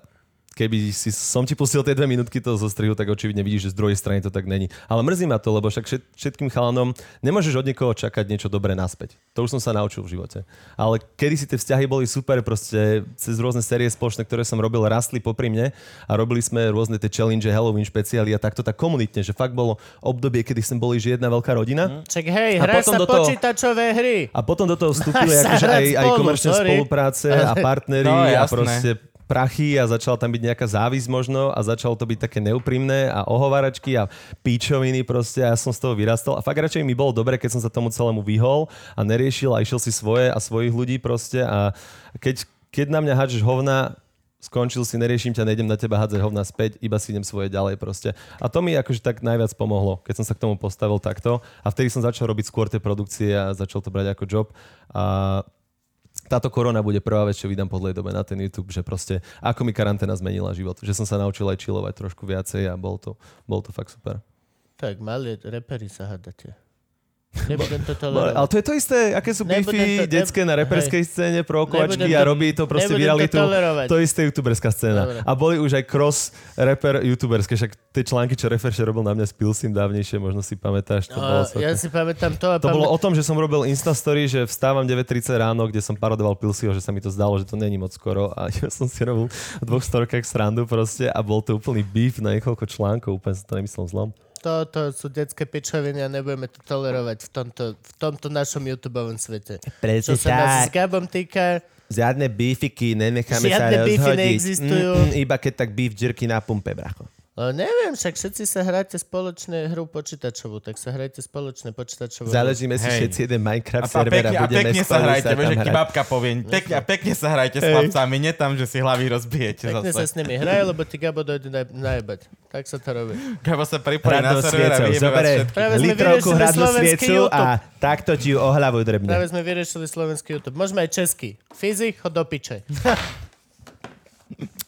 [SPEAKER 4] keby si, som ti pustil tie dve minútky toho zostrihu, tak očividne vidíš, že z druhej strany to tak není. Ale mrzí ma to, lebo však všet- všetkým chalanom nemôžeš od niekoho čakať niečo dobré naspäť. To už som sa naučil v živote. Ale kedy si tie vzťahy boli super, proste cez rôzne série spoločné, ktoré som robil, rastli popri mne a robili sme rôzne tie challenge, Halloween špeciály a takto tak komunitne, že fakt bolo obdobie, kedy sme boli že jedna veľká rodina.
[SPEAKER 3] Čak hej,
[SPEAKER 4] A
[SPEAKER 3] hráš
[SPEAKER 4] potom
[SPEAKER 3] sa
[SPEAKER 4] do toho-
[SPEAKER 3] počítačové hry.
[SPEAKER 4] A potom do toho
[SPEAKER 3] Máš
[SPEAKER 4] vstúpili
[SPEAKER 3] sa
[SPEAKER 4] akože
[SPEAKER 3] hrať
[SPEAKER 4] aj, aj
[SPEAKER 3] spolu,
[SPEAKER 4] komerčné
[SPEAKER 3] sorry.
[SPEAKER 4] spolupráce a partnery a
[SPEAKER 5] No, jasné.
[SPEAKER 4] proste prachy a začala tam byť nejaká závisť možno a začalo to byť také neúprimné a ohováračky a píčoviny proste a ja som z toho vyrastol a fakt radšej mi bolo dobre, keď som sa tomu celému vyhol a neriešil a išiel si svoje a svojich ľudí proste a keď, keď na mňa hádžeš hovna, skončil si, neriešim ťa, nejdem na teba hádzať hovna späť, iba si idem svoje ďalej proste. A to mi akože tak najviac pomohlo, keď som sa k tomu postavil takto a vtedy som začal robiť skôr tie produkcie a začal to brať ako job a táto korona bude prvá vec, čo vydám po dlhej dobe na ten YouTube, že proste ako mi karanténa zmenila život, že som sa naučil aj chillovať trošku viacej a bol to, bol to fakt super.
[SPEAKER 3] Tak, mali repery sa hádate. Nebudem to
[SPEAKER 4] No,
[SPEAKER 3] tolerovať.
[SPEAKER 4] ale to je to isté, aké sú
[SPEAKER 3] Nebudem
[SPEAKER 4] beefy
[SPEAKER 3] to- ne-
[SPEAKER 4] detské na reperskej scéne, prookovačky
[SPEAKER 3] Nebudem
[SPEAKER 4] a
[SPEAKER 3] to-
[SPEAKER 4] robí to
[SPEAKER 3] nebudem
[SPEAKER 4] proste
[SPEAKER 3] to
[SPEAKER 4] viralitu.
[SPEAKER 3] tolerovať.
[SPEAKER 4] To je isté youtuberská scéna.
[SPEAKER 3] Dobre.
[SPEAKER 4] A boli už aj cross rapper youtuberské, však tie články, čo referše robil na mňa s Pilsim dávnejšie, možno si pamätáš, to
[SPEAKER 3] A,
[SPEAKER 4] bolo super.
[SPEAKER 3] No, ja si pamätám to a
[SPEAKER 4] To
[SPEAKER 3] pamä-
[SPEAKER 4] bolo o tom, že som robil Instastory, že vstávam 9.30 ráno, kde som parodoval Pilsiho, že sa mi to zdalo, že to není moc skoro a ja som si robil v dvoch storkách srandu proste a bol to úplný beef na niekoľko článkov, úplne som to nemyslel zlom.
[SPEAKER 3] to, to sú detské pičoviny a nebudeme to tolerovať v tomto, v tomto našom YouTubeovom svete.
[SPEAKER 7] Presne
[SPEAKER 3] Čo sa nás s
[SPEAKER 7] tak.
[SPEAKER 3] Gabom týka,
[SPEAKER 7] Žiadne beefiky, nenecháme
[SPEAKER 3] Žiadne
[SPEAKER 7] sa
[SPEAKER 3] beefy
[SPEAKER 7] rozhodiť.
[SPEAKER 3] neexistujú.
[SPEAKER 7] Mm, mm, iba keď tak beef jerky na pumpe, bracho.
[SPEAKER 3] ale no neviem, však všetci sa hráte spoločne hru počítačovú, tak sa hrajte spoločne počítačovú.
[SPEAKER 7] Založíme si
[SPEAKER 5] Hej.
[SPEAKER 7] všetci jeden Minecraft
[SPEAKER 5] A, a
[SPEAKER 7] server a
[SPEAKER 5] pekne, a
[SPEAKER 7] budeme
[SPEAKER 5] pekne sa
[SPEAKER 7] spolu
[SPEAKER 5] hrajte,
[SPEAKER 7] tam
[SPEAKER 5] vieš, aký
[SPEAKER 7] hrať.
[SPEAKER 5] babka povie. Pekne, a pekne sa hrajte s chlapcami, nie tam, že si hlavy rozbijete
[SPEAKER 3] Pekne sa s
[SPEAKER 5] zase.
[SPEAKER 3] nimi hraj, lebo ti Gabo dojde na, najebať. Tak sa to robí.
[SPEAKER 5] Gabo sa pripojí
[SPEAKER 7] Hrať
[SPEAKER 5] na
[SPEAKER 7] do
[SPEAKER 5] server a
[SPEAKER 7] sviecov.
[SPEAKER 5] vyjebe vás
[SPEAKER 7] Zobere
[SPEAKER 5] všetkých.
[SPEAKER 3] Práve sme
[SPEAKER 7] litrovku
[SPEAKER 3] vyriešili
[SPEAKER 7] hradnú
[SPEAKER 3] slovenský
[SPEAKER 7] sviecu
[SPEAKER 3] YouTube.
[SPEAKER 7] a takto ti ju o hlavu
[SPEAKER 3] Práve
[SPEAKER 7] drbne.
[SPEAKER 3] sme vyriešili slovenský YouTube. Môžeme aj český. Fyzik, chod do piče.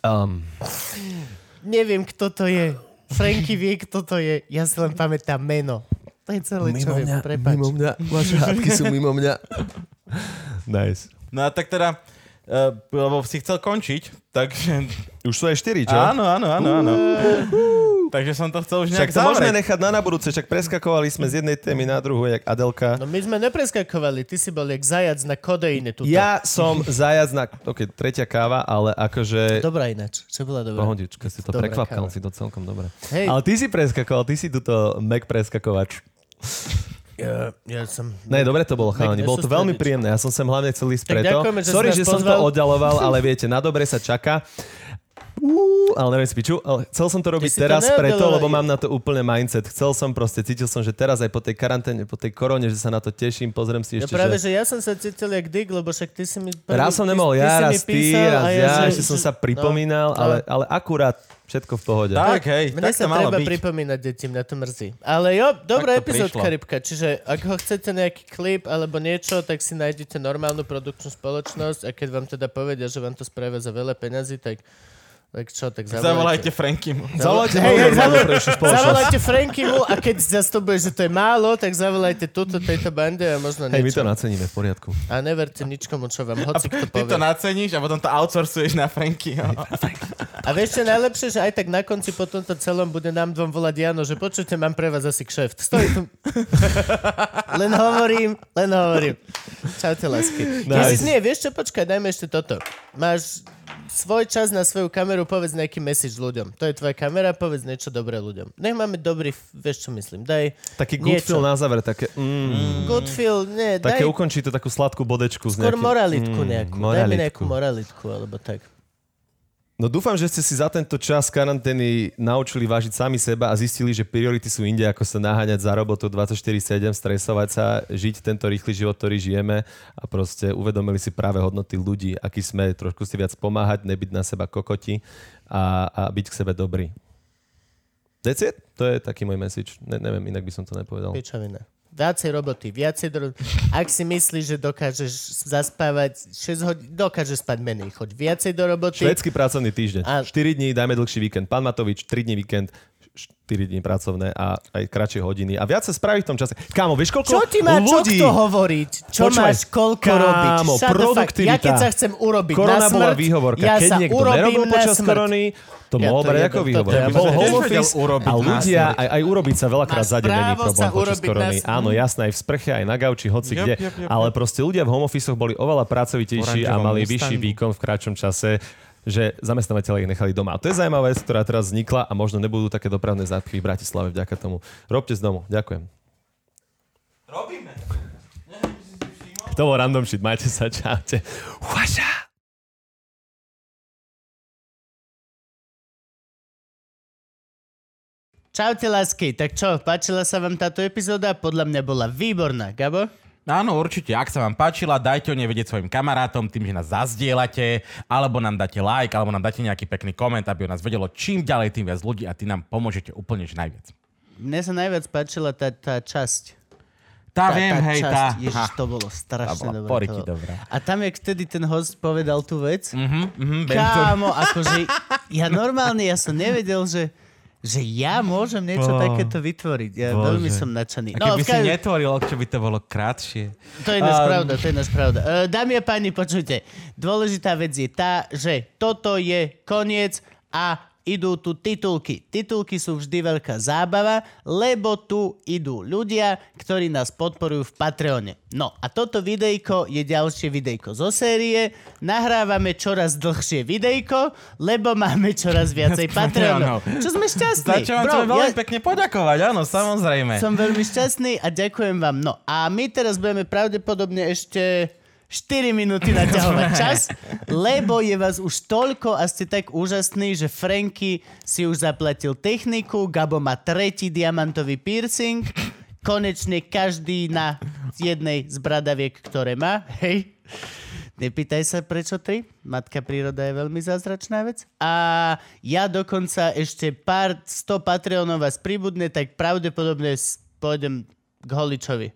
[SPEAKER 7] Um,
[SPEAKER 3] Neviem, kto to je. Franky vie, kto to je. Ja si len pamätám meno. To je celé, čo viem. Prepač.
[SPEAKER 7] mimo mňa, vaše hádky sú mimo mňa.
[SPEAKER 4] Nice.
[SPEAKER 5] No a tak teda, eh, lebo si chcel končiť, takže...
[SPEAKER 4] Už sú aj štyri, čo?
[SPEAKER 5] Áno, áno, áno, áno. Takže som to chcel už
[SPEAKER 4] Však
[SPEAKER 5] nejak
[SPEAKER 4] to môžeme
[SPEAKER 5] zavrieť.
[SPEAKER 4] nechať na, na budúce, však preskakovali sme z jednej témy na druhú, jak Adelka.
[SPEAKER 3] No my sme nepreskakovali. Ty si bol jak zajac na kodeine tuto.
[SPEAKER 4] Ja som zajac na... OK, tretia káva, ale akože...
[SPEAKER 3] Dobrá ináč. Čo bola dobrá?
[SPEAKER 4] Pohodička, si to
[SPEAKER 3] Dobrá
[SPEAKER 4] prekvapkal,
[SPEAKER 3] káva.
[SPEAKER 4] si to celkom dobre.
[SPEAKER 3] Hej.
[SPEAKER 4] Ale ty si preskakoval, ty si tuto Mac preskakovač.
[SPEAKER 3] Ja, ja som...
[SPEAKER 4] Ne, dobre to bolo, chalani.
[SPEAKER 3] Mac
[SPEAKER 4] Bolo to veľmi
[SPEAKER 3] nesústredič.
[SPEAKER 4] príjemné. Ja som sem hlavne chcel ísť
[SPEAKER 3] Tak
[SPEAKER 4] preto.
[SPEAKER 3] ďakujeme, že si
[SPEAKER 4] Sorry,
[SPEAKER 3] nás
[SPEAKER 4] že som to
[SPEAKER 3] pozval.
[SPEAKER 4] oddialoval, ale viete, na dobre sa čaká. Uú, ale neviem si piču, ale chcel som to robiť
[SPEAKER 3] si to
[SPEAKER 4] teraz preto,
[SPEAKER 3] neoddialoval.
[SPEAKER 4] lebo mám na to úplne mindset. Chcel som proste, cítil som, že teraz aj po tej karanténe, po tej korone, že sa na to teším, pozriem si
[SPEAKER 3] Ja
[SPEAKER 4] ešte,
[SPEAKER 3] práve,
[SPEAKER 4] že...
[SPEAKER 3] že ja som sa cítil jak dig, lebo však ty si mi...
[SPEAKER 4] Raz som nemohol
[SPEAKER 3] ty- ty si
[SPEAKER 4] ja,
[SPEAKER 3] mi
[SPEAKER 4] raz ty,
[SPEAKER 3] písal a
[SPEAKER 4] raz ja, ešte
[SPEAKER 3] že-
[SPEAKER 4] som sa
[SPEAKER 3] že-
[SPEAKER 4] pripomínal, ale,
[SPEAKER 3] no.
[SPEAKER 4] ale akurát všetko v pohode.
[SPEAKER 5] Tak, hej,
[SPEAKER 3] Mne
[SPEAKER 5] tak
[SPEAKER 3] sa
[SPEAKER 5] to malo
[SPEAKER 3] treba
[SPEAKER 5] byť.
[SPEAKER 3] pripomínať deti, mňa to mrzí. Ale jo, dobrá
[SPEAKER 5] Tak to
[SPEAKER 3] epizódka,
[SPEAKER 5] prišlo.
[SPEAKER 3] Rybka. Čiže ak ho chcete nejaký klip alebo niečo, tak si nájdete normálnu produkčnú spoločnosť a keď vám teda povedia, že vám to spravia za veľa peňazí, tak, tak čo, tak
[SPEAKER 5] Zavolajte
[SPEAKER 3] zavolajte.
[SPEAKER 5] Frankymu.
[SPEAKER 4] Zavolajte
[SPEAKER 3] Hej,
[SPEAKER 4] moju
[SPEAKER 3] hej,
[SPEAKER 4] normálnu
[SPEAKER 3] zavol-
[SPEAKER 4] prejšiu spoločnosť.
[SPEAKER 3] Zavolajte Frankymu a keď zase to bude, že to je málo, tak zavolajte túto, tejto bande a možno
[SPEAKER 4] Hej, my
[SPEAKER 3] niečo.
[SPEAKER 4] to naceníme v poriadku.
[SPEAKER 3] A neverte ničkomu, čo vám hoci kto
[SPEAKER 5] Ty
[SPEAKER 3] povie.
[SPEAKER 5] to naceníš a potom to outsourcuješ na Frankyho.
[SPEAKER 3] A vieš čo je najlepšie, že aj tak na konci po tomto celom bude nám dvom volať Jano, že počujte, mám pre vás asi kšeft. Stojí tu. len hovorím, len hovorím. Čaute, lásky. Nice.
[SPEAKER 4] Nice.
[SPEAKER 3] Nie, vieš čo, počkaj, dajme ešte toto. Máš svoj čas na svoju kameru, povedz nejaký message ľuďom. To je tvoja kamera, povedz niečo dobré ľuďom. Nech máme dobrý, f- vieš čo myslím, daj
[SPEAKER 4] Taký good
[SPEAKER 3] niečo.
[SPEAKER 4] feel na záver, také... Mm,
[SPEAKER 3] Good feel, nie,
[SPEAKER 4] Také
[SPEAKER 3] daj
[SPEAKER 4] ukončí to takú sladkú bodečku. s
[SPEAKER 3] skôr
[SPEAKER 4] nejakým-
[SPEAKER 3] moralitku
[SPEAKER 4] Mm,
[SPEAKER 3] nejakú. Daj mi
[SPEAKER 4] moralitku.
[SPEAKER 3] nejakú moralitku, alebo tak.
[SPEAKER 4] No dúfam, že ste si za tento čas karantény naučili vážiť sami seba a zistili, že priority sú inde, ako sa naháňať za robotu 24-7, stresovať sa, žiť tento rýchly život, ktorý žijeme a proste uvedomili si práve hodnoty ľudí, aký sme, trošku si viac pomáhať, nebyť na seba kokoti a, a byť k sebe dobrý. That's it? To je taký môj message. Ne, neviem, inak by som to nepovedal.
[SPEAKER 3] Pičovina. Viacej roboty, viacej... dro- Ak si myslíš, že dokážeš zaspávať 6 hodín, dokážeš spať menej. Choď viacej do roboty.
[SPEAKER 4] Švedský pracovný týždeň.
[SPEAKER 3] A-
[SPEAKER 4] 4 dní, dajme dlhší víkend. Pán Matovič, 3 dní víkend, 4 dní pracovné a aj kratšie hodiny. A viac sa spraví v tom čase. Kámo, vieš koľko
[SPEAKER 3] Čo ti má čo
[SPEAKER 4] ľudí?
[SPEAKER 3] kto hovoriť? Čo
[SPEAKER 4] Počúvaj,
[SPEAKER 3] máš koľko
[SPEAKER 4] kámo,
[SPEAKER 3] robiť? Shut the fuck. Ja
[SPEAKER 4] produktivita.
[SPEAKER 3] keď sa chcem urobiť na
[SPEAKER 4] Korona
[SPEAKER 3] smrť,
[SPEAKER 4] bola výhovorka.
[SPEAKER 3] ja
[SPEAKER 4] Keď
[SPEAKER 3] sa
[SPEAKER 4] niekto
[SPEAKER 3] urobím
[SPEAKER 4] nerobil
[SPEAKER 3] na
[SPEAKER 4] počas
[SPEAKER 3] smrť.
[SPEAKER 4] korony, to
[SPEAKER 3] Ja
[SPEAKER 4] mohol
[SPEAKER 3] to
[SPEAKER 4] brať
[SPEAKER 3] jebem,
[SPEAKER 4] ako
[SPEAKER 3] toto
[SPEAKER 4] výhovorka.
[SPEAKER 3] ja
[SPEAKER 4] Bol
[SPEAKER 5] by som
[SPEAKER 4] home
[SPEAKER 5] tiež vedel
[SPEAKER 4] office
[SPEAKER 5] urobiť
[SPEAKER 4] a
[SPEAKER 5] na
[SPEAKER 4] ľudia,
[SPEAKER 5] smrť.
[SPEAKER 4] aj, aj urobiť sa veľakrát
[SPEAKER 3] Máš
[SPEAKER 4] za deň není
[SPEAKER 3] právo
[SPEAKER 4] problém
[SPEAKER 3] sa
[SPEAKER 4] počas
[SPEAKER 3] urobiť
[SPEAKER 4] korony.
[SPEAKER 3] na smrť.
[SPEAKER 4] Áno, jasné, aj v sprche, aj na gauči, hoci
[SPEAKER 5] Jop,
[SPEAKER 4] kde.
[SPEAKER 5] jop, jop,
[SPEAKER 4] Ale proste ľudia v home office boli oveľa pracovitejší a
[SPEAKER 5] Oranžovom
[SPEAKER 4] mali vyšší
[SPEAKER 5] Mustangu.
[SPEAKER 4] výkon v kratšom čase že zamestnávateľe ich nechali doma. A to je zaujímavá vec, ktorá teraz vznikla a možno nebudú také dopravné zápchy v Bratislave vďaka tomu. Robte z domu. Ďakujem.
[SPEAKER 5] Robíme.
[SPEAKER 4] To bol random shit. Majte sa. Čaute. Uvaža.
[SPEAKER 2] Čaute lásky, tak čo, páčila sa vám táto epizóda? Podľa mňa bola výborná, Gabo?
[SPEAKER 5] Áno, určite. Ak sa vám páčila, dajte o nej vedieť svojim kamarátom tým, že nás zazdielate, alebo nám dáte like, alebo nám dáte nejaký pekný koment, aby o nás vedelo čím ďalej, tým viac ľudí a ty nám pomôžete úplne že najviac.
[SPEAKER 2] Mne sa najviac páčila tá, tá časť.
[SPEAKER 5] Tá,
[SPEAKER 2] Tá,
[SPEAKER 5] viem,
[SPEAKER 2] tá
[SPEAKER 5] hej,
[SPEAKER 2] časť,
[SPEAKER 5] tá.
[SPEAKER 2] Ježiš,
[SPEAKER 5] Aha.
[SPEAKER 2] to bolo strašne
[SPEAKER 5] bola
[SPEAKER 2] dobré.
[SPEAKER 5] poriky
[SPEAKER 2] to bolo.
[SPEAKER 5] dobrá.
[SPEAKER 2] A tam, jak vtedy ten host povedal tú vec,
[SPEAKER 5] Mhm, mhm, viem to.
[SPEAKER 2] kámo, akože ja normálne, ja som nevedel, že že ja môžem niečo
[SPEAKER 5] Bo-
[SPEAKER 2] takéto vytvoriť. Ja
[SPEAKER 5] Bože.
[SPEAKER 2] veľmi som nadšený. No,
[SPEAKER 5] A
[SPEAKER 2] v
[SPEAKER 5] keby si
[SPEAKER 2] každom-
[SPEAKER 5] netvoril, čo by to bolo krátšie.
[SPEAKER 2] To je náš
[SPEAKER 5] Um,
[SPEAKER 2] pravda, to je náš pravda. E, dámy a páni, počujte, dôležitá vec je tá, že toto je koniec a
[SPEAKER 3] idú tu titulky. Titulky sú vždy veľká zábava, lebo tu idú ľudia, ktorí nás podporujú v Patreone. No a toto videjko je ďalšie videjko zo série. Nahrávame čoraz dlhšie videjko, lebo máme čoraz viacej Patreonov. Čo sme šťastní.
[SPEAKER 2] Za čo vám
[SPEAKER 3] Bro,
[SPEAKER 2] chceme veľmi
[SPEAKER 3] ja-
[SPEAKER 2] pekne poďakovať, áno, samozrejme.
[SPEAKER 3] som veľmi šťastný a ďakujem vám. No a my teraz budeme pravdepodobne ešte 4 minúty naťahovať čas, lebo je vás už toľko a ste tak úžasní, že Franky si už zaplatil techniku, Gabo má tretí diamantový piercing, konečne každý na jednej z bradaviek, ktoré má. Hej. Nepýtaj sa, prečo tri. Matka príroda je veľmi zázračná vec. A ja dokonca ešte pár 100 Patreonov vás pribudne, tak pravdepodobne s- pôjdem k Holičovi.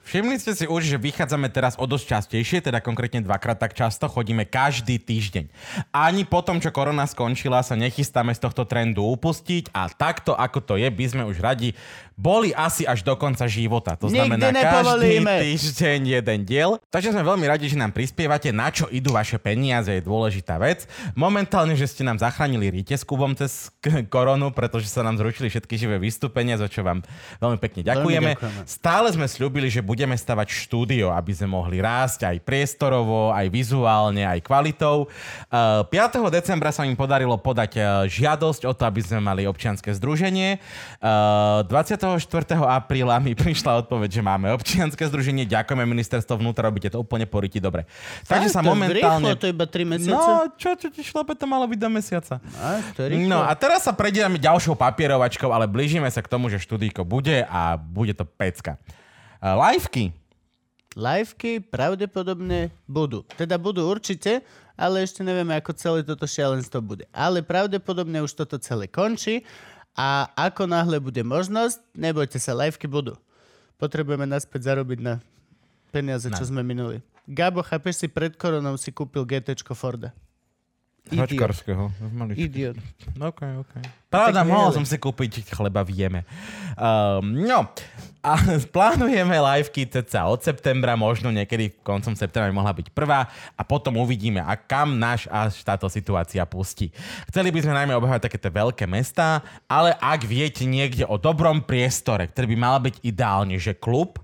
[SPEAKER 2] Všimli ste si už, že vychádzame teraz o dosť častejšie, teda konkrétne dvakrát tak často, chodíme každý týždeň. Ani po tom, čo korona skončila, sa nechystáme z tohto trendu upustiť a takto, ako to je, by sme už radi boli asi až do konca života. To
[SPEAKER 3] Nikdy
[SPEAKER 2] znamená každý
[SPEAKER 3] nepovolíme.
[SPEAKER 2] týždeň jeden diel. Takže sme veľmi radi, že nám prispievate, na čo idú vaše peniaze, je dôležitá vec. Momentálne, že ste nám zachránili rite s Kubom cez k- koronu, pretože sa nám zrušili všetky živé vystúpenia, za čo vám veľmi pekne ďakujeme.
[SPEAKER 3] ďakujeme.
[SPEAKER 2] Stále sme slúbili, že budeme stavať štúdio, aby sme mohli rásť aj priestorovo, aj vizuálne, aj kvalitou. Eh, 5. decembra sa im podarilo podať eh, žiadosť o to, aby sme mali občianske združenie. Eh, 24. apríla mi prišla odpoveď, že máme občianske združenie. Ďakujeme ministerstvo vnútra, robíte to úplne poriti dobre. Takže sa
[SPEAKER 3] to je
[SPEAKER 2] momentálne...
[SPEAKER 3] Rýchlo, to je iba 3 mesiace.
[SPEAKER 2] No, čo, čo ti šlape, to malo byť do mesiaca.
[SPEAKER 3] A, to je rýchlo.
[SPEAKER 2] No a teraz sa prejdeme ďalšou papierovačkou, ale blížime sa k tomu, že štúdíko bude a bude to pecka. Uh, liveky.
[SPEAKER 3] Liveky pravdepodobne budú. Teda budú určite, ale ešte nevieme, ako celé toto šialenstvo bude. Ale pravdepodobne už toto celé končí a ako náhle bude možnosť, nebojte sa, liveky budú. Potrebujeme naspäť zarobiť na peniaze, čo sme minuli. Gabo, chápeš si, pred koronou si kúpil GT Forda. Idiot.
[SPEAKER 2] Hračkarského. Maličký.
[SPEAKER 3] Idiot.
[SPEAKER 2] OK, OK. Pravda,
[SPEAKER 3] Tak
[SPEAKER 2] mohol
[SPEAKER 3] nejeli.
[SPEAKER 2] som si kúpiť chleba v jeme. Um, no, a plánujeme liveky ceca od septembra, možno niekedy koncom septembra by mohla byť prvá a potom uvidíme, a kam náš až táto situácia pustí. Chceli by sme najmä obehať takéto veľké mesta, ale ak viete niekde o dobrom priestore, ktorý by mal byť ideálne, že klub,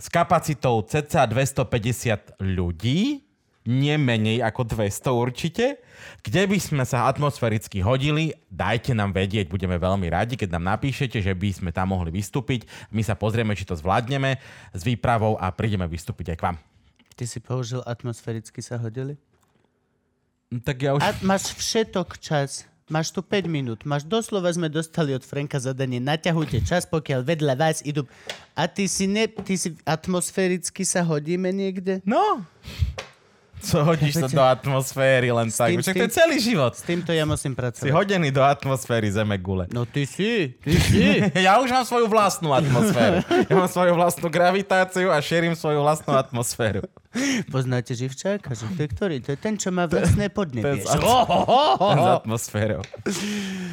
[SPEAKER 2] s kapacitou cca 250 ľudí, nie menej ako 200 určite. Kde by sme sa atmosféricky hodili, dajte nám vedieť, budeme veľmi radi, keď nám napíšete, že by sme tam mohli vystúpiť. My sa pozrieme, či to zvládneme s výpravou a prídeme vystúpiť aj k vám.
[SPEAKER 3] Ty si použil atmosféricky sa hodili?
[SPEAKER 2] Tak ja už...
[SPEAKER 3] A máš všetok čas. Máš tu 5 minút. Máš doslova sme dostali od Franka zadanie. Naťahujte čas, pokiaľ vedľa vás idú. A ty si, ne, ty si atmosféricky sa hodíme niekde?
[SPEAKER 2] No! Co hodíš to
[SPEAKER 3] Chápete?
[SPEAKER 2] do atmosféry len tak?
[SPEAKER 3] tým- s
[SPEAKER 2] Však to je celý život.
[SPEAKER 3] S týmto ja musím
[SPEAKER 2] Si
[SPEAKER 3] pracovať.
[SPEAKER 2] hodený do atmosféry zeme gule.
[SPEAKER 3] No ty si, ty si.
[SPEAKER 2] Ja už mám svoju vlastnú atmosféru. Ja mám svoju vlastnú gravitáciu a šerím svoju vlastnú atmosféru.
[SPEAKER 3] Poznáte živčáka, že to je ktorý? To je ten, čo má vlastné podnebie.
[SPEAKER 2] Bez, at-
[SPEAKER 3] Oh,
[SPEAKER 2] bez atmosférou.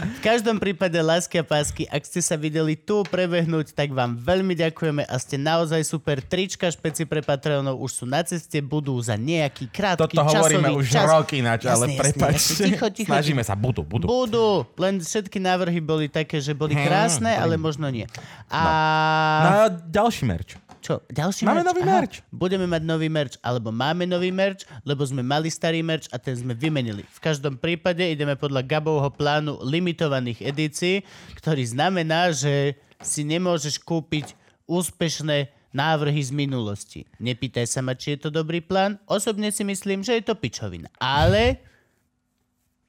[SPEAKER 3] V každom prípade, lásky a pásky, ak ste sa videli tu prebehnúť, tak vám veľmi ďakujeme a ste naozaj super. Trička špeci pre Patreonov už sú na ceste, budú za nejaký krátky
[SPEAKER 2] Toto
[SPEAKER 3] časový
[SPEAKER 2] hovoríme už
[SPEAKER 3] čas.
[SPEAKER 2] rok ináč, ale
[SPEAKER 3] Jasne, jasne,
[SPEAKER 2] prepačte.
[SPEAKER 3] jasne. Ticho, ticho, ticho.
[SPEAKER 2] Snažíme sa, budú, budú.
[SPEAKER 3] Budú, len všetky návrhy boli také, že boli
[SPEAKER 2] Hmm,
[SPEAKER 3] krásne, ale možno nie.
[SPEAKER 2] No.
[SPEAKER 3] A
[SPEAKER 2] Na ďalší merč.
[SPEAKER 3] čo, ďalší
[SPEAKER 2] Máme
[SPEAKER 3] merch?
[SPEAKER 2] nový
[SPEAKER 3] Aha,
[SPEAKER 2] merch.
[SPEAKER 3] Budeme mať nový merch, alebo máme nový merch, lebo sme mali starý merch a ten sme vymenili. V každom prípade ideme podľa Gabovho plánu limitovaných edícií, ktorý znamená, že si nemôžeš kúpiť úspešné návrhy z minulosti. Nepýtaj sa ma, či je to dobrý plán. Osobne si myslím, že je to pičovina. Ale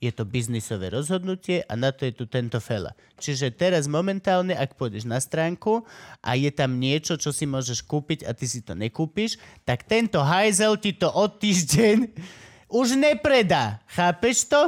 [SPEAKER 3] je to biznisové rozhodnutie a na to je tu tento fela. Čiže teraz momentálne, ak pôjdeš na stránku a je tam niečo, čo si môžeš kúpiť a ty si to nekúpiš, tak tento hajzel ti to od týždeň už nepredá. Chápeš to?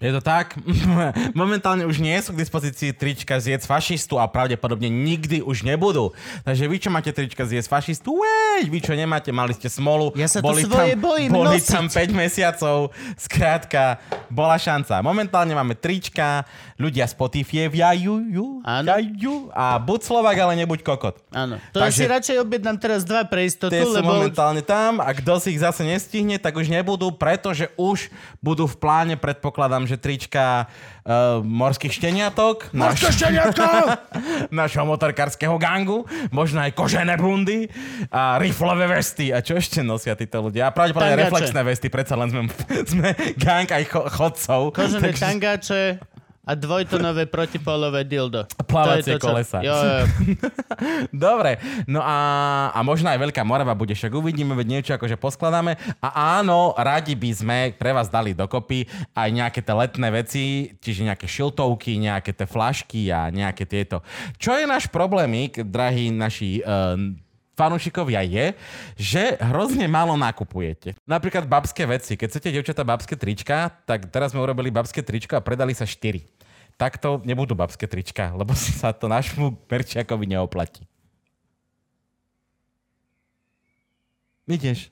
[SPEAKER 2] Je to tak? Momentálne už nie sú k dispozícii trička z jedz fašistu a pravdepodobne nikdy už nebudú. Takže vy, čo máte trička z jedz fašistu, uej, vy, čo nemáte, mali ste smolu.
[SPEAKER 3] Ja sa to svoje bojím
[SPEAKER 2] Boli
[SPEAKER 3] nosiť.
[SPEAKER 2] tam 5 mesiacov, skrátka, bola šanca. Momentálne máme trička, ľudia spotifievajú ju,
[SPEAKER 3] Áno.
[SPEAKER 2] jajú, a buď Slovak, ale nebuď kokot.
[SPEAKER 3] Áno. To Takže...
[SPEAKER 2] Takže-
[SPEAKER 3] si radšej objednám teraz dva pre istotu,
[SPEAKER 2] Tie sú
[SPEAKER 3] lebo...
[SPEAKER 2] momentálne tam a kto si ich zase nestihne, tak už nebudú, pretože už budú v pláne, predpokladám, že že trička uh, morských šteniatok. No Morské šteniatko! našho motorkárskeho gangu. Možno aj kožené bundy a riflové vesty. A čo ešte nosia títo ľudia? A pravdepodobne
[SPEAKER 3] Tangače.
[SPEAKER 2] reflexné vesty. Predsa len sme, sme gang aj cho, chodcov.
[SPEAKER 3] Kožené
[SPEAKER 2] Takže-
[SPEAKER 3] tangáče a dvojtonové protipolové dildo. To
[SPEAKER 2] Plávacie
[SPEAKER 3] je to, čo-
[SPEAKER 2] kolesa.
[SPEAKER 3] Jo, jo.
[SPEAKER 2] Dobre, no a, a možno aj Veľká Morava bude, však uvidíme, veď niečo akože poskladáme. A áno, radi by sme pre vás dali dokopy aj nejaké tie letné veci, čiže nejaké šiltovky, nejaké tie flašky a nejaké tieto. Čo je náš problémik, drahí naši uh, fanúšikovia je, že hrozne málo nakupujete. Napríklad babské veci. Keď chcete, devčata, babské trička, tak teraz sme urobili babské tričko a predali sa 4. Takto nebudú babské trička, lebo sa to našmu merčiakovi neoplatí. Ideš.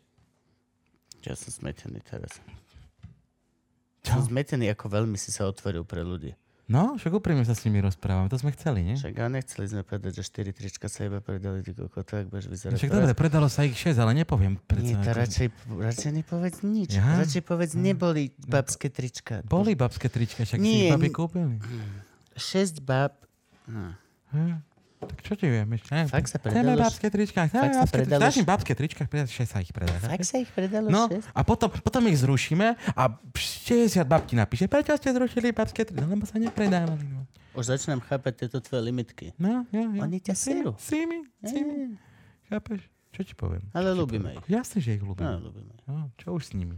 [SPEAKER 3] Ja som smetený teraz. Som zmetený, ako veľmi si sa otvoril pre ľudí.
[SPEAKER 2] No, však úprimne sa s nimi rozprávame, to sme chceli, nie?
[SPEAKER 3] Však a nechceli sme povedať, že 4 trička sa iba predali, ty koko, tak budeš vyzerať.
[SPEAKER 2] Však
[SPEAKER 3] teraz.
[SPEAKER 2] dobre, predalo sa ich 6, ale nepoviem.
[SPEAKER 3] Nie,
[SPEAKER 2] Predsa,
[SPEAKER 3] to radšej, radšej nepovedz nič.
[SPEAKER 2] Ja?
[SPEAKER 3] Radšej povedz, neboli babské trička.
[SPEAKER 2] No. Boli babské trička, však si
[SPEAKER 3] Nie,
[SPEAKER 2] ich baby
[SPEAKER 3] nie.
[SPEAKER 2] kúpili.
[SPEAKER 3] 6 bab.
[SPEAKER 2] Tak čo ti vieme?
[SPEAKER 3] Fakt sa
[SPEAKER 2] Chceme
[SPEAKER 3] predalo-
[SPEAKER 2] babské trička.
[SPEAKER 3] fakt
[SPEAKER 2] Chceme
[SPEAKER 3] sa
[SPEAKER 2] babské trička.
[SPEAKER 3] predalo-
[SPEAKER 2] Našim babské trička, 6 sa ich predá.
[SPEAKER 3] Fakt sa ich predalo
[SPEAKER 2] No
[SPEAKER 3] 6?
[SPEAKER 2] a potom, potom ich zrušíme a 60 babky napíše, prečo ste zrušili babské trička, lebo sa nepredávali. No,
[SPEAKER 3] Už začnem chápať tieto tvoje limitky.
[SPEAKER 2] no jo, jo.
[SPEAKER 3] Oni ťa serú.
[SPEAKER 2] Sými, sými. Chápeš? Čo ti poviem?
[SPEAKER 3] Ale ľúbime ich.
[SPEAKER 2] Jasne, že ich ľúbim.
[SPEAKER 3] No, ľúbime ich.
[SPEAKER 2] No, čo už s nimi?